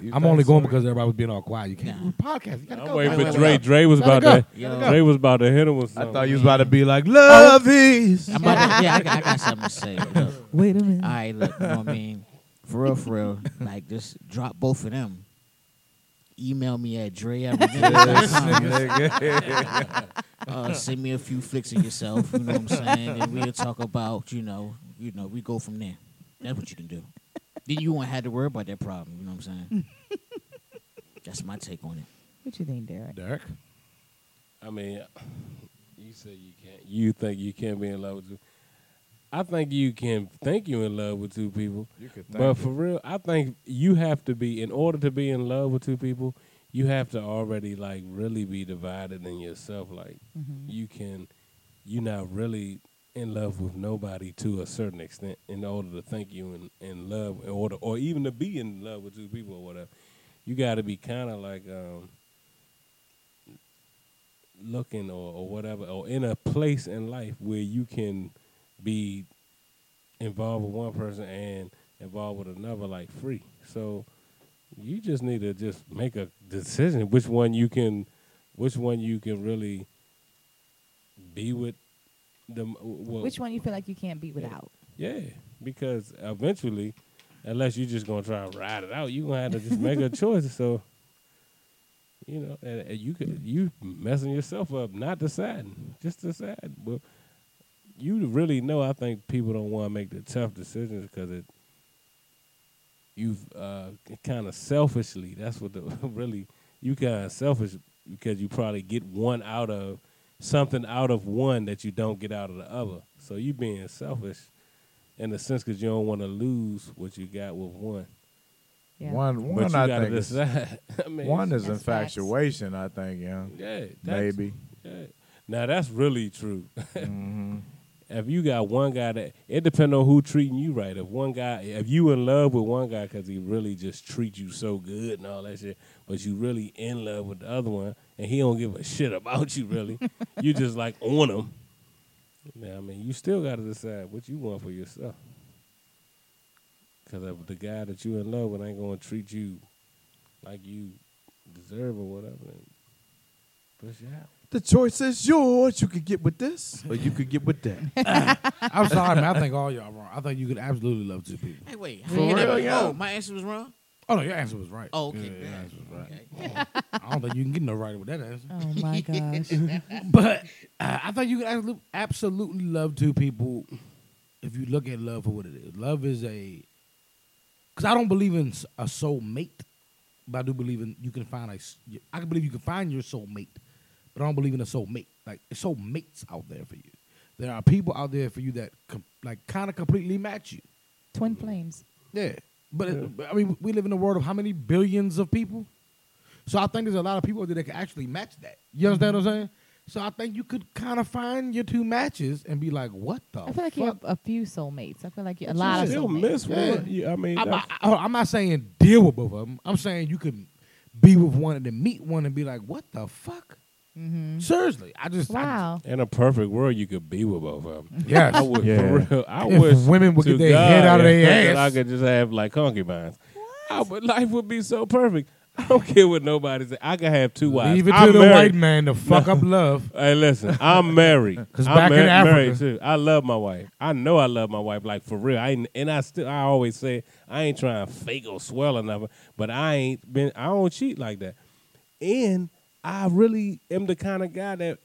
[SPEAKER 2] You
[SPEAKER 1] I'm
[SPEAKER 2] think
[SPEAKER 1] only going
[SPEAKER 2] so?
[SPEAKER 1] because everybody was being all quiet. You can't do a podcast. You gotta
[SPEAKER 5] I'm
[SPEAKER 1] go.
[SPEAKER 5] waiting
[SPEAKER 1] Gotta
[SPEAKER 5] for
[SPEAKER 1] go.
[SPEAKER 5] Dre. Dre was
[SPEAKER 1] Gotta
[SPEAKER 5] about
[SPEAKER 1] go.
[SPEAKER 5] to. Dre was about to hit him with something. Oh.
[SPEAKER 2] I thought you was about to be like, love
[SPEAKER 3] Oh.
[SPEAKER 2] is.
[SPEAKER 4] I'm about to- uh, yeah, I got, I got something to say. Look.
[SPEAKER 3] Wait a minute.
[SPEAKER 4] All right, look, you know what I mean? For real, for real. Like, just drop both of them. Email me at Dre. uh, send me a few flicks of yourself. You know what I'm saying? And we'll talk about, you know, you know, we go from there. That's what you can do. Then you won't have to worry about that problem. You know what I'm saying? That's my take on it.
[SPEAKER 3] What you think, Derek?
[SPEAKER 1] Derek.
[SPEAKER 5] I mean, you say you can't. You think you can't be in love with you. I think you can think you in love with two people.
[SPEAKER 2] You could think
[SPEAKER 5] but
[SPEAKER 2] it.
[SPEAKER 5] for real, I think you have to be in order to be in love with two people, you have to already like really be divided in yourself. Like
[SPEAKER 18] Mhm.
[SPEAKER 5] you can you're not really in love with nobody to a certain extent in order to think you in, in love in order or even to be in love with two people or whatever. You gotta be kinda like um looking or, or whatever or in a place in life where you can be involved with one person and involved with another like free so you just need to just make a decision which one you can which one you can really be with them well,
[SPEAKER 3] Which one you feel like you can't be without?
[SPEAKER 5] eh, yeah because eventually unless you're just gonna try and ride it out you're gonna have to just make a choice so you know, and, and you could you messing yourself up, not deciding, just deciding. Well, you really know. I think people don't want to make the tough decisions because it you've uh, kind of selfishly. That's what the really you kind of selfish because you probably get one out of something out of one that you don't get out of the other. So you being selfish in the sense because you don't want to lose what you got with one.
[SPEAKER 2] Yeah. One,
[SPEAKER 5] But
[SPEAKER 2] one
[SPEAKER 5] you
[SPEAKER 2] I
[SPEAKER 5] gotta
[SPEAKER 2] think is,
[SPEAKER 5] decide. I mean,
[SPEAKER 2] one
[SPEAKER 5] it's-
[SPEAKER 2] is
[SPEAKER 5] That's facts.
[SPEAKER 2] infatuation. I think, yeah,
[SPEAKER 5] Yeah, that's-
[SPEAKER 2] maybe.
[SPEAKER 5] yeah. Now that's really true. If you got one guy that it depends on who treating you right. If one guy, if you in love with one guy because he really just treats you so good and all that shit, but you really in love with the other one and he don't give a shit about you really, you just like on him. Now I mean, you still got to decide what you want for yourself. Because if the guy that you in love with ain't gonna treat you like you deserve or whatever, then push you out.
[SPEAKER 2] The choice is yours. You could get with this, or you could get with that.
[SPEAKER 1] I'm sorry, man. I think all y'all wrong. I think you could absolutely love two people.
[SPEAKER 4] Hey, wait.
[SPEAKER 1] For
[SPEAKER 4] I hear that-
[SPEAKER 1] real, yeah.
[SPEAKER 4] Oh, my answer was wrong.
[SPEAKER 1] Oh no, your answer was right.
[SPEAKER 4] Oh, okay.
[SPEAKER 1] Yeah, your answer was right. I don't think you can get no right with that answer.
[SPEAKER 3] Oh my gosh.
[SPEAKER 1] but uh, I think you can absolutely, absolutely love two people if you look at love for what it is. Love is a because I don't believe in s- a soulmate, but I do believe in you can find a. s- y- I can believe you can find your soulmate, but I don't believe in a soulmate. Like there's soulmates out there for you. There are people out there for you that com- like kind of completely match you.
[SPEAKER 3] Twin flames.
[SPEAKER 1] Yeah, but it- but, I mean, we live in a world of how many billions of people? So I think there's a lot of people out there that can actually match that. You understand what I'm saying? So I think you could kind of find your two matches and be like, "What the?"
[SPEAKER 3] I feel like you have a few soulmates. I feel like you a
[SPEAKER 1] Oh, But you
[SPEAKER 3] lot of
[SPEAKER 1] still
[SPEAKER 3] soulmates.
[SPEAKER 1] miss one. Yeah.
[SPEAKER 5] Yeah, I mean,
[SPEAKER 1] I'm
[SPEAKER 5] that's-
[SPEAKER 1] not, I- I'm not saying deal with both of them. I'm saying you could be with one and then meet one and be like, "What the fuck?"
[SPEAKER 3] Mm-hmm.
[SPEAKER 1] Seriously, I just I
[SPEAKER 3] Wow.
[SPEAKER 5] In a perfect world, you could be with both of them.
[SPEAKER 1] Yes.
[SPEAKER 5] I would,
[SPEAKER 1] Yeah.
[SPEAKER 5] for real. I
[SPEAKER 1] If
[SPEAKER 5] wish
[SPEAKER 1] women would
[SPEAKER 5] to
[SPEAKER 1] get their
[SPEAKER 5] God,
[SPEAKER 1] head out of
[SPEAKER 5] if
[SPEAKER 1] their
[SPEAKER 5] I
[SPEAKER 1] ass.
[SPEAKER 5] could just have like concubines. I would, life would be so perfect. I don't care what nobody says. I could have two wives.
[SPEAKER 1] Leave it to
[SPEAKER 5] I'm
[SPEAKER 1] the
[SPEAKER 5] married.
[SPEAKER 1] white man to fuck up love.
[SPEAKER 5] Hey, listen, I'm married.
[SPEAKER 1] 'Cause
[SPEAKER 5] I'm
[SPEAKER 1] back in
[SPEAKER 5] mar-
[SPEAKER 1] Africa-
[SPEAKER 5] married too. I love my wife. I know I love my wife like for real. I ain't, and I still I always say I ain't trying to fake or swell or nothing, but I ain't been I don't cheat like that. And I really am the kind of guy that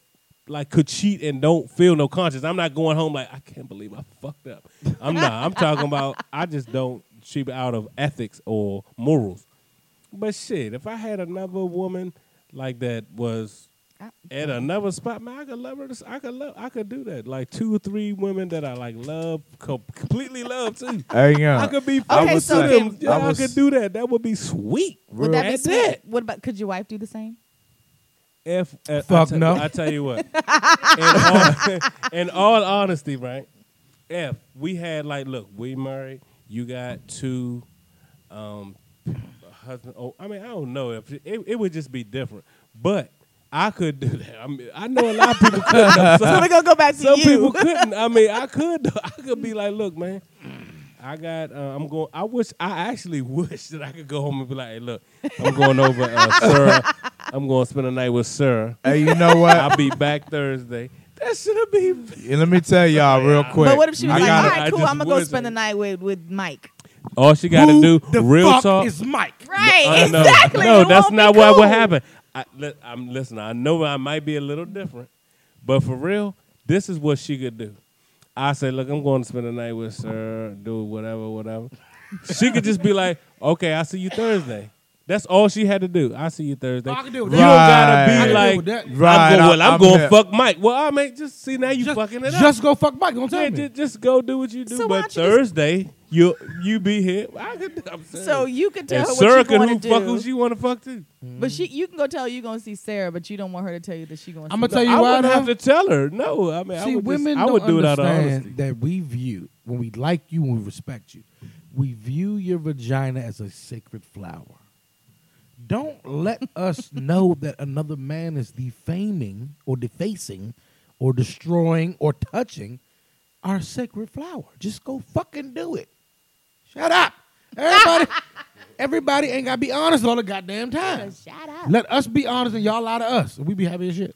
[SPEAKER 5] like could cheat and don't feel no conscience. I'm not going home like I can't believe I fucked up. I'm not. I'm talking about I just don't cheat out of ethics or morals. But shit, if I had another woman like that was at another spot, man, I could love her. to- I could love. I could do that. Like two or three women that I like love, co- completely love too.
[SPEAKER 2] Hey, yeah.
[SPEAKER 5] I could be.
[SPEAKER 2] I
[SPEAKER 5] I,
[SPEAKER 2] was
[SPEAKER 5] so
[SPEAKER 2] thinking-
[SPEAKER 5] them. Yeah,
[SPEAKER 2] I
[SPEAKER 5] I,
[SPEAKER 2] was-
[SPEAKER 5] could do that. That would be sweet.
[SPEAKER 3] Would that be
[SPEAKER 5] That's
[SPEAKER 3] sweet?
[SPEAKER 5] it.
[SPEAKER 3] What about could your wife do the same?
[SPEAKER 5] If uh,
[SPEAKER 1] Fuck
[SPEAKER 5] I tell-
[SPEAKER 1] no.
[SPEAKER 5] I tell you what. in, all, in all honesty, right? If we had like, look, we married. You got two, um, husband. Oh, I mean, I don't know if it, it would just be different, but. I could do that. I mean, I know a lot of people couldn't. I'm
[SPEAKER 3] So
[SPEAKER 5] sorry.
[SPEAKER 3] we gonna go back to
[SPEAKER 5] Some
[SPEAKER 3] you.
[SPEAKER 5] people couldn't. I mean, I could. though. I could be like, look, man, I got. Uh, I'm going. I wish. I actually wish that I could go home and be like, hey, look, I'm going over uh, Sarah. I'm going to spend the night with Sarah.
[SPEAKER 2] Hey, you know what?
[SPEAKER 5] I'll be back Thursday. That should have been.
[SPEAKER 2] And let me tell y'all real quick.
[SPEAKER 3] But what if she was
[SPEAKER 2] I
[SPEAKER 3] like, all
[SPEAKER 2] gotta-
[SPEAKER 3] right, cool,
[SPEAKER 5] just
[SPEAKER 3] I'm gonna go
[SPEAKER 5] wish
[SPEAKER 3] spend the night with, with Mike.
[SPEAKER 5] All she got to do. real
[SPEAKER 3] fuck
[SPEAKER 5] talk
[SPEAKER 3] is
[SPEAKER 1] Mike?
[SPEAKER 3] Right,
[SPEAKER 5] Uh, no,
[SPEAKER 3] exactly.
[SPEAKER 5] No,
[SPEAKER 3] It
[SPEAKER 5] that's
[SPEAKER 3] won't
[SPEAKER 5] not
[SPEAKER 3] be
[SPEAKER 5] what
[SPEAKER 3] cool.
[SPEAKER 5] would happen. I, li- I'm listen. I know I might be a little different, but for real, this is what she could do. I say, look, I'm going to spend the night with her, do whatever, whatever. she could just be like, okay, I'll see you Thursday. That's all she had to do. I see you Thursday.
[SPEAKER 1] I can deal with
[SPEAKER 5] you don't gotta be
[SPEAKER 1] that. Right. I can deal
[SPEAKER 5] like,
[SPEAKER 1] with that.
[SPEAKER 5] I'm
[SPEAKER 1] Right,
[SPEAKER 5] going-
[SPEAKER 1] I-
[SPEAKER 5] well, I'm,
[SPEAKER 1] I'm
[SPEAKER 5] going
[SPEAKER 1] here.
[SPEAKER 5] to fuck Mike. Well, I mean, just see now you fucking it up.
[SPEAKER 1] just go fuck Mike. Don't tell
[SPEAKER 5] yeah,
[SPEAKER 1] me.
[SPEAKER 5] ju- Just, go do what you do.
[SPEAKER 1] So why
[SPEAKER 5] but
[SPEAKER 1] don't you just-
[SPEAKER 5] Thursday, you you be here. I could, I'm saying.
[SPEAKER 3] So you could tell
[SPEAKER 5] And
[SPEAKER 3] her
[SPEAKER 5] Sarah
[SPEAKER 3] what you
[SPEAKER 5] can
[SPEAKER 3] want
[SPEAKER 5] who
[SPEAKER 3] to do.
[SPEAKER 5] fuck who she want to fuck too.
[SPEAKER 3] But she, you can go tell her you going to see Sarah, but you don't want her to tell you that she going.
[SPEAKER 5] I'ma tell you I why wouldn't now. have to tell her. No, I mean, I
[SPEAKER 1] See,
[SPEAKER 5] would just-
[SPEAKER 1] women
[SPEAKER 5] I
[SPEAKER 1] don't
[SPEAKER 5] would do it out of
[SPEAKER 1] understand
[SPEAKER 5] honesty.
[SPEAKER 1] that we view when we like you when we respect you, we view your vagina as a sacred flower. Don't let us know that another man is defaming or defacing or destroying or touching our sacred flower. Just go fucking do it. Shut up. Everybody everybody ain't gotta be honest all the goddamn time.
[SPEAKER 3] Shut up.
[SPEAKER 1] Let us be honest and y'all lie to us. We be happy as shit.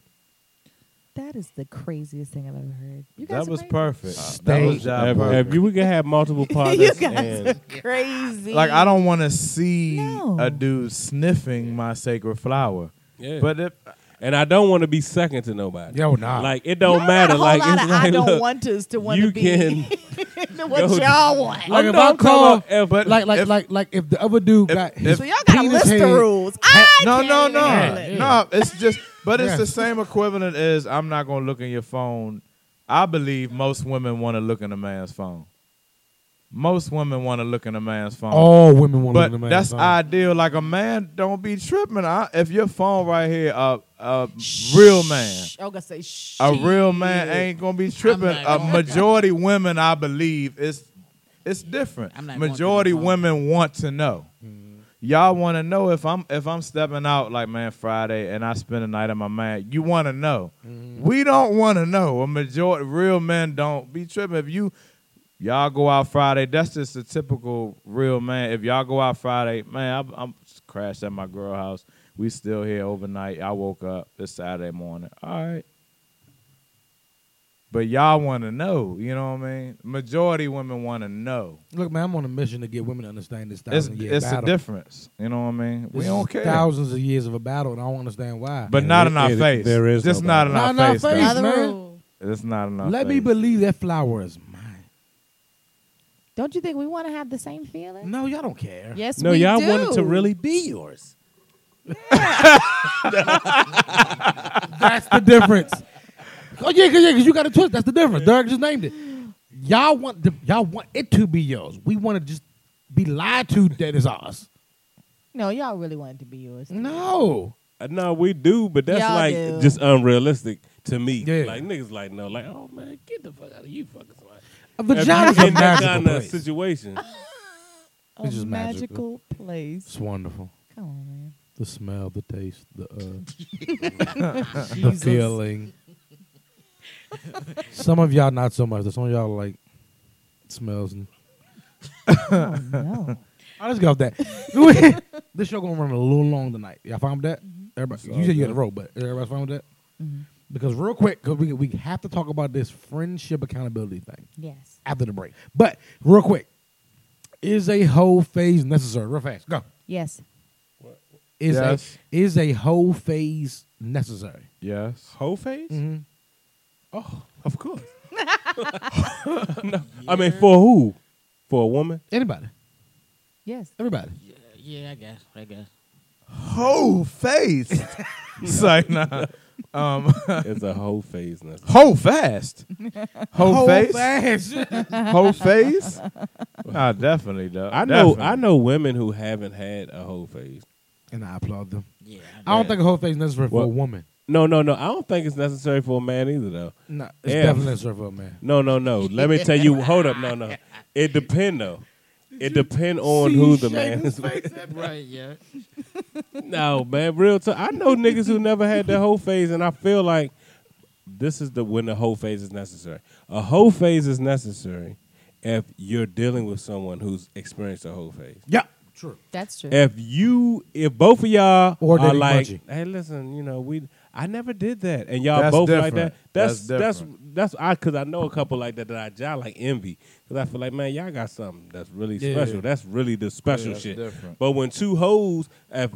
[SPEAKER 3] That is the craziest thing I've ever heard. You guys
[SPEAKER 2] That
[SPEAKER 3] are
[SPEAKER 2] was
[SPEAKER 3] crazy.
[SPEAKER 2] perfect.
[SPEAKER 1] Stay-
[SPEAKER 2] That was job
[SPEAKER 5] If-
[SPEAKER 2] perfect.
[SPEAKER 5] if you- we could have multiple partners
[SPEAKER 3] you guys
[SPEAKER 5] and-
[SPEAKER 3] are crazy.
[SPEAKER 2] Like I don't want to see a dude sniffing my sacred flower.
[SPEAKER 5] Yeah.
[SPEAKER 2] But if
[SPEAKER 5] and I don't want to be second to nobody.
[SPEAKER 2] Yo, nah.
[SPEAKER 5] Like it don't
[SPEAKER 2] Y'all
[SPEAKER 5] matter.
[SPEAKER 3] a whole
[SPEAKER 5] like
[SPEAKER 3] lot
[SPEAKER 5] it's
[SPEAKER 3] of
[SPEAKER 5] like,
[SPEAKER 3] I don't
[SPEAKER 5] look,
[SPEAKER 3] want us to want
[SPEAKER 5] you
[SPEAKER 3] to be
[SPEAKER 5] can
[SPEAKER 3] what
[SPEAKER 5] go-
[SPEAKER 3] y'all want.
[SPEAKER 1] Like if
[SPEAKER 5] no,
[SPEAKER 1] I
[SPEAKER 5] I'm talking
[SPEAKER 1] call,
[SPEAKER 5] about if-
[SPEAKER 1] but like like
[SPEAKER 5] if-
[SPEAKER 1] like like if the other dude got his
[SPEAKER 3] so y'all got to
[SPEAKER 1] penis
[SPEAKER 3] list
[SPEAKER 1] head,
[SPEAKER 3] the rules. I
[SPEAKER 2] no,
[SPEAKER 3] can't
[SPEAKER 2] no,
[SPEAKER 3] even handle it.
[SPEAKER 2] no, no. It's just, but it's
[SPEAKER 1] Yeah.
[SPEAKER 2] the same equivalent as I'm not gonna look in your phone. I believe most women want to look in a man's phone. Most women want to look in a man's phone.
[SPEAKER 1] All women wanna look in a man's
[SPEAKER 2] that's
[SPEAKER 1] phone.
[SPEAKER 2] ideal. Like a man, don't be tripping. I, if your phone right here, a a real man,
[SPEAKER 3] I'm gonna say shh.
[SPEAKER 2] a real man ain't gonna be tripping. A majority women, I believe, it's it's different.
[SPEAKER 4] not going
[SPEAKER 2] Majority
[SPEAKER 4] through the
[SPEAKER 2] women want to know. Y'all want to know if I'm if I'm stepping out like man Friday and I spend the night at my man. You want to know. We don't want to know. A majority real men don't be tripping. If you y'all go out Friday, that's just a typical real man. If y'all go out Friday, man, I'm, I'm crashed at my girl house. We still here overnight. I woke up. It's Saturday morning. All right. But y'all want to know, you know what I mean? Majority women want to know.
[SPEAKER 1] Look, man, I'm on a mission to get women to understand this
[SPEAKER 2] It's,
[SPEAKER 1] thousand year
[SPEAKER 2] it's a
[SPEAKER 1] battle.
[SPEAKER 2] difference, you know what I mean? We
[SPEAKER 1] This
[SPEAKER 2] don't
[SPEAKER 1] is
[SPEAKER 2] care.
[SPEAKER 1] Thousands of years of a battle, and I don't understand why.
[SPEAKER 2] But not in our face. Just not in our face. though.
[SPEAKER 1] face, man.
[SPEAKER 2] It's not in our
[SPEAKER 1] Let
[SPEAKER 2] face.
[SPEAKER 1] me believe that flower is.
[SPEAKER 3] Don't you think we want to have the same feeling?
[SPEAKER 1] No, y'all don't care.
[SPEAKER 3] Yes,
[SPEAKER 5] No,
[SPEAKER 3] we
[SPEAKER 5] y'all
[SPEAKER 3] do.
[SPEAKER 5] want it to really be yours.
[SPEAKER 1] That's the difference. Oh yeah, cause, yeah, 'cause you got a twist. That's the difference. Derek just named it. Y'all want the, y'all want it to be yours. We want to just be lied to that is ours.
[SPEAKER 3] No, y'all really want it to be yours.
[SPEAKER 1] No.
[SPEAKER 5] Uh, No, we do, but that's
[SPEAKER 3] Y'all
[SPEAKER 5] like
[SPEAKER 3] do.
[SPEAKER 5] just unrealistic to me.
[SPEAKER 1] Yeah.
[SPEAKER 5] Like niggas like no, like oh man, get the fuck out of you fucking somebody.
[SPEAKER 1] A
[SPEAKER 5] If you
[SPEAKER 1] vagina's a
[SPEAKER 5] in that
[SPEAKER 1] magical
[SPEAKER 5] kind of
[SPEAKER 1] place.
[SPEAKER 5] situation.
[SPEAKER 3] A
[SPEAKER 1] It's just
[SPEAKER 3] magical
[SPEAKER 1] magical.
[SPEAKER 3] place.
[SPEAKER 1] It's wonderful.
[SPEAKER 3] Come on, man.
[SPEAKER 1] The smell, the taste, the uh, the
[SPEAKER 3] Jesus.
[SPEAKER 1] feeling. Some of y'all not so much. Some of y'all like smells. And I just got that. this show gonna run a little long tonight. Y'all fine with that? Everybody,
[SPEAKER 5] all
[SPEAKER 1] you said you had a
[SPEAKER 5] good.
[SPEAKER 1] roll, but everybody's fine with that. Because real quick, because we we have to talk about this friendship accountability thing.
[SPEAKER 3] Yes.
[SPEAKER 1] After the break, but real quick, is a whole phase necessary? Real fast, go.
[SPEAKER 3] Yes.
[SPEAKER 1] Is
[SPEAKER 2] Yes.
[SPEAKER 1] a is a whole phase necessary?
[SPEAKER 2] Yes.
[SPEAKER 5] Whole face?
[SPEAKER 1] Mhm.
[SPEAKER 5] Oh, of course. no, I mean, for who? For a woman?
[SPEAKER 1] Anybody?
[SPEAKER 3] Yes.
[SPEAKER 1] Everybody.
[SPEAKER 4] Yeah, I guess. I guess.
[SPEAKER 2] Whole face. it's like, nah. Um,
[SPEAKER 5] it's a whole phase. Now.
[SPEAKER 2] Whole fast. Whole,
[SPEAKER 5] Whole
[SPEAKER 2] face.
[SPEAKER 5] fast.
[SPEAKER 2] whole face. Nah, definitely, though.
[SPEAKER 5] I know.
[SPEAKER 2] Definitely.
[SPEAKER 5] I know women who haven't had a whole phase.
[SPEAKER 1] And I applaud them. Yeah, I don't think a whole phase necessary for a
[SPEAKER 5] Well,
[SPEAKER 1] woman.
[SPEAKER 5] No, no, no. I don't think it's necessary for a man either, though.
[SPEAKER 1] No, it's definitely necessary for a man.
[SPEAKER 5] No, no, no. Let me tell you. Hold up. No, no. It depend though. It depend on
[SPEAKER 4] see
[SPEAKER 5] who
[SPEAKER 4] his
[SPEAKER 5] the man
[SPEAKER 4] shaking
[SPEAKER 5] is
[SPEAKER 4] face
[SPEAKER 5] with.
[SPEAKER 4] at- Right, yeah.
[SPEAKER 5] no, man. Real talk. I know niggas who never had the whole phase, and I feel like this is the when the whole phase is necessary. A whole phase is necessary if you're dealing with someone who's experienced a whole phase.
[SPEAKER 1] Yeah. True.
[SPEAKER 3] That's true.
[SPEAKER 5] If you, if both of y'all
[SPEAKER 1] Or
[SPEAKER 5] are
[SPEAKER 1] Diddy
[SPEAKER 5] like,
[SPEAKER 1] Munchie.
[SPEAKER 5] hey, listen, you know, we, I never did that, and y'all
[SPEAKER 2] That's
[SPEAKER 5] both like
[SPEAKER 2] different.
[SPEAKER 5] that. That's
[SPEAKER 2] That's
[SPEAKER 5] that's that's, I because I know a couple like that that I jive like envy because I feel like man, y'all got something that's really
[SPEAKER 2] Yeah.
[SPEAKER 5] special. That's really the special
[SPEAKER 2] that's
[SPEAKER 5] shit.
[SPEAKER 2] different.
[SPEAKER 5] But when two hoes, if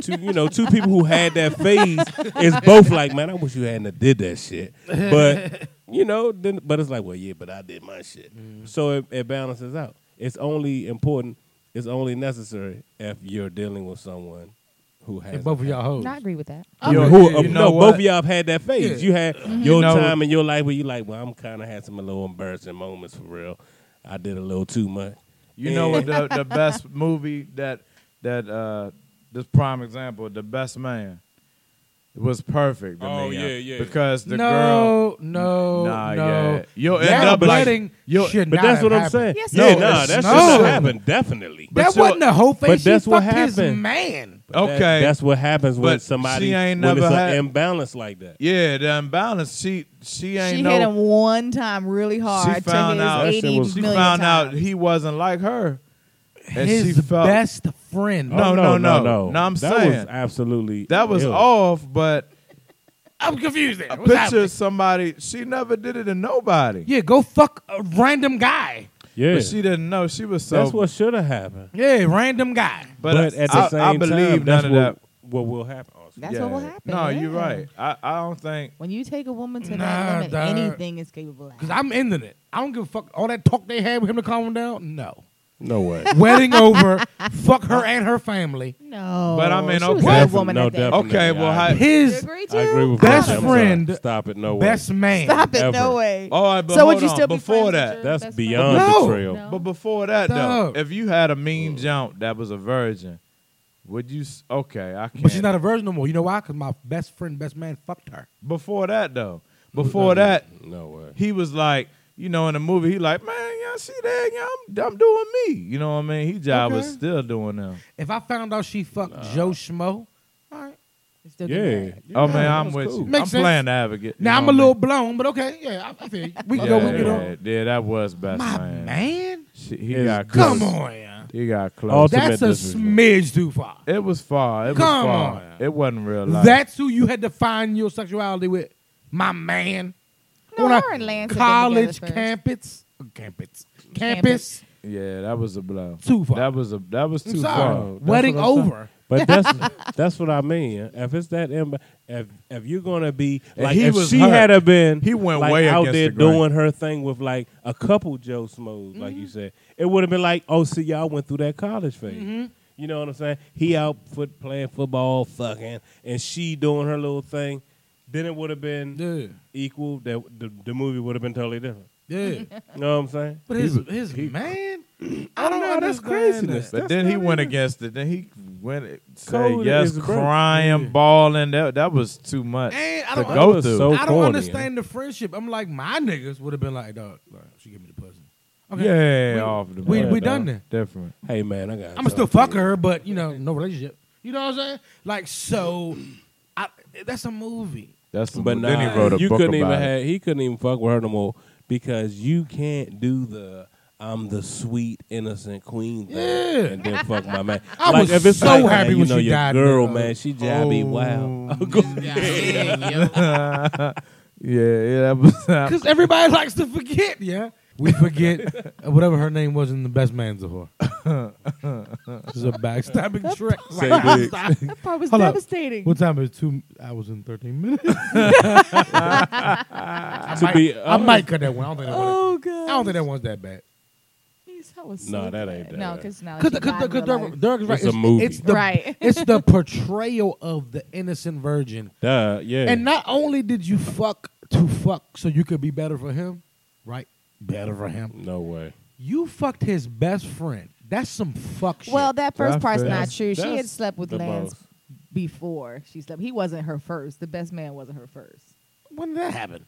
[SPEAKER 5] two you know two people who had that phase, it's both like man, I wish you hadn't have did that shit, but. You know, then, but it's like, well, yeah, but I did my shit, so it, it balances out. It's only important It's only necessary if you're dealing with someone who has.
[SPEAKER 1] both of y'all hoes.
[SPEAKER 3] I agree with that.
[SPEAKER 5] You
[SPEAKER 1] Okay.
[SPEAKER 5] who,
[SPEAKER 1] You
[SPEAKER 5] uh,
[SPEAKER 1] know
[SPEAKER 5] no,
[SPEAKER 1] what?
[SPEAKER 5] both of y'all have had that phase.
[SPEAKER 1] Yeah.
[SPEAKER 5] You had
[SPEAKER 1] Mhm.
[SPEAKER 5] your
[SPEAKER 1] You know-
[SPEAKER 5] time in your life where you like, well, I'm kind of had some little embarrassing moments for real. I did a little too much.
[SPEAKER 2] You know what
[SPEAKER 5] And-
[SPEAKER 2] the, the best movie that that uh this prime example, The Best Man. It was perfect. to
[SPEAKER 5] Oh,
[SPEAKER 2] me, uh,
[SPEAKER 5] yeah, yeah.
[SPEAKER 2] Because the
[SPEAKER 1] No,
[SPEAKER 2] girl,
[SPEAKER 1] no,
[SPEAKER 2] nah,
[SPEAKER 1] no.
[SPEAKER 2] yeah. You'll
[SPEAKER 1] That
[SPEAKER 2] end up like,
[SPEAKER 1] wedding
[SPEAKER 2] you'll-
[SPEAKER 1] should
[SPEAKER 5] But
[SPEAKER 1] not
[SPEAKER 5] that's
[SPEAKER 1] have
[SPEAKER 5] what I'm
[SPEAKER 1] happened.
[SPEAKER 5] saying.
[SPEAKER 1] Yes,
[SPEAKER 5] yeah,
[SPEAKER 1] it
[SPEAKER 5] nah,
[SPEAKER 1] is.
[SPEAKER 5] that
[SPEAKER 1] No.
[SPEAKER 5] should have happened definitely.
[SPEAKER 1] That
[SPEAKER 5] you'll-
[SPEAKER 1] wasn't a whole face.
[SPEAKER 5] But
[SPEAKER 1] She
[SPEAKER 5] that's what
[SPEAKER 1] fucked his
[SPEAKER 5] happened.
[SPEAKER 1] man.
[SPEAKER 5] But that-
[SPEAKER 2] Okay.
[SPEAKER 5] that's what happens when
[SPEAKER 2] But
[SPEAKER 5] somebody
[SPEAKER 2] she ain't
[SPEAKER 5] when
[SPEAKER 2] never
[SPEAKER 5] it's
[SPEAKER 2] had-
[SPEAKER 5] an imbalance like that.
[SPEAKER 2] yeah, the imbalance. She she ain't
[SPEAKER 3] She
[SPEAKER 2] no
[SPEAKER 3] hit him one time really hard
[SPEAKER 2] she
[SPEAKER 3] to his
[SPEAKER 2] found out
[SPEAKER 3] 80
[SPEAKER 2] she
[SPEAKER 3] million
[SPEAKER 2] found out
[SPEAKER 3] times.
[SPEAKER 2] he wasn't like her. And
[SPEAKER 1] His
[SPEAKER 2] she felt,
[SPEAKER 1] best friend.
[SPEAKER 2] No,
[SPEAKER 5] Oh,
[SPEAKER 2] no, no,
[SPEAKER 5] no,
[SPEAKER 2] no,
[SPEAKER 5] no, no.
[SPEAKER 2] I'm
[SPEAKER 5] That was
[SPEAKER 2] saying
[SPEAKER 5] absolutely
[SPEAKER 2] that was
[SPEAKER 5] ill.
[SPEAKER 2] off. But
[SPEAKER 1] I'm confused. There.
[SPEAKER 2] I
[SPEAKER 1] What's happening?
[SPEAKER 2] picture somebody. She never did it to nobody.
[SPEAKER 1] Yeah, go fuck a random guy.
[SPEAKER 5] Yeah.
[SPEAKER 2] but she didn't know. She was so.
[SPEAKER 5] That's what should have happened.
[SPEAKER 1] Yeah, random guy.
[SPEAKER 2] But,
[SPEAKER 5] But
[SPEAKER 2] I,
[SPEAKER 5] at the
[SPEAKER 2] I-
[SPEAKER 5] same
[SPEAKER 2] I believe
[SPEAKER 5] time,
[SPEAKER 2] none
[SPEAKER 5] that's
[SPEAKER 2] of
[SPEAKER 5] what-
[SPEAKER 2] that.
[SPEAKER 5] What will happen?
[SPEAKER 3] That's what will happen,
[SPEAKER 2] No, you're
[SPEAKER 3] yeah.
[SPEAKER 2] right. I, I don't think.
[SPEAKER 3] When you take a woman to
[SPEAKER 1] Nah,
[SPEAKER 3] that limit,
[SPEAKER 1] dog.
[SPEAKER 3] anything is capable of.
[SPEAKER 1] Cause I'm ending it. I don't give a fuck. All that talk they had with him to calm him down. No.
[SPEAKER 5] No way.
[SPEAKER 1] Wedding over. Fuck her and her family.
[SPEAKER 3] No.
[SPEAKER 2] But I mean, okay.
[SPEAKER 1] What?
[SPEAKER 5] no, definitely.
[SPEAKER 2] Okay, well,
[SPEAKER 5] I,
[SPEAKER 2] how-
[SPEAKER 1] His
[SPEAKER 5] I agree with
[SPEAKER 1] best
[SPEAKER 5] Bobby. I'm sorry.
[SPEAKER 1] friend.
[SPEAKER 5] Stop it. No way.
[SPEAKER 1] Best man.
[SPEAKER 3] Stop it.
[SPEAKER 5] Ever.
[SPEAKER 3] No way.
[SPEAKER 5] Oh,
[SPEAKER 2] All right, but
[SPEAKER 3] so would
[SPEAKER 2] hold
[SPEAKER 3] you
[SPEAKER 2] on.
[SPEAKER 3] still be
[SPEAKER 2] before
[SPEAKER 3] friends
[SPEAKER 2] that,
[SPEAKER 3] with your
[SPEAKER 5] That's
[SPEAKER 3] best
[SPEAKER 5] beyond
[SPEAKER 1] No.
[SPEAKER 5] betrayal.
[SPEAKER 2] But before that, though,
[SPEAKER 1] Dog.
[SPEAKER 2] if you had a mean jump that was a virgin, would you? s- Okay, I can't.
[SPEAKER 1] But she's not a virgin no more. You know why? Cause my best friend, best man, fucked her.
[SPEAKER 2] Before that, though, before that,
[SPEAKER 5] No way.
[SPEAKER 2] he was like, you know, in the movie, he like, man, y'all see that? Y'all, I'm, I'm doing me. You know what I mean? He job was
[SPEAKER 1] Okay.
[SPEAKER 2] still doing them.
[SPEAKER 1] If I found out she fucked Joe Schmo, all right.
[SPEAKER 3] Still
[SPEAKER 5] Yeah.
[SPEAKER 2] oh man,
[SPEAKER 5] that
[SPEAKER 2] I'm
[SPEAKER 5] was
[SPEAKER 2] with
[SPEAKER 5] cool.
[SPEAKER 2] you.
[SPEAKER 1] Makes
[SPEAKER 2] I'm
[SPEAKER 1] sense.
[SPEAKER 2] playing the advocate. you
[SPEAKER 1] Now
[SPEAKER 2] know
[SPEAKER 1] I'm a
[SPEAKER 2] what I
[SPEAKER 1] little
[SPEAKER 2] mean?
[SPEAKER 1] blown, but okay, yeah, I, I feel you. We can
[SPEAKER 2] yeah,
[SPEAKER 1] go, we can get on.
[SPEAKER 2] yeah, yeah, that was best man.
[SPEAKER 1] Man,
[SPEAKER 2] Shit, he
[SPEAKER 5] It's
[SPEAKER 2] got
[SPEAKER 1] come
[SPEAKER 2] close.
[SPEAKER 1] on, yeah.
[SPEAKER 2] He got close.
[SPEAKER 1] that's a smidge too far.
[SPEAKER 2] It was far. It was
[SPEAKER 1] Come
[SPEAKER 2] far.
[SPEAKER 1] on.
[SPEAKER 2] It wasn't real life.
[SPEAKER 1] That's who you had to find your sexuality with, my man.
[SPEAKER 3] No,
[SPEAKER 1] On a
[SPEAKER 3] her and Lance have been
[SPEAKER 1] college
[SPEAKER 3] together first.
[SPEAKER 1] campus, campus,
[SPEAKER 3] Campus.
[SPEAKER 1] campus.
[SPEAKER 2] yeah, that was a blow.
[SPEAKER 1] Too far.
[SPEAKER 2] That was a that was
[SPEAKER 1] I'm
[SPEAKER 2] too
[SPEAKER 1] sorry.
[SPEAKER 2] far.
[SPEAKER 5] That's
[SPEAKER 1] Wedding
[SPEAKER 5] what I'm saying.
[SPEAKER 1] over.
[SPEAKER 5] But that's that's what I mean. If it's that, imba- if if you're gonna be
[SPEAKER 2] And
[SPEAKER 5] like,
[SPEAKER 2] he
[SPEAKER 5] if
[SPEAKER 2] was
[SPEAKER 5] she
[SPEAKER 2] hurt.
[SPEAKER 5] had a been,
[SPEAKER 2] He went
[SPEAKER 5] like,
[SPEAKER 2] way
[SPEAKER 5] out
[SPEAKER 2] against
[SPEAKER 5] there
[SPEAKER 2] the grain.
[SPEAKER 5] doing her thing with like a couple Joe Smoes, like you said, it would have been like, oh, see, y'all went through that college
[SPEAKER 15] Mm-hmm.
[SPEAKER 5] phase. You know what I'm saying? He out foot playing football, fucking, and she doing her little thing. Then it would have been
[SPEAKER 1] Yeah,
[SPEAKER 5] equal. That the, the movie would have been totally different.
[SPEAKER 1] yeah.
[SPEAKER 5] You know what I'm saying?
[SPEAKER 1] But
[SPEAKER 2] He
[SPEAKER 1] his
[SPEAKER 2] was-
[SPEAKER 1] his man,
[SPEAKER 5] I don't know. That's
[SPEAKER 1] understand
[SPEAKER 5] craziness.
[SPEAKER 2] But
[SPEAKER 5] That's
[SPEAKER 2] then he
[SPEAKER 5] not
[SPEAKER 2] went
[SPEAKER 5] even-
[SPEAKER 2] against it. Then he went say
[SPEAKER 5] Cold
[SPEAKER 2] yes,
[SPEAKER 5] is broke.
[SPEAKER 2] crying,
[SPEAKER 1] Yeah.
[SPEAKER 2] balling. That that was too much
[SPEAKER 1] And I
[SPEAKER 2] to
[SPEAKER 1] don't-
[SPEAKER 5] That
[SPEAKER 2] go
[SPEAKER 5] was
[SPEAKER 2] through.
[SPEAKER 5] so
[SPEAKER 1] I don't
[SPEAKER 5] corny,
[SPEAKER 1] understand the friendship. I'm like, my niggas would have been like, dog, like, she give me the pussy.
[SPEAKER 2] Yeah,
[SPEAKER 1] we,
[SPEAKER 2] off the
[SPEAKER 1] we,
[SPEAKER 2] bat,
[SPEAKER 1] we
[SPEAKER 2] dog.
[SPEAKER 1] done then.
[SPEAKER 2] Different.
[SPEAKER 5] Hey man, I got.
[SPEAKER 1] I'm gonna still fuck her, but you know, no relationship. You know what I'm saying? Like, so, I, that's a movie.
[SPEAKER 2] That's the
[SPEAKER 5] But
[SPEAKER 2] but then
[SPEAKER 5] nah,
[SPEAKER 2] he wrote a
[SPEAKER 5] you
[SPEAKER 2] book
[SPEAKER 5] couldn't
[SPEAKER 2] about
[SPEAKER 5] even
[SPEAKER 2] it.
[SPEAKER 5] have he couldn't even fuck with her no more because you can't do the I'm the sweet innocent queen thing
[SPEAKER 1] Yeah.
[SPEAKER 5] and then fuck my man.
[SPEAKER 1] I
[SPEAKER 5] like
[SPEAKER 1] was
[SPEAKER 5] if it's
[SPEAKER 1] so
[SPEAKER 5] like, man,
[SPEAKER 1] happy
[SPEAKER 5] you
[SPEAKER 1] when
[SPEAKER 5] know
[SPEAKER 1] she
[SPEAKER 5] your
[SPEAKER 1] died,
[SPEAKER 5] girl,
[SPEAKER 1] though. Oh,
[SPEAKER 5] man, she jabby. Wow, Go-
[SPEAKER 2] yeah, yeah, that was.
[SPEAKER 1] Because everybody likes to forget, yeah. We forget uh, whatever her name was in the best man's a whore. This is a backstabbing trick.
[SPEAKER 5] Say
[SPEAKER 1] Like,
[SPEAKER 5] big.
[SPEAKER 1] stop.
[SPEAKER 3] That part was
[SPEAKER 1] Hold up.
[SPEAKER 3] devastating.
[SPEAKER 1] What time is it? two hours and thirteen minutes? I,
[SPEAKER 5] To
[SPEAKER 1] might,
[SPEAKER 5] be
[SPEAKER 1] I might
[SPEAKER 5] honest-
[SPEAKER 1] cut that one. I don't think that, one,
[SPEAKER 3] Oh
[SPEAKER 1] I
[SPEAKER 3] god.
[SPEAKER 1] don't think that one's that bad.
[SPEAKER 3] Jeez, that was
[SPEAKER 5] No,
[SPEAKER 3] so
[SPEAKER 5] that
[SPEAKER 3] bad.
[SPEAKER 5] ain't that
[SPEAKER 3] No,
[SPEAKER 5] bad.
[SPEAKER 3] because now
[SPEAKER 1] Because
[SPEAKER 3] she died in real
[SPEAKER 1] Dirk,
[SPEAKER 3] life.
[SPEAKER 1] Dirk is right.
[SPEAKER 5] It's a movie.
[SPEAKER 1] It's the,
[SPEAKER 3] Right.
[SPEAKER 1] it's the portrayal of the innocent virgin.
[SPEAKER 5] Duh, yeah.
[SPEAKER 1] And not only did you fuck to fuck so you could be better for him, right? Better for him.
[SPEAKER 5] no way.
[SPEAKER 1] You fucked his best friend. That's some fuck shit.
[SPEAKER 3] Well, that first
[SPEAKER 2] That's-
[SPEAKER 3] part's not
[SPEAKER 2] that's-
[SPEAKER 3] true. She had
[SPEAKER 5] that's
[SPEAKER 3] slept with
[SPEAKER 5] the
[SPEAKER 3] Lance
[SPEAKER 5] most.
[SPEAKER 3] before she slept. He wasn't her first. The best man wasn't her first.
[SPEAKER 1] when did that happen?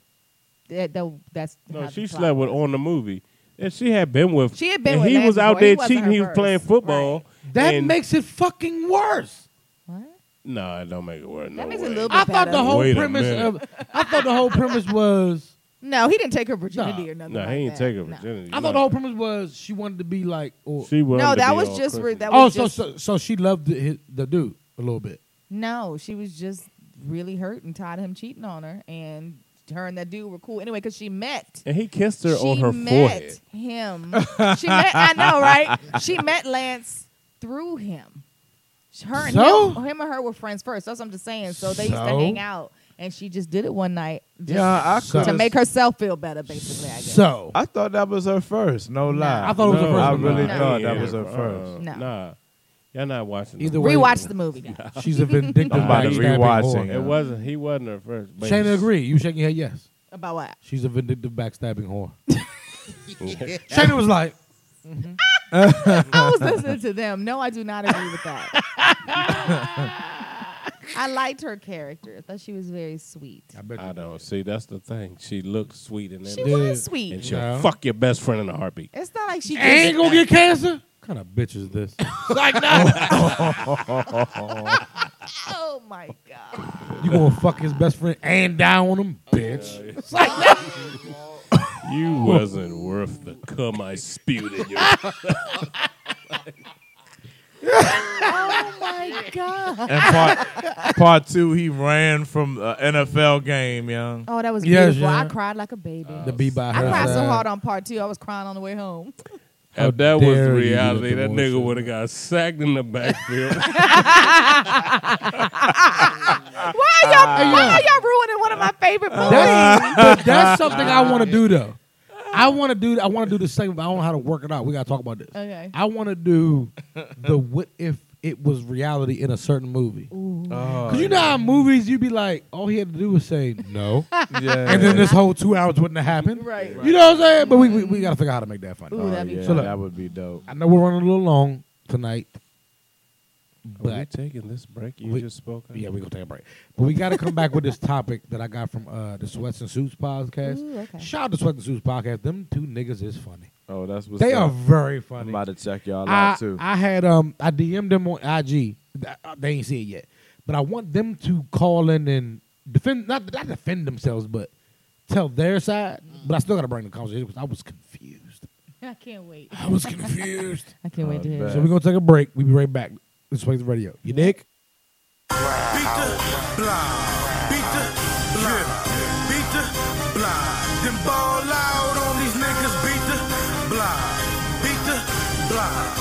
[SPEAKER 3] That, that- that's how
[SPEAKER 5] No,
[SPEAKER 3] the
[SPEAKER 5] she
[SPEAKER 3] plot
[SPEAKER 5] slept with
[SPEAKER 3] was.
[SPEAKER 5] on the movie. If she had been with,
[SPEAKER 3] She had been
[SPEAKER 5] and
[SPEAKER 3] with
[SPEAKER 5] he
[SPEAKER 3] Lance
[SPEAKER 5] was out
[SPEAKER 3] before, he
[SPEAKER 5] there
[SPEAKER 3] wasn't
[SPEAKER 5] cheating.
[SPEAKER 3] her
[SPEAKER 5] He was playing
[SPEAKER 3] first.
[SPEAKER 5] football.
[SPEAKER 1] That
[SPEAKER 5] and-
[SPEAKER 1] makes it fucking worse.
[SPEAKER 3] What?
[SPEAKER 5] no, it don't make it work. No
[SPEAKER 3] That makes it
[SPEAKER 5] way.
[SPEAKER 3] a little bit
[SPEAKER 1] I thought the
[SPEAKER 3] better.
[SPEAKER 1] whole
[SPEAKER 5] Wait a
[SPEAKER 1] premise
[SPEAKER 5] minute.
[SPEAKER 1] of I thought the whole premise was
[SPEAKER 3] No, he didn't take her virginity or nothing.
[SPEAKER 5] No,
[SPEAKER 3] like
[SPEAKER 5] he ain't
[SPEAKER 3] that.
[SPEAKER 5] take her
[SPEAKER 3] No.
[SPEAKER 5] virginity.
[SPEAKER 1] I thought the whole premise was she wanted to be like or
[SPEAKER 5] She wanted
[SPEAKER 3] No,
[SPEAKER 5] to
[SPEAKER 3] that
[SPEAKER 5] be
[SPEAKER 3] was
[SPEAKER 5] all
[SPEAKER 3] just re-
[SPEAKER 5] Christian.
[SPEAKER 3] that
[SPEAKER 1] oh
[SPEAKER 3] was
[SPEAKER 1] so,
[SPEAKER 3] just,
[SPEAKER 1] so so she loved the, his, the dude a little bit.
[SPEAKER 3] no. She was just really hurt and tired of him cheating on her, and her and that dude were cool anyway because she met.
[SPEAKER 5] And he kissed her
[SPEAKER 3] she
[SPEAKER 5] on her
[SPEAKER 3] met
[SPEAKER 5] forehead.
[SPEAKER 3] him. she met. I know, right? She met Lance through him. Her and
[SPEAKER 1] So?
[SPEAKER 3] him, him and her were friends first. That's what I'm just saying. So they used to
[SPEAKER 1] So?
[SPEAKER 3] hang out, and she just did it one night just
[SPEAKER 2] Yeah, I
[SPEAKER 3] to
[SPEAKER 2] could've-
[SPEAKER 3] make herself feel better, basically. I guess.
[SPEAKER 1] So
[SPEAKER 2] I thought that was her first. No lie.
[SPEAKER 1] I thought it was her
[SPEAKER 2] I
[SPEAKER 1] first.
[SPEAKER 2] really
[SPEAKER 1] No.
[SPEAKER 2] thought that
[SPEAKER 1] Yeah,
[SPEAKER 2] was her
[SPEAKER 1] bro.
[SPEAKER 2] first.
[SPEAKER 3] No.
[SPEAKER 5] Nah, y'all not watching.
[SPEAKER 1] Either
[SPEAKER 5] it.
[SPEAKER 1] way,
[SPEAKER 3] Uh-uh. Rewatch the movie, guys.
[SPEAKER 1] she's a vindictive
[SPEAKER 5] I'm about to
[SPEAKER 1] backstabbing
[SPEAKER 5] rewatch
[SPEAKER 1] whore
[SPEAKER 5] it.
[SPEAKER 1] now.
[SPEAKER 5] It wasn't. He wasn't her first. but-
[SPEAKER 1] Shana agree. You shaking your head yes.
[SPEAKER 3] About what?
[SPEAKER 1] She's a vindictive backstabbing whore. Shana was like,
[SPEAKER 3] Mm-hmm. I was listening to them. No, I do not agree with that. I liked her character. I thought she was very sweet.
[SPEAKER 5] I don't see. That's the thing. She looked sweet and
[SPEAKER 3] She was sweet.
[SPEAKER 5] and she'll
[SPEAKER 1] No.
[SPEAKER 5] fuck your best friend in a heartbeat.
[SPEAKER 3] It's not like she just,
[SPEAKER 1] ain't gonna get cancer. What kind of bitch is this?
[SPEAKER 3] Like,
[SPEAKER 1] no.
[SPEAKER 3] Oh my god.
[SPEAKER 1] you gonna fuck his best friend and die on him, bitch. It's like
[SPEAKER 5] You wasn't worth the cum I spewed in your.
[SPEAKER 3] Oh my god.
[SPEAKER 2] And part part two, he ran from an NFL game, young. Oh,
[SPEAKER 3] Oh, that was
[SPEAKER 1] Yes,
[SPEAKER 3] beautiful. I
[SPEAKER 1] yeah.
[SPEAKER 3] cried like a baby.
[SPEAKER 1] the be by
[SPEAKER 3] I
[SPEAKER 1] her
[SPEAKER 3] cried so
[SPEAKER 1] side. Oh,
[SPEAKER 3] hard on part two. I was crying on the way home.
[SPEAKER 1] How
[SPEAKER 5] if that was
[SPEAKER 1] dare you
[SPEAKER 5] reality,
[SPEAKER 1] do
[SPEAKER 5] that
[SPEAKER 1] that
[SPEAKER 5] nigga would have got sacked in the backfield.
[SPEAKER 1] Uh,
[SPEAKER 3] Why are y'all, why are y'all ruining one of my favorite movies?
[SPEAKER 1] That's, but that's something I want to do though. I want to do. I want to do the segment, but I don't know how to work it out. We gotta talk about this.
[SPEAKER 3] Okay.
[SPEAKER 1] I want to do the what if it was reality in a certain movie.
[SPEAKER 2] Oh,
[SPEAKER 1] Cause you know how in movies you be like, all he had to do was say no,
[SPEAKER 2] Yeah.
[SPEAKER 1] and then this whole two hours wouldn't have happened.
[SPEAKER 3] Right.
[SPEAKER 1] You know what I'm saying? But we we, we gotta figure out how to make that funny.
[SPEAKER 3] Ooh, that'd be
[SPEAKER 2] Oh, yeah,
[SPEAKER 1] So look,
[SPEAKER 2] that would be dope.
[SPEAKER 1] I know we're running a little long tonight,
[SPEAKER 2] Oh,
[SPEAKER 5] But Are we
[SPEAKER 1] but
[SPEAKER 5] taking this break you
[SPEAKER 1] We-
[SPEAKER 5] just spoke of?
[SPEAKER 1] yeah, we're gonna take a break. But we gotta come back with this topic that I got from uh, the Sweats and Suits podcast.
[SPEAKER 3] Ooh, okay.
[SPEAKER 1] Shout out to Sweats and Suits podcast. Them two niggas is funny.
[SPEAKER 2] Oh, that's what's
[SPEAKER 1] They are
[SPEAKER 2] up.
[SPEAKER 1] very
[SPEAKER 2] I'm
[SPEAKER 1] funny.
[SPEAKER 2] about to check y'all
[SPEAKER 1] I,
[SPEAKER 2] out too.
[SPEAKER 1] I had um I DM'd them on IG. Th- uh, They ain't see it yet, but I want them to call in and defend not not defend themselves, but tell their side. But I still gotta bring the conversation because I was confused.
[SPEAKER 3] I can't wait.
[SPEAKER 1] I was confused.
[SPEAKER 3] I can't
[SPEAKER 5] Oh,
[SPEAKER 3] wait to hear.
[SPEAKER 1] Oh, so
[SPEAKER 3] it.
[SPEAKER 1] we're gonna take a break. We'll be right back. This way the radio. You dick?
[SPEAKER 18] Beat the blind. Beat the blind. Then ball out on these niggas. Beat the blind. Beat the blind.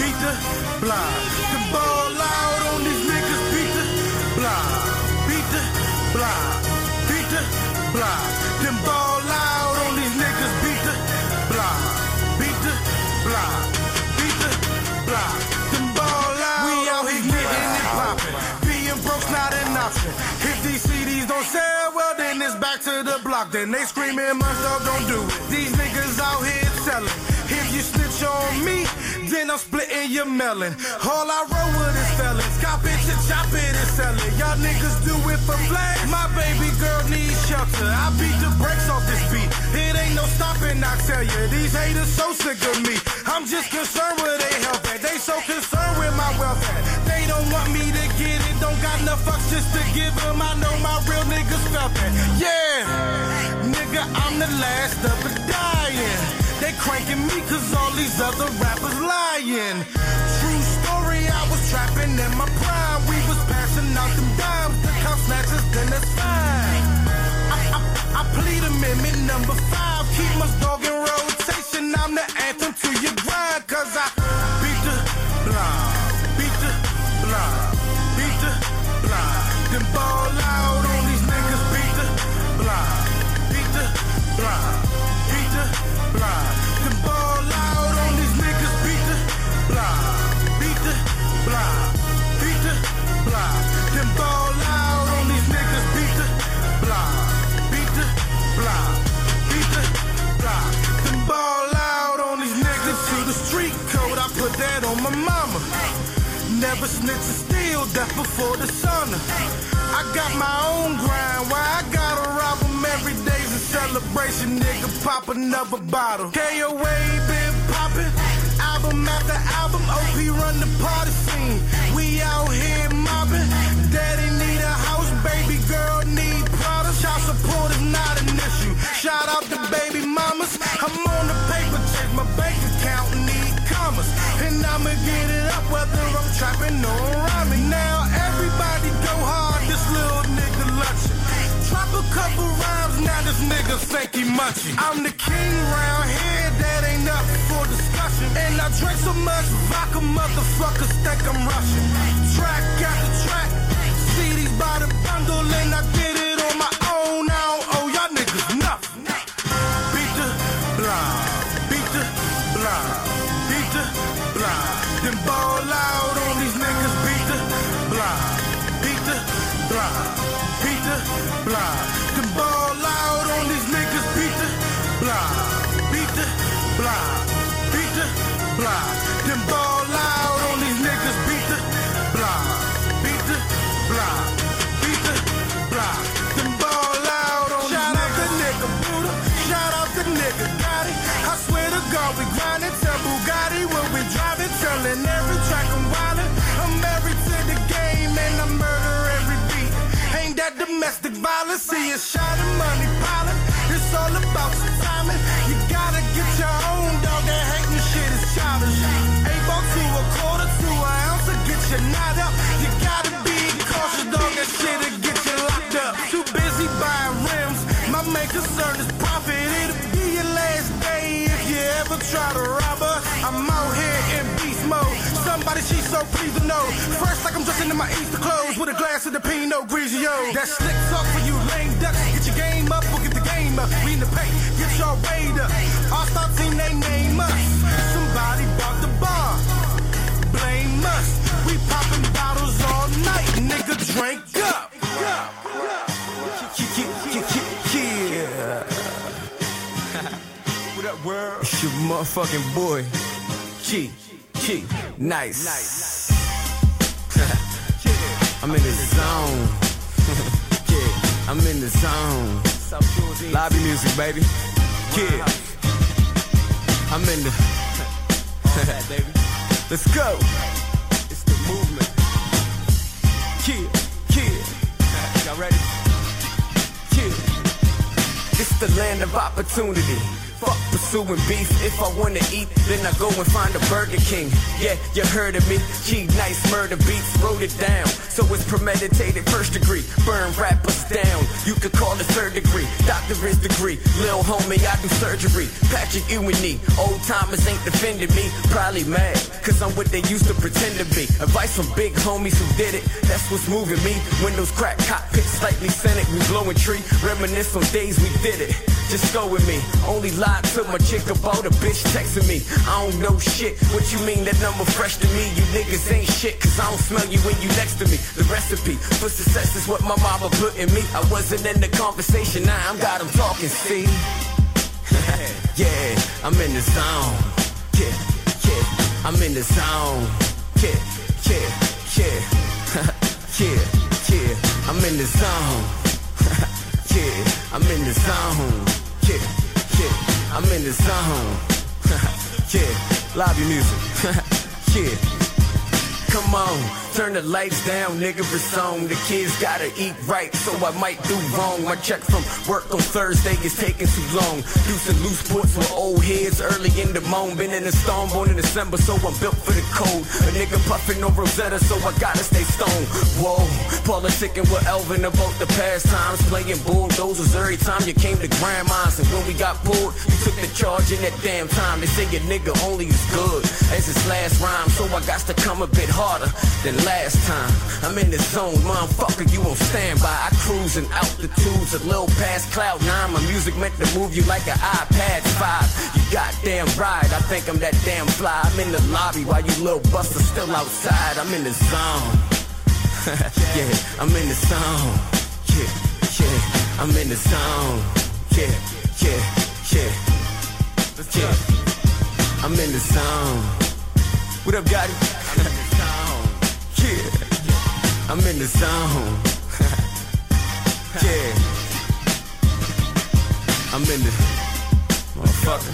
[SPEAKER 18] Beat the blind. Then ball out on these niggas. Beat the blind. Beat the blind. Beat the blind. Then ball out on these niggas. Beat the blind. Beat the blind. Beat the blind. Then ball out. We out here getting it poppin'. Being broke's not an option. If these CDs don't sell, well then it's back to the block. Then they screaming, my stuff don't do it. These niggas out here selling. If you snitch on me, then I'm splitting your melon. All I roll with is felons. Cop it to chop it and sell it. Y'all niggas do it for flag. My baby girl needs shelter. I beat the brakes off this beat. It ain't no stopping, I tell you. These haters so sick of me. I'm just concerned with their health. and They so concerned with my welfare. They don't want me to get it. Don't got enough fucks just to give them. I know my real niggas felt that. Yeah. Nigga, I'm the last of a dying. They cranking me cause all these other rappers lying. True story, I was trapping in my prime. We was passing out them dimes. The cop snatches, then that's fine. I, I, I plead amendment number five. Keep my dog in rotation. I'm the anthem to your grind. Cause I beat the blind. Beat the blind. Beat the blind. Then ball out on these niggas. Beat the blind. Beat the blind. Beat the blind. Then ball out on these niggas. Beat the blind. Beat the blind. Beat the blind. Then ball out on these niggas. Beat the blind. Beat the blind. Beat the blind. Then ball out on these niggas to the street code. I put that on my mama. Never snitch and steal, death before the sun. I got my own grind, why I gotta rob 'em every day's a celebration, nigga. Pop another bottle. KOA been poppin', album after album. OP run the party scene. We out here mobbin'. Daddy need a house, baby girl need products. Child support is not an issue. Shout out to baby mamas. I'm on the paper check, my bank account need commas. And I'ma get it up whether I'm trapping or rhyming. Now everybody go hard, this little nigga lunching. Drop a couple rhymes, now this nigga think he munchin'. I'm the king round here, that ain't up for discussion. And I drink so much vodka, motherfuckers think I'm Russian. Track after track, CDs by the bundle, and I did it on Oh, see you shining, money piling. It's all about the timing. You gotta get your own dog. That hating shit is childish. Eight ball to a quarter to an ounce to get you knot up. You gotta be cautious, dog. That shit'll get you locked up. Too busy buying rims. My main concern is profit. It'll be your last day if you ever try to rob her. I'm out here in beast mode. Somebody she's so pleased to know. Fresh like I'm dressing in my Easter clothes with a glass of the Pinot Grigio. That slick talk for you lame ducks. Get your game up, we'll get the game up. We in the paint, get your weight up. All star team, they name us. Somebody bought the bar. Blame us. We popping bottles all night, nigga. Drink up.
[SPEAKER 19] Yeah. what up, world? It's your motherfucking boy. Key, key, nice. I'm in the zone. yeah, I'm in the zone. Lobby music, baby. Yeah. I'm in the. Let's go. It's the movement. Kill, kill. Y'all ready? Kill. It's the land of opportunity. Fuck pursuing beef. If I wanna eat, then I go and find a Burger King. Yeah, you heard of me. Key nice murder beats. Wrote it down. So it's premeditated first degree. Burn rappers down. You could call it third degree. Doctor is degree. Lil homie, I do surgery. Patrick Ewing, old timers ain't defending me. Probably mad, cause I'm what they used to pretend to be. Advice from big homies who did it. That's what's moving me. Windows crack, cockpit slightly scented. We blowing tree. Reminisce on days we did it. Just go with me. Only lied to my chick about a bitch texting me. I don't know shit. What you mean that number fresh to me? You niggas ain't shit, cause I don't smell you when you next to me. The recipe for success is what my mama put in me. I wasn't in the conversation, now I'm got 'em talking, see? yeah, I'm in the zone. Yeah, yeah, I'm in the zone. Yeah, yeah, yeah. yeah, yeah, I'm in the zone. yeah, I'm in the zone. Yeah, yeah, I'm in the zone. yeah, lobby music. yeah. Come on, turn the lights down, nigga, it's on. The kids gotta eat right, so I might do wrong. My check from work on Thursday is taking too long. Do some loose sports with old heads early in the morning. Been in a storm, born in December, so I'm built for the cold. A nigga puffin' on Rosetta, so I gotta stay stoned. Whoa, politicking with Elvin about the past times. Playing bulldozers every time you came to grandma's. And when we got pulled, you took the charge in that damn time. They say your nigga only is good as his last rhyme, so I got to come a bit harder than last time. I'm in the zone, motherfucker, you on standby. I cruising altitudes a little past cloud nine. My music meant to move you like an iPad 5. You goddamn right, I think I'm that damn fly. I'm in the lobby while you little busters still outside. I'm in the zone. yeah, I'm in the zone. Yeah, yeah, I'm in the zone. Yeah, yeah, yeah. yeah. I'm in the zone. What up, Gotti? yeah, I'm in the zone. yeah, I'm in the motherfucker.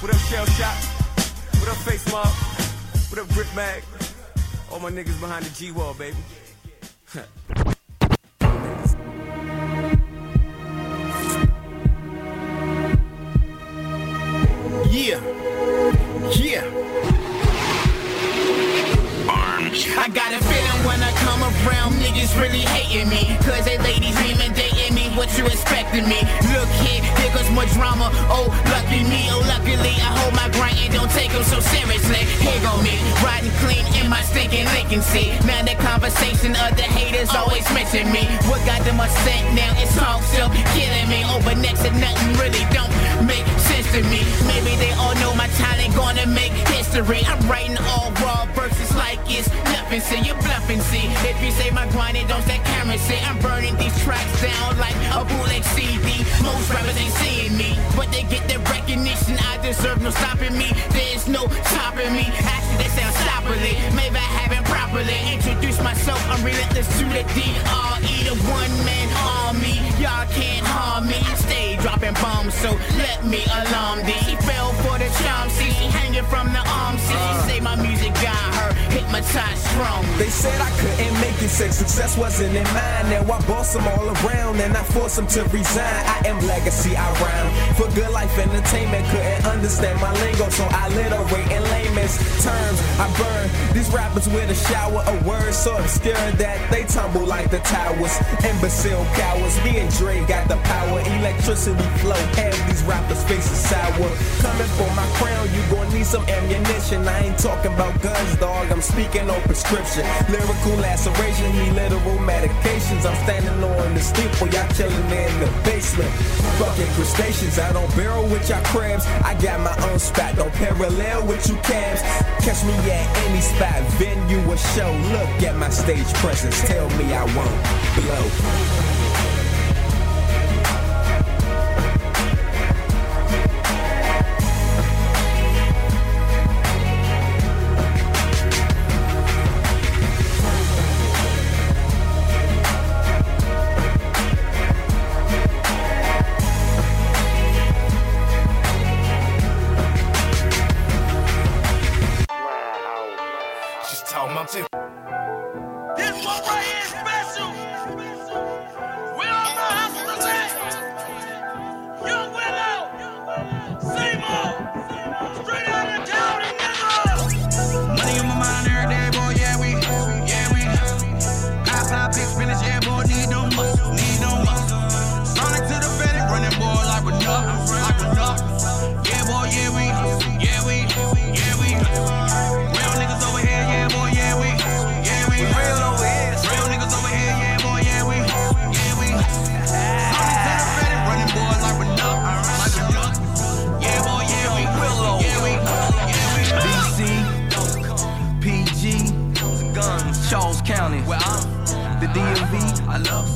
[SPEAKER 18] What up, Shell Shop? What up, Face Mob? What up, Brick Mag? All my niggas behind the G Wall, baby.
[SPEAKER 6] Yeah. Yeah. I got a feeling when I come around, niggas really hating me. Cause they ladies ain't been dating me, what you expecting me? Look here, here goes more drama. Oh, lucky me, oh, luckily I hold my grind and don't take them so seriously. Here go me, riding clean in my stinking Lincoln seat. Now the conversation of the haters always mention me. What got them upset now? It's all still killing me. Over next to nothing really don't make sense to me. Maybe they all know my talent gonna make history. I'm writing all raw verses like it's nothing. See, you're bluffing. See, if you say my grind, it don't that currency. I'm burning these tracks down like a bootleg CD. Most rappers ain't seeing me, but they get the recognition I deserve. No stopping me. There's no stopping me. Actually, they sound stoppily. Maybe I haven't properly introduced myself. I'm relentless to the DRE, the one man army. Y'all can't harm me. I stay dropping bombs, so let me alarm thee. She fell for the charm. See, she hanging from the arm. See, she say my music got her. hit my time strong.
[SPEAKER 20] They said I couldn't make it, sex success wasn't in mind. Now I boss them all around and I force them to resign. I am legacy, I rhyme. For good life entertainment, couldn't understand my lingo, so I literate in layman's terms. I burn these rappers with a shower of words so obscure that they tumble like the towers. Imbecile cowards, me and Dre got the power, electricity flow, and these rappers' faces sour. Coming for my crown, you gon' need some ammunition. I ain't talking about guns, dog. I'm speaking on prescription. Lyrical laceration, me literal medications. I'm standing on the steeple, y'all chilling in the basement. Fucking crustaceans, I don't barrel with y'all crabs. I got my own spot, don't parallel with you cabs. Catch me at any spot, venue or show. Look at my stage presence, tell me I won't blow.
[SPEAKER 15] She's talking about tip.
[SPEAKER 18] This one right here is special. We all know how to relate. Young Willow, Seymour, straight out of county, nigga.
[SPEAKER 11] Money on my mind every day, boy. Yeah, we, yeah, we. I pop big spinach, yeah, boy. Need no muscle, need no muscle. Sonic to the belly, running, boy, like we're up, like we're up. Yeah, boy, yeah, we, yeah, we, yeah, we. Real niggas over here, yeah, boy, yeah, we, yeah, we. Real over here, real niggas over here, yeah, boy, yeah, we, yeah, we. Sonic to the belly, running, boy, like we're up, like we're up. Yeah, boy, yeah, we, yeah, we,
[SPEAKER 20] DC,
[SPEAKER 11] yeah, we.
[SPEAKER 20] PG, guns, Charles County, where I'm the DMV. I love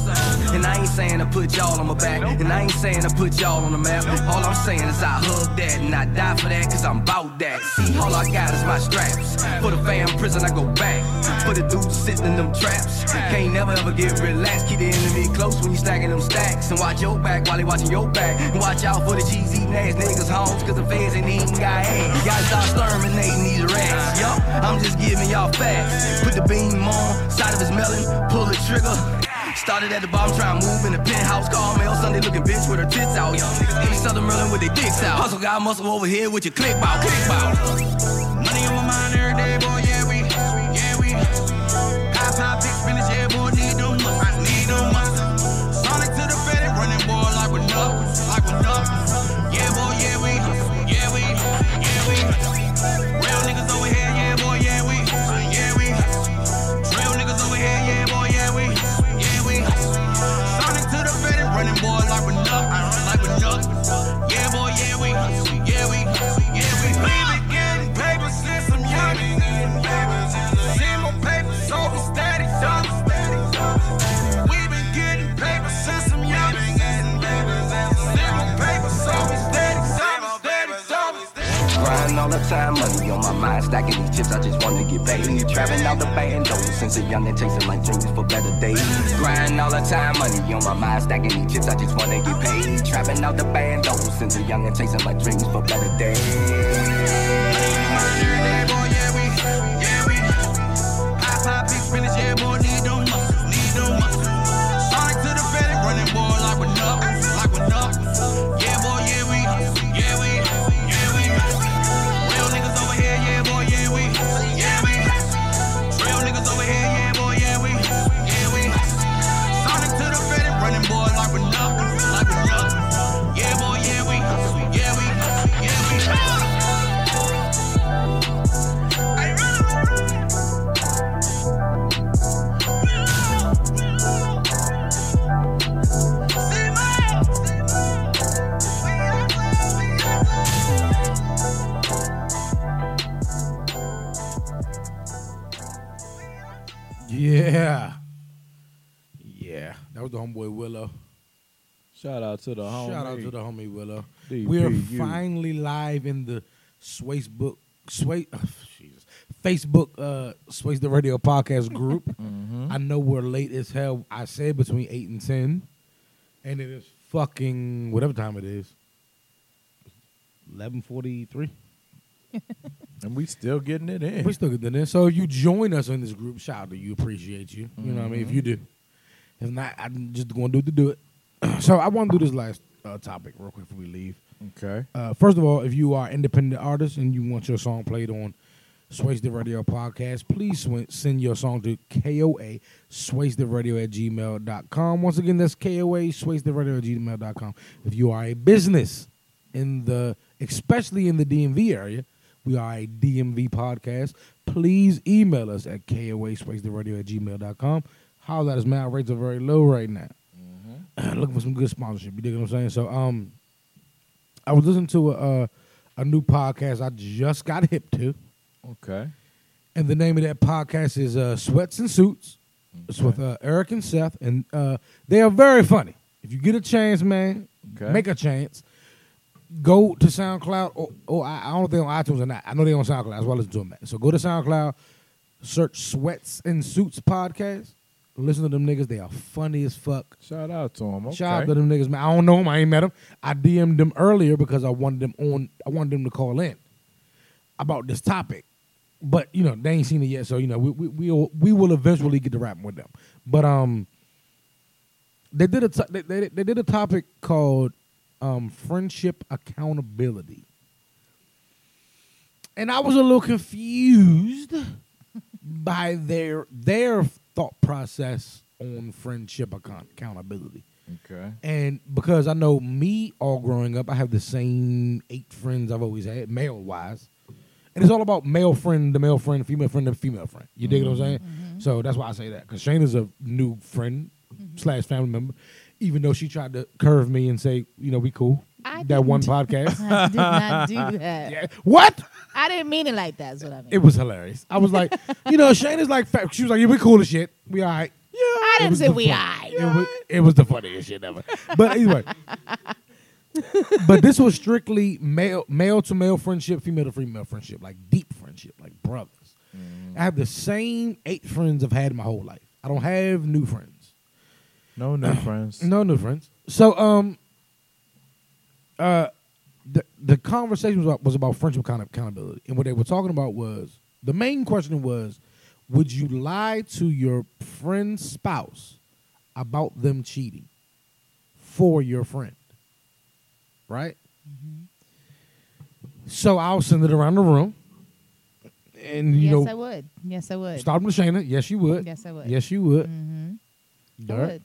[SPEAKER 11] And I ain't saying to put y'all on my back. And I ain't saying to put y'all on the map. All I'm saying is I hug that and I die for that, cause I'm about that. See, all I got is my straps. For the fam prison, I go back. For the dudes sitting in them traps. Can't never ever get relaxed. Keep the enemy close when you stacking them stacks. And watch your back while they watching your back. And watch out for the cheese eating ass niggas homes, cause the feds ain't even got ass. Y'all stop exterminating these rats. Yup, I'm just giving y'all facts. Put the beam on, side of his melon, pull the trigger. Started at the bottom, trying to move in the penthouse. Call male Sunday looking bitch with her tits out. Young niggas eat Southern Merlin with their dicks out. Hustle got muscle over here with your click bout, click bout. Money on my mind every day, boy, yeah, we, yeah, we. High pop, big spinach, yeah, boy, need no money, I need no money. Sonic to the fed, running, boy, like we're up, like we're up. Yeah, boy, yeah, we, yeah, we, yeah, we. Real niggas over here, yeah, boy, yeah, we, yeah, we. Real niggas over here, yeah, boy, yeah, we, yeah, we. Sonic to the fed, running, boy, like we're up, like we're up. Yeah, boy, yeah, we, yeah, we, yeah, we. Baby, getting paper since I'm young.
[SPEAKER 18] See my paper so steady, dumb. We been getting paper since I'm young. See my paper so steady, dumb, steady, dumb.
[SPEAKER 11] Grind all the time, money on my mind, stacking these chips. I just wanna get paid. Traveling out the band, though, since a young and chasing my dreams for better days. Grind all the time, money on my mind, stacking these chips. I just wanna get paid. Traveling out the band, though, since a young and chasing my dreams for better days.
[SPEAKER 18] Yeah, boy, yeah, we, yeah, we, yeah, we. Real niggas over here, yeah, boy, yeah, we, yeah, we.
[SPEAKER 11] Real niggas over here, yeah, boy, yeah, we, yeah, we. Sonic to the fed, running boy, like we're up, like we're up. Yeah, boy, yeah, we, yeah, we, yeah, we.
[SPEAKER 1] Yeah. Yeah. That was the homeboy Willow.
[SPEAKER 2] Shout out to the homie.
[SPEAKER 1] Shout out to the homie Willow.
[SPEAKER 2] DPU.
[SPEAKER 1] We're finally live in the Swacebook Sway oh, Jesus. Facebook uh Swace the Radio Podcast group.
[SPEAKER 2] Mm-hmm.
[SPEAKER 1] I know we're late as hell. I said between eight and ten. And it is fucking whatever time it is. Eleven forty three.
[SPEAKER 2] and we still getting it in.
[SPEAKER 1] We still getting it in. So if you join us in this group, shout out to you. Appreciate you. You know what I mean? If
[SPEAKER 2] Mm-hmm.
[SPEAKER 1] you do. If not, I'm just going to do to do it. so I want to do this last uh, topic real quick before we leave.
[SPEAKER 2] Okay.
[SPEAKER 1] Uh, first of all, if you are independent artist and you want your song played on Swayze the Radio podcast, please sw- send your song to KOA Swayze the Radio at gmail.com. Once again, that's KOA Swayze the Radio at gmail.com. If you are a business in the, especially in the DMV area, we are a DMV podcast. Please email us at KOA Swayze the Radio at gmail.com. How that is, man. Our rates are very low right now. Looking for some good sponsorship. You dig what I'm saying? So, um, I was listening to a, a a new podcast I just got hip to,
[SPEAKER 2] Okay.
[SPEAKER 1] and the name of that podcast is uh, Sweats and Suits. It's with uh, Eric and Seth, and uh, they are very funny. If you get a chance, man,
[SPEAKER 2] Okay.
[SPEAKER 1] make a chance. Go to SoundCloud, or, or I, I don't know if they're on iTunes or not. I know they're on SoundCloud. That's why I listen to them. At. So go to SoundCloud, search Sweats and Suits podcast. Listen to them niggas. They are funny as fuck.
[SPEAKER 2] Shout out to them.
[SPEAKER 1] Shout out
[SPEAKER 2] okay.
[SPEAKER 1] to them niggas, man. I don't know them. I ain't met them. I DM'd them earlier because I wanted them on. I wanted them to call in about this topic, but you know they ain't seen it yet. So you know we we we'll, we will eventually get to rapping with them. But um, they did a to- they, they they did a topic called um friendship accountability, and I was a little confused by their their thought process on friendship account- accountability.
[SPEAKER 2] Okay.
[SPEAKER 1] And because I know me all growing up, I have the same eight friends I've always had, male wise. And it's all about male friend to male friend, female friend to female friend. You dig what I'm saying?
[SPEAKER 3] Mm-hmm.
[SPEAKER 1] So that's why I say that. Because Shayna's a new friend slash family member, even though she tried to curve me and say, you know, we cool.
[SPEAKER 3] I
[SPEAKER 1] that one
[SPEAKER 3] didn't-
[SPEAKER 1] podcast.
[SPEAKER 3] I did not do that.
[SPEAKER 1] Yeah. What?
[SPEAKER 3] I didn't mean it like that. Is what I mean.
[SPEAKER 1] It was hilarious. I was like, you know, Shayna's like, fa- she was like, yeah, we cool as shit. We all right. Yeah, I
[SPEAKER 3] didn't say we all right.
[SPEAKER 1] It was, it was the funniest shit ever. But anyway, but this was strictly male male to male friendship, female to female friendship, like deep friendship, like brothers.
[SPEAKER 2] Mm.
[SPEAKER 1] I have the same eight friends I've had my whole life. I don't have new friends.
[SPEAKER 2] No new friends.
[SPEAKER 1] No new friends. So um uh the the conversation was about, was about friendship kind of accountability. And what they were talking about was the main question was would you lie to your friend's spouse about them cheating for your friend? Right?
[SPEAKER 3] Mm-hmm.
[SPEAKER 1] So I'll send it around the room. And you
[SPEAKER 3] yes,
[SPEAKER 1] know
[SPEAKER 3] I would. Yes, I would.
[SPEAKER 1] Stop with Shayna. Yes, you would.
[SPEAKER 3] Yes, I would.
[SPEAKER 1] Yes, you would.
[SPEAKER 3] Mm-hmm. I
[SPEAKER 1] Dirt.
[SPEAKER 3] would.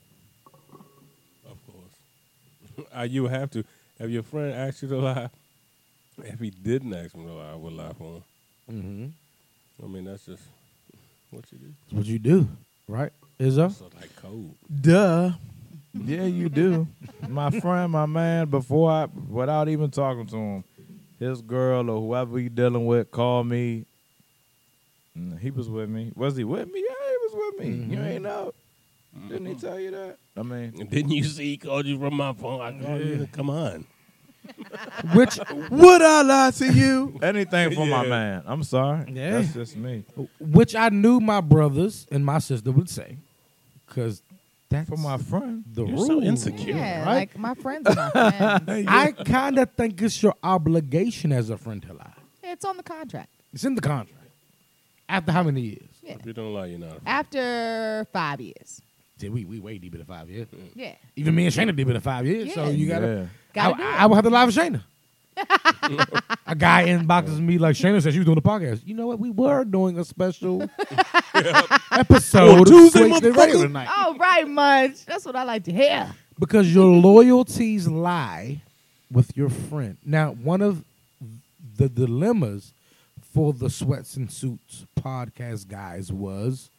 [SPEAKER 5] Uh, you would have to. If your friend asked you to lie, if he didn't ask me to lie, I would lie for him. Mm-hmm. I mean, that's just what you do.
[SPEAKER 1] That's what you do, right? Izzo?
[SPEAKER 5] So like cold.
[SPEAKER 2] Duh. Yeah, you do. my friend, my man, before I, without even talking to him, his girl or whoever he dealing with called me. Mm, He was with me. Was he with me? Yeah, he was with me.
[SPEAKER 1] Mm-hmm.
[SPEAKER 2] You ain't know. Didn't he tell you that? I mean,
[SPEAKER 5] didn't you see? He called you from my phone. I called you. Come on.
[SPEAKER 3] Mm.
[SPEAKER 1] Which
[SPEAKER 2] would I lie to you? Anything for my
[SPEAKER 5] Yeah.
[SPEAKER 2] man. I'm sorry.
[SPEAKER 1] Yeah.
[SPEAKER 2] That's just me.
[SPEAKER 1] Which I knew my brothers and my sister would say, because that's for
[SPEAKER 2] my friend.
[SPEAKER 1] The
[SPEAKER 5] You're
[SPEAKER 1] rule,
[SPEAKER 5] so insecure,
[SPEAKER 3] Yeah,
[SPEAKER 1] right?
[SPEAKER 3] like my friends are my friends.
[SPEAKER 1] I kind of think it's your obligation as a friend to lie.
[SPEAKER 3] It's on the contract.
[SPEAKER 1] It's in the contract. After how many years?
[SPEAKER 3] Yeah.
[SPEAKER 5] If you don't lie, you're not. a-
[SPEAKER 3] After five years.
[SPEAKER 1] See, we we way deep in the five years.
[SPEAKER 3] Yeah.
[SPEAKER 1] Even me and Shayna deep in the five years. So
[SPEAKER 3] Yes.
[SPEAKER 1] you gotta.
[SPEAKER 3] Gotta
[SPEAKER 1] I,
[SPEAKER 3] do it.
[SPEAKER 1] I, would have to lie for Shayna. a guy inboxes me like Shayna said she was doing the podcast. You know what? We were doing a special episode
[SPEAKER 18] On
[SPEAKER 1] of
[SPEAKER 18] Tuesday,
[SPEAKER 1] Sway State Radio
[SPEAKER 18] motherfucker.
[SPEAKER 1] tonight.
[SPEAKER 3] Oh, right, Munch. That's what I like to hear.
[SPEAKER 1] because your loyalties lie with your friend. Now, one of the dilemmas for the Sweats and Suits podcast guys was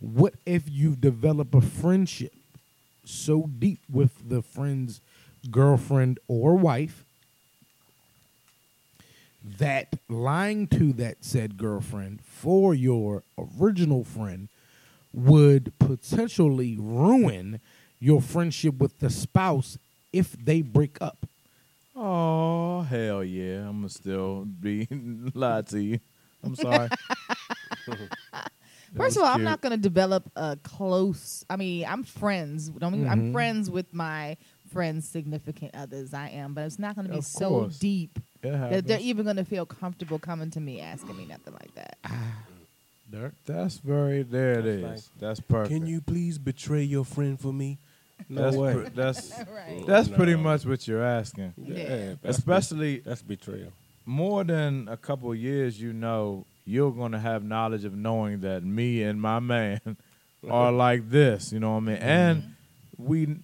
[SPEAKER 1] what if you develop a friendship so deep with the friend's girlfriend or wife that lying to that said girlfriend for your original friend would potentially ruin your friendship with the spouse if they break up.
[SPEAKER 2] Oh hell yeah! I'm gonna still be lie to you. I'm sorry.
[SPEAKER 3] First of all, I'm not going to develop a close. I mean, I'm friends. Don't mean- I'm
[SPEAKER 2] Mhm.
[SPEAKER 3] friends with my friends' significant others. I am, but it's not going to be
[SPEAKER 2] Of
[SPEAKER 3] so
[SPEAKER 2] course.
[SPEAKER 3] deep
[SPEAKER 2] It
[SPEAKER 3] that they're
[SPEAKER 2] happens.
[SPEAKER 3] even going to feel comfortable coming to me asking me nothing like that.
[SPEAKER 2] That's very. There it is. that's perfect.
[SPEAKER 5] Can you please betray your friend for me? No
[SPEAKER 2] that's
[SPEAKER 5] way.
[SPEAKER 2] pre- that's
[SPEAKER 5] Right.
[SPEAKER 2] that's
[SPEAKER 5] Oh,
[SPEAKER 2] pretty
[SPEAKER 5] no.
[SPEAKER 2] much what you're asking.
[SPEAKER 5] Yeah. Yeah, that's
[SPEAKER 2] especially
[SPEAKER 5] that's betrayal.
[SPEAKER 2] More than a couple of years, you know, you're going to have knowledge of knowing that me and my man are like this. You know what I mean? And we,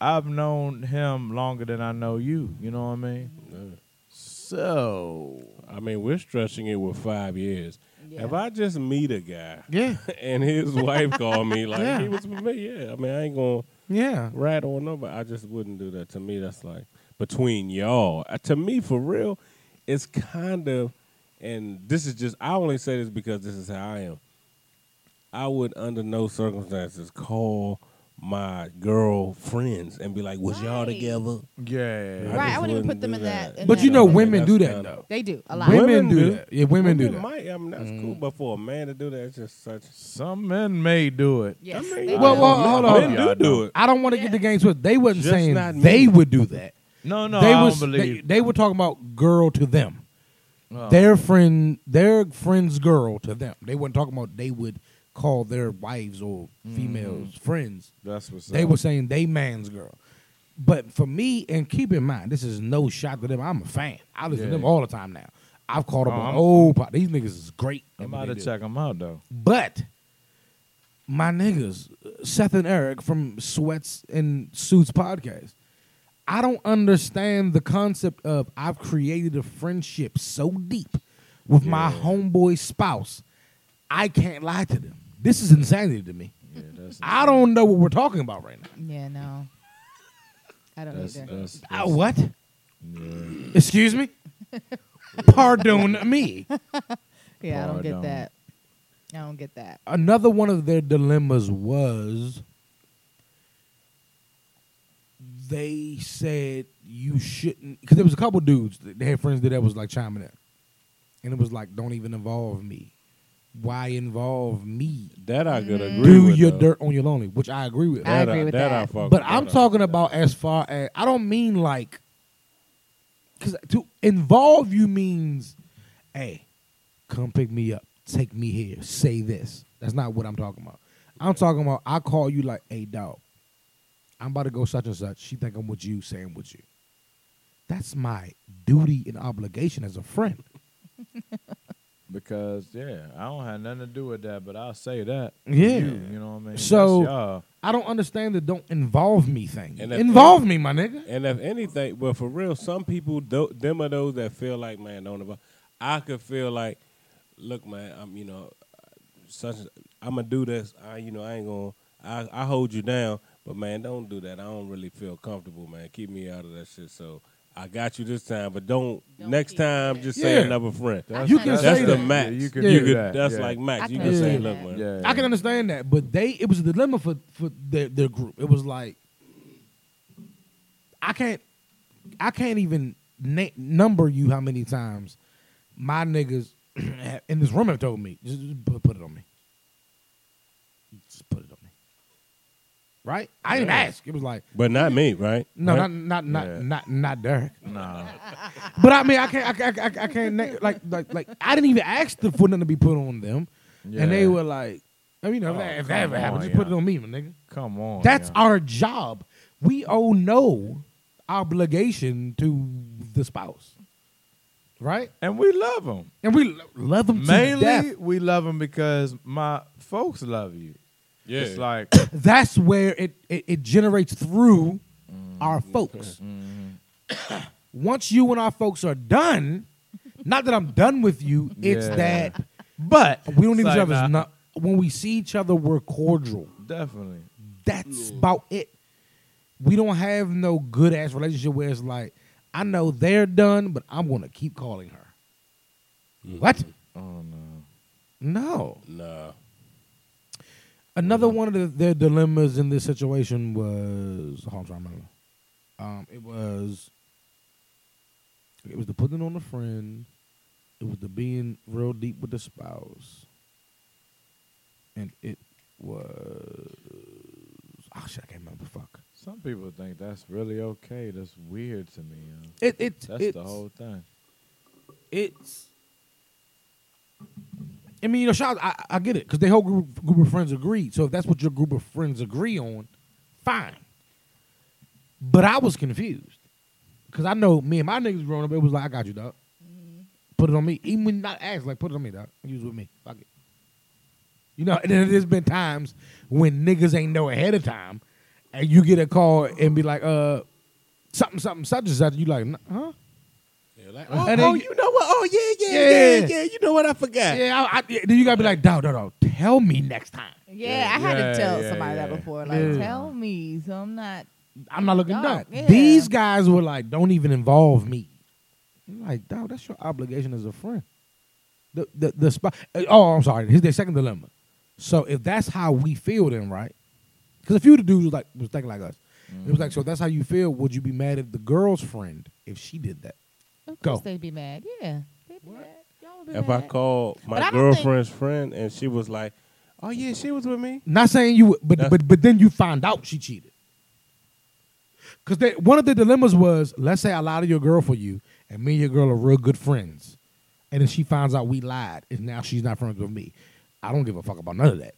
[SPEAKER 2] I've known him longer than I know you. You know what I mean? So
[SPEAKER 5] I mean, we're stretching it with five years. If I just meet a guy,
[SPEAKER 2] yeah,
[SPEAKER 5] and his wife called me like
[SPEAKER 2] Yeah.
[SPEAKER 5] he was with me, yeah. I mean, I ain't gonna
[SPEAKER 2] yeah
[SPEAKER 5] rat on nobody. I just wouldn't do that. To me, that's like between y'all. Uh, to me, for real, it's kind of, and this is just. I only say this because this is how I am. I would, under no circumstances, call my girlfriends and be like, "Was y'all together?"
[SPEAKER 2] Yeah,
[SPEAKER 3] Right, I wouldn't even put them in that- in
[SPEAKER 1] But you know, women do that though.
[SPEAKER 3] They do, a lot.
[SPEAKER 1] Women, do, that. Yeah, women, do that.
[SPEAKER 5] Might, I mean, that's cool, but for a man to do that, it's just such.
[SPEAKER 2] Some men may do it.
[SPEAKER 3] Yes,
[SPEAKER 5] I mean,
[SPEAKER 1] Well, well, hold on.
[SPEAKER 2] Men do do it.
[SPEAKER 1] I don't want to get the game twisted. They wasn't
[SPEAKER 2] Just
[SPEAKER 1] saying
[SPEAKER 2] not me.
[SPEAKER 1] they would do that.
[SPEAKER 2] No, no,
[SPEAKER 1] they
[SPEAKER 2] I
[SPEAKER 1] was,
[SPEAKER 2] don't
[SPEAKER 1] they,
[SPEAKER 2] believe.
[SPEAKER 1] they were talking about girl to them.
[SPEAKER 2] Oh.
[SPEAKER 1] Their friend, their friend's girl to them. They weren't talking about they would call their wives or
[SPEAKER 2] Mm-hmm.
[SPEAKER 1] females friends.
[SPEAKER 2] That's what's
[SPEAKER 1] They
[SPEAKER 2] up.
[SPEAKER 1] were saying they man's girl. But for me, and keep in mind, this is no shot to them. I'm a fan. I listen to
[SPEAKER 2] Yeah.
[SPEAKER 1] them all the time now. I've caught up
[SPEAKER 2] Oh,
[SPEAKER 1] on
[SPEAKER 2] I'm-
[SPEAKER 1] old pop. These niggas is great. at
[SPEAKER 2] I'm
[SPEAKER 1] what
[SPEAKER 2] about
[SPEAKER 1] they
[SPEAKER 2] to
[SPEAKER 1] do.
[SPEAKER 2] check them out though.
[SPEAKER 1] But my niggas, Seth and Eric from Sweats and Suits podcast, I don't understand the concept of I've created a friendship so deep with my homeboy spouse, I can't lie to them. This is insanity to me. I don't know what we're talking about right now.
[SPEAKER 3] Yeah, no. I don't
[SPEAKER 1] That's-
[SPEAKER 3] either.
[SPEAKER 1] that's- Uh, what? Excuse me? Pardon me.
[SPEAKER 3] Yeah, I don't get
[SPEAKER 1] Pardon.
[SPEAKER 3] that. I don't get that.
[SPEAKER 1] another one of their dilemmas was they said you shouldn't because there was a couple dudes that they had friends that that was like chiming in, and it was like don't even involve me. Why involve me?
[SPEAKER 5] That I could agree
[SPEAKER 1] Do
[SPEAKER 5] with,
[SPEAKER 1] your
[SPEAKER 5] though.
[SPEAKER 1] dirt on your lonely, which I agree with.
[SPEAKER 2] uh,
[SPEAKER 5] I That agree I- with that I that. fuck
[SPEAKER 1] but
[SPEAKER 5] with,
[SPEAKER 1] I'm
[SPEAKER 5] that I-
[SPEAKER 1] talking about as far as I don't mean like because to involve you means, hey, come pick me up, take me here, say this. That's not what I'm talking about. I'm talking about I call you like, hey, dog, I'm about to go such and such. She think I'm with you, say I'm with you. That's my duty and obligation as a friend.
[SPEAKER 2] Because yeah, I don't have nothing to do with that, but I'll say that. to
[SPEAKER 1] Yeah,
[SPEAKER 2] you, you know what I mean. That's y'all.
[SPEAKER 1] So I don't understand the don't involve me thing.
[SPEAKER 5] And if-
[SPEAKER 1] Involve me, my nigga.
[SPEAKER 5] And if anything, but for real, some people, tho- them are those that feel like, man, don't about. I could feel like, look, man, I'm, you know, such. I'm gonna do this. I, you know, I ain't gonna. I, I hold you down, but man, don't do that. I don't really feel comfortable, man. Keep me out of that shit. So I got you this time, but don't, next time. Just say
[SPEAKER 1] Yeah.
[SPEAKER 5] another friend.
[SPEAKER 1] That's- You can
[SPEAKER 5] that's
[SPEAKER 1] say
[SPEAKER 5] the
[SPEAKER 1] that.
[SPEAKER 5] max.
[SPEAKER 1] Yeah,
[SPEAKER 5] you
[SPEAKER 1] you
[SPEAKER 5] can,
[SPEAKER 1] can
[SPEAKER 5] you
[SPEAKER 1] do
[SPEAKER 5] could,
[SPEAKER 1] that.
[SPEAKER 5] That's
[SPEAKER 1] Yeah.
[SPEAKER 5] like max.
[SPEAKER 1] I
[SPEAKER 5] You
[SPEAKER 1] can
[SPEAKER 5] can say,
[SPEAKER 1] do
[SPEAKER 5] look,
[SPEAKER 1] that.
[SPEAKER 5] man.
[SPEAKER 1] I can understand that, but they it was a dilemma for for their, their group. It was like I can't I can't even na- number you how many times my niggas in this room have told me just just put, put it on me. Just put it on me. Right? I didn't
[SPEAKER 5] Yeah.
[SPEAKER 1] even ask. It was like
[SPEAKER 5] But not me, right?
[SPEAKER 1] no,
[SPEAKER 5] Right?
[SPEAKER 1] not not not
[SPEAKER 5] Yeah.
[SPEAKER 1] not not Derek.
[SPEAKER 2] Nah.
[SPEAKER 1] But I mean, I can't, I, I, I, I can't na- like, like, like. I didn't even ask the for nothing to be put on them, and
[SPEAKER 2] Yeah.
[SPEAKER 1] they were like, I mean, you know, if that, if that ever
[SPEAKER 2] come
[SPEAKER 1] happened,
[SPEAKER 2] on,
[SPEAKER 1] just put it
[SPEAKER 2] yeah.
[SPEAKER 1] on me, my nigga.
[SPEAKER 2] Come on.
[SPEAKER 1] That's
[SPEAKER 2] yeah.
[SPEAKER 1] our job. We owe no obligation to the spouse, right?
[SPEAKER 2] And we love them.
[SPEAKER 1] And we lo- love them
[SPEAKER 2] Mainly,
[SPEAKER 1] to death.
[SPEAKER 2] we love them because my folks love you.
[SPEAKER 5] Yeah.
[SPEAKER 2] It's like
[SPEAKER 1] That's where it it, it generates through
[SPEAKER 2] Mm-hmm.
[SPEAKER 1] our folks. Once you and our folks are done, not that I'm done with you, it's
[SPEAKER 2] Yeah.
[SPEAKER 1] that. But we don't need
[SPEAKER 2] It's like,
[SPEAKER 1] each
[SPEAKER 2] uh,
[SPEAKER 1] other's
[SPEAKER 2] nah.
[SPEAKER 1] not. When we see each other, we're cordial.
[SPEAKER 2] definitely.
[SPEAKER 1] That's about it. We don't have no good ass relationship where it's like, I know they're done, but I'm gonna keep calling her. What?
[SPEAKER 2] Oh no.
[SPEAKER 1] No.
[SPEAKER 5] Oh, Nah.
[SPEAKER 1] Another one of the, their dilemmas in this situation was hold on, I'm trying to remember. Um, it was it was the putting on a friend. It was the being real deep with the spouse, and it was oh shit, I can't remember. Fuck.
[SPEAKER 2] Some people think that's really okay. That's weird to me. yo.
[SPEAKER 1] It- it-
[SPEAKER 2] that's the
[SPEAKER 1] it's-
[SPEAKER 2] whole thing.
[SPEAKER 1] it's. I mean, you know, shout. I, I get it because their whole group, group of friends agreed. So if that's what your group of friends agree on, fine. But I was confused because I know me and my niggas growing up, it was like, I got you, dog. Put it on me. Even when not asked, like, put it on me, dog. You was with me. Fuck it. You know, and then there's been times when niggas ain't know ahead of time, and you get a call and be like, uh, something, something, such and such. You like, "Nah, huh?
[SPEAKER 16] Oh,
[SPEAKER 1] And then
[SPEAKER 16] oh,
[SPEAKER 1] you-
[SPEAKER 16] you know what? Oh, yeah, yeah, yeah, yeah. You know what? I forgot.
[SPEAKER 1] Yeah, I, I, yeah, then you gotta be like, dog, dog, dog, tell me next time.
[SPEAKER 3] Yeah, I had
[SPEAKER 1] Yeah,
[SPEAKER 3] to tell
[SPEAKER 1] yeah,
[SPEAKER 3] somebody
[SPEAKER 1] yeah.
[SPEAKER 3] that before. Like,
[SPEAKER 1] Yeah.
[SPEAKER 3] tell me, so I'm not.
[SPEAKER 1] I'm not looking
[SPEAKER 3] Dog,
[SPEAKER 1] dumb.
[SPEAKER 3] yeah.
[SPEAKER 1] These guys were like, don't even involve me. You're like, dog, that's your obligation as a friend. The the the spot. Oh, I'm sorry. Here's their second dilemma. So if that's how we feel, then right? Because a few of the dudes was like was thinking like us. It was like, so that's how you feel. Would you be mad at the girl's friend if she did that?
[SPEAKER 3] Of
[SPEAKER 1] Go.
[SPEAKER 3] course, they'd be mad. Yeah, they'd be mad. Y'all would be
[SPEAKER 5] If I
[SPEAKER 3] mad.
[SPEAKER 5] called
[SPEAKER 3] But
[SPEAKER 5] my
[SPEAKER 3] I don't think-
[SPEAKER 5] girlfriend's friend and she was like, "Oh yeah, she was with me,"
[SPEAKER 1] Not saying you, would- but but but then you find out she cheated. Because one of the dilemmas was, let's say I lied to your girl for you, and me and your girl are real good friends, and then she finds out we lied, and now she's not friends with me. I don't give a fuck about none of that.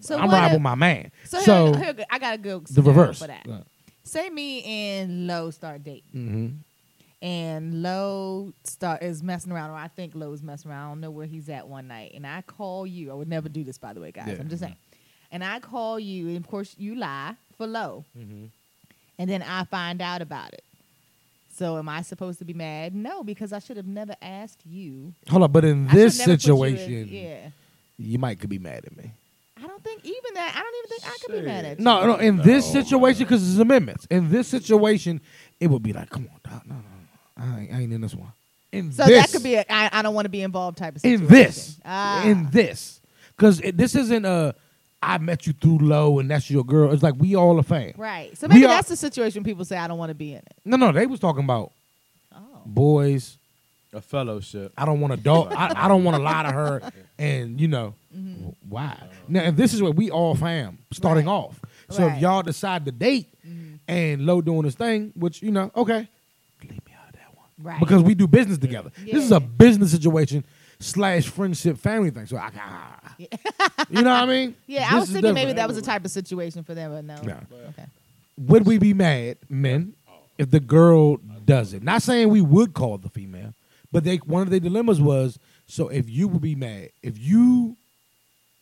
[SPEAKER 3] So
[SPEAKER 1] I'm
[SPEAKER 3] what
[SPEAKER 1] riding
[SPEAKER 3] if-
[SPEAKER 1] with my man.
[SPEAKER 3] So,
[SPEAKER 1] So,
[SPEAKER 3] here- here go- I got a good
[SPEAKER 1] the
[SPEAKER 3] scenario
[SPEAKER 1] reverse.
[SPEAKER 3] for that.
[SPEAKER 1] Right.
[SPEAKER 3] Say me and Low start dating,
[SPEAKER 1] Mhm.
[SPEAKER 3] and Low start is messing around, or I think Lowe's messing around. I don't know where he's at one night, and I call you. I would never do this, by the way, guys.
[SPEAKER 17] Yeah.
[SPEAKER 3] I'm just saying. And I call you, and of course you lie for Low, and then I find out about it. So am I supposed to be mad? No, because I should have never asked you.
[SPEAKER 1] hold on, but in
[SPEAKER 3] I should
[SPEAKER 1] this
[SPEAKER 3] never put you in-
[SPEAKER 1] situation,
[SPEAKER 3] yeah.
[SPEAKER 1] you might could be mad at me.
[SPEAKER 3] I don't think even that. I don't even think I could be mad at you.
[SPEAKER 1] No, no, in this situation, because it's amendments. In this situation, it would be like, come on, dog, no, no, no, I ain't, I ain't in this one. In
[SPEAKER 3] So
[SPEAKER 1] this,
[SPEAKER 3] that could be a I, I don't want to be involved type of situation.
[SPEAKER 1] in this,
[SPEAKER 3] Ah.
[SPEAKER 1] in this, because this isn't a I met you through low and that's your girl. It's like we all a fan.
[SPEAKER 3] Right. So
[SPEAKER 1] We
[SPEAKER 3] maybe
[SPEAKER 1] are-
[SPEAKER 3] that's the situation people say I don't want to be in it.
[SPEAKER 1] No, no, they was talking about
[SPEAKER 3] Oh.
[SPEAKER 1] boys.
[SPEAKER 2] A fellowship.
[SPEAKER 1] I don't want to dog. I, I don't want to lie to her, and you know
[SPEAKER 3] Mm-hmm.
[SPEAKER 1] w- why. Now, and this is where we all fam starting off. So if
[SPEAKER 2] Right.
[SPEAKER 1] y'all decide to date
[SPEAKER 3] Mm-hmm.
[SPEAKER 1] and low doing his thing, which you know, okay,
[SPEAKER 3] Right.
[SPEAKER 1] because we do business together. This is a business situation slash friendship family thing. So I, ah. you know what I mean?
[SPEAKER 3] Yeah,
[SPEAKER 1] This
[SPEAKER 3] I was
[SPEAKER 1] is
[SPEAKER 3] thinking maybe
[SPEAKER 1] different.
[SPEAKER 3] that was a type of situation for them, but no.
[SPEAKER 1] No.
[SPEAKER 3] Okay.
[SPEAKER 1] Would we be mad, men, if the girl does it? Not saying we would call the female, but they one of their dilemmas was so if you would be mad if you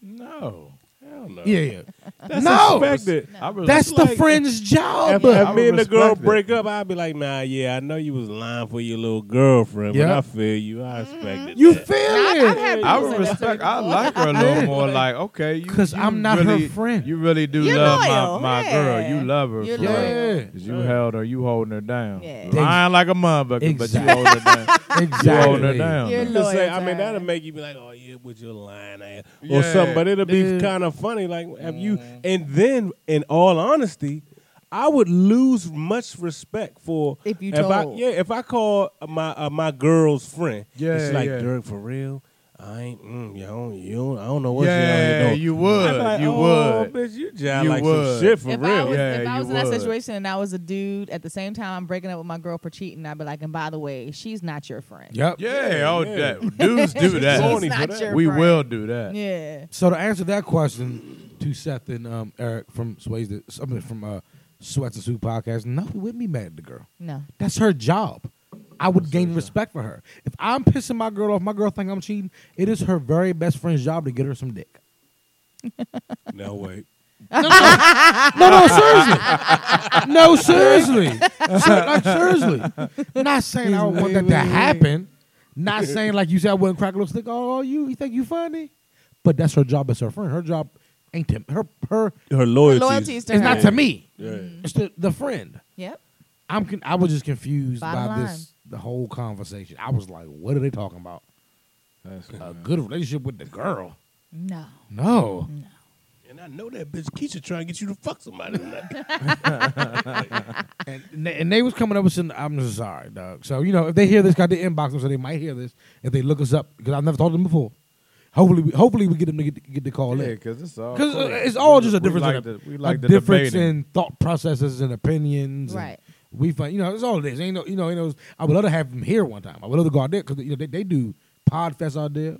[SPEAKER 2] No. Hell no.
[SPEAKER 1] Yeah, yeah.
[SPEAKER 5] That's
[SPEAKER 1] no,
[SPEAKER 5] expected. I really-
[SPEAKER 1] that's
[SPEAKER 5] It's
[SPEAKER 1] the
[SPEAKER 5] like-
[SPEAKER 1] friend's
[SPEAKER 5] If,
[SPEAKER 1] job.
[SPEAKER 5] if me and the girl
[SPEAKER 1] respect it.
[SPEAKER 5] break up, I'd be like, "Nah, yeah, I know you was lying for your little girlfriend, but
[SPEAKER 2] Yeah.
[SPEAKER 5] I feel you. I expected
[SPEAKER 1] You
[SPEAKER 5] that.
[SPEAKER 1] feel
[SPEAKER 5] I've
[SPEAKER 1] it?
[SPEAKER 5] had I people would say that to
[SPEAKER 2] respect- I like her a little more. Like, okay, you because
[SPEAKER 1] I'm not her
[SPEAKER 2] really,
[SPEAKER 1] friend.
[SPEAKER 2] You really do
[SPEAKER 1] You're
[SPEAKER 2] love my,
[SPEAKER 1] loyal,
[SPEAKER 2] my
[SPEAKER 1] yeah.
[SPEAKER 2] girl. You love her.
[SPEAKER 1] You're
[SPEAKER 2] for
[SPEAKER 1] loyal.
[SPEAKER 2] real. 'Cause you held her. You holding her down.
[SPEAKER 5] Yeah.
[SPEAKER 2] Lying like a motherfucker, but
[SPEAKER 1] Exactly.
[SPEAKER 2] you holding her down.
[SPEAKER 1] Exactly.
[SPEAKER 2] You holding her down.
[SPEAKER 5] You
[SPEAKER 2] though.
[SPEAKER 5] could say, I mean, that'll make you be like, "Oh yeah, with your lying ass or
[SPEAKER 2] Yeah.
[SPEAKER 5] something," but it'll be
[SPEAKER 2] Yeah.
[SPEAKER 5] kind of funny. Like, have you? And then, in all honesty, I would lose much respect for
[SPEAKER 16] If you
[SPEAKER 5] I,
[SPEAKER 16] told.
[SPEAKER 5] yeah, if I call my uh, my girl's friend,
[SPEAKER 16] Yeah,
[SPEAKER 5] it's like
[SPEAKER 16] yeah.
[SPEAKER 5] Dirk for real. I ain't, mm, you don't, you don't, I don't know what
[SPEAKER 2] Yeah,
[SPEAKER 5] you, out here doing."
[SPEAKER 2] you would,
[SPEAKER 5] I'd be like,
[SPEAKER 2] you
[SPEAKER 5] "Oh,
[SPEAKER 2] would.
[SPEAKER 5] bitch, you jive
[SPEAKER 2] You
[SPEAKER 5] like
[SPEAKER 2] would.
[SPEAKER 5] some shit for
[SPEAKER 3] if
[SPEAKER 5] real.
[SPEAKER 3] I was, if I was in that situation and I was a dude, at the same time I'm breaking up with my girl for cheating, I'd be like, and by the way, she's not your friend.
[SPEAKER 1] Yep.
[SPEAKER 2] Yeah, oh, that- dudes do that.
[SPEAKER 3] She's
[SPEAKER 2] Corny for
[SPEAKER 3] not
[SPEAKER 2] that.
[SPEAKER 3] your
[SPEAKER 2] We
[SPEAKER 3] friend.
[SPEAKER 2] will do that.
[SPEAKER 3] Yeah.
[SPEAKER 1] So to answer that question to Seth and um, Eric from Sways, the- something from uh, Sweats and Suit podcast, no, we wouldn't be mad at the girl.
[SPEAKER 3] No.
[SPEAKER 1] That's her job. I would gain respect for her. If I'm pissing my girl off, my girl think I'm cheating. It is her very best friend's job to get her some dick.
[SPEAKER 5] No wait.
[SPEAKER 1] No, no, no, no, seriously. No, seriously. Ser- like, seriously. Not saying I would want that to happen. Not saying like you said I wouldn't crack a little stick. Oh, you, you think you funny? But that's her job as her friend. Her job ain't to her her
[SPEAKER 5] her
[SPEAKER 3] loyalties. loyalties to
[SPEAKER 1] it's
[SPEAKER 3] her. Mm-hmm.
[SPEAKER 1] not to me.
[SPEAKER 5] Yeah.
[SPEAKER 1] It's to the friend.
[SPEAKER 3] Yep.
[SPEAKER 1] I'm con- I was just confused
[SPEAKER 3] Bottom
[SPEAKER 1] by
[SPEAKER 3] line.
[SPEAKER 1] this the whole conversation. I was like, what are they talking about? a good relationship with the girl.
[SPEAKER 3] No.
[SPEAKER 1] No.
[SPEAKER 5] And I know that bitch Keisha trying to get you to fuck somebody tonight.
[SPEAKER 1] and, and they- and they was coming up with some. I'm just sorry, dog. So you know, if they hear this, got to inbox them, so they might hear this. If they look us up, because I've never talked to them before. Hopefully, we, hopefully we get them to get, get the call
[SPEAKER 2] Yeah,
[SPEAKER 1] in.
[SPEAKER 2] 'cause it's all
[SPEAKER 1] because
[SPEAKER 2] cool.
[SPEAKER 1] it's all
[SPEAKER 2] We-
[SPEAKER 1] just a
[SPEAKER 2] we
[SPEAKER 1] difference.
[SPEAKER 2] like
[SPEAKER 1] in,
[SPEAKER 2] the- we like
[SPEAKER 1] a
[SPEAKER 2] the
[SPEAKER 1] difference
[SPEAKER 2] debating.
[SPEAKER 1] in thought processes and opinions. and
[SPEAKER 3] Right.
[SPEAKER 1] We find you know it's all it is. Ain't no you know you know I would love to have them here one time. I would love to go out there because you know they, they do podfest out there.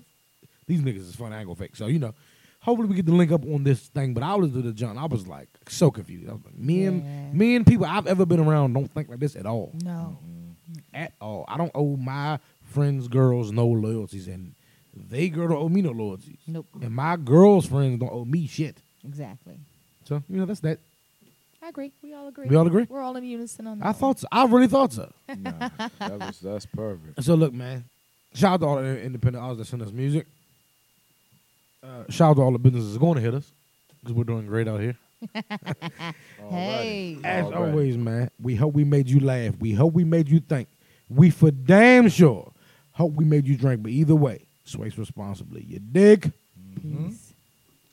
[SPEAKER 1] These niggas is fun. I ain't gonna fake. So you know, hopefully we get the link up on this thing. But I was to the John. I was like so confused. I was like, me and me and people I've ever been around don't think like this at all.
[SPEAKER 3] No.
[SPEAKER 1] At all. I don't owe my friends girls no loyalties, and they girl don't owe me no loyalties.
[SPEAKER 3] Nope.
[SPEAKER 1] And my girls friends don't owe me shit.
[SPEAKER 3] Exactly.
[SPEAKER 1] So you know that's that.
[SPEAKER 3] I agree. We all agree.
[SPEAKER 1] We all agree?
[SPEAKER 3] We're all in unison on that.
[SPEAKER 1] I thought so. I really thought so.
[SPEAKER 2] That was, that's perfect.
[SPEAKER 1] So look, man. Shout out to all the independent artists that send us music. Uh, shout out to all the businesses that's going to hit us because we're doing great out here.
[SPEAKER 3] hey.
[SPEAKER 1] As always, man, we hope we made you laugh. We hope we made you think. We for damn sure hope we made you drink. But either way, sway responsibly. You dig?
[SPEAKER 2] Mm-hmm.
[SPEAKER 3] Peace.